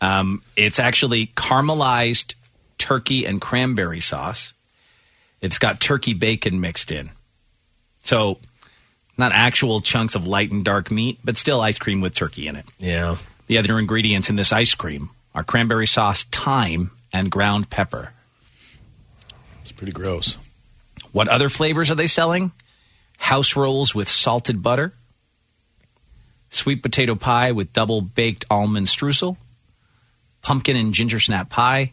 S3: Um, it's actually caramelized turkey and cranberry sauce. It's got turkey bacon mixed in. So Not actual chunks of light and dark meat, but still ice cream with turkey in it.
S4: Yeah.
S3: The other ingredients in this ice cream are cranberry sauce, thyme, and ground pepper.
S6: It's pretty gross.
S3: What other flavors are they selling? House rolls with salted butter, sweet potato pie with double baked almond streusel, pumpkin and ginger snap pie,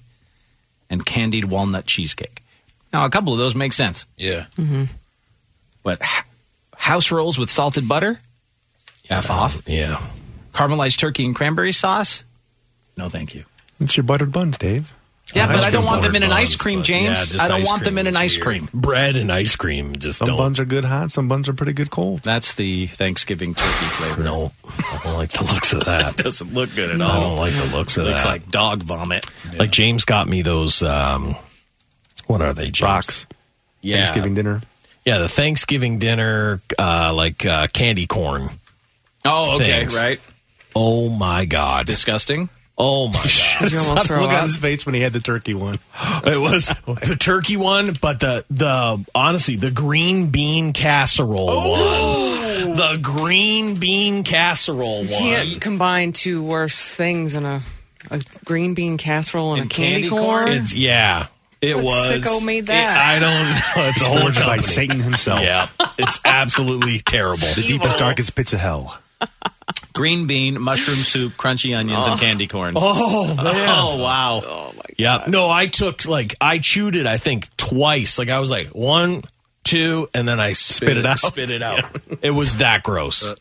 S3: and candied walnut cheesecake. Now, a couple of those make sense.
S6: Yeah.
S7: Mm-hmm.
S3: But h- house rolls with salted butter? F off.
S4: Yeah.
S3: Caramelized turkey and cranberry sauce? No, thank you.
S5: It's your buttered buns, Dave.
S3: Yeah, but I don't
S5: cream
S3: want them in
S5: flavored
S3: an ice
S5: buns,
S3: cream,
S5: but-
S3: James.
S5: Yeah, just
S3: I don't
S5: ice
S3: want them
S5: cream
S3: in an
S5: is
S3: ice
S5: weird.
S3: cream.
S4: Bread and ice cream just
S5: Some
S4: don't.
S5: buns are good hot. Some buns are pretty good cold.
S3: That's the Thanksgiving turkey flavor.
S4: No, I don't like the looks of that.
S3: doesn't look good at
S4: I
S3: all.
S4: don't like the looks of
S3: Looks
S4: that.
S3: like dog vomit.
S4: Like James got me those. Um, what are they? James? Rocks. Yeah.
S5: Thanksgiving dinner.
S4: Yeah, the Thanksgiving dinner, uh, like uh, candy corn.
S3: Oh, okay, right.
S4: Oh my god,
S3: disgusting.
S4: Oh my god,
S5: look on his face when he had the turkey one.
S4: it was the turkey one, but the the honestly the green bean casserole
S3: Oh!
S4: one. The green bean casserole
S7: You
S4: one.
S7: can't combine two worse things in a, a green bean casserole and, a candy, corn.
S4: It's, yeah, it
S7: What
S4: was.
S7: sicko made
S4: it-
S7: that?
S4: I don't know. It's a
S5: It's
S4: whole
S5: forged by
S4: company.
S5: Satan himself.
S4: Yeah, it's absolutely terrible.
S5: The deepest, darkest pits of hell.
S3: Green bean, mushroom soup, crunchy onions, and candy corn.
S4: Oh, man.
S3: Oh, wow.
S4: Yeah. No, I took like I chewed it. I think twice. Like I was like one, two, and then I spit,
S3: it out. Uh.
S4: Spit it out. It was that gross.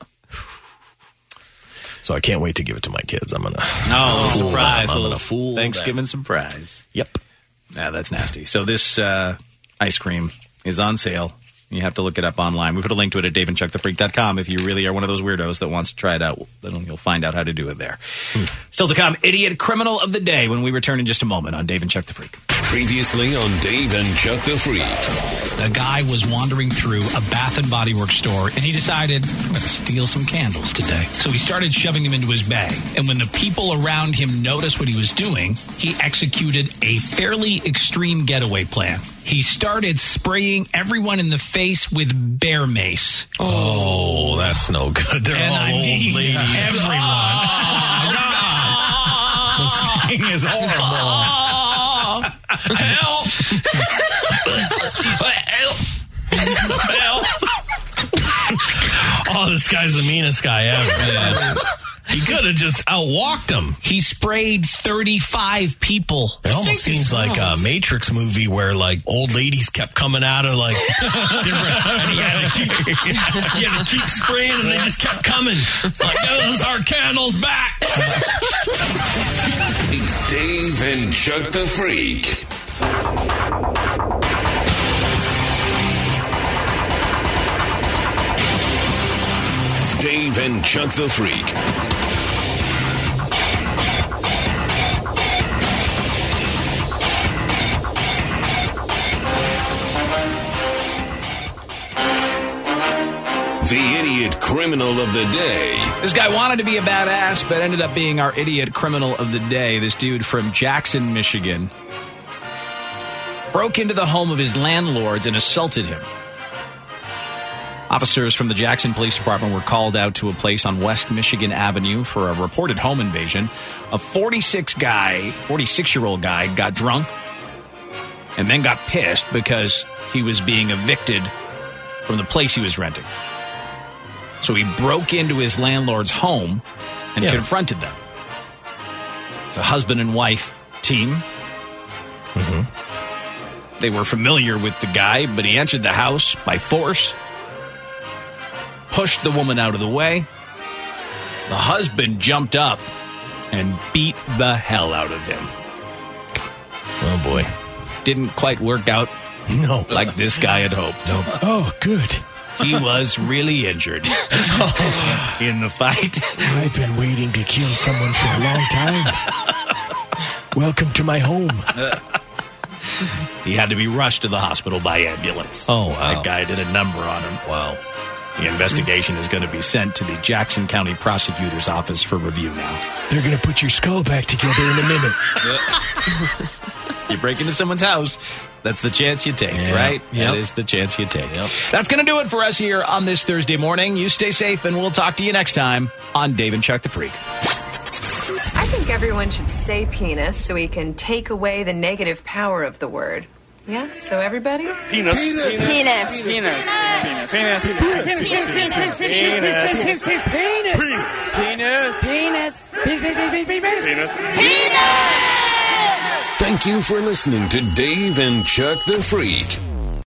S4: so I can't wait to give it to my kids. I'm gonna.
S3: No,
S4: fool them.
S3: surprise.
S4: Oh, I'm
S3: little
S4: gonna fool. them.
S3: Thanksgiving surprise.
S4: Yep.
S3: Yeah, that's nasty. So this uh, ice cream is on sale. You have to look it up online. We put a link to it at daveandchuckthefreak.com. If you really are one of those weirdos that wants to try it out, then you'll find out how to do it there. Still to come, Idiot Criminal of the Day when we return in just a moment on Dave and Chuck the Freak.
S27: Previously on Dave and Chuck the Freak.
S3: A guy was wandering through a Bath and Body Works store and he decided, I'm going to steal some candles today. So he started shoving them into his bag. And when the people around him noticed what he was doing, he executed a fairly extreme getaway plan. He started spraying everyone in the face with bear mace.
S4: Oh, that's no good. They're all old ladies.
S3: Everyone. This thing is horrible.
S9: Help! Help! Help!
S4: Oh, this guy's the meanest guy ever. He could have just outwalked him.
S3: He sprayed 35 people.
S4: It almost seems like a Matrix movie where like old ladies kept coming out of like different. And he had to keep, he had to keep spraying, and they just kept coming. Like "Oh, those are candles back.
S27: It's Dave and Chuck the Freak. Dave and Chuck the Freak. The idiot criminal of the day.
S3: This guy wanted to be a badass, but ended up being our idiot criminal of the day. This dude from Jackson, Michigan, broke into the home of his landlords and assaulted him. Officers from the Jackson Police Department were called out to a place on West Michigan Avenue for a reported home invasion. A 46 guy, 46 year old guy, got drunk and then got pissed because he was being evicted from the place he was renting. So he broke into his landlord's home and confronted them. It's a husband and wife team.
S4: Mm-hmm.
S3: They were familiar with the guy, but he entered the house by force, pushed the woman out of the way. The husband jumped up and beat the hell out of him.
S4: Oh boy.
S3: Didn't quite work out
S4: no.
S3: like this guy had hoped.
S4: Oh, good.
S3: He was really injured in the fight.
S4: I've been waiting to kill someone for a long time. Welcome to my home.
S3: He had to be rushed to the hospital by ambulance.
S4: Oh, wow.
S3: That guy did a number on him.
S4: Wow.
S3: The investigation is going to be sent to the Jackson County Prosecutor's Office for review now.
S4: They're gonna put your skull back together in a minute.
S3: you break into someone's house, That's the chance you take, right? That is the chance you take. That's going to do it for us here on this Thursday morning. You stay safe, and we'll talk to you next time on Dave and Chuck the Freak.
S61: I think everyone should say penis so we can take away the negative power of the word. Yeah? So everybody?
S36: Penis. Penis. Penis. Penis.
S61: Penis.
S36: Penis. Penis. Penis. Penis. Penis. Penis. Penis. Penis. Penis. Penis.
S27: Thank you for listening to Dave and Chuck the Freak.